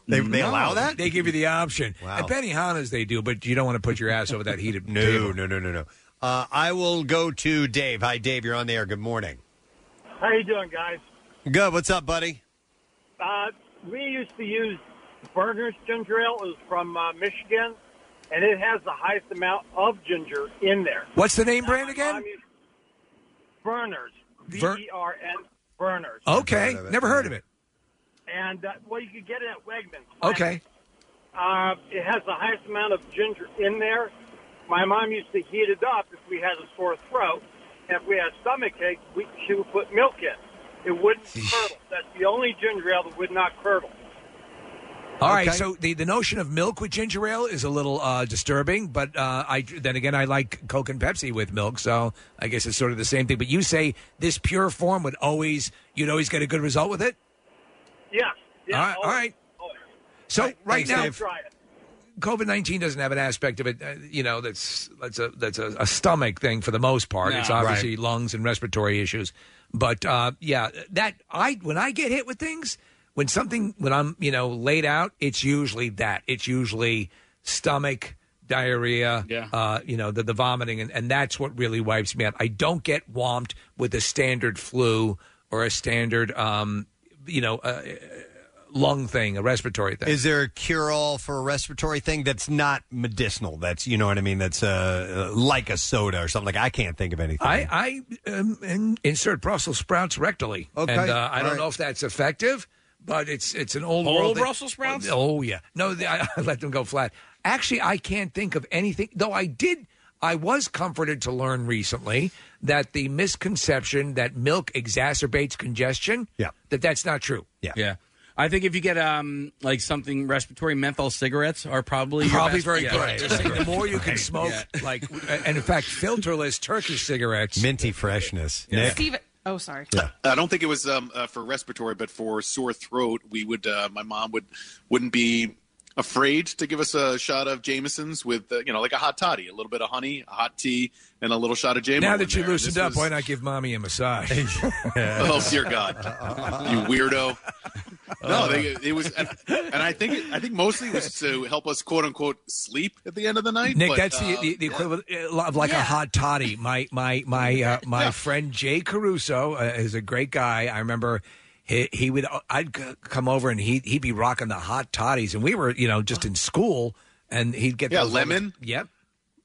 Speaker 2: They- they allow that?
Speaker 4: They give you the option.
Speaker 2: Wow.
Speaker 4: At Benihana's, they do, but you don't want to put your ass over that heated
Speaker 2: No,
Speaker 4: table.
Speaker 2: no, no, no, no. Uh, I will go to Dave. Hi, Dave. You're on the air. Good morning.
Speaker 16: How you doing, guys?
Speaker 2: Good. What's up, buddy?
Speaker 16: Uh, we used to use Berner's ginger ale. It was from uh, Michigan, and it has the highest amount of ginger in there.
Speaker 4: What's the name brand again?
Speaker 16: Berners. B
Speaker 4: Ver-
Speaker 16: E R N. burners.
Speaker 4: Okay, never heard of it.
Speaker 16: And, uh, well, you could get it at Wegmans.
Speaker 4: Okay,
Speaker 16: Uh, it has the highest amount of ginger in there. My mom used to heat it up if we had a sore throat. And if we had stomach ache, we, she would put milk in. It wouldn't curdle. That's the only ginger ale that would not curdle.
Speaker 4: all right. So the, the notion of milk with ginger ale is a little uh, disturbing, but uh, I then again I like Coke and Pepsi with milk, so I guess it's sort of the same thing. But you say this pure form would always you'd always get a good result with it.
Speaker 16: Yes. yes
Speaker 4: all right, all right. So right
Speaker 16: Thanks,
Speaker 4: now,
Speaker 16: Dave. Try it.
Speaker 4: COVID nineteen doesn't have an aspect of it. Uh, you know, that's that's a that's a, a stomach thing for the most part.
Speaker 5: No.
Speaker 4: It's obviously lungs and respiratory issues. But uh, yeah, that I when I get hit with things, when something when I'm you know laid out, it's usually that. It's usually stomach diarrhea. Yeah. Uh, you know the the vomiting and, and that's what really wipes me out. I don't get whomped with a standard flu or a standard um you know uh, lung thing, a respiratory thing.
Speaker 2: Is there a cure all for a respiratory thing that's not medicinal? That's you know what I mean. That's uh, uh, like a soda or something. Like I can't think of anything.
Speaker 4: I, I um, in- insert Brussels sprouts rectally.
Speaker 2: Okay.
Speaker 4: And, uh, I
Speaker 2: All
Speaker 4: don't
Speaker 2: right.
Speaker 4: know if that's effective, but it's it's an old
Speaker 5: Whole
Speaker 4: world thing.
Speaker 5: Brussels sprouts?
Speaker 4: Oh yeah. No, the, I, I let them go flat. Actually, I can't think of anything. Though I did. I was comforted to learn recently that the misconception that milk exacerbates congestion. Yeah. That that's not true.
Speaker 2: Yeah.
Speaker 5: Yeah. I think if you get um like something respiratory, menthol cigarettes are probably your
Speaker 4: Probably
Speaker 5: best-
Speaker 4: very
Speaker 5: yeah.
Speaker 4: good. They're saying the more you can smoke,
Speaker 5: Yeah.
Speaker 4: like, and in fact, filterless Turkish cigarettes,
Speaker 2: minty freshness.
Speaker 3: Steve, oh, sorry.
Speaker 9: I don't think it was um, uh, for respiratory, but for sore throat, we would. Uh, my mom would wouldn't be afraid to give us a shot of Jameson's with uh, you know like a hot toddy, a little bit of honey, a hot tea, and a little shot of Jameson.
Speaker 4: Now that you loosened up, why not give mommy a massage?
Speaker 9: oh dear God, you weirdo! No, they, it was, and, and I think I think mostly it was to help us quote unquote sleep at the end of the night.
Speaker 4: Nick,
Speaker 9: but,
Speaker 4: that's the,
Speaker 9: uh,
Speaker 4: the, the equivalent uh, of like a
Speaker 9: Yeah.
Speaker 4: hot toddy. My my my uh, my friend Jay Caruso uh, is a great guy. I remember he, he would uh, I'd c- come over and he he'd be rocking the hot toddies, and we were you know just in school, and he'd get
Speaker 9: yeah,
Speaker 4: those-
Speaker 9: lemon.
Speaker 4: Yep.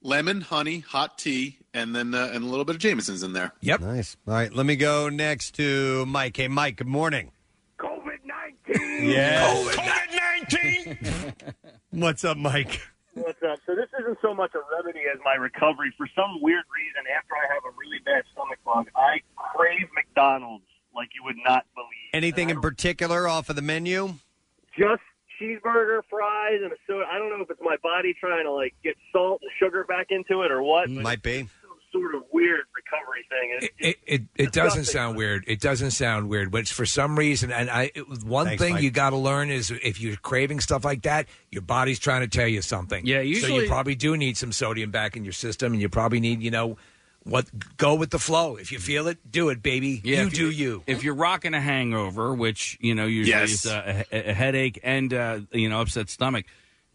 Speaker 9: Lemon, honey, hot tea, and then uh, and a little bit of Jameson's in there.
Speaker 4: Yep.
Speaker 2: Nice. All right. Let me go next to Mike. Hey, Mike. Good morning. Yes.
Speaker 10: COVID 19.
Speaker 2: What's up, Mike?
Speaker 20: What's up? uh, So this isn't so much a remedy as my recovery. For some weird reason, after I have a really bad stomach bug, I crave McDonald's like you would not believe.
Speaker 2: Anything in particular off of the menu?
Speaker 20: Just cheeseburger, fries, and a soda. I don't know if it's my body trying to like get salt and sugar back into it or what. but
Speaker 2: Might be.
Speaker 20: it's Some sort of weird recovery thing. And it's
Speaker 4: It, it, it doesn't sound weird. It doesn't sound weird, but it's for some reason, and I it, one
Speaker 5: Thanks,
Speaker 4: thing
Speaker 5: Mike.
Speaker 4: you got to learn is if you're craving stuff like that, your body's trying to tell you something.
Speaker 5: Yeah,
Speaker 4: so
Speaker 5: usually-
Speaker 4: you probably do need some sodium back in your system, and you probably need you know what go with the flow. If you feel it, do it, baby.
Speaker 5: Yeah,
Speaker 4: you
Speaker 5: if
Speaker 4: do you.
Speaker 5: If you're rocking a hangover, which you know usually
Speaker 4: Yes.
Speaker 5: is uh, a, a headache and uh, you know upset stomach,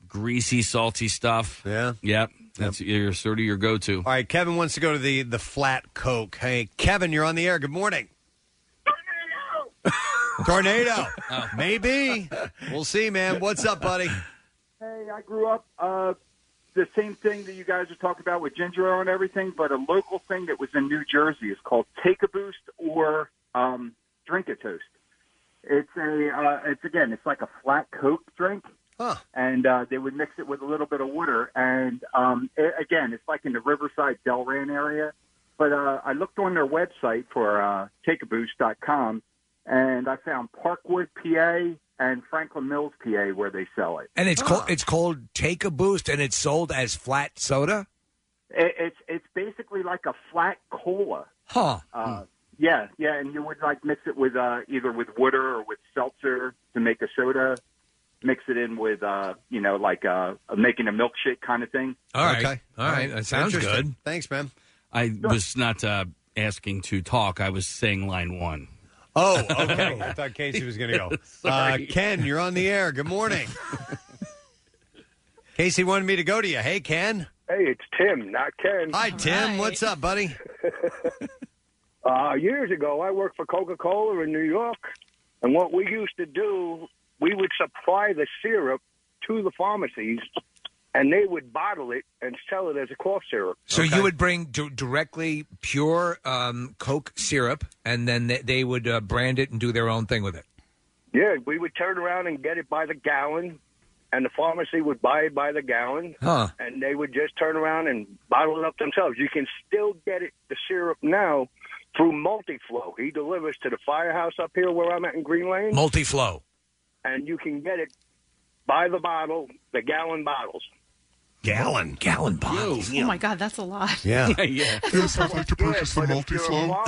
Speaker 5: greasy, salty stuff.
Speaker 2: Yeah.
Speaker 5: Yep. That's your sort of your go-to.
Speaker 2: All right. Kevin wants to go to the the flat Coke. Hey, Kevin, you're on the air. Good morning. Tornado. Oh. Maybe. We'll see, man. What's up, buddy?
Speaker 11: Hey, I grew up uh, the same thing that you guys are talking about with ginger ale and everything, but a local thing that was in New Jersey is called Take a Boost or um, Drink a Toast. It's a uh, it's again it's like a flat Coke drink, and uh, they would mix it with a little bit of water, and um, it, again it's like in the Riverside Delran area. But uh, I looked on their website for uh, takeaboost.com, and I found Parkwood, PA, and Franklin Mills, PA, where they sell it.
Speaker 4: And it's called it's called Take a Boost, and it's sold as flat soda.
Speaker 11: It, it's it's basically like a flat cola.
Speaker 4: Huh.
Speaker 11: Uh, yeah, yeah, and you would like mix it with uh, either with water or with seltzer to make a soda. Mix it in with uh, you know like uh, making a milkshake kind of thing.
Speaker 4: All right.
Speaker 5: Okay.
Speaker 4: All right. That sounds
Speaker 5: Interesting.
Speaker 4: good.
Speaker 2: Thanks, man.
Speaker 5: I was not uh, asking to talk. I was saying line one.
Speaker 2: Oh, okay. I thought Casey was going to go. Uh,
Speaker 5: Sorry.
Speaker 2: Ken, you're on the air. Good morning. Casey wanted me to go to you. Hey, Ken.
Speaker 17: Hey, it's Tim, not Ken.
Speaker 2: Hi, Tim. What's up, buddy?
Speaker 17: Uh, years ago, I worked for Coca Cola in New York, and what we used to do, we would supply the syrup to the pharmacies, and they would bottle it and sell it as a cough syrup.
Speaker 4: So you would bring d- directly pure um, Coke syrup, and then th- they would uh, brand it and do their own thing with it.
Speaker 17: Yeah, we would turn around and get it by the gallon, and the pharmacy would buy it by the gallon,
Speaker 4: Huh.
Speaker 17: and they would just turn around and bottle it up themselves. You can still get it the syrup now through Multiflow. He delivers to the firehouse up here where I'm at in Green Lane,
Speaker 4: Multi-flow.
Speaker 17: and you can get it by the bottle, the gallon bottles.
Speaker 2: Gallon.
Speaker 4: Gallon bottles.
Speaker 3: Oh my God, that's a lot.
Speaker 2: Yeah.
Speaker 5: yeah.
Speaker 6: Yes, I'd like to purchase the
Speaker 17: multi-flow.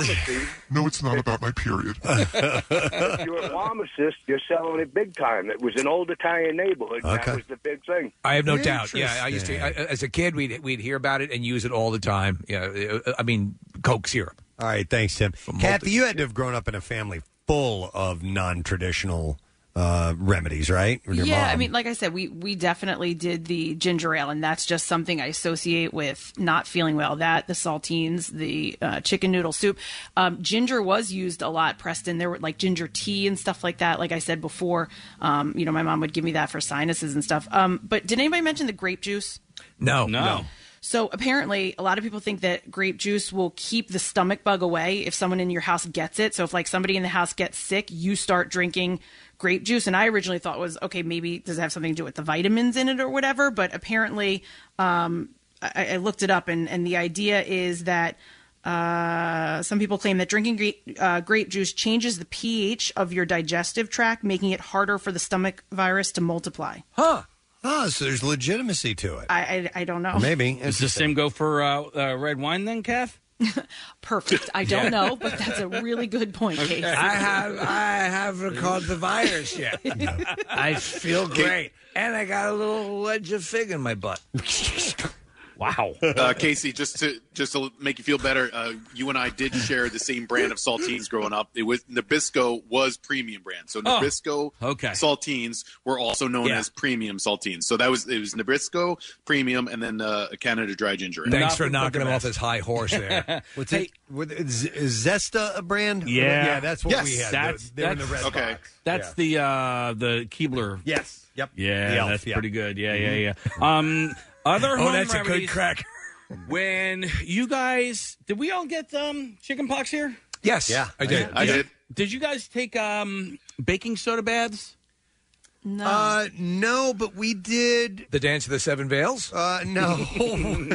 Speaker 6: no, it's not about my period.
Speaker 5: Uh,
Speaker 17: if you're a pharmacist, you're selling it big time. It was an old Italian neighborhood.
Speaker 4: Okay.
Speaker 17: That was the big thing.
Speaker 4: I have no doubt. Yeah, I used to I, as a kid we'd we'd hear about it and use it all the time. Yeah, uh, I mean Coke syrup.
Speaker 2: All right, thanks, Tim. Kathy, you had to have grown up in a family full of non-traditional uh, remedies, right? With your
Speaker 3: yeah,
Speaker 2: mom.
Speaker 3: I mean, like I said, we we definitely did the ginger ale, and that's just something I associate with not feeling well. That the saltines, the uh, chicken noodle soup, um, ginger was used a lot. Preston, there were like ginger tea and stuff like that. Like I said before, um, you know, my mom would give me that for sinuses and stuff. Um, but did anybody mention the grape juice?
Speaker 4: No,
Speaker 5: no.
Speaker 3: So apparently, a lot of people think that grape juice will keep the stomach bug away if someone in your house gets it. So if like somebody in the house gets sick, you start drinking grape juice. And I originally thought was okay, maybe does it have something to do with the vitamins in it or whatever. But apparently, um, I, I looked it up, and and the idea is that. Uh, some people claim that drinking grape, uh, grape juice changes the pH of your digestive tract, making it harder for the stomach virus to multiply.
Speaker 4: Huh.
Speaker 2: Ah, so there's legitimacy to it.
Speaker 3: I I, I don't know.
Speaker 2: Maybe.
Speaker 5: Does the same go for uh, uh, red wine then, Kath?
Speaker 3: Perfect. I don't know, but that's a really good point, Casey.
Speaker 4: I have I haven't caught the virus yet. I feel great, and I got a little wedge of fig in my butt.
Speaker 5: wow.
Speaker 9: Uh, Casey, just to just to make you feel better, uh, you and I did share the same brand of saltines growing up. It was Nabisco was premium brand, so
Speaker 5: Oh,
Speaker 9: Nabisco
Speaker 5: okay.
Speaker 9: saltines were also known
Speaker 5: Yeah.
Speaker 9: as premium saltines. So that was it was Nabisco premium, and then uh, Canada Dry Ginger. Ale.
Speaker 4: Thanks for knocking him off his high horse there.
Speaker 2: What's it? With, is, is Zesta a brand?
Speaker 5: Yeah,
Speaker 2: yeah, that's what we had.
Speaker 5: That's,
Speaker 2: They're in the
Speaker 5: that's-
Speaker 2: red box.
Speaker 5: That's the uh, the Keebler.
Speaker 2: Yes. Yep.
Speaker 5: Yeah,
Speaker 2: The elf,
Speaker 5: that's
Speaker 2: yeah. Mm-hmm.
Speaker 5: pretty good. Yeah, yeah, yeah. Um, other
Speaker 4: Oh,
Speaker 5: home
Speaker 4: that's a good
Speaker 5: remedies.
Speaker 4: crack.
Speaker 5: when you guys did we all get um chicken pox here?
Speaker 4: Yes. Yeah, I did. I did.
Speaker 5: Did you guys take um baking soda baths?
Speaker 3: No.
Speaker 2: Uh, no, but we did.
Speaker 4: The Dance of the Seven Veils?
Speaker 2: Uh, no.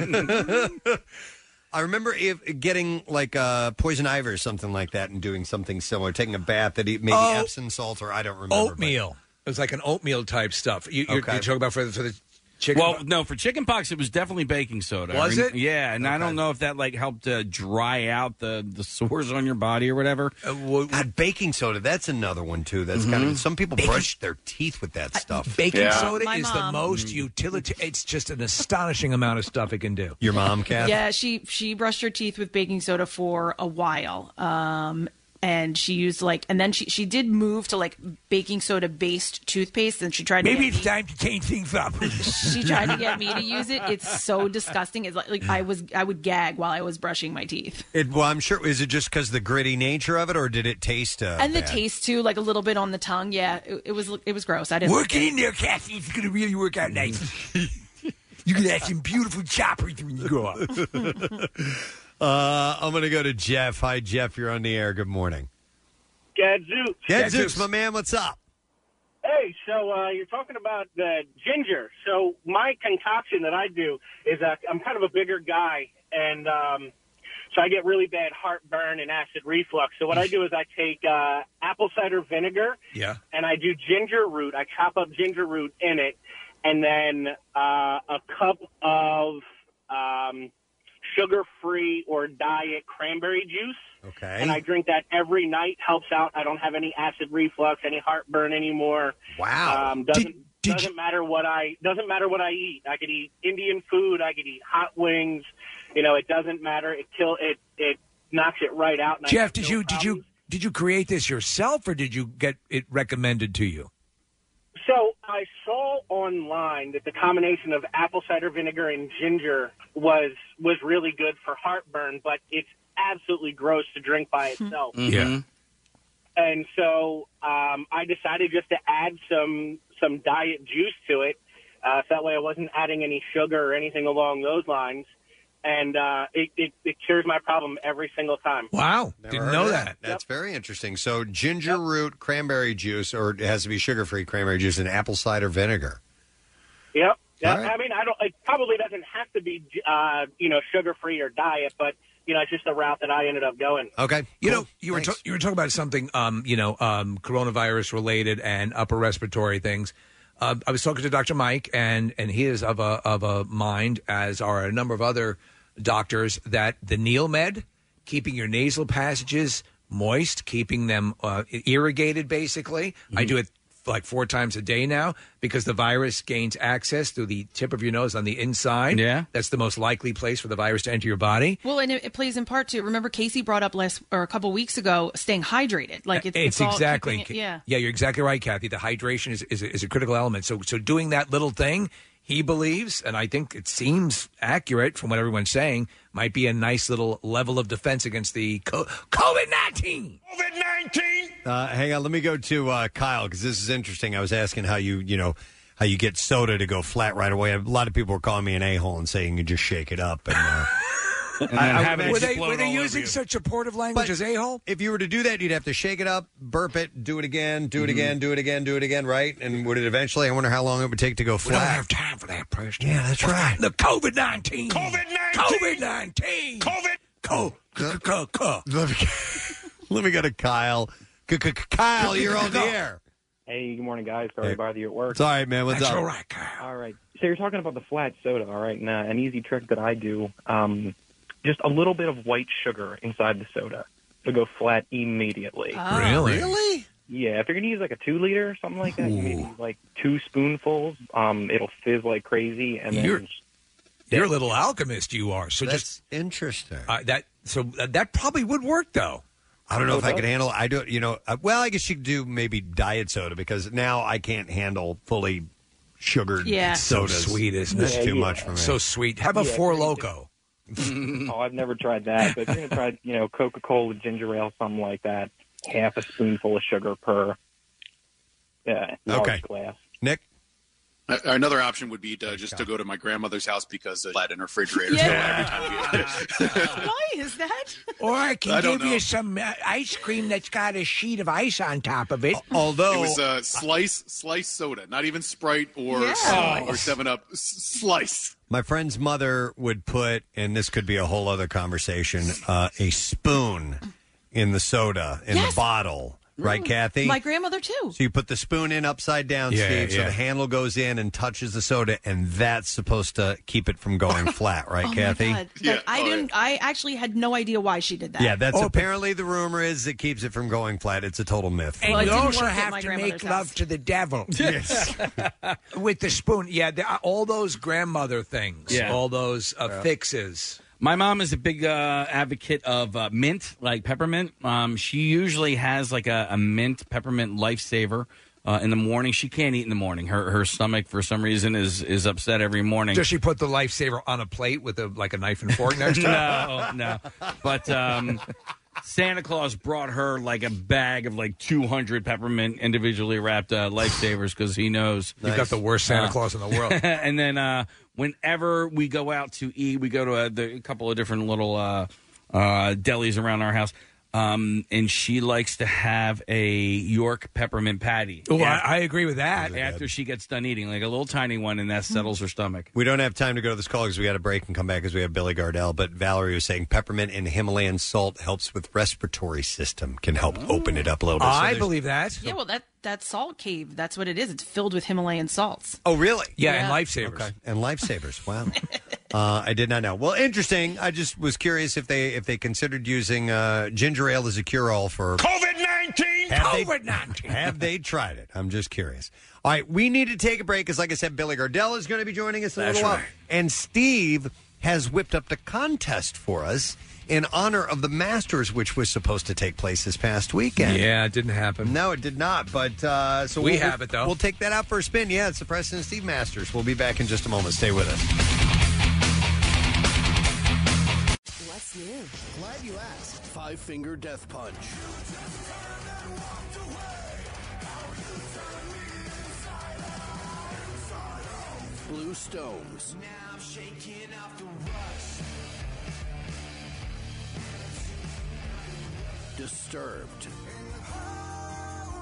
Speaker 2: Uh, I remember if, getting like uh, poison ivy or something like that, and doing something similar, taking a bath that maybe
Speaker 4: Oh.
Speaker 2: Epsom salt or I don't remember.
Speaker 5: Oh.
Speaker 2: but-
Speaker 4: Oatmeal. It was like an oatmeal type stuff. You, you're,
Speaker 2: Okay.
Speaker 4: you're talking about for the, for the chicken.
Speaker 5: well, no, for chicken pox it was definitely baking soda.
Speaker 4: Was
Speaker 5: I
Speaker 4: it?
Speaker 5: Yeah, and I don't know if that like helped uh, dry out the the sores on your body or whatever.
Speaker 4: Uh,
Speaker 2: God, baking soda, that's another one too. That's kind
Speaker 5: Mm-hmm.
Speaker 2: of some people brush their teeth with that stuff. Hmm.
Speaker 4: Baking soda is the most utilitarian. It's just an astonishing amount of stuff it can do.
Speaker 2: Your mom, Kath?
Speaker 3: Yeah, she she brushed her teeth with baking soda for a while. Um and she used like and then she she did move to like baking soda based toothpaste and she tried to
Speaker 4: Maybe
Speaker 3: get
Speaker 4: it's time to change things up.
Speaker 3: she tried to get me to use it. It's so disgusting. It's like, like I was I would gag while I was brushing my teeth.
Speaker 2: It, well, I'm sure. Is it just because the gritty nature of it, or did it taste? Uh,
Speaker 3: and the
Speaker 2: bad?
Speaker 3: taste too, like a little bit on the tongue. Yeah, it, it was it was gross. I didn't like it.
Speaker 4: Kathy. It's going to really work out nice. You're going to have some beautiful choppers when you grow up.
Speaker 2: Uh, I'm going to go to Jeff. Hi, Jeff. You're on the air. Good morning.
Speaker 18: Gadzooks.
Speaker 2: Gadzooks, my man. What's up?
Speaker 18: Hey, so uh, you're talking about the ginger. So my concoction that I do is uh, I'm kind of a bigger guy, and um, so I get really bad heartburn and acid reflux. So what I do is I take uh, apple cider vinegar
Speaker 4: Yeah.
Speaker 18: and I do ginger root. I chop up ginger root in it, and then uh, a cup of um, sugar-free or diet cranberry juice.
Speaker 2: Okay.
Speaker 18: And I drink that every night. Helps out. I don't have any acid reflux, any heartburn anymore.
Speaker 2: Wow.
Speaker 18: Um, doesn't doesn't matter what I doesn't matter what I eat. I could eat Indian food. I could eat hot wings. You know, it doesn't matter. It kill it it knocks it right out. and I
Speaker 4: Jeff,
Speaker 18: have
Speaker 4: did
Speaker 18: no
Speaker 4: you did you did you create this yourself, or did you get it recommended to you?
Speaker 18: So I saw online that the combination of apple cider vinegar and ginger was was really good for heartburn, but it's absolutely gross to drink by itself.
Speaker 10: Mm-hmm.
Speaker 5: Mm-hmm.
Speaker 10: Yeah.
Speaker 18: And so um, I decided just to add some some diet juice to it, Uh, so that way I wasn't adding any sugar or anything along those lines. And uh, it, it, it cures my problem every single time.
Speaker 2: Wow.
Speaker 18: Didn't know that.
Speaker 2: That's very interesting. So, ginger root cranberry juice, or it has to be sugar free cranberry juice, and apple cider vinegar.
Speaker 18: Yep. yep.
Speaker 2: All right.
Speaker 18: I mean, I don't. It probably doesn't have to be, uh, you know, sugar free or diet, but you know, it's just the route that I ended up going.
Speaker 2: Okay.
Speaker 4: You know, you were ta- you were talking about something, um, you know, um, coronavirus related and upper respiratory things. Uh, I was talking to Dr. Mike, and and he is of a of a mind, as are a number of other doctors, that the Neil Med, keeping your nasal passages moist, keeping them uh, irrigated, basically. I do it like four times a day now because the virus gains access through the tip of your nose on the inside. Yeah, that's the most likely place for the virus to enter your body.
Speaker 3: Well, and it, it plays in part to remember Casey brought up last or a couple weeks ago staying hydrated. Like it's, it's, all
Speaker 4: exactly
Speaker 3: keeping it- yeah.
Speaker 4: yeah you're exactly right kathy the hydration is, is, is a critical element so so doing that little thing he believes and i think it seems accurate from what everyone's saying might be a nice little level of defense against the co- covid-19
Speaker 2: 19. Uh, hang on, let me go to uh, Kyle because this is interesting. I was asking how you, you know, how you get soda to go flat right away. A lot of people were calling me an a hole and saying you just shake it up and. Uh,
Speaker 4: And then have it Were they- explode were they all over using you. such a portive language as a hole?
Speaker 2: If you were to do that, you'd have to shake it up, burp it, do it again, do it
Speaker 4: Mm-hmm.
Speaker 2: again, do it again, do it again, right? And would it eventually? I wonder how long it would take to go
Speaker 4: we don't
Speaker 2: flat.
Speaker 4: have time for that preston
Speaker 2: Yeah, that's right.
Speaker 4: the covid-19 covid-19 covid-19 covid co- co- co- co-
Speaker 2: Let me, let me go to Kyle. K- k- k- Kyle, you're on the air.
Speaker 7: Hey, good morning, guys. Sorry
Speaker 2: Hey.
Speaker 7: to bother you at work.
Speaker 2: It's all right, man. What's That's up? all right,
Speaker 7: All right. So you're talking about the flat soda, all right? Now, an easy trick that I do, um, just a little bit of white sugar inside the soda. It'll go flat immediately.
Speaker 10: Ah. Really? Really?
Speaker 7: Yeah. If you're gonna use like a two liter or something like that, maybe like two spoonfuls. Um, it'll fizz like crazy, and then
Speaker 4: You're- You're a little alchemist, you are. So
Speaker 2: That's
Speaker 4: just
Speaker 2: interesting.
Speaker 4: Uh, that so uh, that probably would work though.
Speaker 2: I don't know if I could handle. I do. You know. uh, Well, I guess you could do maybe diet soda because now I can't handle fully sugared
Speaker 4: Yeah. So
Speaker 2: sodas.
Speaker 4: sweet, isn't
Speaker 2: That's
Speaker 4: it?
Speaker 2: too
Speaker 7: Yeah.
Speaker 2: much for me.
Speaker 4: So sweet. How about
Speaker 7: Yeah,
Speaker 4: four
Speaker 7: it's-
Speaker 4: loco?
Speaker 7: oh, I've never tried that. But if you're gonna try, you know, Coca Cola, ginger ale, something like that, half a spoonful of sugar per. Yeah. large
Speaker 9: Okay.
Speaker 7: Glass.
Speaker 2: Nick?
Speaker 9: Uh, Another option would be to, just to go to my grandmother's house because uh, flat in her refrigerator.
Speaker 3: Why is that?
Speaker 4: Or I
Speaker 9: can I don't give you know.
Speaker 4: some uh, ice cream that's got a sheet of ice on top of it.
Speaker 2: Although
Speaker 9: it was uh, slice slice soda, not even Sprite or
Speaker 4: Yeah.
Speaker 9: Slice or Seven Up. S- slice.
Speaker 2: My friend's mother would put, and this could be a whole other conversation, uh, a spoon in the soda in
Speaker 3: Yes. Mm.
Speaker 2: the bottle, right, Kathy?
Speaker 3: My grandmother too.
Speaker 2: so you put the spoon in upside down,
Speaker 4: Yeah,
Speaker 2: Steve, so
Speaker 4: yeah.
Speaker 2: the handle goes in and touches the soda, and that's supposed to keep it from going flat, right,
Speaker 3: oh
Speaker 2: Kathy?
Speaker 3: My God. That-
Speaker 9: oh,
Speaker 3: I didn't. I actually had no idea why she did that.
Speaker 2: Yeah,
Speaker 4: Oh,
Speaker 2: that's apparently the rumor is it keeps it from going flat. It's a total myth.
Speaker 4: And
Speaker 3: Well, it
Speaker 4: you
Speaker 3: didn't
Speaker 4: also
Speaker 3: work at
Speaker 4: have
Speaker 3: my
Speaker 4: to make
Speaker 3: grandmother's
Speaker 4: love to the devil.
Speaker 2: Yes.
Speaker 4: With the spoon. Yeah, the, uh, all those grandmother things.
Speaker 5: Yeah.
Speaker 4: All those uh,
Speaker 5: Yeah.
Speaker 4: fixes.
Speaker 5: My mom is a big uh, advocate of uh, mint, like peppermint. Um, she usually has like a, a mint peppermint lifesaver uh, in the morning. She can't eat in the morning. Her her stomach for some reason is is upset every morning.
Speaker 4: Does she put the lifesaver on a plate with a like a knife and fork next to
Speaker 5: no,
Speaker 4: it?
Speaker 5: no. But um, Santa Claus brought her like a bag of like 200 peppermint individually wrapped uh, lifesavers because he knows Uh,
Speaker 4: You've got the worst Santa Claus in the world.
Speaker 5: and then uh, whenever we go out to eat, we go to a, the, a couple of different little uh, uh, delis around our house. Um, and she likes to have a York peppermint patty.
Speaker 4: Oh,
Speaker 5: Yeah.
Speaker 4: I, I agree with that.
Speaker 5: after she gets done eating, like a little tiny one, and that settles her stomach.
Speaker 2: We don't have time to go to this call because we got a break and come back because we have Billy Gardell. But Valerie was saying peppermint and Himalayan salt helps with respiratory system, can help open it up a little bit. So
Speaker 4: I
Speaker 2: there's-
Speaker 4: believe that.
Speaker 3: Yeah, well, that that salt cave. That's what it is. It's filled with Himalayan salts.
Speaker 2: Oh, really?
Speaker 3: Yeah, and Yeah.
Speaker 4: lifesavers.
Speaker 2: Okay. And lifesavers. Wow. uh, I did not know. Well, interesting. I just was curious if they if they considered using uh, ginger ale as a cure all for
Speaker 10: COVID 19!
Speaker 2: COVID 19! Have they tried it? I'm just curious. All right, we need to take a break because, like I said, Billy Gardell is going to be joining us in a
Speaker 10: That's
Speaker 2: little while.
Speaker 10: right.
Speaker 2: And Steve has whipped up the contest for us in honor of the Masters, which was supposed to take place this past weekend.
Speaker 4: Yeah, it didn't happen.
Speaker 2: No, it did not. But uh, so
Speaker 4: We
Speaker 2: we'll-
Speaker 4: have it, though.
Speaker 2: We'll take that out for a spin. Yeah, it's the President Steve Masters. We'll be back in just a moment. Stay with us.
Speaker 19: What's new? Glad you asked. Five Finger Death Punch. Rolling Stones. Now I'm shaking off the rust. Disturbed.
Speaker 2: um,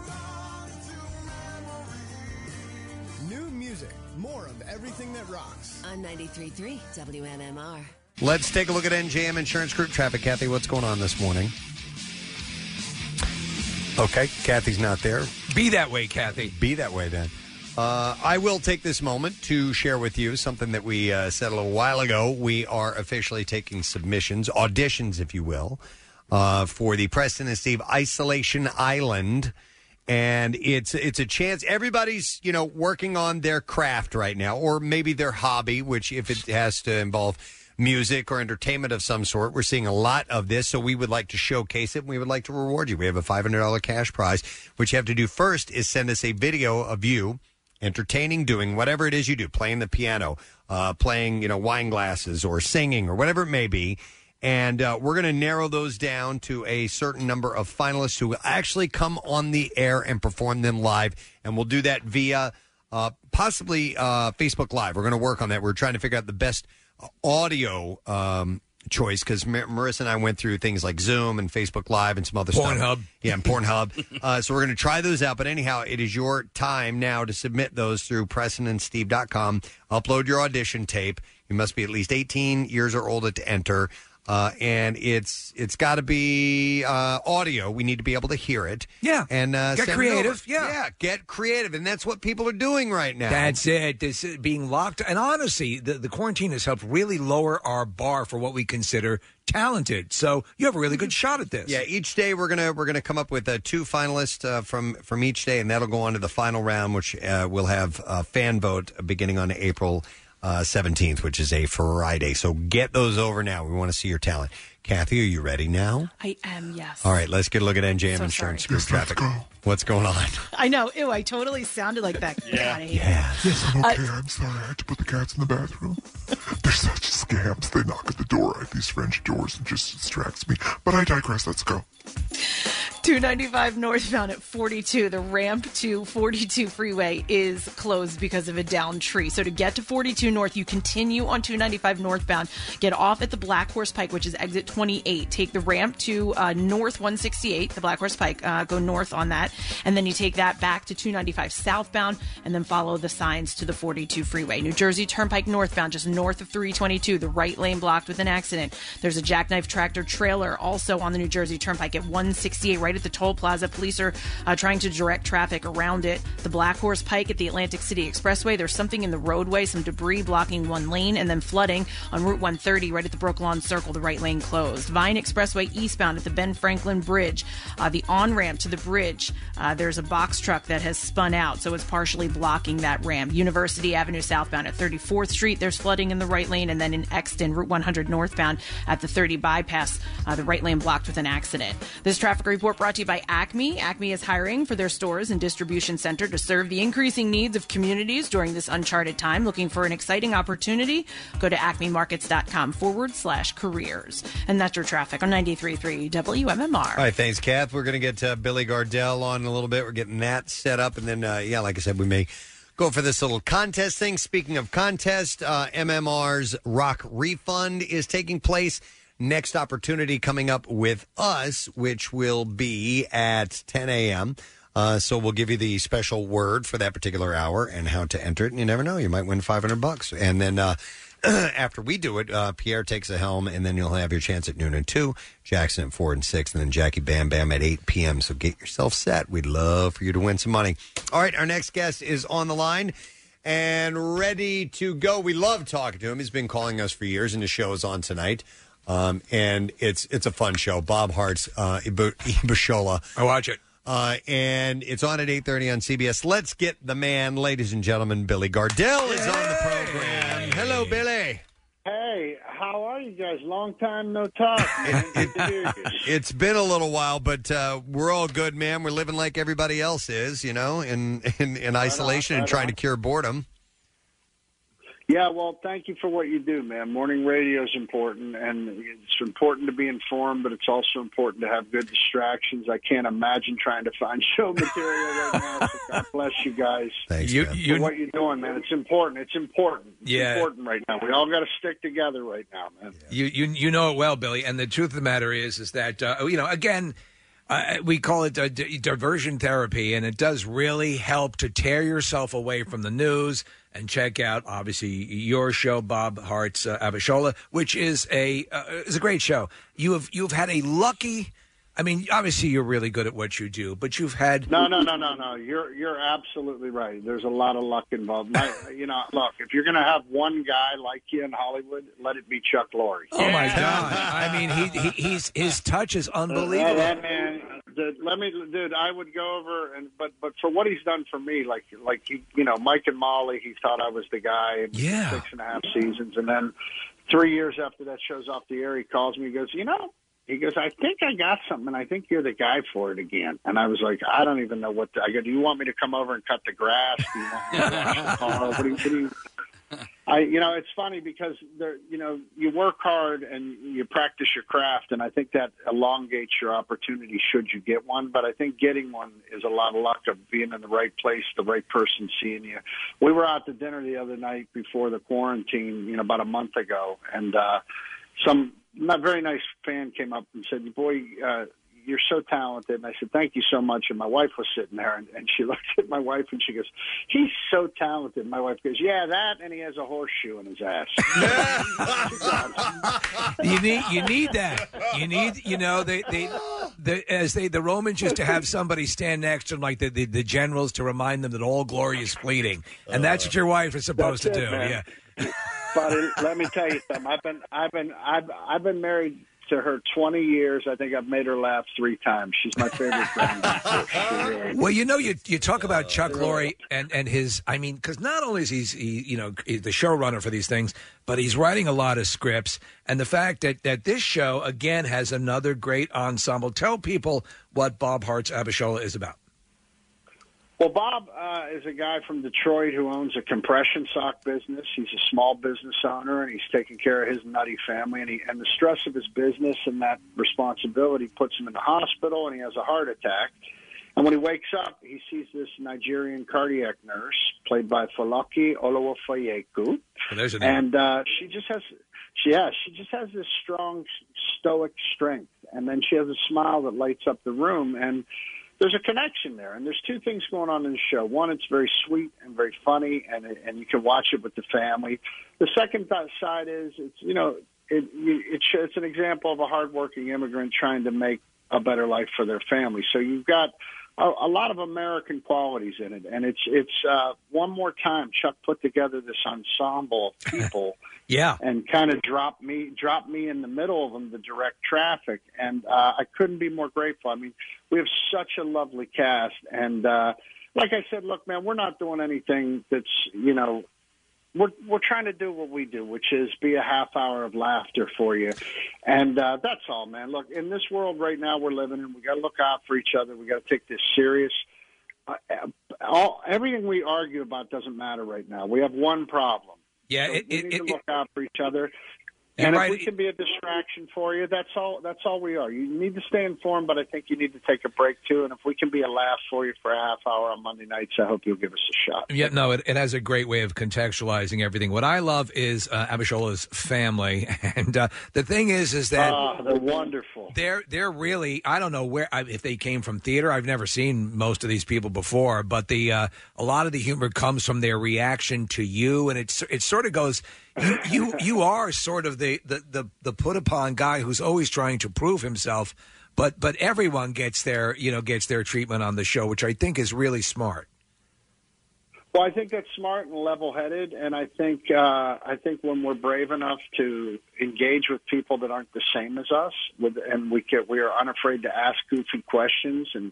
Speaker 8: New music, more of everything that rocks.
Speaker 25: On 93.3 WMMR.
Speaker 2: Let's take a look at NJM Insurance Group traffic. Kathy, what's going on this morning? Okay, Kathy's not there.
Speaker 4: Be that way, Kathy.
Speaker 2: Be that way then. Uh, I will take this moment to share with you something that we uh, said a little while ago. We are officially taking submissions, auditions, if you will, uh, for the Preston and Steve Isolation Island. And it's it's a chance. Everybody's you know working on their craft right now, or maybe their hobby, which if it has to involve music or entertainment of some sort, we're seeing a lot of this. So we would like to showcase it. and We would like to reward you. We have a five hundred dollar cash prize. What you have to do first is send us a video of you entertaining, doing whatever it is you do, playing the piano, uh, playing, you know, wine glasses or singing or whatever it may be. And uh, we're going to narrow those down to a certain number of finalists who will actually come on the air and perform them live. And we'll do that via uh, possibly uh, Facebook Live. We're going to work on that. We're trying to figure out the best uh, audio um, choice because Mar- Marissa and I went through things like Zoom and Facebook Live and some other stuff.
Speaker 4: Pornhub.
Speaker 2: Yeah, and Pornhub. uh, so we're going to try those out. But anyhow, it is your time now to submit those through PrestonandSteve.com. Upload your audition tape. You must be at least 18 years or older to enter. Uh, and it's it's got to be uh, audio. We need to be able to hear it. Yeah, and uh,
Speaker 4: Get
Speaker 2: send it over.
Speaker 4: creative, yeah.
Speaker 2: yeah, get creative, and that's what people are doing right now.
Speaker 4: That's it. This is being locked. And honestly, the, the quarantine has helped really lower our bar for what we consider talented. So you have a really good shot at this.
Speaker 2: Mm-hmm. Yeah, each day we're gonna we're gonna come up with uh, two finalists uh, from from each day, and that'll go on to the final round, which uh, will have a fan vote beginning on April uh, seventeenth, which is a Friday. So get those over now. We want to see your talent. Kathy, are you ready now?
Speaker 3: I am, yes.
Speaker 2: All right, let's get a look at NJM
Speaker 3: So
Speaker 2: Insurance
Speaker 3: sorry.
Speaker 2: Group traffic. What's going on?
Speaker 3: I know. Ew, I totally sounded like that. Get outta here.
Speaker 6: Yes, I'm okay.
Speaker 3: Uh,
Speaker 6: I'm sorry. I had to put the cats in the bathroom. They're such scams. They knock at the door at these French doors and just distracts me. But I digress. Let's go.
Speaker 3: 295 northbound at 42. The ramp to 42 freeway is closed because of a downed tree. So to get to 42 north, you continue on 295 northbound, get off at the Black Horse Pike, which is exit 28. Take the ramp to uh, north 168, the Black Horse Pike. Uh, go north on that, and then you take that back to 295 southbound, and then follow the signs to the 42 freeway. New Jersey Turnpike northbound, just north of 322. The right lane blocked with an accident. There's a jackknife tractor trailer also on the New Jersey Turnpike at 168, right at the toll plaza. Police are uh, trying to direct traffic around it. The Black Horse Pike at the Atlantic City Expressway. There's something in the roadway, some debris blocking one lane, and then flooding on Route 130, right at the Brooklawn Circle. The right lane closed. Vine Expressway eastbound at the Ben Franklin Bridge. Uh, the on ramp to the bridge, uh, there's a box truck that has spun out, so it's partially blocking that ramp. University Avenue southbound at 34th Street, there's flooding in the right lane, and then in Exton, Route 100 northbound at the 30 bypass, uh, the right lane blocked with an accident. This traffic report brought to you by Acme. Acme is hiring for their stores and distribution center to serve the increasing needs of communities during this uncharted time. Looking for an exciting opportunity? Go to acmemarkets.com forward slash careers. And that's your traffic on 93.3 WMMR.
Speaker 2: All right, thanks, Kath. We're going to get uh, Billy Gardell on in a little bit. We're getting that set up, and then uh, yeah, like I said, we may go for this little contest thing. Speaking of contest, uh, MMR's Rock Refund is taking place. Next opportunity coming up with us, which will be at 10 a.m. Uh, so we'll give you the special word for that particular hour and how to enter it. And you never know, you might win 500 bucks. And then uh, after we do it, uh, Pierre takes the helm, and then you'll have your chance at noon and two, Jackson at four and six, and then Jackie Bam Bam at 8 p.m. So get yourself set. We'd love for you to win some money. All right, our next guest is on the line and ready to go. We love talking to him. He's been calling us for years, and his show is on tonight. Um, and it's it's a fun show. Bob Hart's uh, Ibu- Ibishola.
Speaker 4: I watch it.
Speaker 2: Uh, and it's on at 8.30 on CBS. Let's get the man, ladies and gentlemen, Billy Gardell is on the program. Hello, Billy.
Speaker 24: Hey, how are you guys? Long time no talk. Man. Good to hear you.
Speaker 2: It's been a little while, but uh, we're all good, man. We're living like everybody else is, you know, in in, in isolation and
Speaker 24: right
Speaker 2: trying
Speaker 24: on.
Speaker 2: to cure boredom.
Speaker 24: Yeah, well, thank you for what you do, man. Morning radio is important, and it's important to be informed, but it's also important to have good distractions. I can't imagine trying to find show material right now. So God bless you guys.
Speaker 2: Thanks,
Speaker 24: you, for what you're doing, man. It's important. It's important. It's
Speaker 4: Yeah.
Speaker 24: important right now. We all got to stick together right now, man.
Speaker 4: You you you know it well, Billy. And the truth of the matter is, is that uh, you know again. Uh, we call it uh, d- diversion therapy, and it does really help to tear yourself away from the news and check out, obviously, your show, Bob Hart's uh, Abishola, which is a uh, is a great show. You have you've had a lucky, I mean, obviously, you're really good at what you do, but you've had
Speaker 24: No, no, no, no, no. You're you're absolutely right. There's a lot of luck involved. My, you know, look, if you're going to have one guy like you in Hollywood, let it be Chuck Lorre.
Speaker 4: Oh my God! I mean, he, he he's his touch is
Speaker 24: Uh,
Speaker 4: unbelievable.
Speaker 24: that man, dude, let me, dude. I would go over and, but, but for what he's done for me, like, like he, you know, Mike and Molly, he thought I was the guy. in
Speaker 10: Yeah.
Speaker 24: Six and a half seasons, and then three years after that show's off the air, he calls me. He goes, you know, he goes, I think I got something, and I think you're the guy for it again. And I was like, I don't even know what. To, I go, do you want me to come over and cut the grass? Do you want me to wash the car? What do you, what do you, I, you know, it's funny because there, you know, you work hard and you practice your craft, and I think that elongates your opportunity should you get one. But I think getting one is a lot of luck of being in the right place, the right person seeing you. We were out to dinner the other night before the quarantine, you know, about a month ago, and uh, some not very nice fan came up and said, "Boy, uh, you're so talented." And I said, "Thank you so much." And my wife was sitting there, and, and she looked at my wife and she goes, "He's so talented." And my wife goes, "Yeah, that, and he has a horseshoe in his ass."
Speaker 4: you need you need that. You need you know they they the, as they the Romans used to have somebody stand next to them like the, the, the generals to remind them that all glory is fleeting, and that's what your wife is supposed to
Speaker 24: That's
Speaker 4: do.
Speaker 24: it, man.
Speaker 4: Yeah,
Speaker 24: but uh, let me tell you something. I've been, I've been, I've, I've been married to her 20 years. I think I've made her laugh three times. She's my favorite friend.
Speaker 4: Well, you know, you you talk about Chuck Lorre and and his. I mean, because not only is he's he, you know he's the showrunner for these things, but he's writing a lot of scripts. And the fact that that this show again has another great ensemble. Tell people what Bob Hart's Abishola is about.
Speaker 24: Well, Bob uh, is a guy from Detroit who owns a compression sock business. He's a small business owner, and he's taking care of his nutty family. And, he, and the stress of his business and that responsibility puts him in the hospital, and he has a heart attack. And when he wakes up, he sees this Nigerian cardiac nurse played by Falaki Oluwafayeku,
Speaker 4: Well, there's a name.
Speaker 24: and uh, she just has, she, yeah, she just has this strong stoic strength, and then she has a smile that lights up the room, and there's a connection there. And there's two things going on in the show. One, it's very sweet and very funny, and and you can watch it with the family. The second th- side is it's you know it, you, it sh- it's an example of a hardworking immigrant trying to make a better life for their family. So you've got a, a lot of American qualities in it, and it's it's uh, one more time Chuck put together this ensemble of people
Speaker 4: Yeah.
Speaker 24: and kind of dropped me dropped me in the middle of them to direct traffic and uh, I couldn't be more grateful. I mean, we have such a lovely cast and uh like I said, look man, we're not doing anything that's, you know, we're we're trying to do what we do, which is be a half hour of laughter for you. And uh that's all, man. Look, in this world right now we're living in, we got to look out for each other. We got to take this serious uh, uh, all, everything we argue about doesn't matter right now. We have one problem.
Speaker 4: Yeah,
Speaker 24: So
Speaker 4: it,
Speaker 24: we
Speaker 4: it,
Speaker 24: need
Speaker 4: it,
Speaker 24: to look out for each other.
Speaker 4: You're
Speaker 24: And
Speaker 4: right.
Speaker 24: if we can be a distraction for you, that's all. That's all we are. You need to stay informed, but I think you need to take a break too. And if we can be a laugh for you for a half hour on Monday nights, I hope you'll give us a shot.
Speaker 4: Yeah, no, it, it has a great way of contextualizing everything. What I love is uh, Abishola's family, and uh, the thing is, is that
Speaker 24: Ah, they're wonderful.
Speaker 4: They're they're really I don't know where I, if they came from theater. I've never seen most of these people before, but the uh, a lot of the humor comes from their reaction to you, and it's it sort of goes you you, you are sort of the, the the the put upon guy who's always trying to prove himself, but but everyone gets their you know gets their treatment on the show, which I think is really smart.
Speaker 24: Well, I think that's smart and level-headed, and I think uh, I think when we're brave enough to engage with people that aren't the same as us, with, and we get we are unafraid to ask goofy questions and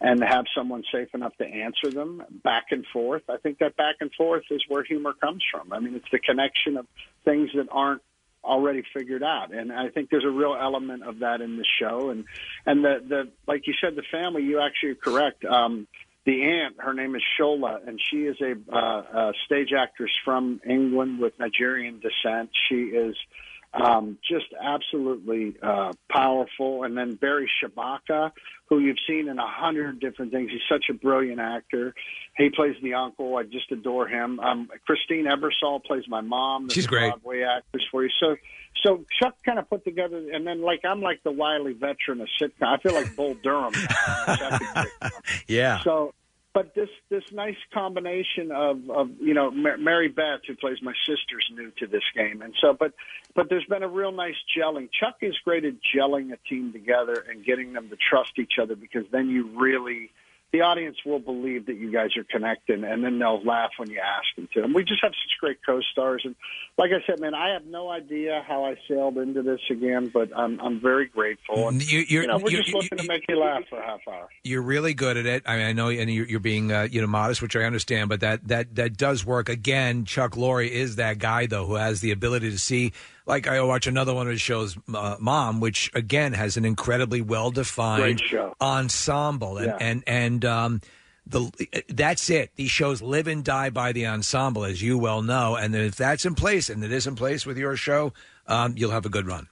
Speaker 24: and have someone safe enough to answer them back and forth. I think that back and forth is where humor comes from. I mean, it's the connection of things that aren't already figured out and i think there's a real element of that in this show and and the the like you said the family you actually are correct um the aunt, her name is Shola, and she is a, uh, a stage actress from England with Nigerian descent. She is um, just absolutely uh, powerful. And then Barry Shabaka, who you've seen in a hundred different things. He's such a brilliant actor. He plays the uncle. I just adore him. Um, Christine Ebersol plays my mom.
Speaker 4: She's
Speaker 24: a
Speaker 4: great.
Speaker 24: Broadway actress for you. So, so Chuck kind of put together, and then like I'm like the wily veteran of sitcom. I feel like Bull Durham.
Speaker 4: Yeah.
Speaker 24: So, but this this nice combination of of you know Ma- Mary Beth, who plays my sister's new to this game, and so but but there's been a real nice gelling. Chuck is great at gelling a team together and getting them to trust each other because then you really the audience will believe that you guys are connected, and then they'll laugh when you ask them to. And we just have such great co-stars. And like I said, man, I have no idea how I sailed into this again, but I'm I'm very grateful. And,
Speaker 4: You- you're-
Speaker 24: know, we're
Speaker 4: you're-
Speaker 24: just looking to make you laugh for a half hour.
Speaker 4: You're really good at it. I mean, I know, and you're, you're being uh, you know modest, which I understand, but that that that does work. Again, Chuck Lorre is that guy though who has the ability to see. Like I watch another one of his shows, uh, Mom, which again has an incredibly well defined
Speaker 24: Great show.
Speaker 4: ensemble, and
Speaker 24: Yeah.
Speaker 4: and and um, the that's it. These shows live and die by the ensemble, as you well know. And if that's in place, and it is in place with your show, um, you'll have a good run.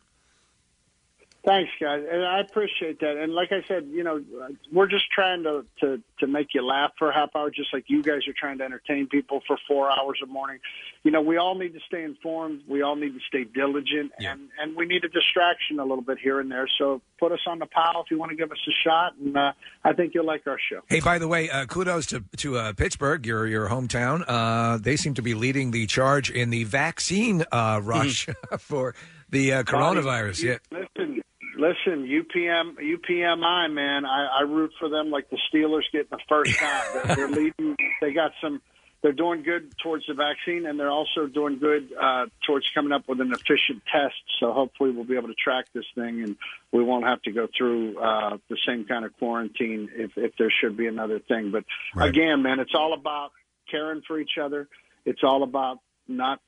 Speaker 24: Thanks, guys, and I appreciate that. And like I said, you know, uh, we're just trying to to to make you laugh for a half hour, just like you guys are trying to entertain people for four hours a morning. You know, we all need to stay informed. We all need to stay diligent, and and we need a distraction a little bit here and there. So put us on the pile if you want to give us a shot, and uh, I think you'll like our show.
Speaker 4: Hey, by the way, uh, kudos to to uh, Pittsburgh, your your hometown. Uh, they seem to be leading the charge in the vaccine uh, rush for the uh, coronavirus. Yeah.
Speaker 24: Listen, listen, UPM, UPMI, man. I, I root for them like the Steelers getting the first time. They're, they're leading. They got some. They're doing good towards the vaccine, and they're also doing good uh, towards coming up with an efficient test. So hopefully, we'll be able to track this thing, and we won't have to go through uh, the same kind of quarantine if, if there should be another thing. But
Speaker 10: Right.
Speaker 24: again, man, it's all about caring for each other. It's all about not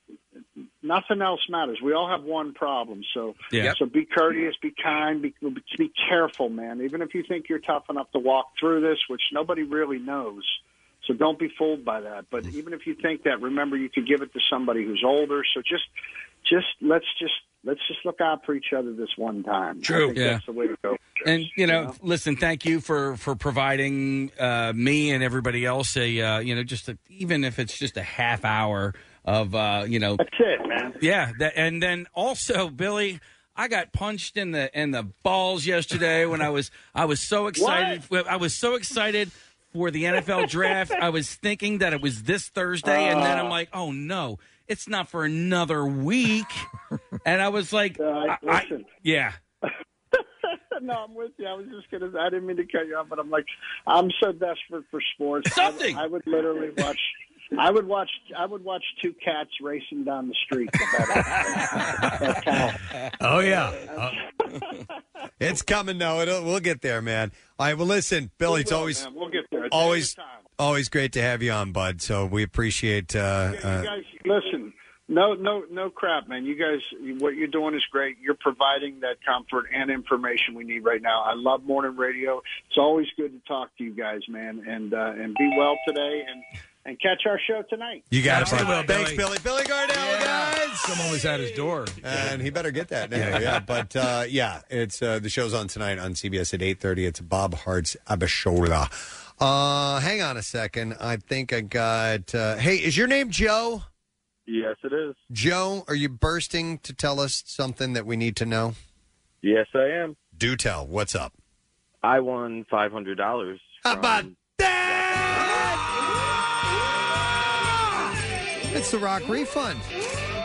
Speaker 24: nothing else matters. We all have one problem. So
Speaker 10: Yeah.
Speaker 24: so be courteous, be kind, be be careful, man. Even if you think you're tough enough to walk through this, which nobody really knows. So don't be fooled by that. But even if you think that, remember you could give it to somebody who's older. So just just let's just let's just look out for each other this one time. I
Speaker 5: True.
Speaker 24: think
Speaker 5: Yeah.
Speaker 24: That's the way to go.
Speaker 5: And you know, listen, thank you for for providing uh, me and everybody else a uh, you know just a, even if it's just a half hour of uh, you know that's
Speaker 24: it, man.
Speaker 5: Yeah, that, and then also Billy. I got punched in the in the balls yesterday when I was I was so excited I was so excited for the NFL draft. I was thinking that it was this Thursday and
Speaker 24: Uh.
Speaker 5: then I'm
Speaker 1: Ah.
Speaker 5: like, "Oh no, it's not for another week." and I was like, I- I- "Yeah,
Speaker 24: no, I'm with you. I was just gonna. I didn't mean to cut you off, but I'm like, I'm so desperate for sports. Something. I, would literally watch. I would watch. I would watch two cats racing down the street. uh,
Speaker 2: Oh yeah. Uh, it's coming though. It'll, we'll get there, man. All right. Well, listen, Billy. It's
Speaker 24: will,
Speaker 2: always
Speaker 24: man. We'll get there. It's
Speaker 2: Always, always great to have you on, bud. So we appreciate. Uh,
Speaker 24: you
Speaker 2: uh,
Speaker 24: guys, listen. No, no, no crap, man. You guys, what you're doing is great. You're providing that comfort and information we need right now. I love morning radio. It's always good to talk to you guys, man. And uh, and be well today, and and catch our show tonight.
Speaker 2: you got it,
Speaker 4: Yeah,
Speaker 2: bud.
Speaker 4: we will,
Speaker 2: Thanks, Billy. Billy
Speaker 4: Billy.
Speaker 2: Gardell, guys.
Speaker 4: Someone was at his door,
Speaker 2: and he better get that now. Yeah, but uh, yeah, it's uh, the show's on tonight on CBS at eight thirty. It's Bob Hart's Abishola. Uh, hang on a second. I think I got. Uh, hey, is your name Joe?
Speaker 12: Yes, it is.
Speaker 2: Joe, are you bursting to tell us something that we need to know?
Speaker 12: Yes, I am.
Speaker 2: Do tell. What's up?
Speaker 12: I won five hundred dollars.
Speaker 2: How about It's the Rock refund.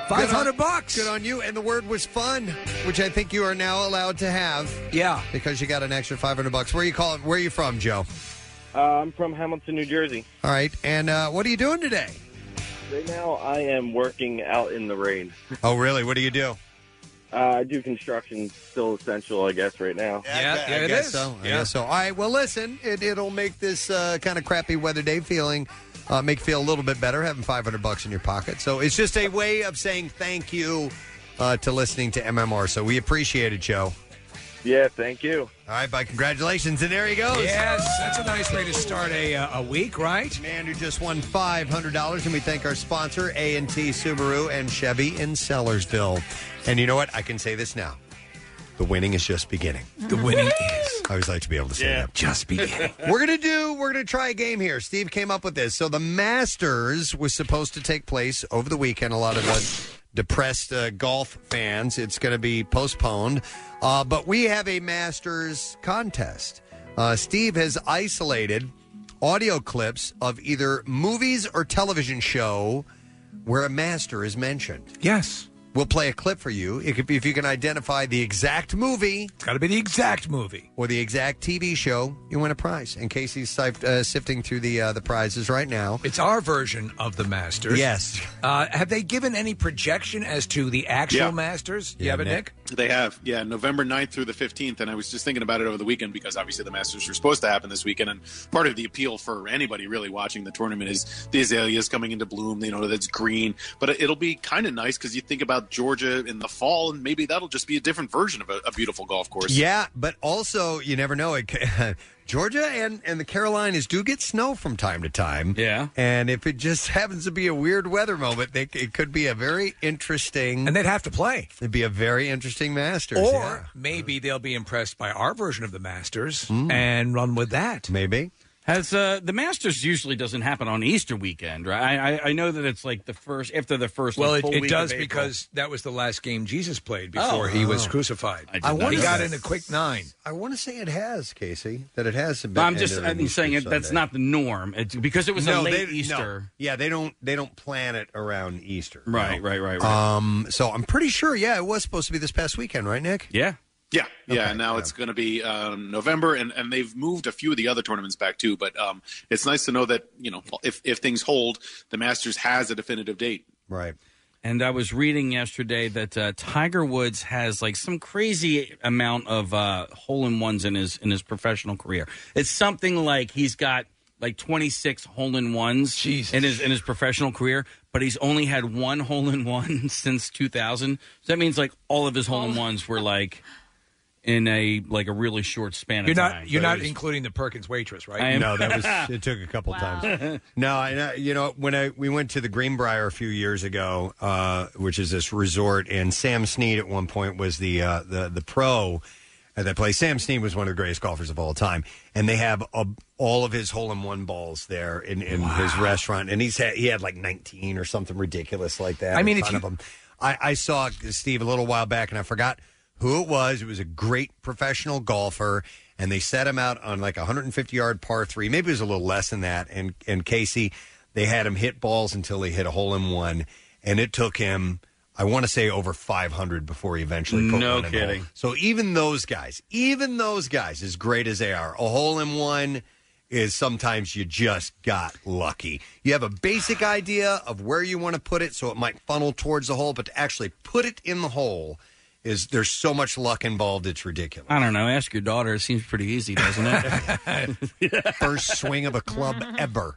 Speaker 4: 500 bucks.
Speaker 2: Good on you. And the word was fun, which I think you are now allowed to have.
Speaker 4: Yeah.
Speaker 2: Because you got an extra 500 bucks. Where you call Where you from, Joe?
Speaker 12: Uh, I'm from Hamilton, New Jersey.
Speaker 2: All right. And uh, what are you doing today?
Speaker 12: Right now, I am working out in the rain.
Speaker 2: Oh, really? What do you do?
Speaker 12: Uh, I do construction, still essential, I guess, right now.
Speaker 2: Yeah, I guess so. I guess so. All right. Well, listen, it, it'll make this uh, kind of crappy weather day feeling uh, make you feel a little bit better having 500 bucks in your pocket. So it's just a way of saying thank you uh, to listening to MMR. So we appreciate it, Joe.
Speaker 1: Yeah, thank you.
Speaker 2: All right, bye. Congratulations, and there he goes.
Speaker 4: Yes, that's a nice way to start a, uh, a week, right?
Speaker 2: Man who just won five hundred dollars, and we thank our sponsor A and T Subaru and Chevy in Sellersville. And you know what? I can say this now: the winning is just beginning.
Speaker 4: The winning is.
Speaker 2: I always like to be able to say
Speaker 4: Yeah.
Speaker 2: that.
Speaker 4: Just beginning.
Speaker 2: we're gonna do. We're gonna try a game here. Steve came up with this. So the Masters was supposed to take place over the weekend. A lot of uh, depressed uh, golf fans. It's gonna be postponed. Uh, but we have a Masters contest. Uh, Steve has isolated audio clips of either movies or television show where a master is mentioned.
Speaker 4: Yes.
Speaker 2: We'll play a clip for you. It could be if you can identify the exact movie. It's
Speaker 4: got to be the exact movie.
Speaker 2: Or the exact TV show, you win a prize. And Casey's sift, uh, sifting through the uh, the prizes right now.
Speaker 4: It's our version of the Masters.
Speaker 2: Yes.
Speaker 4: Uh, have they given any projection as to the actual
Speaker 9: Yeah.
Speaker 4: Masters? you have it, Nick?
Speaker 9: They have, yeah, November 9th through the 15th. And I was just thinking about it over the weekend because obviously the Masters are supposed to happen this weekend. And part of the appeal for anybody really watching the tournament is the azaleas coming into bloom, you know, that's green. But it'll be kind of nice because you think about Georgia in the fall, and maybe that'll just be a different version of a, a beautiful golf course.
Speaker 2: Yeah, but also you never know. It, ca- Georgia and and the Carolinas do get snow from time to time. Yeah, and if it just happens to be a weird weather moment, they, it could be a very interesting.
Speaker 4: And they'd have to play.
Speaker 2: It'd be a very interesting Masters.
Speaker 4: Or
Speaker 2: yeah.
Speaker 4: maybe they'll be impressed by our version of the Masters
Speaker 2: Hmm. Mm.
Speaker 4: and run with that.
Speaker 2: Maybe.
Speaker 5: Has uh, the Masters usually doesn't happen on Easter weekend, right? I, I, I know that it's like the first after the first. like,
Speaker 4: Well, it,
Speaker 5: full
Speaker 4: it
Speaker 5: week
Speaker 4: does
Speaker 5: of April.
Speaker 4: because that was the last game Jesus played before
Speaker 2: Oh.
Speaker 4: he was
Speaker 2: Oh.
Speaker 4: crucified.
Speaker 2: I did I not wonder
Speaker 4: he
Speaker 2: know
Speaker 4: got
Speaker 2: that.
Speaker 4: in a quick nine.
Speaker 2: I want to say it has Casey that it has been.
Speaker 5: No, I'm just
Speaker 2: ended on
Speaker 5: I'm
Speaker 2: Easter
Speaker 5: saying it, that's
Speaker 2: Sunday.
Speaker 5: not the norm. It's because it was a
Speaker 2: No,
Speaker 5: late
Speaker 2: they- no.
Speaker 5: Easter.
Speaker 2: Yeah, they don't they don't plan it around Easter.
Speaker 5: Right, right, right, right.
Speaker 2: Um, so I'm pretty sure. Yeah, it was supposed to be this past weekend, right, Nick?
Speaker 5: Yeah.
Speaker 9: Yeah, yeah. and now it's going to be um, November, and, and they've moved a few of the other tournaments back too. But um, it's nice to know that you know if if things hold, the Masters has a definitive date.
Speaker 2: Right.
Speaker 5: And I was reading yesterday that uh, Tiger Woods has like some crazy amount of uh, hole in ones in his in his professional career. It's something like he's got like 26 hole in ones in his in his professional career, but he's only had one hole in one since 2000. So that means like all of his hole in ones were like in a like a really short span of
Speaker 4: You're
Speaker 5: time.
Speaker 4: not you're
Speaker 5: So it
Speaker 4: not
Speaker 5: was-
Speaker 4: including the Perkins waitress, right?
Speaker 5: I am-
Speaker 2: No, that was it took a couple times. No, I know- you know when I we went to the Greenbrier a few years ago, uh, which is this resort, and Sam Snead at one point was the uh, the the pro at that place. Sam Snead was one of the greatest golfers of all time, and they have uh all of his hole in one balls there in, in his restaurant, and he's had, he had like nineteen or something ridiculous like that.
Speaker 4: I mean,
Speaker 2: in
Speaker 4: if
Speaker 2: front
Speaker 4: you-
Speaker 2: of him. I, I saw Steve a little while back, and I forgot who it was. It was a great professional golfer, and they set him out on like a 150 yard par three. Maybe it was a little less than that. And and Casey, they had him hit balls until he hit a hole in one, and it took him. I want to say over 500 before he eventually put
Speaker 5: No
Speaker 2: one in the hole.
Speaker 5: kidding.
Speaker 2: So even those guys, even those guys, as great as they are, a hole in one is sometimes you just got lucky. You have a basic idea of where you want to put it, so it might funnel towards the hole, but to actually put it in the hole is there's so much luck involved, it's ridiculous.
Speaker 5: I don't know. Ask your daughter. It seems pretty easy, doesn't it?
Speaker 2: First swing of a club ever,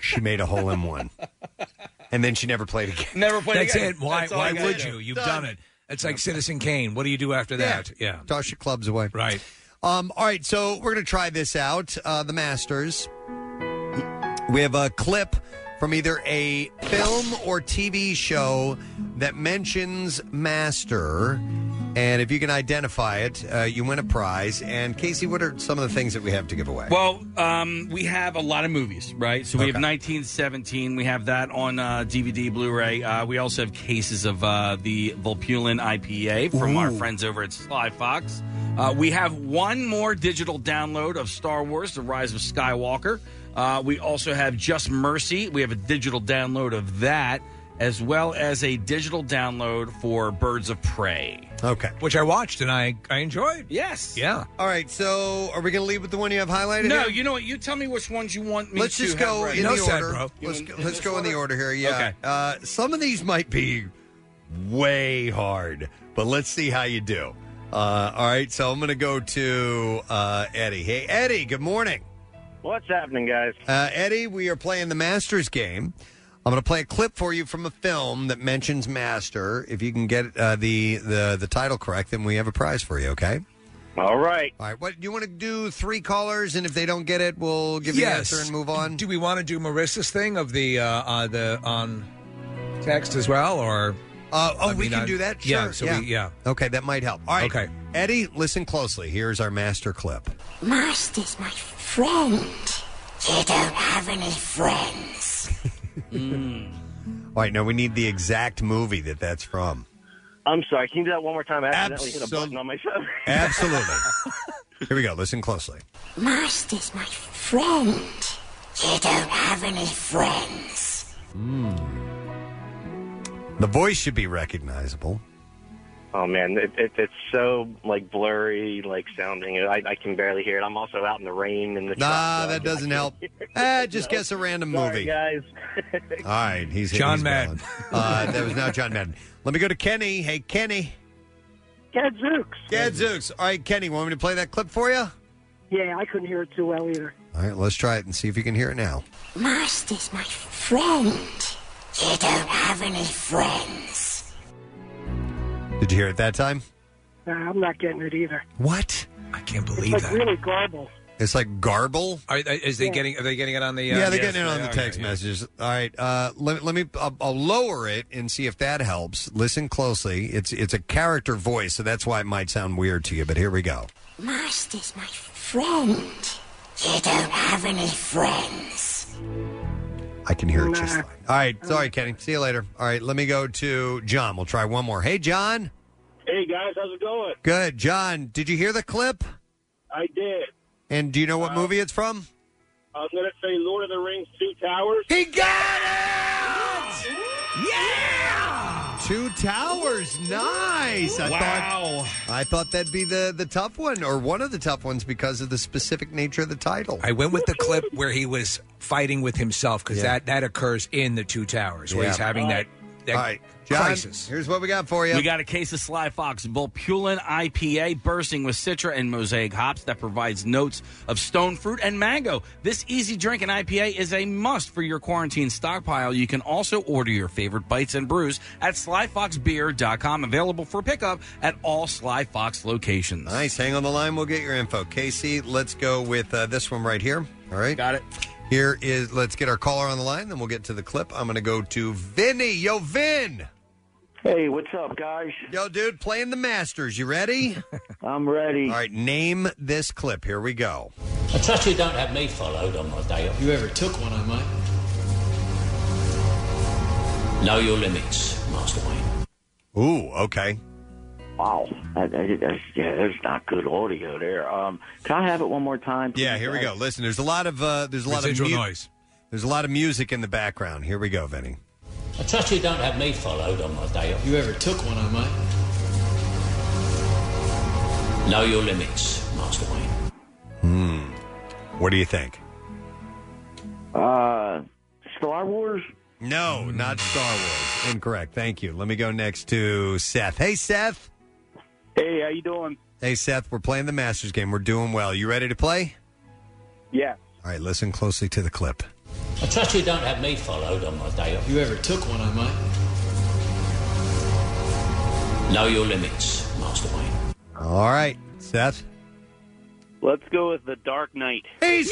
Speaker 2: she made a hole in one, and then she never played again.
Speaker 5: Never
Speaker 4: That's it. Why why would you? You've done it. It's like Citizen Kane. What do you do after that? Yeah.
Speaker 2: Toss your clubs away.
Speaker 4: Right.
Speaker 2: Um, all right, so we're going to try this out. Uh, the Masters. We have a clip from either a film or TV show that mentions Master. And if you can identify it, uh, you win a prize. And Casey, what are some of the things that we have to give away?
Speaker 5: Well, um, we have a lot of movies, right? So we have 1917. We have that on uh, DVD, Blu-ray. Uh, we also have cases of uh, the Volpulin IPA from our
Speaker 15: Ooh.
Speaker 5: friends over at Sly Fox. Uh, we have one more digital download of Star Wars: The Rise of Skywalker. Uh, we also have Just Mercy. We have a digital download of that, as well as a digital download for Birds of Prey.
Speaker 2: Okay.
Speaker 4: Which I watched and I I enjoyed.
Speaker 5: Yes.
Speaker 4: Yeah.
Speaker 2: All right, so are we going to leave with the one you have highlighted?
Speaker 5: No,
Speaker 2: here?
Speaker 5: you know what? You tell me which ones you want me
Speaker 2: Let's
Speaker 5: to
Speaker 2: just
Speaker 5: have
Speaker 2: go
Speaker 5: ready.
Speaker 2: in the order. Let's, go- let's go in the order here. Yeah.
Speaker 5: Okay.
Speaker 2: Uh, some of these might be way hard, but let's see how you do. Uh, all right. So I'm going to go to uh, Eddie. Hey, Eddie. Good morning.
Speaker 1: What's happening, guys?
Speaker 2: Uh, Eddie, we are playing the Masters game. I'm going to play a clip for you from a film that mentions Master. If you can get uh, the, the the title correct, then we have a prize for you. Okay. All right. All right. What do you want to do? Three callers, and if they don't get it, we'll give you the
Speaker 4: Yes.
Speaker 2: answer and move on.
Speaker 4: Do we want to do Marissa's thing of the uh, uh the on text as well, or
Speaker 2: uh, oh,
Speaker 4: I
Speaker 2: we
Speaker 4: mean,
Speaker 2: can
Speaker 4: I-
Speaker 2: do that. Sure.
Speaker 4: Yeah. So We, yeah.
Speaker 2: Okay, that might help. All right. Okay. Eddie, listen closely. Here's our master clip.
Speaker 10: Master's my friend. You don't have any friends.
Speaker 2: All right. Now we need the exact movie that that's from.
Speaker 12: I'm sorry. Can you do that one more time? I accidentally hit a
Speaker 2: Absol-
Speaker 12: button on my phone.
Speaker 2: Absolutely. Here we go. Listen closely.
Speaker 10: Master's my friend. You don't have any friends.
Speaker 2: The voice should be recognizable.
Speaker 12: Oh man, it, it, it's so like blurry, like sounding. I, I can barely hear it. I'm also out in the rain and the.
Speaker 2: Nah,
Speaker 12: truck, so I
Speaker 2: that doesn't
Speaker 12: can't
Speaker 2: help.
Speaker 12: hear it.
Speaker 2: Ah, just
Speaker 12: No.
Speaker 2: guess a random
Speaker 12: Sorry,
Speaker 2: movie.
Speaker 12: guys.
Speaker 2: All right, he's
Speaker 4: John
Speaker 2: he's
Speaker 4: Madden.
Speaker 2: gone. Uh, that was now John Madden. Let me go to Kenny. Hey, Kenny.
Speaker 14: Gadzooks.
Speaker 2: Gadzooks. All right, Kenny. Want me to play that clip for you?
Speaker 14: Yeah, I couldn't hear it too well either.
Speaker 2: All right, let's try it and see if you can hear it now.
Speaker 10: Master's my friend. You don't have any friends.
Speaker 2: Did you hear it that time?
Speaker 14: Nah, I'm not getting it either.
Speaker 2: What?
Speaker 4: I can't
Speaker 14: It's
Speaker 4: believe
Speaker 14: like
Speaker 4: that.
Speaker 14: really garbled.
Speaker 2: It's like garble.
Speaker 4: Are, is they
Speaker 14: Yeah.
Speaker 4: getting? Are they getting it on the?
Speaker 2: Yeah,
Speaker 4: Uh,
Speaker 2: they're getting it on the text messages. All right, uh, let, let me. I'll, I'll lower it and see if that helps. Listen closely. It's it's a character voice, so that's why it might sound weird to you. But here we go.
Speaker 10: Master's my friend. You don't have any friends.
Speaker 2: I can hear it just fine. All right, sorry, Kenny. See you later. All right, let me go to John. We'll try one more. Hey, John.
Speaker 15: Hey guys, how's it going?
Speaker 2: Good, John. Did you hear the clip?
Speaker 15: I did.
Speaker 2: And do you know what movie it's from?
Speaker 15: I'm gonna say Lord of the Rings, Two Towers.
Speaker 2: He got it!
Speaker 15: Yeah!
Speaker 2: Two Towers. Nice. I
Speaker 5: Wow.
Speaker 2: thought I thought that'd be the the tough one or one of the tough ones because of the specific nature of the title.
Speaker 4: I went with the clip where he was fighting with himself because
Speaker 2: Yeah.
Speaker 4: that that occurs in the Two Towers where he's
Speaker 2: Yeah.
Speaker 4: having that that
Speaker 2: All right, John,
Speaker 4: crisis.
Speaker 2: Here's what we got for you.
Speaker 5: We got a case of Sly Fox Vulpulin IPA bursting with citra and mosaic hops that provides notes of stone fruit and mango. This easy drinking IPA is a must for your quarantine stockpile. You can also order your favorite bites and brews at slyfoxbeer.com, available for pickup at all Sly Fox locations.
Speaker 2: Nice. Hang on the line. We'll get your info. Casey, let's go with uh, this one right here. All right. Got it. Here is, let's get our caller on the line, then we'll get to the clip. I'm going to go to Vinny. Yo, Vin.
Speaker 15: Hey, what's up, guys?
Speaker 2: Yo, dude, playing the Masters. You ready?
Speaker 15: I'm ready.
Speaker 2: All right, name this clip. Here we go.
Speaker 22: I trust you don't have me followed on my day off. You ever took one, I might. Know your limits, Master Wayne.
Speaker 2: Ooh, okay.
Speaker 15: Wow, that, that, that's, yeah, there's not good audio there. Um, can I have it one more time?
Speaker 2: Yeah, here we go. Listen, there's a lot of uh, there's a lot
Speaker 22: Residual
Speaker 2: of
Speaker 22: noise.
Speaker 2: There's a lot of music in the background. Here we go, Vinny.
Speaker 22: I trust you don't have me followed on my day off. You ever took one, I might. Know your limits, Master Wayne.
Speaker 2: Hmm. What do you think?
Speaker 15: Uh, Star Wars.
Speaker 2: No, not Star Wars. Incorrect. Thank you. Let me go next to Seth. Hey, Seth.
Speaker 15: Hey, how you doing?
Speaker 2: Hey, Seth. We're playing the Masters game. We're doing well. You ready to play?
Speaker 15: Yeah.
Speaker 2: All right. Listen closely to the clip.
Speaker 22: I trust you don't have me followed on my day off. You ever took one, I might. Know your limits, Master Wayne.
Speaker 2: All right, Seth.
Speaker 15: Let's go with the Dark Knight.
Speaker 2: He's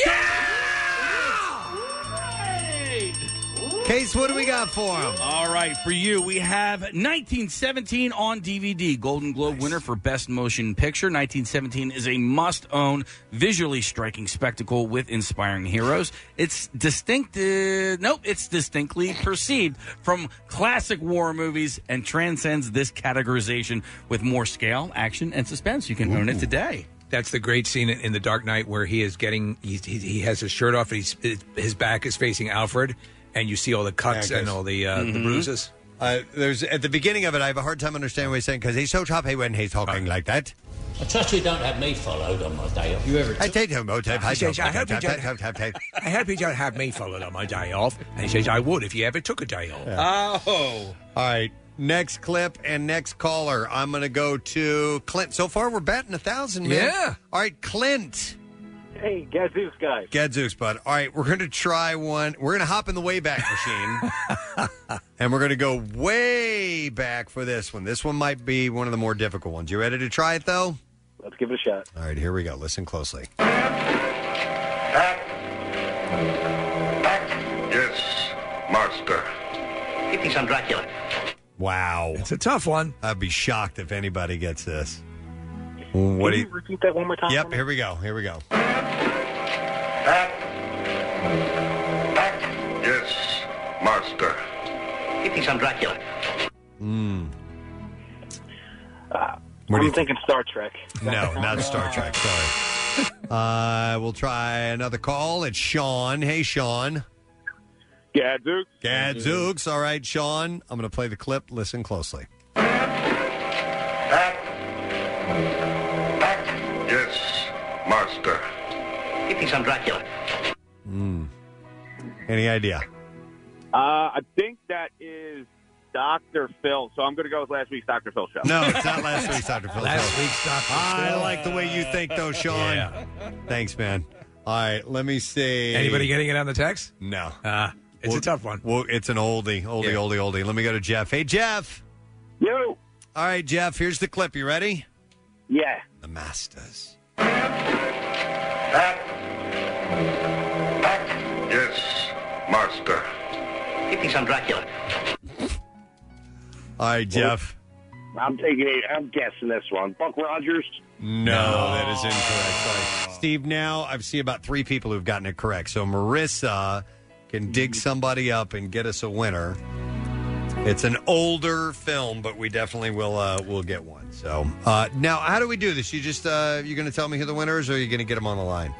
Speaker 2: Case, what do we got for him?
Speaker 5: All right, for you, we have 1917 on DVD, Golden Globe winner for Best Motion Picture. 1917 is a must own, visually striking spectacle with inspiring heroes. It's distinctive, nope, it's distinctly perceived from classic war movies and transcends this categorization with more scale, action, and suspense. You can own it today.
Speaker 4: That's the great scene in in The Dark Knight where he is getting he's, he, he has his shirt off and he's, his- his back is facing Alfred and you see all the cuts
Speaker 2: Yeah, it
Speaker 4: and
Speaker 2: goes.
Speaker 4: all the uh,
Speaker 2: Mm-hmm.
Speaker 4: the bruises.
Speaker 2: Uh, there's at the beginning of it. I have a hard time understanding what he's saying because he's so choppy when he's talking like that.
Speaker 22: I trust you don't have me followed on my day off. You ever
Speaker 2: I take him. I take
Speaker 4: He says, I hope you don't
Speaker 2: him. have,
Speaker 4: I hope you don't have me followed on my day off. And he says, I would if you ever took a day off.
Speaker 2: Oh. All right. Next clip and next caller. I'm going to go to Clint. So far, we're batting a thousand, man.
Speaker 10: Yeah.
Speaker 2: All right, Clint.
Speaker 15: Hey, Gadzooks guys.
Speaker 2: Gadzooks, bud. All right, we're going to try one. We're going to hop in the Wayback Machine, and we're going to go way back for this one. This one might be one of the more difficult ones. You ready to try it, though? Let's give it a shot. All right, here we go. Listen closely.
Speaker 13: Yes, master. Give me some Dracula.
Speaker 2: Wow. It's a tough one. I'd be shocked if anybody gets this. What do you.
Speaker 14: repeat that one more time?
Speaker 2: Yep, here we go. Here we go.
Speaker 13: Yes, master. Give me some Dracula.
Speaker 2: Mm.
Speaker 14: I'm
Speaker 2: do you
Speaker 14: Uh, thinking Star Trek.
Speaker 2: No, not Star Trek. Sorry. Uh, we'll try another call. It's Sean. Hey, Sean. Gadzooks. Gadzooks. All right, Sean. I'm going to play the clip. Listen closely.
Speaker 13: Yes, master. Give me some Dracula.
Speaker 2: Mm. Any idea?
Speaker 16: Uh, I think that is Dr. Phil. So I'm going to go with last week's Dr. Phil show.
Speaker 2: No, it's not last week's Dr. Phil.
Speaker 16: Last
Speaker 2: week's Dr. I like the way you think, though, Sean. Thanks, man. All right, let me see.
Speaker 4: Anybody getting it on the text?
Speaker 2: No.
Speaker 4: Uh, it's a tough one.
Speaker 2: Well, it's an oldie, oldie, oldie, oldie. Let me go to Jeff. Hey, Jeff. Yo. All right, Jeff. Here's the clip. You ready?
Speaker 13: Yeah.
Speaker 2: The Masters.
Speaker 13: Yes, master. Give me some Dracula.
Speaker 2: All right, Jeff.
Speaker 13: I'm taking it. I'm guessing this one. Buck Rogers.
Speaker 2: No, that is incorrect. Sorry. Steve, now I've seen about three people who've gotten it correct. So Marissa can dig somebody up and get us a winner. It's an older film, but we definitely will uh, will get one. So uh, now, how do we do this? You just uh, you going to tell me who the winner is, or are you going to get them on the line?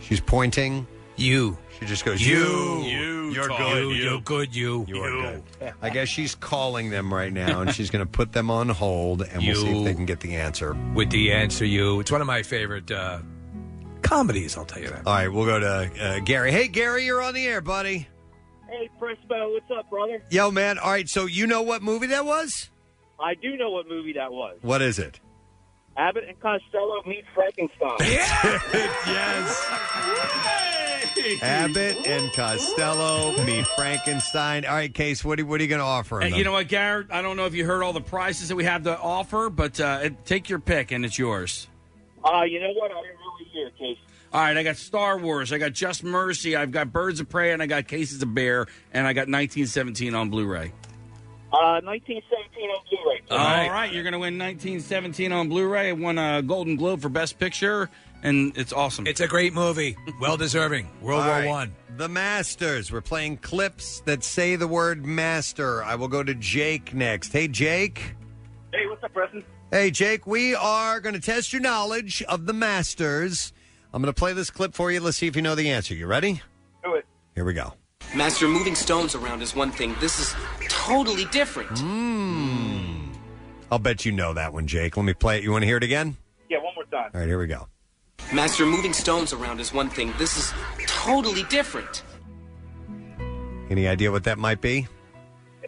Speaker 2: She's pointing.
Speaker 4: You.
Speaker 2: She just goes.
Speaker 4: You.
Speaker 2: You.
Speaker 4: You,
Speaker 2: You're
Speaker 4: Tom.
Speaker 2: good.
Speaker 4: You, you're good, you.
Speaker 2: You are good. I guess she's calling them right now, and she's going to put them on hold, and we'll see if
Speaker 4: You.
Speaker 2: they can get the answer.
Speaker 4: Oh. With the answer, you. It's one of my favorite uh, comedies. I'll tell you that.
Speaker 2: All right, we'll go to uh, Gary. Hey, Gary, you're on the air, buddy.
Speaker 20: Hey, Presbo, what's up, brother?
Speaker 2: Yo, man. All right, so you know what movie that was?
Speaker 20: I do know what movie that was.
Speaker 2: What is it?
Speaker 20: Abbott and Costello meet Frankenstein.
Speaker 2: yes. Abbott and Costello meet Frankenstein. All right, Case, what are, what are you going to offer him?
Speaker 5: Hey, you know what, Garrett? I don't know if you heard all the prizes that we have to offer, but uh, it- take your pick and it's yours.
Speaker 20: Uh, you know what? I didn't really hear, Case.
Speaker 5: All right, I got Star Wars, I got Just Mercy, I've got Birds of Prey, and I got Cases of Bear, and I got 1917 on Blu-ray.
Speaker 20: Uh, 1917 on Blu-ray.
Speaker 5: All right, you're going to win 1917 on Blu-ray. I won a Golden Globe for Best Picture, and it's awesome.
Speaker 4: It's a great movie, well deserving. World
Speaker 2: All
Speaker 4: War
Speaker 2: right,
Speaker 4: One.
Speaker 2: The Masters. We're playing clips that say the word master. I will go to Jake next. Hey, Jake.
Speaker 20: Hey, what's up, Preston?
Speaker 2: Hey, Jake, we are going to test your knowledge of the Masters. I'm going to play this clip for you. Let's see if you know the answer. You ready?
Speaker 20: Do it.
Speaker 2: Here we go.
Speaker 26: Master, moving stones around is one thing. This is totally different.
Speaker 2: Mmm. I'll bet you know that one, Jake. Let me play it. You want to hear it again?
Speaker 26: Yeah, one more time.
Speaker 2: All right, here we go.
Speaker 26: Master, moving stones around is one thing. This is totally different.
Speaker 2: Any idea what that might be?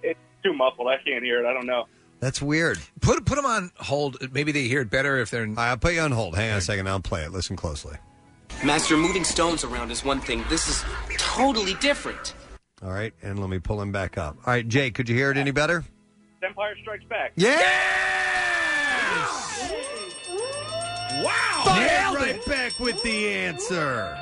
Speaker 26: It's too muffled. I can't hear it. I don't know.
Speaker 2: That's weird.
Speaker 4: Put put them on hold. Maybe they hear it better if they're.
Speaker 2: I'll put you on hold. Hang on a second. I'll play it. Listen closely.
Speaker 26: Master, moving stones around is one thing. This is totally different.
Speaker 2: All right, and let me pull him back up. All right, Jake, could you hear it any better?
Speaker 20: Empire Strikes Back.
Speaker 2: Yeah!
Speaker 5: Wow!
Speaker 2: Nailed right back with the answer.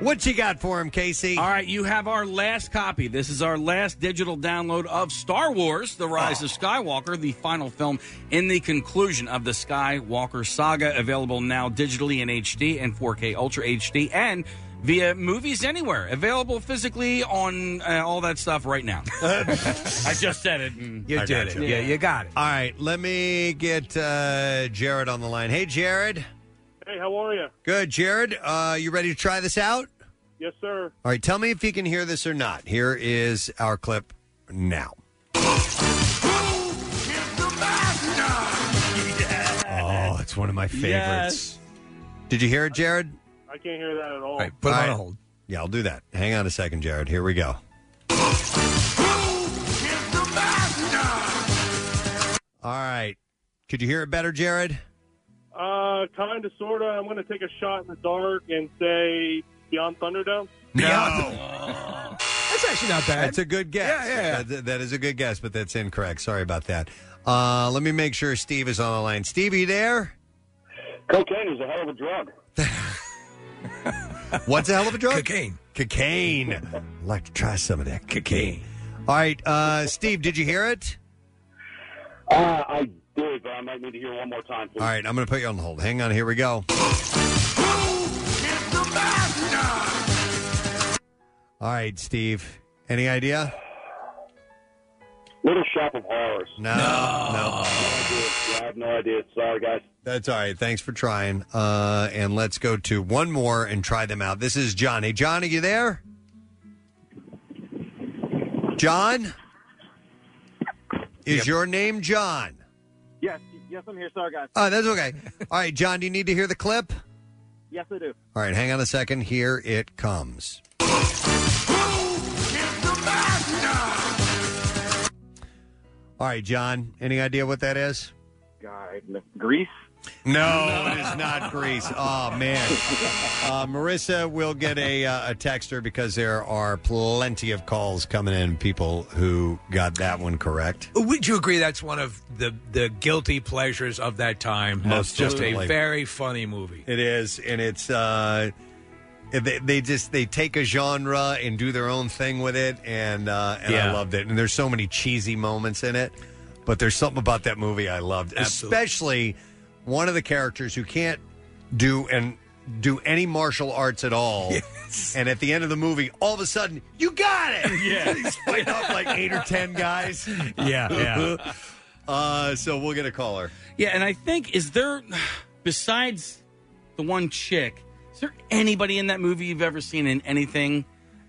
Speaker 2: What you got for him, Casey?
Speaker 5: All right, you have our last copy. This is our last digital download of Star Wars The Rise
Speaker 2: Oh.
Speaker 5: of Skywalker, the final film in the conclusion of the Skywalker saga, available now digitally in HD and 4K Ultra HD and via Movies Anywhere, available physically on uh, all that stuff right now. I just said it.
Speaker 4: Mm-hmm.
Speaker 5: and-
Speaker 2: I got
Speaker 4: got it.
Speaker 2: All right, let me get uh, Jared on the line. Hey, Jared.
Speaker 23: Hey, how are you?
Speaker 2: Good, Jared. Uh, you ready to try this out?
Speaker 23: Yes, sir.
Speaker 2: All right, tell me if you can hear this or not. Here is our clip now. Oh, it's one of my favorites. Did you hear it, Jared?
Speaker 23: I can't hear that at
Speaker 2: All
Speaker 23: all.
Speaker 2: right. Yeah, I'll do that. Hang on a second, Jared. Here we go. All right. Could you hear it better, Jared?
Speaker 23: Uh, kind of, sort of. I'm going to take a shot in the dark and say Beyond Thunderdome.
Speaker 2: No.
Speaker 4: that's actually not bad.
Speaker 2: That's a good guess.
Speaker 23: Yeah, yeah.
Speaker 2: That- that is a good guess, but that's incorrect. Sorry about that. Uh, let me make sure Steve is on the line. Steve, are you there?
Speaker 7: Cocaine is a hell of a drug.
Speaker 2: What's a hell of a drug? Cocaine. Cocaine. I'd like to try some of that cocaine. All right, uh, Steve, did you hear it?
Speaker 7: Uh, I did, but I might need to hear one more time.
Speaker 2: All right, I'm going to put you on hold. Hang on, here we go. All right, Steve. Any idea?
Speaker 7: Little Shop of Horrors.
Speaker 2: No. No.
Speaker 7: I have no idea. Sorry, guys.
Speaker 2: That's all right. Thanks for trying. Uh, and let's go to one more and try them out. This is John. Hey, John, are you there? John? Is your name John?
Speaker 11: Yes, yes, I'm here. Sorry, guys.
Speaker 2: Oh, that's okay. All right, John, do you need to hear the clip?
Speaker 11: Yes, I do.
Speaker 2: All right, hang on a second. Here it comes. All right, John, any idea what that is?
Speaker 11: God, Greece.
Speaker 2: No, it is not Greece. Oh man, uh, Marissa will get a uh, a texter because there are plenty of calls coming in. People who got that one correct.
Speaker 4: Would you agree that's one of the, the guilty pleasures of that time?
Speaker 2: Most
Speaker 4: just a
Speaker 2: definitely.
Speaker 4: very funny movie.
Speaker 2: It is, and it's uh, they, they just they take a genre and do their own thing with it, and uh, and I
Speaker 4: Yeah.
Speaker 2: loved it. And there's so many cheesy moments in it, but there's something about that movie I loved,
Speaker 4: Absolutely.
Speaker 2: especially one of the characters who can't do and do any martial arts at all. And at the end of the movie, all of a sudden, you got it. Yeah, he's fighting off like eight or ten guys.
Speaker 5: Yeah, yeah.
Speaker 2: Uh, so we'll get a caller.
Speaker 5: Yeah, and I think is there besides the one chick, is there anybody in that movie you've ever seen in anything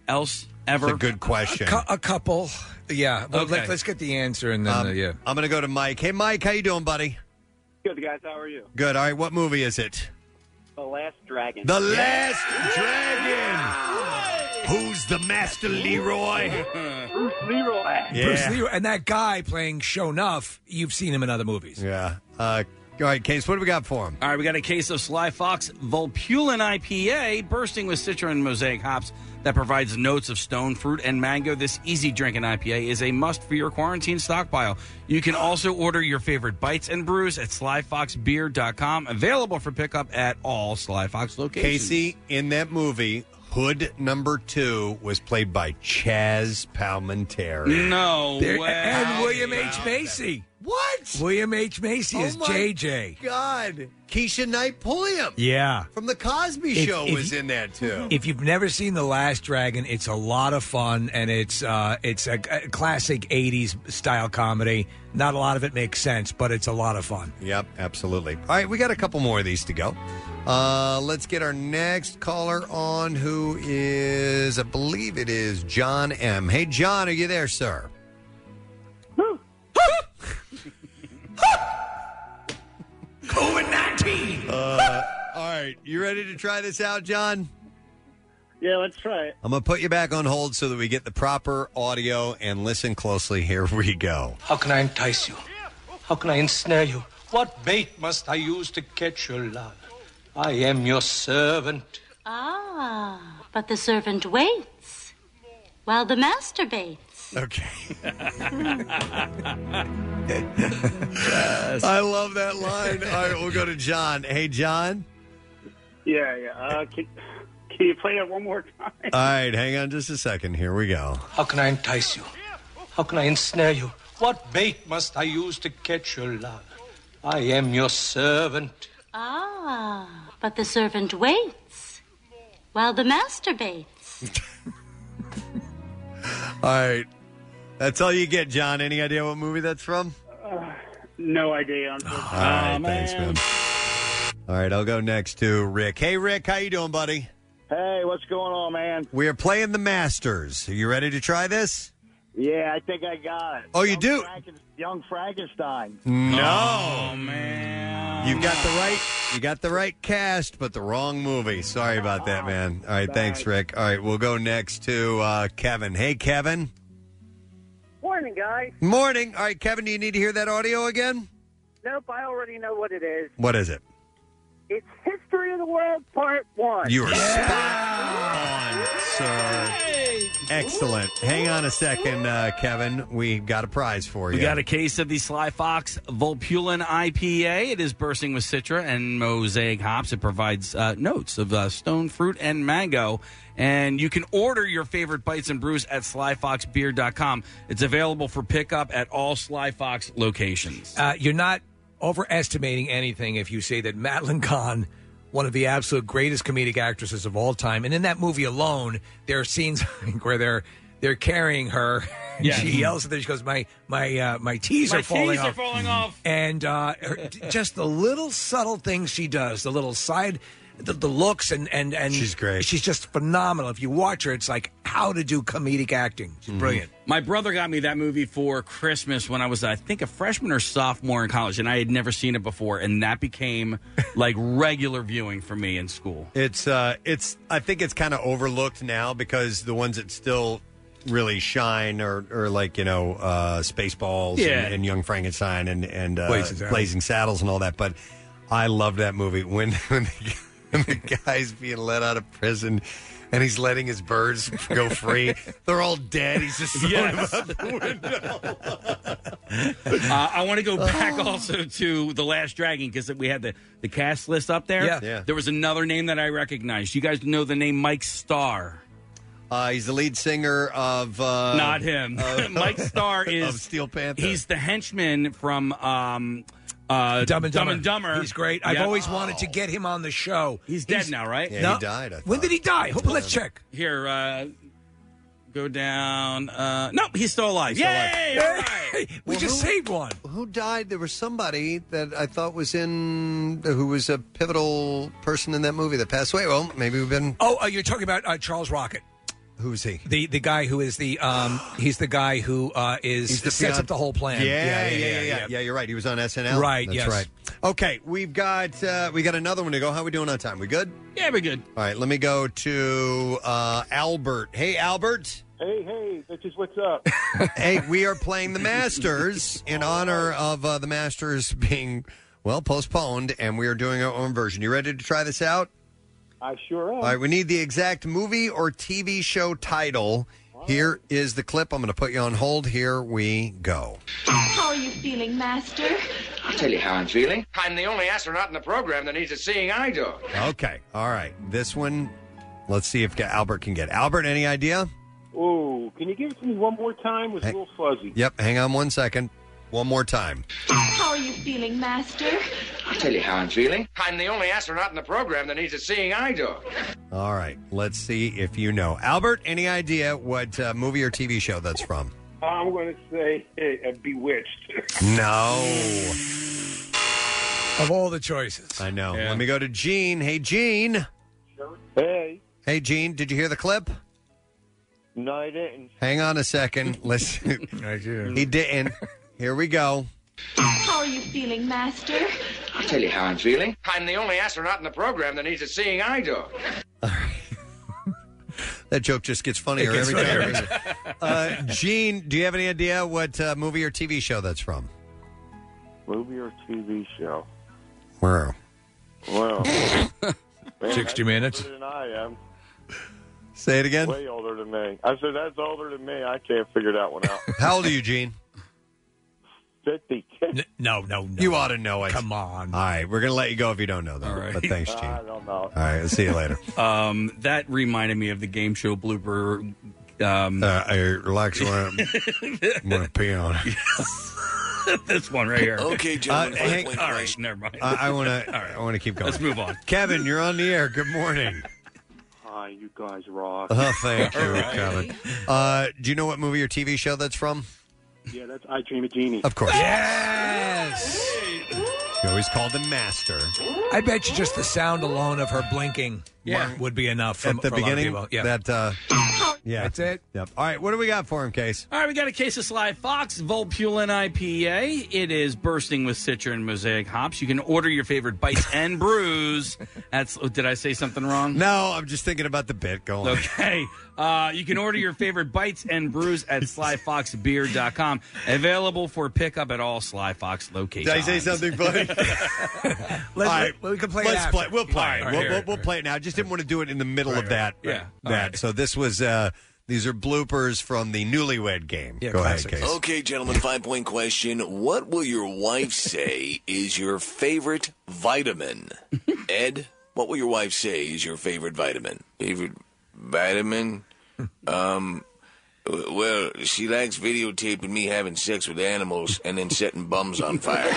Speaker 5: else ever?
Speaker 2: a good question.
Speaker 4: Cou- a couple. Yeah. Well, let, us get the answer and then
Speaker 2: Um,
Speaker 4: uh, yeah.
Speaker 2: I'm gonna go to Mike. Hey, Mike, how you doing, buddy?
Speaker 11: Good guys, how are you?
Speaker 2: Good. All right, what movie is it?
Speaker 11: The Last Dragon.
Speaker 2: The Last Dragon. Who's the master, Leroy?
Speaker 11: Bruce Leroy.
Speaker 4: Bruce
Speaker 2: Yeah.
Speaker 4: Lee, and that guy playing Shonuff, you've seen him in other movies.
Speaker 2: Yeah. Uh, all right, Case, what do we got for him?
Speaker 5: All right, we got a case of Sly Fox Volpulin IPA bursting with citron mosaic hops that provides notes of stone fruit and mango. This easy drinking IPA is a must for your quarantine stockpile. You can also order your favorite bites and brews at slyfoxbeer.com, available for pickup at all Sly Fox locations.
Speaker 2: Casey, in that movie, Hood number two was played by Chaz Palminteri.
Speaker 5: No
Speaker 4: There-
Speaker 5: way.
Speaker 4: And William H. Macy.
Speaker 2: What?
Speaker 4: William H. Macy is
Speaker 2: Oh, my
Speaker 4: JJ.
Speaker 2: God. Keisha Knight Pulliam.
Speaker 4: Yeah.
Speaker 2: From The Cosby
Speaker 4: If-
Speaker 2: Show
Speaker 4: if
Speaker 2: was
Speaker 4: you-
Speaker 2: in that, too.
Speaker 4: If you've never seen The Last Dragon, it's a lot of fun, and it's uh, it's a, a classic '80s style comedy. Not a lot of it makes sense, but it's a lot of fun.
Speaker 2: Yep, absolutely. All right, we got a couple more of these to go. Uh, let's get our next caller on, who is, I believe it is John M. Hey, John, are you there, sir?
Speaker 10: COVID 19!
Speaker 2: Uh, all right, you ready to try this out, John?
Speaker 11: Yeah, let's try it.
Speaker 2: I'm going to put you back on hold so that we get the proper audio and listen closely. Here we go.
Speaker 17: How can I entice you? How can I ensnare you? What bait must I use to catch your love? I am your servant.
Speaker 18: Ah, but the servant waits while the master baits.
Speaker 2: Okay. I love that line. All right, we'll go to John. Hey, John.
Speaker 11: Yeah, yeah. Uh, can, can you play it one more time?
Speaker 2: All right, hang on just a second. Here we go.
Speaker 17: How can I entice you? How can I ensnare you? What bait must I use to catch your love? I am your servant.
Speaker 18: Ah, but the servant waits while the master baits.
Speaker 2: All right. That's all you get, John. Any idea what movie that's from?
Speaker 11: No idea. Unfortunately.
Speaker 2: All right, thanks, man. All right, I'll go next to Rick. Hey, Rick, how you doing, buddy?
Speaker 11: Hey, what's going on, man?
Speaker 2: We are playing the Masters. Are you ready to try this?
Speaker 11: Yeah, I think I got it.
Speaker 2: Oh, you do?
Speaker 11: Franken- young Frankenstein.
Speaker 2: No, man. You got the right. You got the right cast, but the wrong movie. Sorry about that, man. All right, thanks, Rick. All right, we'll go next to uh, Kevin. Hey, Kevin.
Speaker 19: Morning, guys.
Speaker 2: Morning. All right, Kevin. Do you need to hear that audio again?
Speaker 19: Nope, I already know what it is.
Speaker 2: What is it?
Speaker 19: It's History
Speaker 23: of the World Part 1.
Speaker 2: You are spot on, sir. Excellent. Hang on a second, uh, Kevin. We got a prize for you.
Speaker 5: We got a case of the Sly Fox Volpulin IPA. It is bursting with citra and mosaic hops. It provides uh, notes of uh, stone fruit and mango. And you can order your favorite bites and brews at slyfoxbeer.com. It's available for pickup at all Sly Fox locations.
Speaker 4: Uh, you're not overestimating anything if you say that Madeline Kahn, one of the absolute greatest comedic actresses of all time, and in that movie alone, there are scenes where they're they're carrying her. And
Speaker 5: Yeah.
Speaker 4: She yells at them. She goes, "My my uh, my tees
Speaker 5: My
Speaker 4: are falling
Speaker 5: tees are
Speaker 4: off."
Speaker 5: falling off.
Speaker 4: And uh, her, just the little subtle things she does, the little side, the, the looks, and and and she's great. She's just phenomenal. If you watch her, it's like how to do comedic acting. She's Mm-hmm. brilliant.
Speaker 5: My brother got me that movie for Christmas when I was, I think, a freshman or sophomore in college, and I had never seen it before, and that became like regular viewing for me in school.
Speaker 2: It's uh, it's. I think it's kind of overlooked now because the ones that still really shine are, are like you know uh, Spaceballs
Speaker 10: Yeah.
Speaker 2: and, and Young Frankenstein and and uh,
Speaker 10: Blazing Saddles.
Speaker 2: Blazing Saddles and all that. But I loved that movie when when the, when the guy's being let out of prison. And he's letting his birds go free. They're all dead. He's just throwing
Speaker 5: Yes.
Speaker 2: them out the window.
Speaker 5: uh, I want to
Speaker 2: Oh.
Speaker 5: go back also to The Last Dragon because we had the, the cast list up there.
Speaker 2: Yeah. Yeah.
Speaker 5: There was another name that I recognized. You guys know the name Mike Starr.
Speaker 2: Uh, he's the lead singer of. Uh,
Speaker 5: Not him.
Speaker 2: of-
Speaker 5: Mike Starr
Speaker 2: of
Speaker 5: is.
Speaker 2: Steel Panther.
Speaker 5: He's the henchman from. Um, uh,
Speaker 4: Dumb and Dumber.
Speaker 5: Dumber.
Speaker 4: He's great. I've
Speaker 5: Yeah.
Speaker 4: always wanted to get him on the show.
Speaker 5: He's dead now, right? Yeah, he died, I
Speaker 4: when did he die? Hope, let's check.
Speaker 5: Here, uh, go down. Uh, no, he's still alive.
Speaker 2: Still alive.
Speaker 5: Yay! All right.
Speaker 2: We just
Speaker 4: saved one.
Speaker 2: Who died? There was somebody that I thought was in, who was a pivotal person in that movie that passed away. Well, maybe we've been.
Speaker 4: Oh, uh, you're talking about uh, Charles Rocket.
Speaker 2: Who's he?
Speaker 4: The the guy who is the um he's the guy who uh is
Speaker 2: He's the
Speaker 4: sets
Speaker 2: fian-
Speaker 4: up the whole plan.
Speaker 2: Yeah, yeah, yeah, yeah, yeah, you're right. He was on SNL.
Speaker 4: Right,
Speaker 2: That's
Speaker 4: yes.
Speaker 2: right. Okay, we've got uh, we got another one to go. How we doing on time? We good?
Speaker 5: Yeah, we're good.
Speaker 2: All right, let me go to uh, Albert. Hey, Albert.
Speaker 23: Hey, hey, bitches, what's up?
Speaker 2: hey, we are playing the Masters in honor of uh, the Masters being well postponed, and we are doing our own version. You ready to try this out?
Speaker 23: I sure am.
Speaker 2: All right, we need the exact movie or TV show title. Here is the clip. I'm going to put you on hold. Here we go.
Speaker 3: How are you feeling, Master?
Speaker 2: I'll tell you how I'm feeling.
Speaker 3: I'm the only astronaut in the program that needs a seeing eye dog.
Speaker 2: Okay. All right. This one, let's see if Albert can get. Albert, any idea?
Speaker 23: Oh, can you give it to me one more time? It was a little fuzzy.
Speaker 2: Yep. Hang on one second. One more time.
Speaker 3: How are you feeling, Master?
Speaker 2: I'll tell you how I'm feeling.
Speaker 3: I'm the only astronaut in the program that needs a seeing eye dog.
Speaker 2: All right. Let's see if you know. Albert, any idea what uh, movie or TV show that's from?
Speaker 23: I'm going to say eh, bewitched.
Speaker 2: No.
Speaker 4: Of all the choices.
Speaker 2: I know. Let me go to Gene. Hey, Gene.
Speaker 23: Hey.
Speaker 2: Hey, Gene. Did you hear the clip?
Speaker 23: No, I didn't.
Speaker 2: Hang on a second. Listen. He didn't. Here we go.
Speaker 3: How are you feeling, Master?
Speaker 2: I'll tell you how I'm feeling.
Speaker 3: I'm the only astronaut in the program that needs a seeing eye dog.
Speaker 2: That joke just gets funnier
Speaker 3: It gets
Speaker 2: every
Speaker 3: funnier.
Speaker 2: time. doesn't it? uh, Gene, do you have any idea what uh, movie or TV show that's from?
Speaker 23: Movie or TV show?
Speaker 2: Where?
Speaker 23: Well, man,
Speaker 4: 60
Speaker 23: that's
Speaker 4: Minutes.
Speaker 23: older Than I am.
Speaker 2: Say it again.
Speaker 23: Way older than me. I said that's older than me. I can't figure that one out.
Speaker 2: How old are you, Gene?
Speaker 23: Fifty.
Speaker 4: No, no, no.
Speaker 2: You ought to know it.
Speaker 4: Come on.
Speaker 2: All right, we're gonna let you go if you don't know that. But thanks, Gene.
Speaker 23: I don't know.
Speaker 2: All right, see you later.
Speaker 5: Um, that reminded me of the game show blooper. Um,
Speaker 2: uh, I relax. I'm going to pee on it.
Speaker 5: this one right here.
Speaker 2: Okay, gentlemen,
Speaker 5: Uh,
Speaker 2: wait,
Speaker 5: hang-
Speaker 2: wait,
Speaker 5: all
Speaker 2: wait.
Speaker 5: right, never mind.
Speaker 2: I want to. I want to keep going.
Speaker 5: Let's move on.
Speaker 2: Kevin, you're on the air. Good morning.
Speaker 23: Hi, you guys rock.
Speaker 2: Oh, thank you,
Speaker 23: All right.
Speaker 2: Kevin. Uh, do you know what movie or TV show that's from?
Speaker 23: Yeah, that's I Dream of Genie.
Speaker 2: Of course.
Speaker 4: Yes.
Speaker 2: You always called him Master.
Speaker 4: I bet you just the sound alone of her blinking
Speaker 2: Yeah.
Speaker 4: would be enough for,
Speaker 2: At the
Speaker 4: for a lot of
Speaker 2: beginning,
Speaker 4: people. Yeah.
Speaker 2: that uh, yeah, that's
Speaker 4: it.
Speaker 2: Yep. All right, what do we got for him, Case?
Speaker 5: All right, we got a case of Sly Fox Volpulin IPA. It is bursting with citra and mosaic hops. You can order your favorite bites and brews. That's oh, did I say something wrong?
Speaker 2: No, I'm just thinking about the bit. Go on.
Speaker 5: Okay, uh, you can order your favorite bites and brews at slyfoxbeer.com. Available for pickup at all Sly Fox locations.
Speaker 2: Did I say something funny?
Speaker 4: All
Speaker 2: right,
Speaker 4: we can play it
Speaker 2: Let's
Speaker 4: after.
Speaker 2: play. We'll play.
Speaker 4: All
Speaker 2: it.
Speaker 4: right, all
Speaker 2: we'll
Speaker 4: right,
Speaker 2: we'll, we'll play it now. I just didn't want to do it in the middle of that.
Speaker 4: right. Yeah.
Speaker 2: That. So this was. Uh, these are bloopers from the Newlywed Game. Go ahead, Case.
Speaker 6: Okay, gentlemen, five point question. What will your wife say is your favorite vitamin? Ed, what will your wife say is your favorite vitamin? Favorite vitamin? Um, w- well, she likes videotaping me having sex with animals and then setting bums on fire.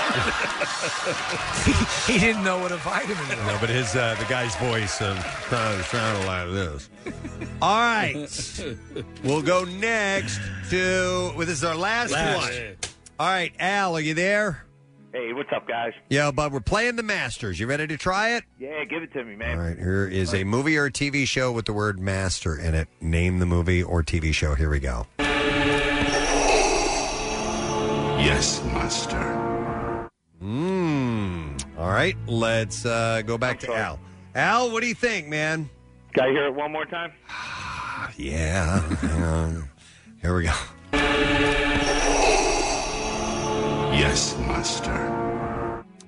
Speaker 4: he didn't know what a vitamin was.
Speaker 2: No, but his uh, the guy's voice uh, sounded, sounded like this. All right, we'll go next to. Well, this is our last,
Speaker 27: Last.
Speaker 2: one. All right, Al, are you there?
Speaker 10: Hey, what's up, guys?
Speaker 2: Yeah, bud, we're playing the Masters. You ready to try it?
Speaker 10: Yeah, give it to me, man.
Speaker 2: All right, here is a movie or a TV show with the word master in it. Name the movie or TV show. Here we go.
Speaker 1: Yes, master.
Speaker 2: Mmm. All right, let's uh, go back to Al. Al, what do you think, man?
Speaker 10: Got to hear it one more time.
Speaker 2: Yeah. hang on. Here we go.
Speaker 1: Yes, master.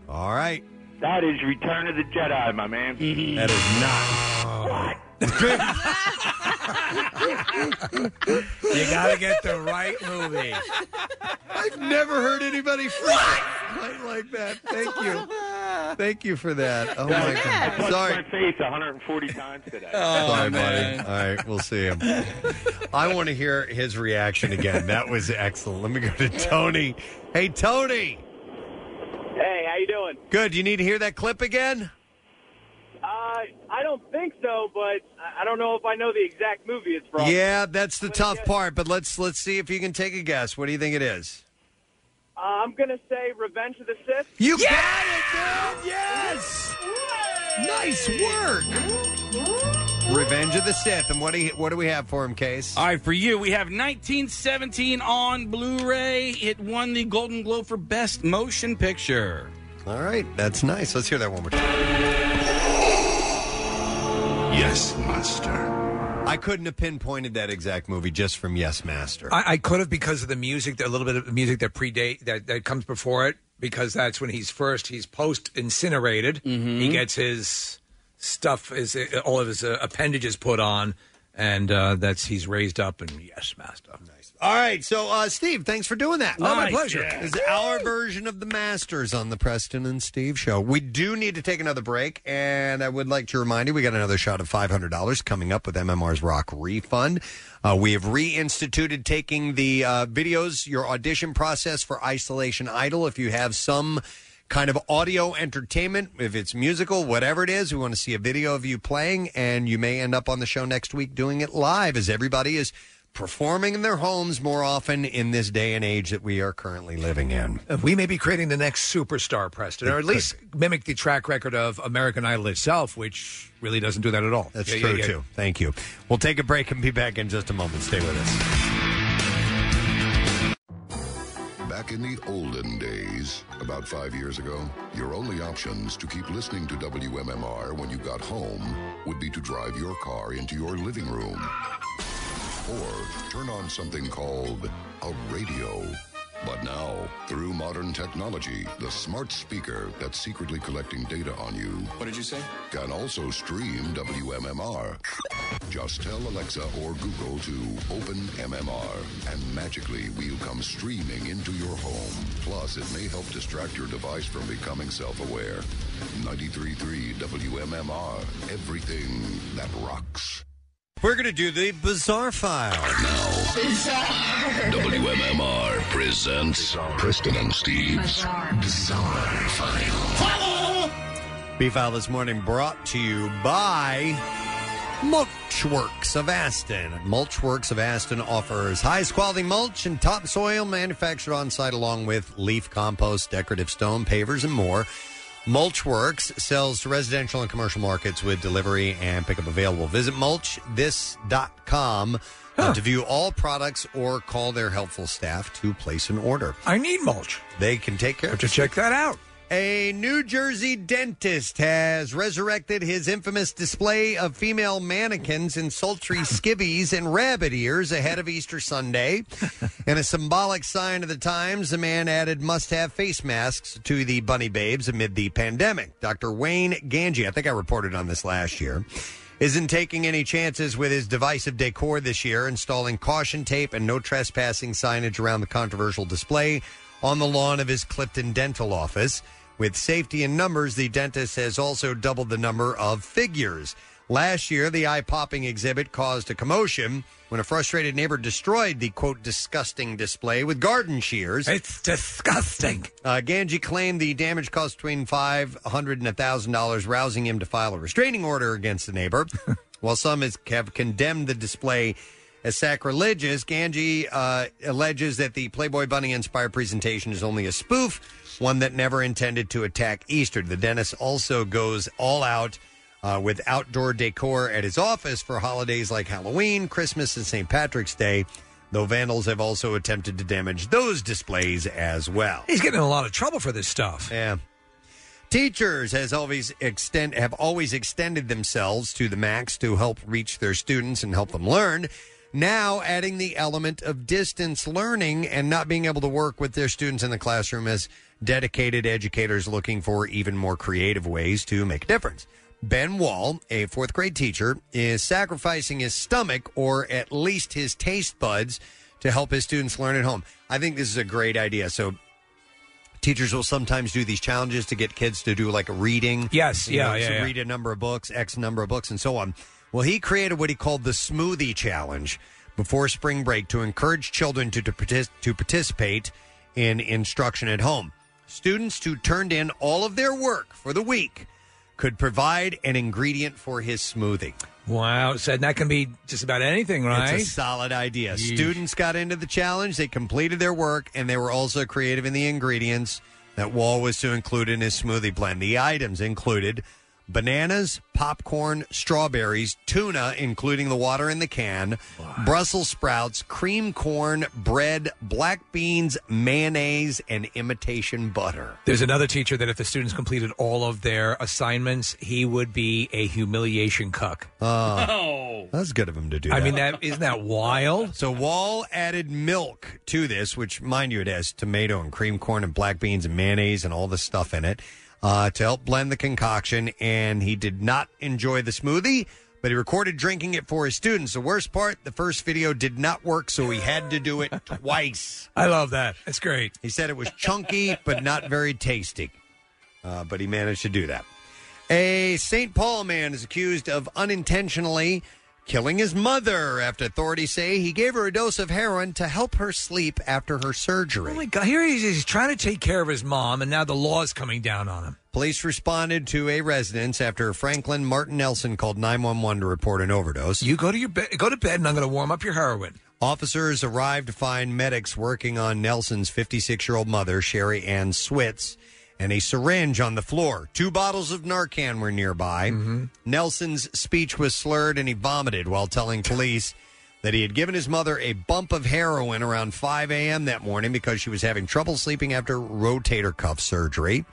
Speaker 2: All right.
Speaker 10: That is Return of the Jedi, my man.
Speaker 2: that is
Speaker 10: not.
Speaker 4: You got to get the right movie.
Speaker 2: I've never heard anybody quite like that. Thank you. Thank you for that. Oh my
Speaker 10: I
Speaker 2: god.
Speaker 10: touched
Speaker 2: Sorry.
Speaker 10: my face 140 times today.
Speaker 2: Sorry, buddy. All right, we'll see him. I want to hear his reaction again. That was excellent. Let me go to Tony. Hey, Tony.
Speaker 20: Hey, how you doing?
Speaker 2: Good. You need to hear that clip again?
Speaker 20: Uh, I don't think so, but I- I don't know if I know the exact movie it's from.
Speaker 2: Yeah, that's the tough part. But let's let's see if you can take a guess. What do you think it is?
Speaker 20: Uh, I'm gonna say Revenge of the Sith.
Speaker 2: You
Speaker 20: got
Speaker 2: it, dude! Yes. Nice work. Revenge of the Sith. And what do you, what do we have for him, Case?
Speaker 5: All right, for you, we have 1917 on Blu-ray. It won the Golden Globe for Best Motion Picture.
Speaker 2: All right, that's nice. Let's hear that one more time.
Speaker 1: Yes, master.
Speaker 2: I couldn't have pinpointed that exact movie just from Yes Master.
Speaker 4: I, I could have because of the music, a little bit of music that predate that, that comes before it, because that's when he's first. He's post incinerated. He gets his stuff, his all of his uh, appendages put on, and uh, that's he's raised up. And yes, master.
Speaker 2: All right, so uh, Steve, thanks for doing that.
Speaker 4: Oh, my Nice. pleasure. Yeah.
Speaker 2: It's our version of the Masters on the Preston and Steve show. We do need to take another break, and I would like to remind you we got another shot of five hundred dollars coming up with MMR's Rock refund. Uh, we have reinstituted taking the uh, videos, your audition process for Isolation Idol. If you have some kind of audio entertainment, if it's musical, whatever it is, we want to see a video of you playing, and you may end up on the show next week doing it live as everybody is performing in their homes more often in this day and age that we are currently living in.
Speaker 4: Uh, We may be creating the next superstar, Preston, or at least mimic the track record of American Idol itself, which really doesn't do that at all.
Speaker 2: That's
Speaker 4: Yeah, yeah,
Speaker 2: true,
Speaker 4: yeah.
Speaker 2: too. Thank you. We'll take a break and be back in just a moment. Stay with us.
Speaker 1: Back in the olden days, about five years ago, your only options to keep listening to WMMR when you got home would be to drive your car into your living room or turn on something called a radio. But now, through modern technology, the smart speaker that's secretly collecting data on you. What did you say? Can also stream WMMR. Just tell Alexa or Google to open MMR, and magically we'll come streaming into your home. Plus, it may help distract your device from becoming self aware. 93.3 WMMR, everything that rocks.
Speaker 2: We're going to do the bizarre file.
Speaker 1: WMMR presents Preston and Steve's Bizarre File.
Speaker 2: B File this morning brought to you by Mulchworks of Aston. Mulchworks of Aston offers highest quality mulch and topsoil manufactured on site along with leaf compost, decorative stone pavers, and more. Mulchworks sells to residential and commercial markets with delivery and pickup available. Visit mulchthis.com uh, to view all products or call their helpful staff to place an order.
Speaker 4: I need mulch.
Speaker 2: They can take care of
Speaker 4: to check that out.
Speaker 2: A New Jersey dentist has resurrected his infamous display of female mannequins in sultry skivvies and rabbit ears ahead of Easter Sunday. In a symbolic sign of the times, the man added must have face masks to the bunny babes amid the pandemic. Dr. Wayne Ganji, I think I reported on this last year isn't taking any chances with his divisive decor this year, installing caution tape and no trespassing signage around the controversial display on the lawn of his Clifton dental office. With safety in numbers, the dentist has also doubled the number of figures. Last year, the eye popping exhibit caused a commotion when a frustrated neighbor destroyed the quote disgusting display with garden shears.
Speaker 4: It's disgusting.
Speaker 2: Uh, Ganji claimed the damage cost between five hundred and thousand dollars, rousing him to file a restraining order against the neighbor. While some has, have condemned the display as sacrilegious, Ganji uh, alleges that the Playboy Bunny-inspired presentation is only a spoof, one that never intended to attack Easter. The dentist also goes all out. Uh, with outdoor decor at his office for holidays like Halloween, Christmas, and St. Patrick's Day, though vandals have also attempted to damage those displays as well.
Speaker 4: He's getting in a lot of trouble for this stuff.
Speaker 2: Yeah. Teachers has always extend have always extended themselves to the max to help reach their students and help them learn. Now adding the element of distance learning and not being able to work with their students in the classroom as dedicated educators looking for even more creative ways to make a difference. Ben Wall, a fourth grade teacher, is sacrificing his stomach or at least his taste buds to help his students learn at home. I think this is a great idea. So teachers will sometimes do these challenges to get kids to do like a reading.
Speaker 4: Yes,
Speaker 2: You
Speaker 4: yeah,
Speaker 2: know,
Speaker 4: yeah,
Speaker 2: so
Speaker 4: yeah.
Speaker 2: Read a number of books, X number of books, and so on. Well, he created what he called the smoothie challenge before spring break to encourage children to, to, partic- to participate in instruction at home. Students who turned in all of their work for the week could provide an ingredient for his smoothie.
Speaker 4: Wow. So that can be just about anything, right?
Speaker 2: It's a solid idea.
Speaker 4: Yeesh.
Speaker 2: Students got into the challenge, they completed their work, and they were also creative in the ingredients that Wall was to include in his smoothie blend. The items included bananas, popcorn, strawberries, tuna, including the water in the can, Brussels sprouts, cream corn, bread, black beans, mayonnaise, and imitation butter.
Speaker 4: There's another teacher that if the students completed all of their assignments, he would be a humiliation cuck.
Speaker 2: Uh, That's good of him to do
Speaker 4: I
Speaker 2: that.
Speaker 4: mean, that isn't that wild?
Speaker 2: So Wall added milk to this, which, mind you, it has tomato and cream corn and black beans and mayonnaise and all this stuff in it uh, to help blend the concoction. And he did not enjoy the smoothie, but he recorded drinking it for his students. The worst part: the first video did not work, so he had to do it twice.
Speaker 4: I love that. That's great.
Speaker 2: He said it was chunky but not very tasty, uh, but he managed to do that. A St. Paul man is accused of unintentionally killing his mother after authorities say he gave her a dose of heroin to help her sleep after her surgery.
Speaker 4: Oh my God! Here he is. He's trying to take care of his mom, and now the law is coming down on him.
Speaker 2: Police responded to a residence after Franklin Martin Nelson called 911 to report an overdose.
Speaker 4: You go to your bed, go to bed, and I'm going to warm up your heroin.
Speaker 2: Officers arrived to find medics working on Nelson's 56 year old mother, Sherry Ann Switz, and a syringe on the floor. Two bottles of Narcan were nearby.
Speaker 4: Mm-hmm.
Speaker 2: Nelson's speech was slurred and he vomited while telling police that he had given his mother a bump of heroin around 5 a.m. that morning because she was having trouble sleeping after rotator cuff surgery.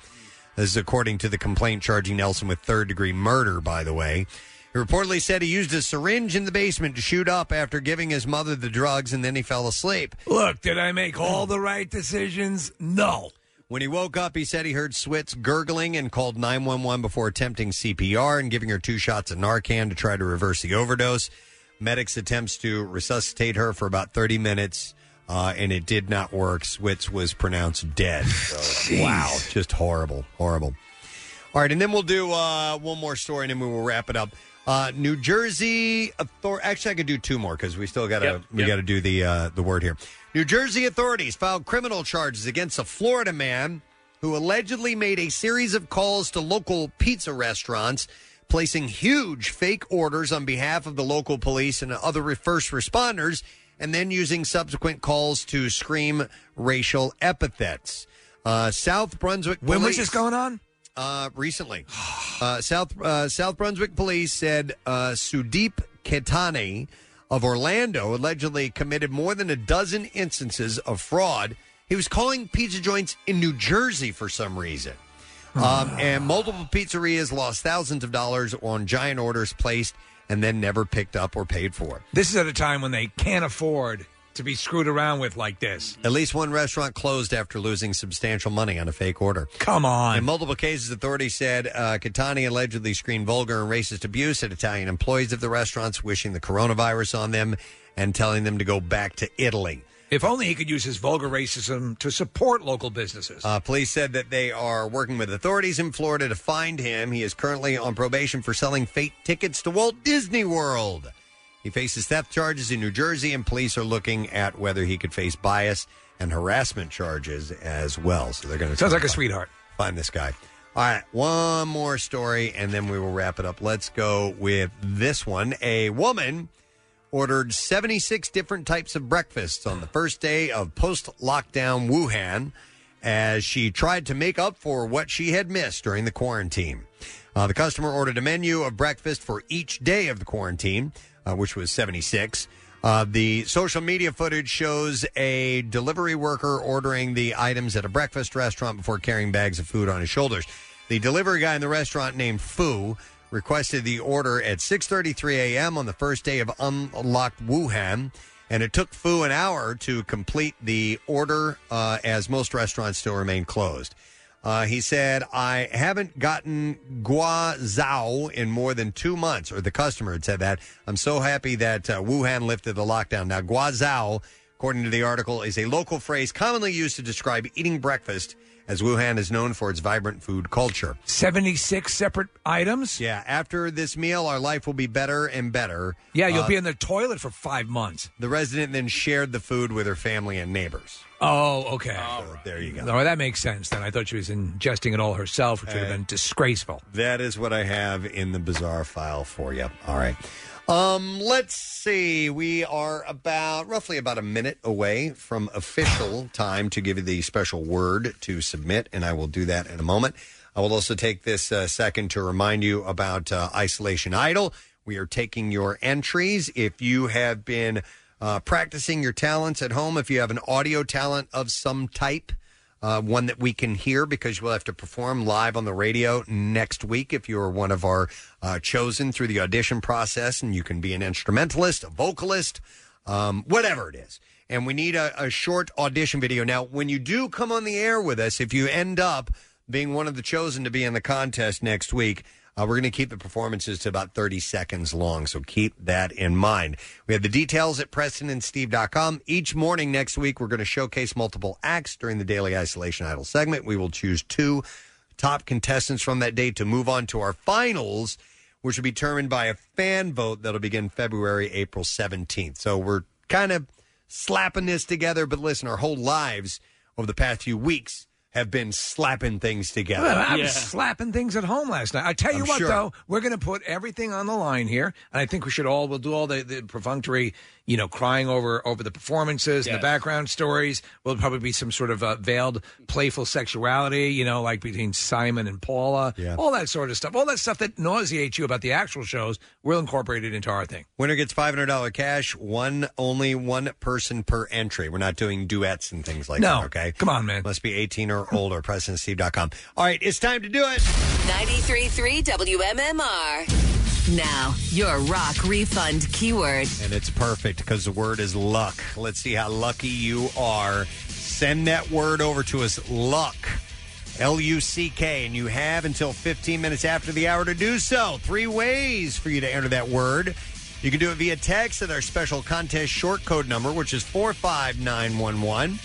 Speaker 2: This is according to the complaint charging Nelson with third degree murder, by the way. He reportedly said he used a syringe in the basement to shoot up after giving his mother the drugs and then he fell asleep.
Speaker 4: Look, did I make all the right decisions? No.
Speaker 2: When he woke up, he said he heard Switz gurgling and called 911 before attempting CPR and giving her two shots of Narcan to try to reverse the overdose. Medics attempts to resuscitate her for about 30 minutes, uh, and it did not work. Switz was pronounced dead. So, wow, just horrible, horrible. All right, and then we'll do uh, one more story, and then we will wrap it up. Uh, New Jersey author- Actually, I could do two more because we still got to
Speaker 1: Yep,
Speaker 2: we
Speaker 1: yep.
Speaker 2: got to do the uh, the word here. New Jersey authorities filed criminal charges against a Florida man who allegedly made a series of calls to local pizza restaurants, placing huge fake orders on behalf of the local police and other re- first responders, and then using subsequent calls to scream racial epithets. Uh, South Brunswick.
Speaker 4: When was
Speaker 2: police-
Speaker 4: this going on?
Speaker 2: uh, recently. Uh, South uh, South Brunswick police said uh, Sudeep Ketani of Orlando allegedly committed more than a dozen instances of fraud. He was calling pizza joints in New Jersey for some reason. Um, and multiple pizzerias lost thousands of dollars on giant orders placed and then never picked up or paid for.
Speaker 4: This is at a time when they can't afford to be screwed around with like this.
Speaker 2: At least one restaurant closed after losing substantial money on a fake order.
Speaker 4: Come on.
Speaker 2: In multiple cases, authorities said uh, Catani allegedly screened vulgar and racist abuse at Italian employees of the restaurants, wishing the coronavirus on them and telling them to go back to Italy.
Speaker 4: If only he could use his vulgar racism to support local businesses.
Speaker 2: Uh, police said that they are working with authorities in Florida to find him. He is currently on probation for selling fake tickets to Walt Disney World. He faces theft charges in New Jersey, and police are looking at whether he could face bias and harassment charges as well. So they're going to
Speaker 4: Sounds like a sweetheart.
Speaker 2: Find this guy. All right, one more story, and then we will wrap it up. Let's go with this one. A woman ordered 76 different types of breakfasts on the first day of post lockdown Wuhan as she tried to make up for what she had missed during the quarantine. Uh, the customer ordered a menu of breakfast for each day of the quarantine, uh, which was 76. Uh, the social media footage shows a delivery worker ordering the items at a breakfast restaurant before carrying bags of food on his shoulders. The delivery guy in the restaurant named Fu requested the order at 6:33 a.m. on the first day of unlocked Wuhan, and it took Fu an hour to complete the order, uh, as most restaurants still remain closed. Uh, he said, "I haven't gotten gua zhao in more than two months," or the customer had said that. I'm so happy that uh, Wuhan lifted the lockdown. Now, gua zhao, according to the article, is a local phrase commonly used to describe eating breakfast, as Wuhan is known for its vibrant food culture.
Speaker 4: 76 separate items?
Speaker 2: Yeah, after this meal, our life will be better and better.
Speaker 4: Yeah, you'll
Speaker 2: Uh,
Speaker 4: be in the toilet for five months.
Speaker 2: The resident then shared the food with her family and neighbors.
Speaker 4: Oh, okay.
Speaker 2: there you go.
Speaker 4: No, that makes sense then. I thought she was ingesting it all herself, which would have
Speaker 2: Uh,
Speaker 4: been disgraceful.
Speaker 2: That is what I have in the bizarre file for you. All right. Um, let's see. We are about roughly about a minute away from official time to give you the special word to submit, and I will do that in a moment. I will also take this uh, second to remind you about uh, Isolation Idol. We are taking your entries. If you have been uh, practicing your talents at home, if you have an audio talent of some type, uh, one that we can hear because you will have to perform live on the radio next week if you are one of our uh, chosen through the audition process, and you can be an instrumentalist, a vocalist, um, whatever it is. And we need a, a short audition video. Now, when you do come on the air with us, if you end up being one of the chosen to be in the contest next week, uh, we're going to keep the performances to about 30 seconds long, so keep that in mind. We have the details at PrestonandSteve.com. Each morning next week, we're going to showcase multiple acts during the Daily Isolation Idol segment. We will choose two top contestants from that day to move on to our finals, which will be determined by a fan vote that'll begin February, April 17th. So we're kind of slapping this together, but listen, our whole lives over the past few weeks have been slapping things together.
Speaker 4: Well, I was slapping things at home last night. I tell you
Speaker 2: I'm
Speaker 4: what,
Speaker 2: sure.
Speaker 4: though, we're going to put everything on the line here, and I think we should all we'll do all the, the perfunctory, you know, crying over over the performances and the background stories. Will probably be some sort of uh, veiled playful sexuality, you know, like between Simon and Paula, all that sort of stuff, all that stuff that nauseates you about the actual shows. We'll incorporate it into our thing.
Speaker 2: Winner gets five hundred dollar cash. One only one person per entry. We're not doing duets and things like
Speaker 4: No.
Speaker 2: that. Okay,
Speaker 4: come on, man.
Speaker 2: Must be eighteen or older. PresidentSteve.com. All right, it's time to do it.
Speaker 1: 933 WMMR. Now, your rock refund keyword.
Speaker 2: And it's perfect because the word is luck. Let's see how lucky you are. Send that word over to us, luck, L U C K, and you have until 15 minutes after the hour to do so. Three ways for you to enter that word. You can do it via text at our special contest short code number, which is 45911,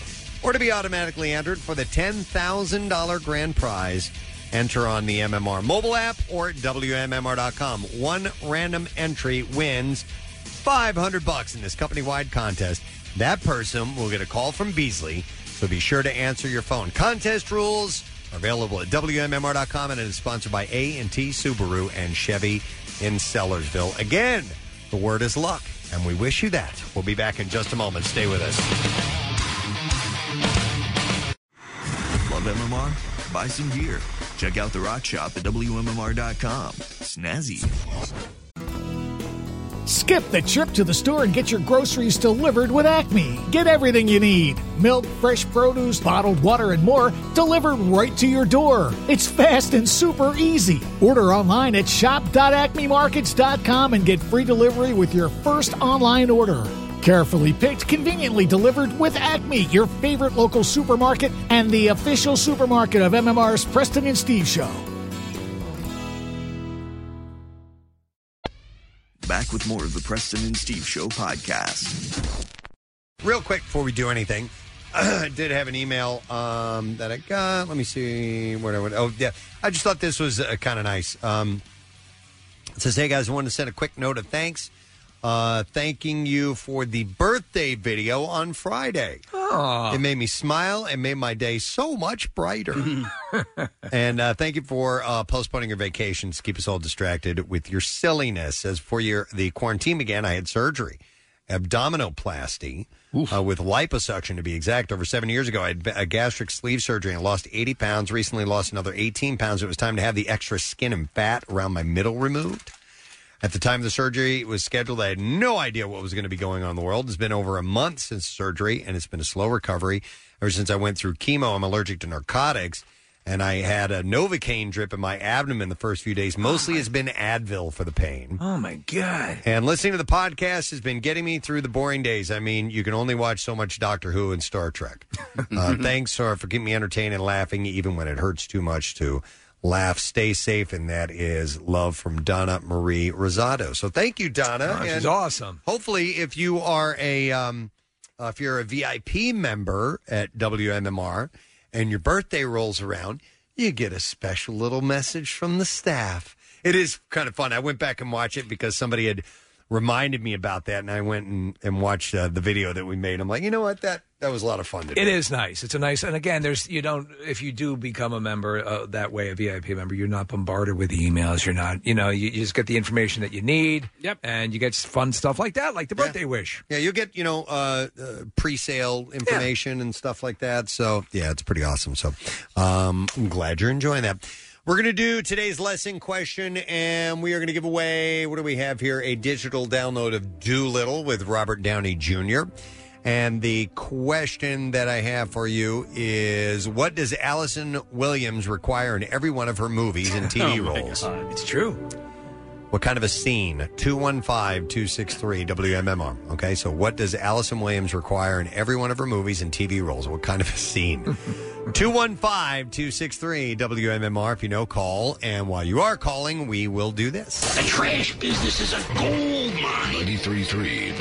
Speaker 2: or to be automatically entered for the $10,000 grand prize. Enter on the MMR mobile app or at WMMR.com. One random entry wins 500 bucks in this company wide contest. That person will get a call from Beasley, so be sure to answer your phone. Contest rules are available at WMMR.com and it is sponsored by A&T Subaru and Chevy in Sellersville. Again, the word is luck, and we wish you that. We'll be back in just a moment. Stay with us.
Speaker 12: Love MMR? buy some gear. Check out the rock shop at WMMR.com. Snazzy.
Speaker 15: Skip the trip to the store and get your groceries delivered with Acme. Get everything you need milk, fresh produce, bottled water, and more delivered right to your door. It's fast and super easy. Order online at shop.acmemarkets.com and get free delivery with your first online order. Carefully picked, conveniently delivered with Acme, your favorite local supermarket and the official supermarket of MMR's Preston and Steve Show.
Speaker 12: Back with more of the Preston and Steve Show podcast.
Speaker 2: Real quick before we do anything, I did have an email um, that I got. Let me see where I went. Oh, yeah. I just thought this was uh, kind of nice. Um, it says, Hey, guys, I wanted to send a quick note of thanks. Uh, thanking you for the birthday video on Friday. It made me smile and made my day so much brighter. and uh, thank you for uh, postponing your vacations. Keep us all distracted with your silliness. As for your the quarantine began, I had surgery, abdominoplasty uh, with liposuction to be exact. Over seven years ago, I had a gastric sleeve surgery and lost 80 pounds. Recently, lost another 18 pounds. It was time to have the extra skin and fat around my middle removed. At the time the surgery was scheduled, I had no idea what was going to be going on in the world. It's been over a month since surgery, and it's been a slow recovery. Ever since I went through chemo, I'm allergic to narcotics, and I had a Novocaine drip in my abdomen the first few days. Mostly it's been Advil for the pain.
Speaker 4: Oh my god!
Speaker 2: And listening to the podcast has been getting me through the boring days. I mean, you can only watch so much Doctor Who and Star Trek. Uh, thanks sir, for keeping me entertained and laughing, even when it hurts too much to laugh. Stay safe, and that is love from Donna Marie Rosado. So thank you, Donna.
Speaker 4: Oh, she's
Speaker 2: and
Speaker 4: awesome.
Speaker 2: Hopefully, if you are a um, uh, if you're a VIP member at WMMR and your birthday rolls around, you get a special little message from the staff. It is kind of fun. I went back and watched it because somebody had reminded me about that, and I went and, and watched uh, the video that we made. I'm like, you know what that that was a lot of fun to do.
Speaker 4: It is nice. It's a nice, and again, there's you don't if you do become a member uh, that way, a VIP member, you're not bombarded with emails. You're not, you know, you, you just get the information that you need. Yep. And you get fun stuff like that, like the birthday wish.
Speaker 2: Yeah, you get you know uh, uh, pre-sale information and stuff like that. So yeah, it's pretty awesome. So um, I'm glad you're enjoying that. We're gonna do today's lesson question, and we are gonna give away what do we have here? A digital download of Doolittle with Robert Downey Jr. And the question that I have for you is: What does Allison Williams require in every one of her movies and TV
Speaker 4: Oh, my
Speaker 2: roles?
Speaker 4: God. It's true.
Speaker 2: What kind of a scene? 215 263 WMMR. Okay, so what does Allison Williams require in every one of her movies and TV roles? What kind of a scene? 215 263 WMMR. If you know, call. And while you are calling, we will do this.
Speaker 10: The trash business is a gold mine.
Speaker 12: 933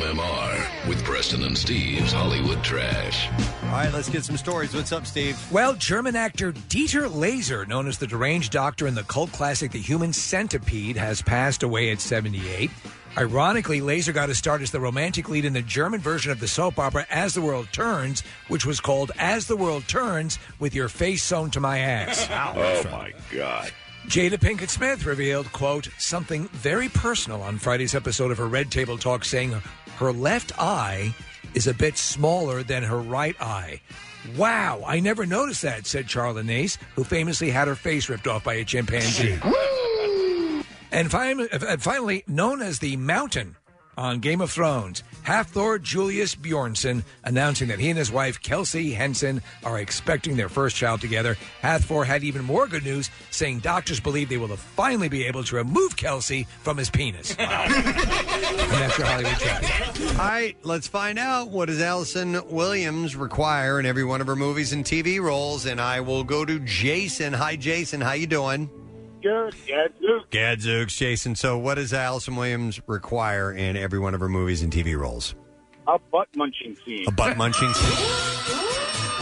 Speaker 12: WMMR with Preston and Steve's Hollywood Trash.
Speaker 2: All right, let's get some stories. What's up, Steve?
Speaker 4: Well, German actor Dieter Laser, known as the deranged doctor in the cult classic The Human Centipede, has passed away at 78. Ironically, Laser got his start as the romantic lead in the German version of the soap opera As the World Turns, which was called As the World Turns with Your Face Sewn to My Ass.
Speaker 10: Oh my god.
Speaker 4: Jada Pinkett Smith revealed, quote, something very personal on Friday's episode of her Red Table Talk, saying her left eye is a bit smaller than her right eye. Wow, I never noticed that, said Charla Nace, who famously had her face ripped off by a chimpanzee. and, fin- and finally, known as the Mountain on Game of Thrones, Hathor Julius Bjornsson announcing that he and his wife, Kelsey Henson, are expecting their first child together. Hathor had even more good news, saying doctors believe they will have finally be able to remove Kelsey from his penis. and that's your Hollywood trash.
Speaker 2: All right, let's find out what does Allison Williams require in every one of her movies and TV roles. And I will go to Jason. Hi, Jason. How you doing?
Speaker 24: Good. Gadzooks.
Speaker 2: Gadzooks, Jason. So, what does Allison Williams require in every one of her movies and TV roles?
Speaker 24: A butt munching scene.
Speaker 2: A butt munching scene.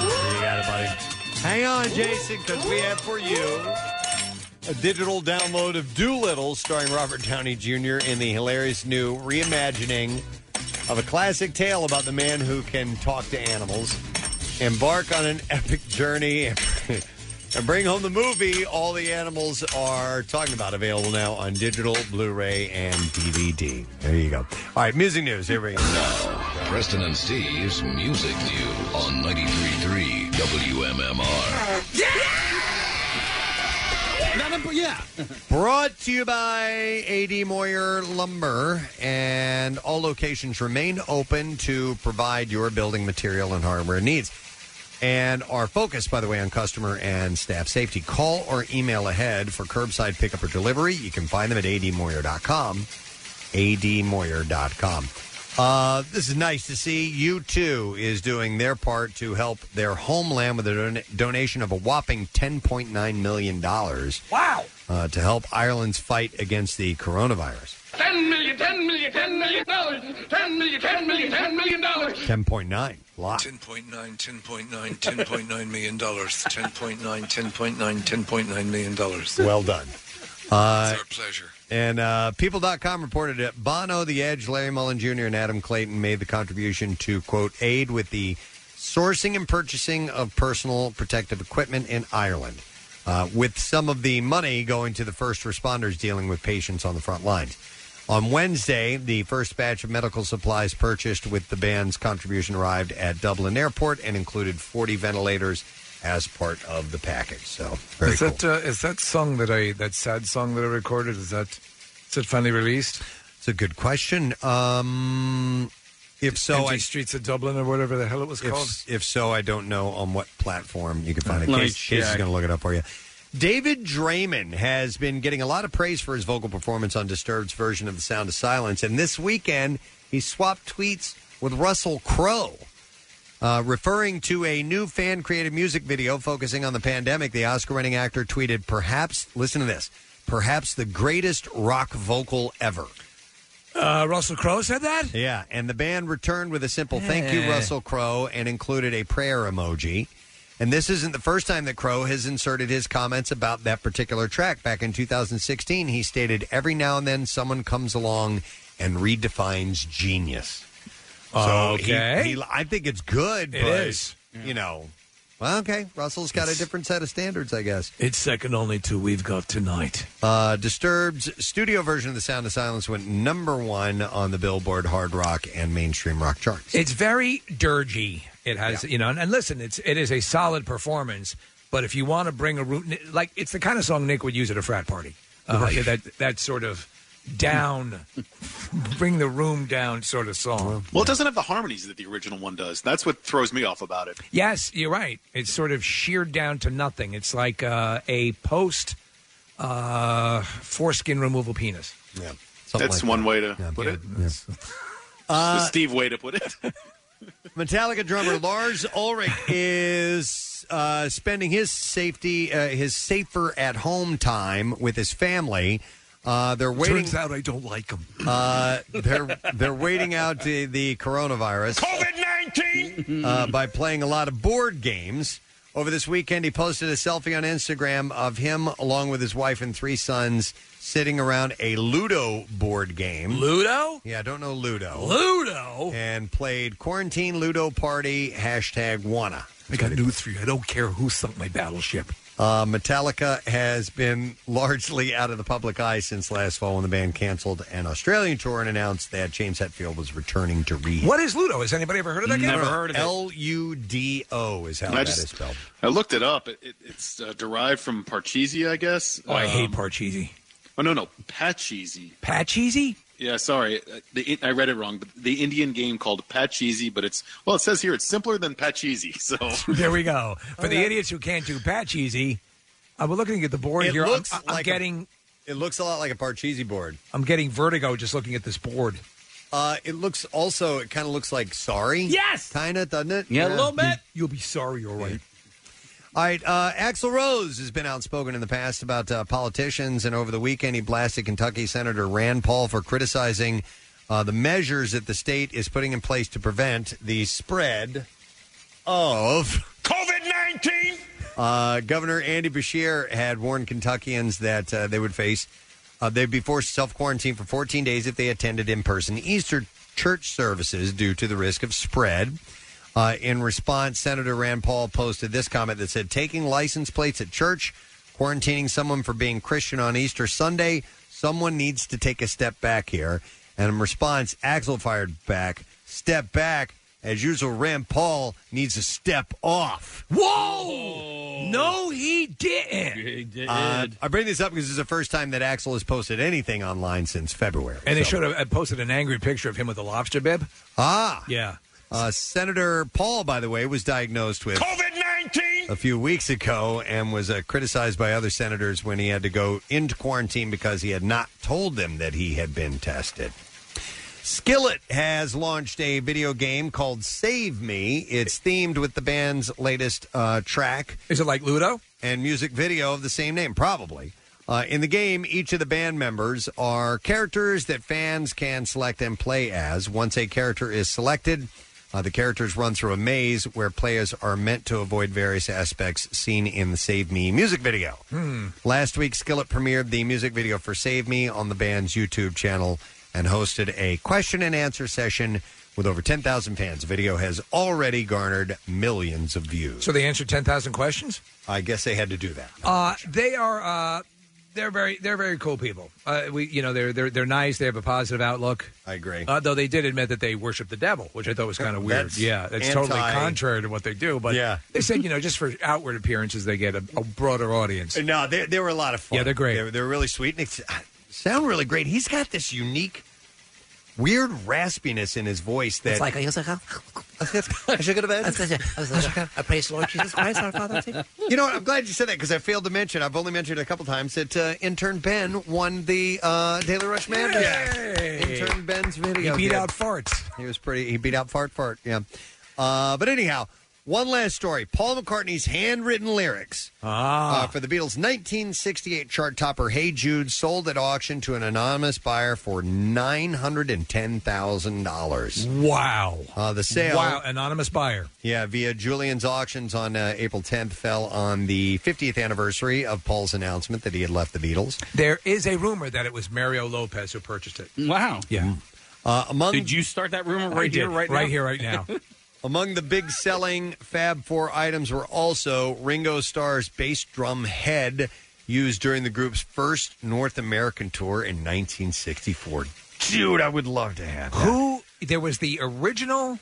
Speaker 2: You got it, buddy. Hang on, Jason, because we have for you a digital download of Doolittle starring Robert Downey Jr. in the hilarious new reimagining of a classic tale about the man who can talk to animals, embark on an epic journey, and bring home the movie all the animals are talking about. Available now on digital, Blu ray, and DVD. There you go. All right, music news. Here we go.
Speaker 12: Preston and Steve's Music News on 933 WMMR.
Speaker 10: Yeah!
Speaker 14: to, yeah.
Speaker 2: Brought to you by AD Moyer Lumber, and all locations remain open to provide your building material and hardware needs. And are focused, by the way, on customer and staff safety. Call or email ahead for curbside pickup or delivery. You can find them at admoyer.com. admoyer.com. Uh, this is nice to see. U2 is doing their part to help their homeland with a don- donation of a whopping $10.9 million. Wow. Uh, to help Ireland's fight against the coronavirus.
Speaker 10: Ten million, ten million, ten million dollars, ten million, ten million, ten million dollars.
Speaker 2: 10.9. Lot.
Speaker 4: 10.9, 10.9, 10.9 million dollars. 10.9, 10.9, 10.9 million dollars.
Speaker 2: Well done. Uh,
Speaker 4: it's our pleasure.
Speaker 2: And uh, People.com reported it. Bono, The Edge, Larry Mullen Jr., and Adam Clayton made the contribution to, quote, aid with the sourcing and purchasing of personal protective equipment in Ireland, uh, with some of the money going to the first responders dealing with patients on the front lines. On Wednesday, the first batch of medical supplies purchased with the band's contribution arrived at Dublin Airport and included 40 ventilators as part of the package. So, very
Speaker 16: is
Speaker 2: cool.
Speaker 16: that uh, is that song that I that sad song that I recorded? Is that is it finally released?
Speaker 2: It's a good question. Um, if so,
Speaker 16: Empty
Speaker 2: I-
Speaker 16: Streets of Dublin or whatever the hell it was called.
Speaker 2: If, if so, I don't know on what platform you can find it.
Speaker 16: Let me
Speaker 2: Case, Case is
Speaker 16: check.
Speaker 2: going to look it up for you. David Draymond has been getting a lot of praise for his vocal performance on Disturbed's version of The Sound of Silence, and this weekend he swapped tweets with Russell Crowe. Uh, referring to a new fan created music video focusing on the pandemic, the Oscar winning actor tweeted, Perhaps, listen to this, perhaps the greatest rock vocal ever.
Speaker 4: Uh, Russell Crowe said that?
Speaker 2: Yeah, and the band returned with a simple thank you,
Speaker 4: Eh.
Speaker 2: Russell Crowe, and included a prayer emoji. And this isn't the first time that Crowe has inserted his comments about that particular track. Back in 2016, he stated, Every now and then someone comes along and redefines genius. he-
Speaker 10: Okay.
Speaker 2: he- I think it's good,
Speaker 4: It
Speaker 2: but,
Speaker 4: is.
Speaker 2: you know, well, okay, Russell's got a different set of standards, I guess.
Speaker 4: It's second only to We've Got Tonight.
Speaker 2: Uh, Disturbed's studio version of The Sound of Silence went number one on the Billboard Hard Rock and Mainstream Rock charts.
Speaker 4: It's very dirgy. It has, you know, and, and listen, it's it is a solid performance. But if you want to bring a root, like it's the kind of song Nick would use at a frat party. Uh,
Speaker 16: Right.
Speaker 4: yeah, That that sort of down, bring the room down sort of song.
Speaker 25: Well, it doesn't have the harmonies that the original one does. That's what throws me off about it.
Speaker 4: Yes, you're right. It's sort of sheared down to nothing. It's like uh, a post uh, foreskin removal penis.
Speaker 2: Yeah,
Speaker 25: That's one way to put it. That's
Speaker 2: Uh,
Speaker 25: the Steve way to put it.
Speaker 2: Metallica drummer Lars Ulrich is uh, spending his safety, uh, his safer at home time with his family. Uh, they're waiting.
Speaker 4: Turns out I don't like them.
Speaker 2: Uh, they're they're waiting out the, the coronavirus. uh, by playing a lot of board games. Over this weekend, he posted a selfie on Instagram of him along with his wife and three sons sitting around a Ludo board game.
Speaker 4: Ludo?
Speaker 2: Yeah, I don't know Ludo.
Speaker 4: Ludo?
Speaker 2: And played Quarantine Ludo Party, hashtag Wanna.
Speaker 4: I got news for you. I don't care who sunk my battleship.
Speaker 2: Uh, Metallica has been largely out of the public eye since last fall when the band canceled an Australian tour and announced that James Hetfield was returning to rehab.
Speaker 4: What is Ludo? Has anybody ever heard of that game?
Speaker 2: L U D O is how
Speaker 25: I
Speaker 2: that is
Speaker 25: just-
Speaker 2: spelled.
Speaker 25: I looked it up. It, it, it's uh, derived from Parcheesi, I guess.
Speaker 4: Oh, I hate
Speaker 25: Um,
Speaker 4: Parcheesi.
Speaker 25: Oh, no, no. Pachisi.
Speaker 4: Pachisi?
Speaker 25: Yeah, sorry. Uh, The, I read it wrong. But the Indian game called Pachisi, but it's, well, it says here it's simpler than Pachisi. So
Speaker 4: There we go. For the
Speaker 25: Okay.
Speaker 4: idiots who can't do Pachisi, I was looking at the board here. I'm- I'm, getting.
Speaker 2: it looks a lot like a Parcheesi board.
Speaker 4: I'm getting vertigo just looking at this board.
Speaker 2: Uh, it looks also. It kind of looks like sorry. Yes, kind of doesn't it?
Speaker 4: You'll be sorry, all right.
Speaker 2: All right. Uh, Axel Rose has been outspoken in the past about uh, politicians, and over the weekend he blasted Kentucky Senator Rand Paul for criticizing uh, the measures that the state is putting in place to prevent the spread of
Speaker 10: COVID nineteen.
Speaker 2: Uh, Governor Andy Bashir had warned Kentuckians that uh, they would face, uh, they'd be forced to self quarantine for 14 days if they attended in person Easter church services due to the risk of spread. Uh, in response, Senator Rand Paul posted this comment that said Taking license plates at church, quarantining someone for being Christian on Easter Sunday, someone needs to take a step back here. And in response, Axel fired back, Step back. As usual, Rand Paul needs to step off.
Speaker 4: Whoa! No, he didn't.
Speaker 2: Uh, I bring this up because it's the first time that Axel has posted anything online since February.
Speaker 4: and they showed have posted an angry picture of him with a lobster bib.
Speaker 2: Ah.
Speaker 4: Yeah.
Speaker 2: Uh, Senator Paul, by the way, was diagnosed with COVID 19 a few weeks ago and was uh, criticized by other senators when he had to go into quarantine because he had not told them that he had been tested. Skillet has launched a video game called Save Me. It's themed with the band's latest uh, track.
Speaker 4: Is it like Ludo?
Speaker 2: And music video of the same name, probably. Uh, in the game, each of the band members are characters that fans can select and play as. Once a character is selected, uh, the characters run through a maze where players are meant to avoid various aspects seen in the Save Me music video.
Speaker 10: Hmm.
Speaker 2: Last week, Skillet premiered the music video for Save Me on the band's YouTube channel and hosted a question and answer session with over 10,000 fans. The video has already garnered millions of views.
Speaker 4: So they answered ten thousand questions.
Speaker 2: I guess they had to do that.
Speaker 4: Uh, they are uh, they're very they're very cool people. Uh, we you know they're they're they're nice. They have a positive outlook.
Speaker 2: I agree.
Speaker 4: Uh, though they did admit that they worship the devil, which I thought was kind of weird.
Speaker 2: That's
Speaker 4: yeah, that's totally
Speaker 2: anti-
Speaker 4: contrary to what they do. But
Speaker 2: Yeah.
Speaker 4: they said you know just for outward appearances they get a, a broader audience.
Speaker 2: Uh, No, they, they were a lot of fun.
Speaker 4: Yeah, they're great.
Speaker 2: They're, they're really sweet. And they sound really great. He's got this unique, weird raspiness in his voice that.
Speaker 7: It's like I used to go. I should go to bed. I praise the Lord Jesus Christ, our Father.
Speaker 2: you know what? I'm glad you said that because I failed to mention. I've only mentioned it a couple times that uh, intern Ben won the uh, Daily Rush Man. Intern Ben's video.
Speaker 4: He beat
Speaker 2: game.
Speaker 4: out farts.
Speaker 2: He was pretty. He beat out fart fart. Yeah. Uh, but anyhow, one last story. Paul McCartney's handwritten lyrics
Speaker 7: Ah.
Speaker 2: uh, for the Beatles' 1968 chart topper "Hey Jude" sold at auction to an anonymous buyer for nine hundred and ten thousand dollars.
Speaker 4: Wow.
Speaker 2: Uh, the sale.
Speaker 4: Wow, anonymous buyer.
Speaker 2: Yeah, via Julian's auctions on uh, April 10th fell on the 50th anniversary of Paul's announcement that he had left the Beatles.
Speaker 4: There is a rumor that it was Mario Lopez who purchased it.
Speaker 5: Wow.
Speaker 4: Yeah.
Speaker 2: Uh, among
Speaker 5: Did you start that rumor right here, right now?
Speaker 2: Among the big selling Fab Four items were also Ringo Starr's bass drum head used during the group's first North American tour in 1964. Dude, I would love to have that.
Speaker 4: Who? There was the original.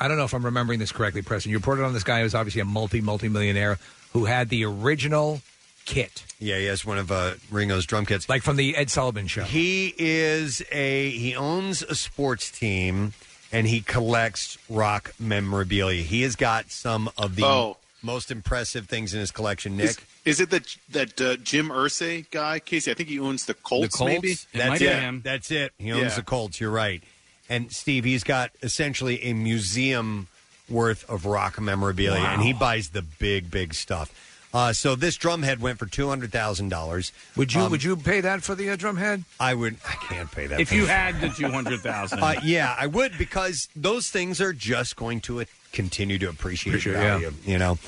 Speaker 4: I don't know if I'm remembering this correctly, Preston. You reported on this guy who's obviously a multi multi millionaire who had the original kit,
Speaker 2: Yeah, he has one of uh, Ringo's drum kits.
Speaker 4: like from the Ed Sullivan show.
Speaker 2: He is a he owns a sports team and he collects rock memorabilia. He has got some of the
Speaker 25: Oh.
Speaker 2: most impressive things in his collection, Nick.
Speaker 25: Is, is it that that uh, Jim Ursay guy, Casey? I think he owns the Colts. Maybe
Speaker 2: That's it. That's it. He owns
Speaker 25: Yeah.
Speaker 2: the Colts. You're right. And Steve, he's got essentially a museum worth of rock memorabilia, and he buys the big, big stuff. Uh, so this drumhead went for two hundred thousand dollars. Um,
Speaker 4: Would you would you pay that for the uh, drum head?
Speaker 2: I would. I can't pay that.
Speaker 5: If
Speaker 2: for
Speaker 5: you
Speaker 2: this.
Speaker 5: had the two hundred thousand,
Speaker 2: uh, yeah, I would because those things are just going to uh, continue to appreciate
Speaker 4: Appreciate, yeah.
Speaker 2: value. You know.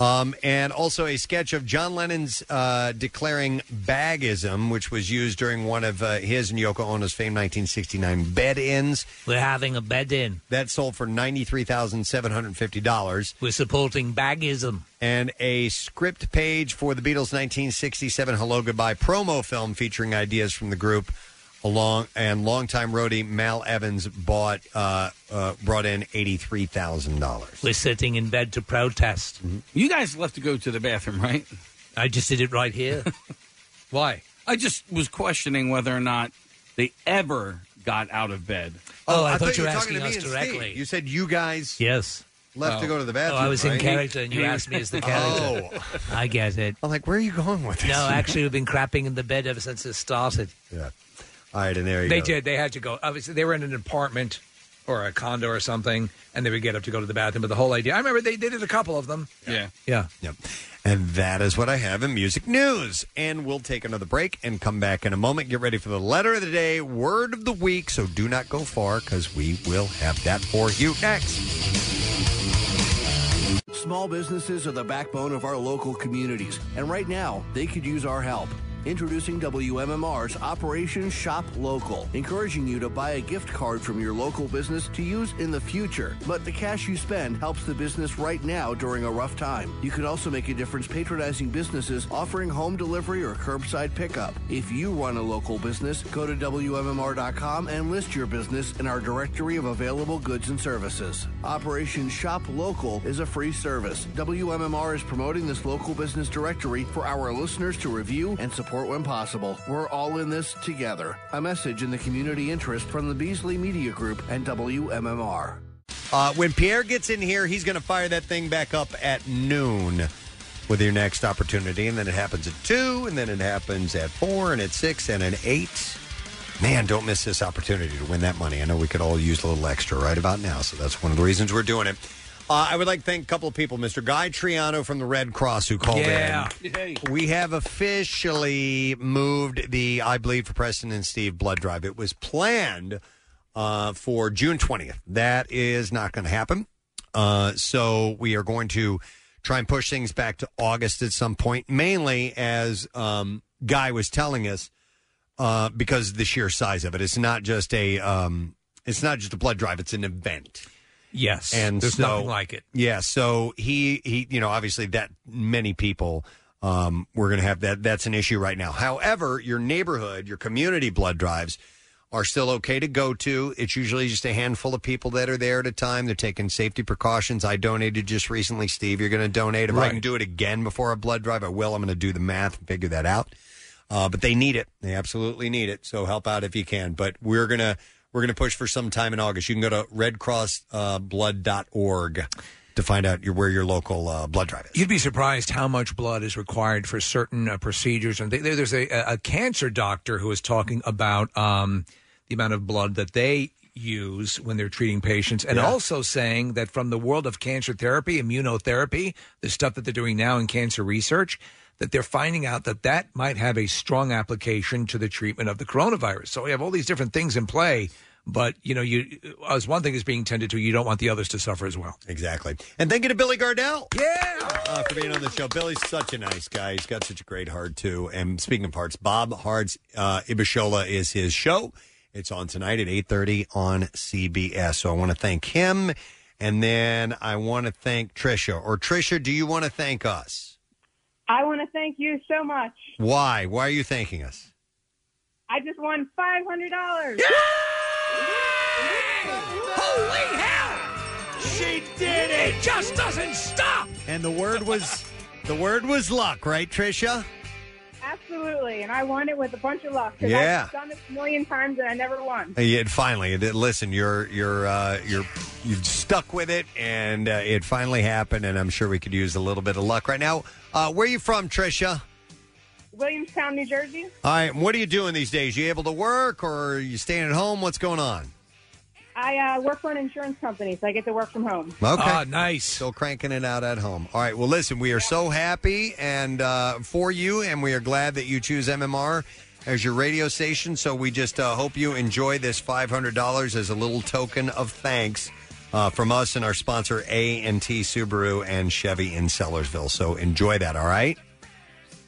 Speaker 2: Um, and also a sketch of John Lennon's uh, declaring bagism, which was used during one of uh, his and Yoko Ono's famed 1969 bed ins.
Speaker 7: We're having a bed in.
Speaker 2: That sold for $93,750.
Speaker 7: We're supporting bagism.
Speaker 2: And a script page for the Beatles' 1967 Hello Goodbye promo film featuring ideas from the group. Along and longtime roadie Mal Evans bought uh, uh, brought in eighty three thousand dollars.
Speaker 7: We're sitting in bed to protest.
Speaker 5: you guys left to go to the bathroom, right?
Speaker 7: I just did it right here.
Speaker 4: Why?
Speaker 5: I just was questioning whether or not they ever got out of bed.
Speaker 7: Oh, I I thought thought you you were were talking asking to me us and Steve. directly.
Speaker 2: You said you guys
Speaker 7: yes
Speaker 2: left to go to the bathroom.
Speaker 7: Oh, I was in
Speaker 2: right?
Speaker 7: character, and you asked me as the character.
Speaker 2: Oh.
Speaker 7: I get it.
Speaker 2: I'm like, where are you going with this?
Speaker 7: No, actually, we've been crapping in the bed ever since it started.
Speaker 2: Yeah. All right, and there you
Speaker 4: They
Speaker 2: go.
Speaker 4: did. They had to go. Obviously, they were in an apartment or a condo or something, and they would get up to go to the bathroom. But the whole idea, I remember they, they did a couple of them.
Speaker 5: Yeah.
Speaker 4: Yeah.
Speaker 2: Yep. And that is what I have in music news. And we'll take another break and come back in a moment. Get ready for the letter of the day, word of the week. So do not go far because we will have that for you next.
Speaker 14: Small businesses are the backbone of our local communities, and right now, they could use our help. Introducing WMMR's Operation Shop Local, encouraging you to buy a gift card from your local business to use in the future. But the cash you spend helps the business right now during a rough time. You can also make a difference patronizing businesses offering home delivery or curbside pickup. If you run a local business, go to WMMR.com and list your business in our directory of available goods and services. Operation Shop Local is a free service. WMMR is promoting this local business directory for our listeners to review and support when possible. We're all in this together. A message in the community interest from the Beasley Media Group and WMMR.
Speaker 2: Uh, when Pierre gets in here, he's going to fire that thing back up at noon with your next opportunity. And then it happens at 2, and then it happens at 4, and at 6, and at 8. Man, don't miss this opportunity to win that money. I know we could all use a little extra right about now, so that's one of the reasons we're doing it. Uh, I would like to thank a couple of people, Mr. Guy Triano from the Red Cross, who called
Speaker 10: Yeah.
Speaker 2: in. We have officially moved the I Bleed for Preston and Steve blood drive. It was planned uh, for June 20th. That is not going to happen. Uh, so we are going to try and push things back to August at some point, mainly as um, Guy was telling us, uh, because of the sheer size of it. It's not just a. Um, it's not just a blood drive. It's an event.
Speaker 4: Yes,
Speaker 2: And
Speaker 4: there's
Speaker 2: so,
Speaker 4: nothing like it.
Speaker 2: Yeah. So he he you know obviously that many people um, we're going to have that that's an issue right now. However, your neighborhood, your community blood drives are still okay to go to. It's usually just a handful of people that are there at a time. They're taking safety precautions. I donated just recently, Steve. You're going to donate if I can
Speaker 4: Right.
Speaker 2: do it again before a blood drive. I will. I'm going to do the math and figure that out. Uh, but they need it. They absolutely need it. So help out if you can. But we're gonna we're gonna push for some time in August. You can go to redcrossblood.org to find out your, where your local uh, blood drive is.
Speaker 4: You'd be surprised how much blood is required for certain uh, procedures. And they, there- there's a, a cancer doctor who was talking about um, the amount of blood that they use when they're treating patients, and
Speaker 17: Yeah.
Speaker 4: also saying that from the world of cancer therapy, immunotherapy, the stuff that they're doing now in cancer research, that they're finding out that that might have a strong application to the treatment of the coronavirus. So we have all these different things in play. But you know, you uh, as one thing is being tended to, you don't want the others to suffer as well.
Speaker 2: Exactly. And thank you to Billy Gardell. Yeah. Uh, for being on the show. Billy's such a nice guy. He's got such a great heart, too. And speaking of hearts, Bob Hart's uh, Ibishola is his show. It's on tonight at 8.30 on CBS. So I want to thank him. And then I want to thank Trisha. Or Trisha, do you want to thank us?
Speaker 19: I want to thank you so much.
Speaker 2: Why? Why are you thanking us?
Speaker 19: I just won five hundred dollars.
Speaker 10: Holy hell! She did it! It just doesn't stop!
Speaker 2: And the word was the word was luck, right, Trisha?
Speaker 19: Absolutely, and I won it with a bunch of luck. 'cause
Speaker 2: Yeah.
Speaker 19: I've done it a million times and I never won.
Speaker 2: Uh, Yeah, and finally, it- listen, you're you're uh, you're you've stuck with it, and uh, it finally happened. And I'm sure we could use a little bit of luck right now. Uh, where are you from, Trisha?
Speaker 19: Williamstown, New Jersey.
Speaker 2: All right, and what are you doing these days? You able to work, or are you staying at home? What's going on?
Speaker 19: I uh, work for an insurance company, so I get to work from home.
Speaker 2: Okay, Ah, nice. Still cranking it out at home. All right. Well, listen, we are so happy and uh, for you, and we are glad that you choose MMR as your radio station. So we just uh, hope you enjoy this five hundred dollars as a little token of thanks. Uh, from us and our sponsor A and T Subaru and Chevy in Sellersville. So enjoy that, all right?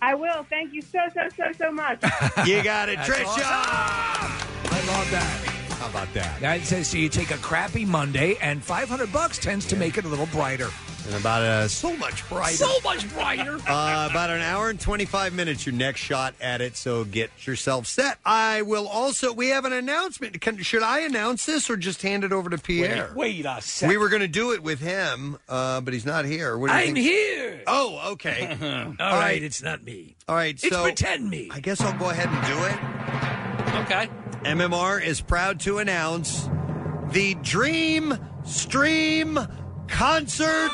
Speaker 19: I will. Thank you so so so so much.
Speaker 2: You got it, Trisha.
Speaker 4: I love that.
Speaker 2: How about that?
Speaker 4: That says so you take a crappy Monday, and 500 bucks tends to make it a little brighter.
Speaker 2: And about uh, so much brighter.
Speaker 4: So much brighter.
Speaker 2: uh, about an hour and 25 minutes your next shot at it so get yourself set i will also we have an announcement Can, should i announce this or just hand it over to pierre
Speaker 5: Wait, wait a second.
Speaker 2: we were going to do it with him uh, but he's not here What do you
Speaker 5: I'm
Speaker 2: think?
Speaker 5: here.
Speaker 2: Oh, okay.
Speaker 5: All right.
Speaker 4: it's not me.
Speaker 2: all right
Speaker 5: It's
Speaker 2: so
Speaker 5: pretend me.
Speaker 2: i guess i'll go ahead and do it
Speaker 5: Okay.
Speaker 2: MMR is proud to announce the Dream Stream Concert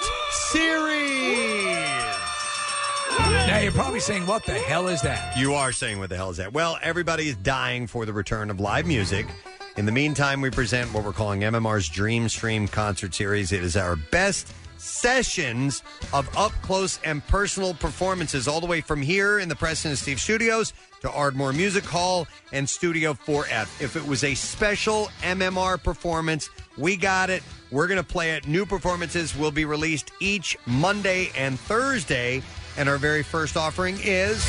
Speaker 2: Series.
Speaker 4: Now you're probably saying, what the hell is that?
Speaker 2: You are saying, what the hell is that? Well, everybody is dying for the return of live music. In the meantime, we present what we're calling MMR's Dream Stream Concert Series. It is our best sessions of up close and personal performances, all the way from here in the Preston and Steve Studios to Ardmore Music Hall and Studio 4F. If it was a special MMR performance, we got it. We're going to play it. New performances will be released each Monday and Thursday. And our very first offering is.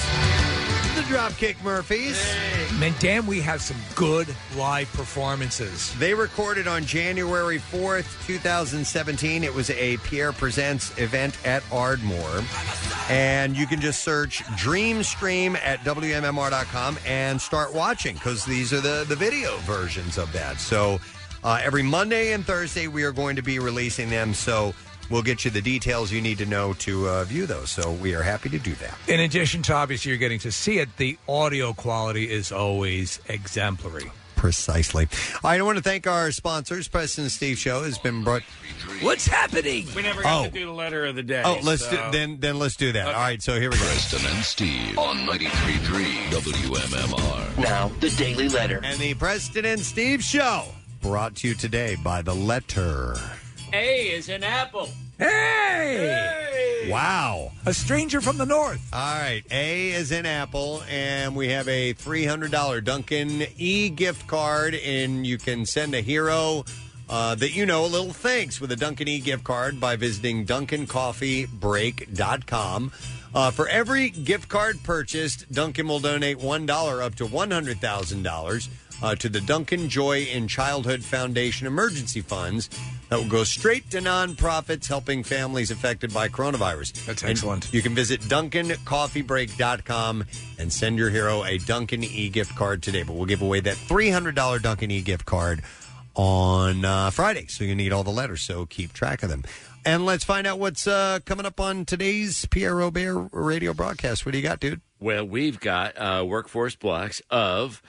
Speaker 2: The Dropkick Murphys.
Speaker 4: Man, damn, we have some good live performances.
Speaker 2: They recorded on January 4th, 2017. It was a Pierre Presents event at Ardmore. And you can just search Dreamstream at WMMR.com and start watching because these are the, the video versions of that. So uh, every Monday and Thursday, we are going to be releasing them. So we'll get you the details you need to know to uh, view those. So we are happy to do that.
Speaker 4: In addition to obviously you're getting to see it, the audio quality is always exemplary.
Speaker 2: Precisely. All right, I want to thank our sponsors. Preston and Steve Show has been brought.
Speaker 4: What's happening?
Speaker 5: We never got
Speaker 2: Oh.
Speaker 5: to do the letter of the day.
Speaker 2: Oh, let's do,
Speaker 5: so-
Speaker 2: then then let's do that. All right, so here we go.
Speaker 12: Preston and Steve on 93.3 WMMR.
Speaker 2: Now,
Speaker 12: the Daily Letter.
Speaker 2: And the Preston and Steve Show brought to you today by the letter.
Speaker 17: A is an apple.
Speaker 4: Hey!
Speaker 2: Wow.
Speaker 4: A stranger from the north.
Speaker 2: All right. A is in Apple, and we have a $300 Duncan e gift card, and you can send a hero. Uh, that you know a little thanks with a Duncan E gift card by visiting DuncanCoffeeBreak.com. Uh, for every gift card purchased, Duncan will donate $1 up to $100,000 uh, to the Duncan Joy in Childhood Foundation emergency funds that will go straight to nonprofits helping families affected by coronavirus. That's
Speaker 4: excellent.
Speaker 2: You can visit DuncanCoffeeBreak.com and send your hero a Duncan E gift card today. But we'll give away that $300 Duncan E gift card on uh, Friday. So you need all the letters, so keep track of them. And let's find out what's uh, coming up on today's Pierre Robert radio broadcast. What do you got, dude?
Speaker 17: Well, we've got uh, workforce blocks of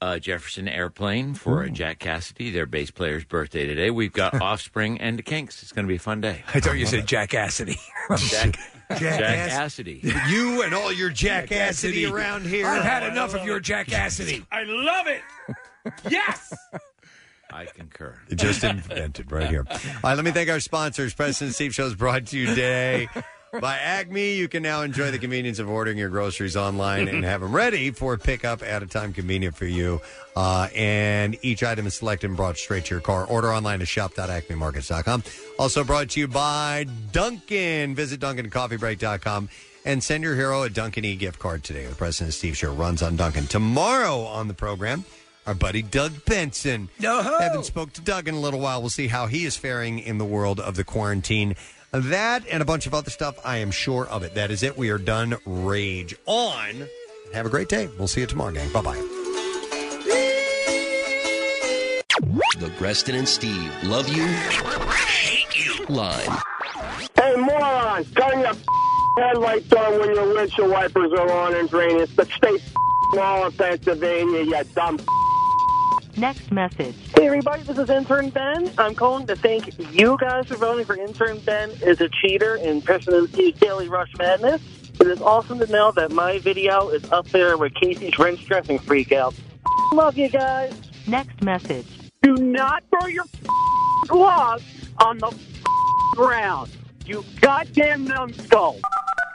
Speaker 17: uh, Jefferson Airplane for Jack Cassidy, their bass player's birthday today. We've got Offspring and the Kinks. It's going to be a fun day.
Speaker 4: I thought you said Jack Assity. Jack,
Speaker 17: Jack
Speaker 4: Ass-
Speaker 17: Cassidy.
Speaker 2: You and all your
Speaker 17: Jackassity.
Speaker 2: jackassity around here.
Speaker 4: I've had enough of your jackassity.
Speaker 5: I love it. Yes.
Speaker 17: I concur.
Speaker 2: Just invented right here. All right, let me thank our sponsors. President Steve Show is brought to you today by Acme. You can now enjoy the convenience of ordering your groceries online and have them ready for pickup at a time convenient for you. Uh, and each item is selected and brought straight to your car. Order online at shop.acmemarkets.com. Also brought to you by Duncan. Visit DuncanCoffeeBreak.com and send your hero a Duncan E gift card today. The President Steve Show runs on Duncan. Tomorrow on the program, our buddy Doug Benson. Haven't spoke to Doug in a little while. We'll see how he is faring in the world of the quarantine. That and a bunch of other stuff. I am sure of it. That is it. We are done. Rage on. Have a great day. We'll see you tomorrow, gang. Bye bye.
Speaker 18: The Preston and Steve love you, hate you line.
Speaker 20: Hey, moron, turn your headlights on when your windshield wipers are on and green. It's the state law of Pennsylvania, you dumb.
Speaker 22: Next message.
Speaker 26: Hey everybody, this is Intern Ben. I'm calling to thank you guys for voting for Intern Ben is a cheater in President Steve's Daily Rush Madness. It is awesome to know that my video is up there with Casey's wrench dressing freak out.
Speaker 22: Love you guys. Next message.
Speaker 26: Do not throw your gloves on the ground, you goddamn numbskull.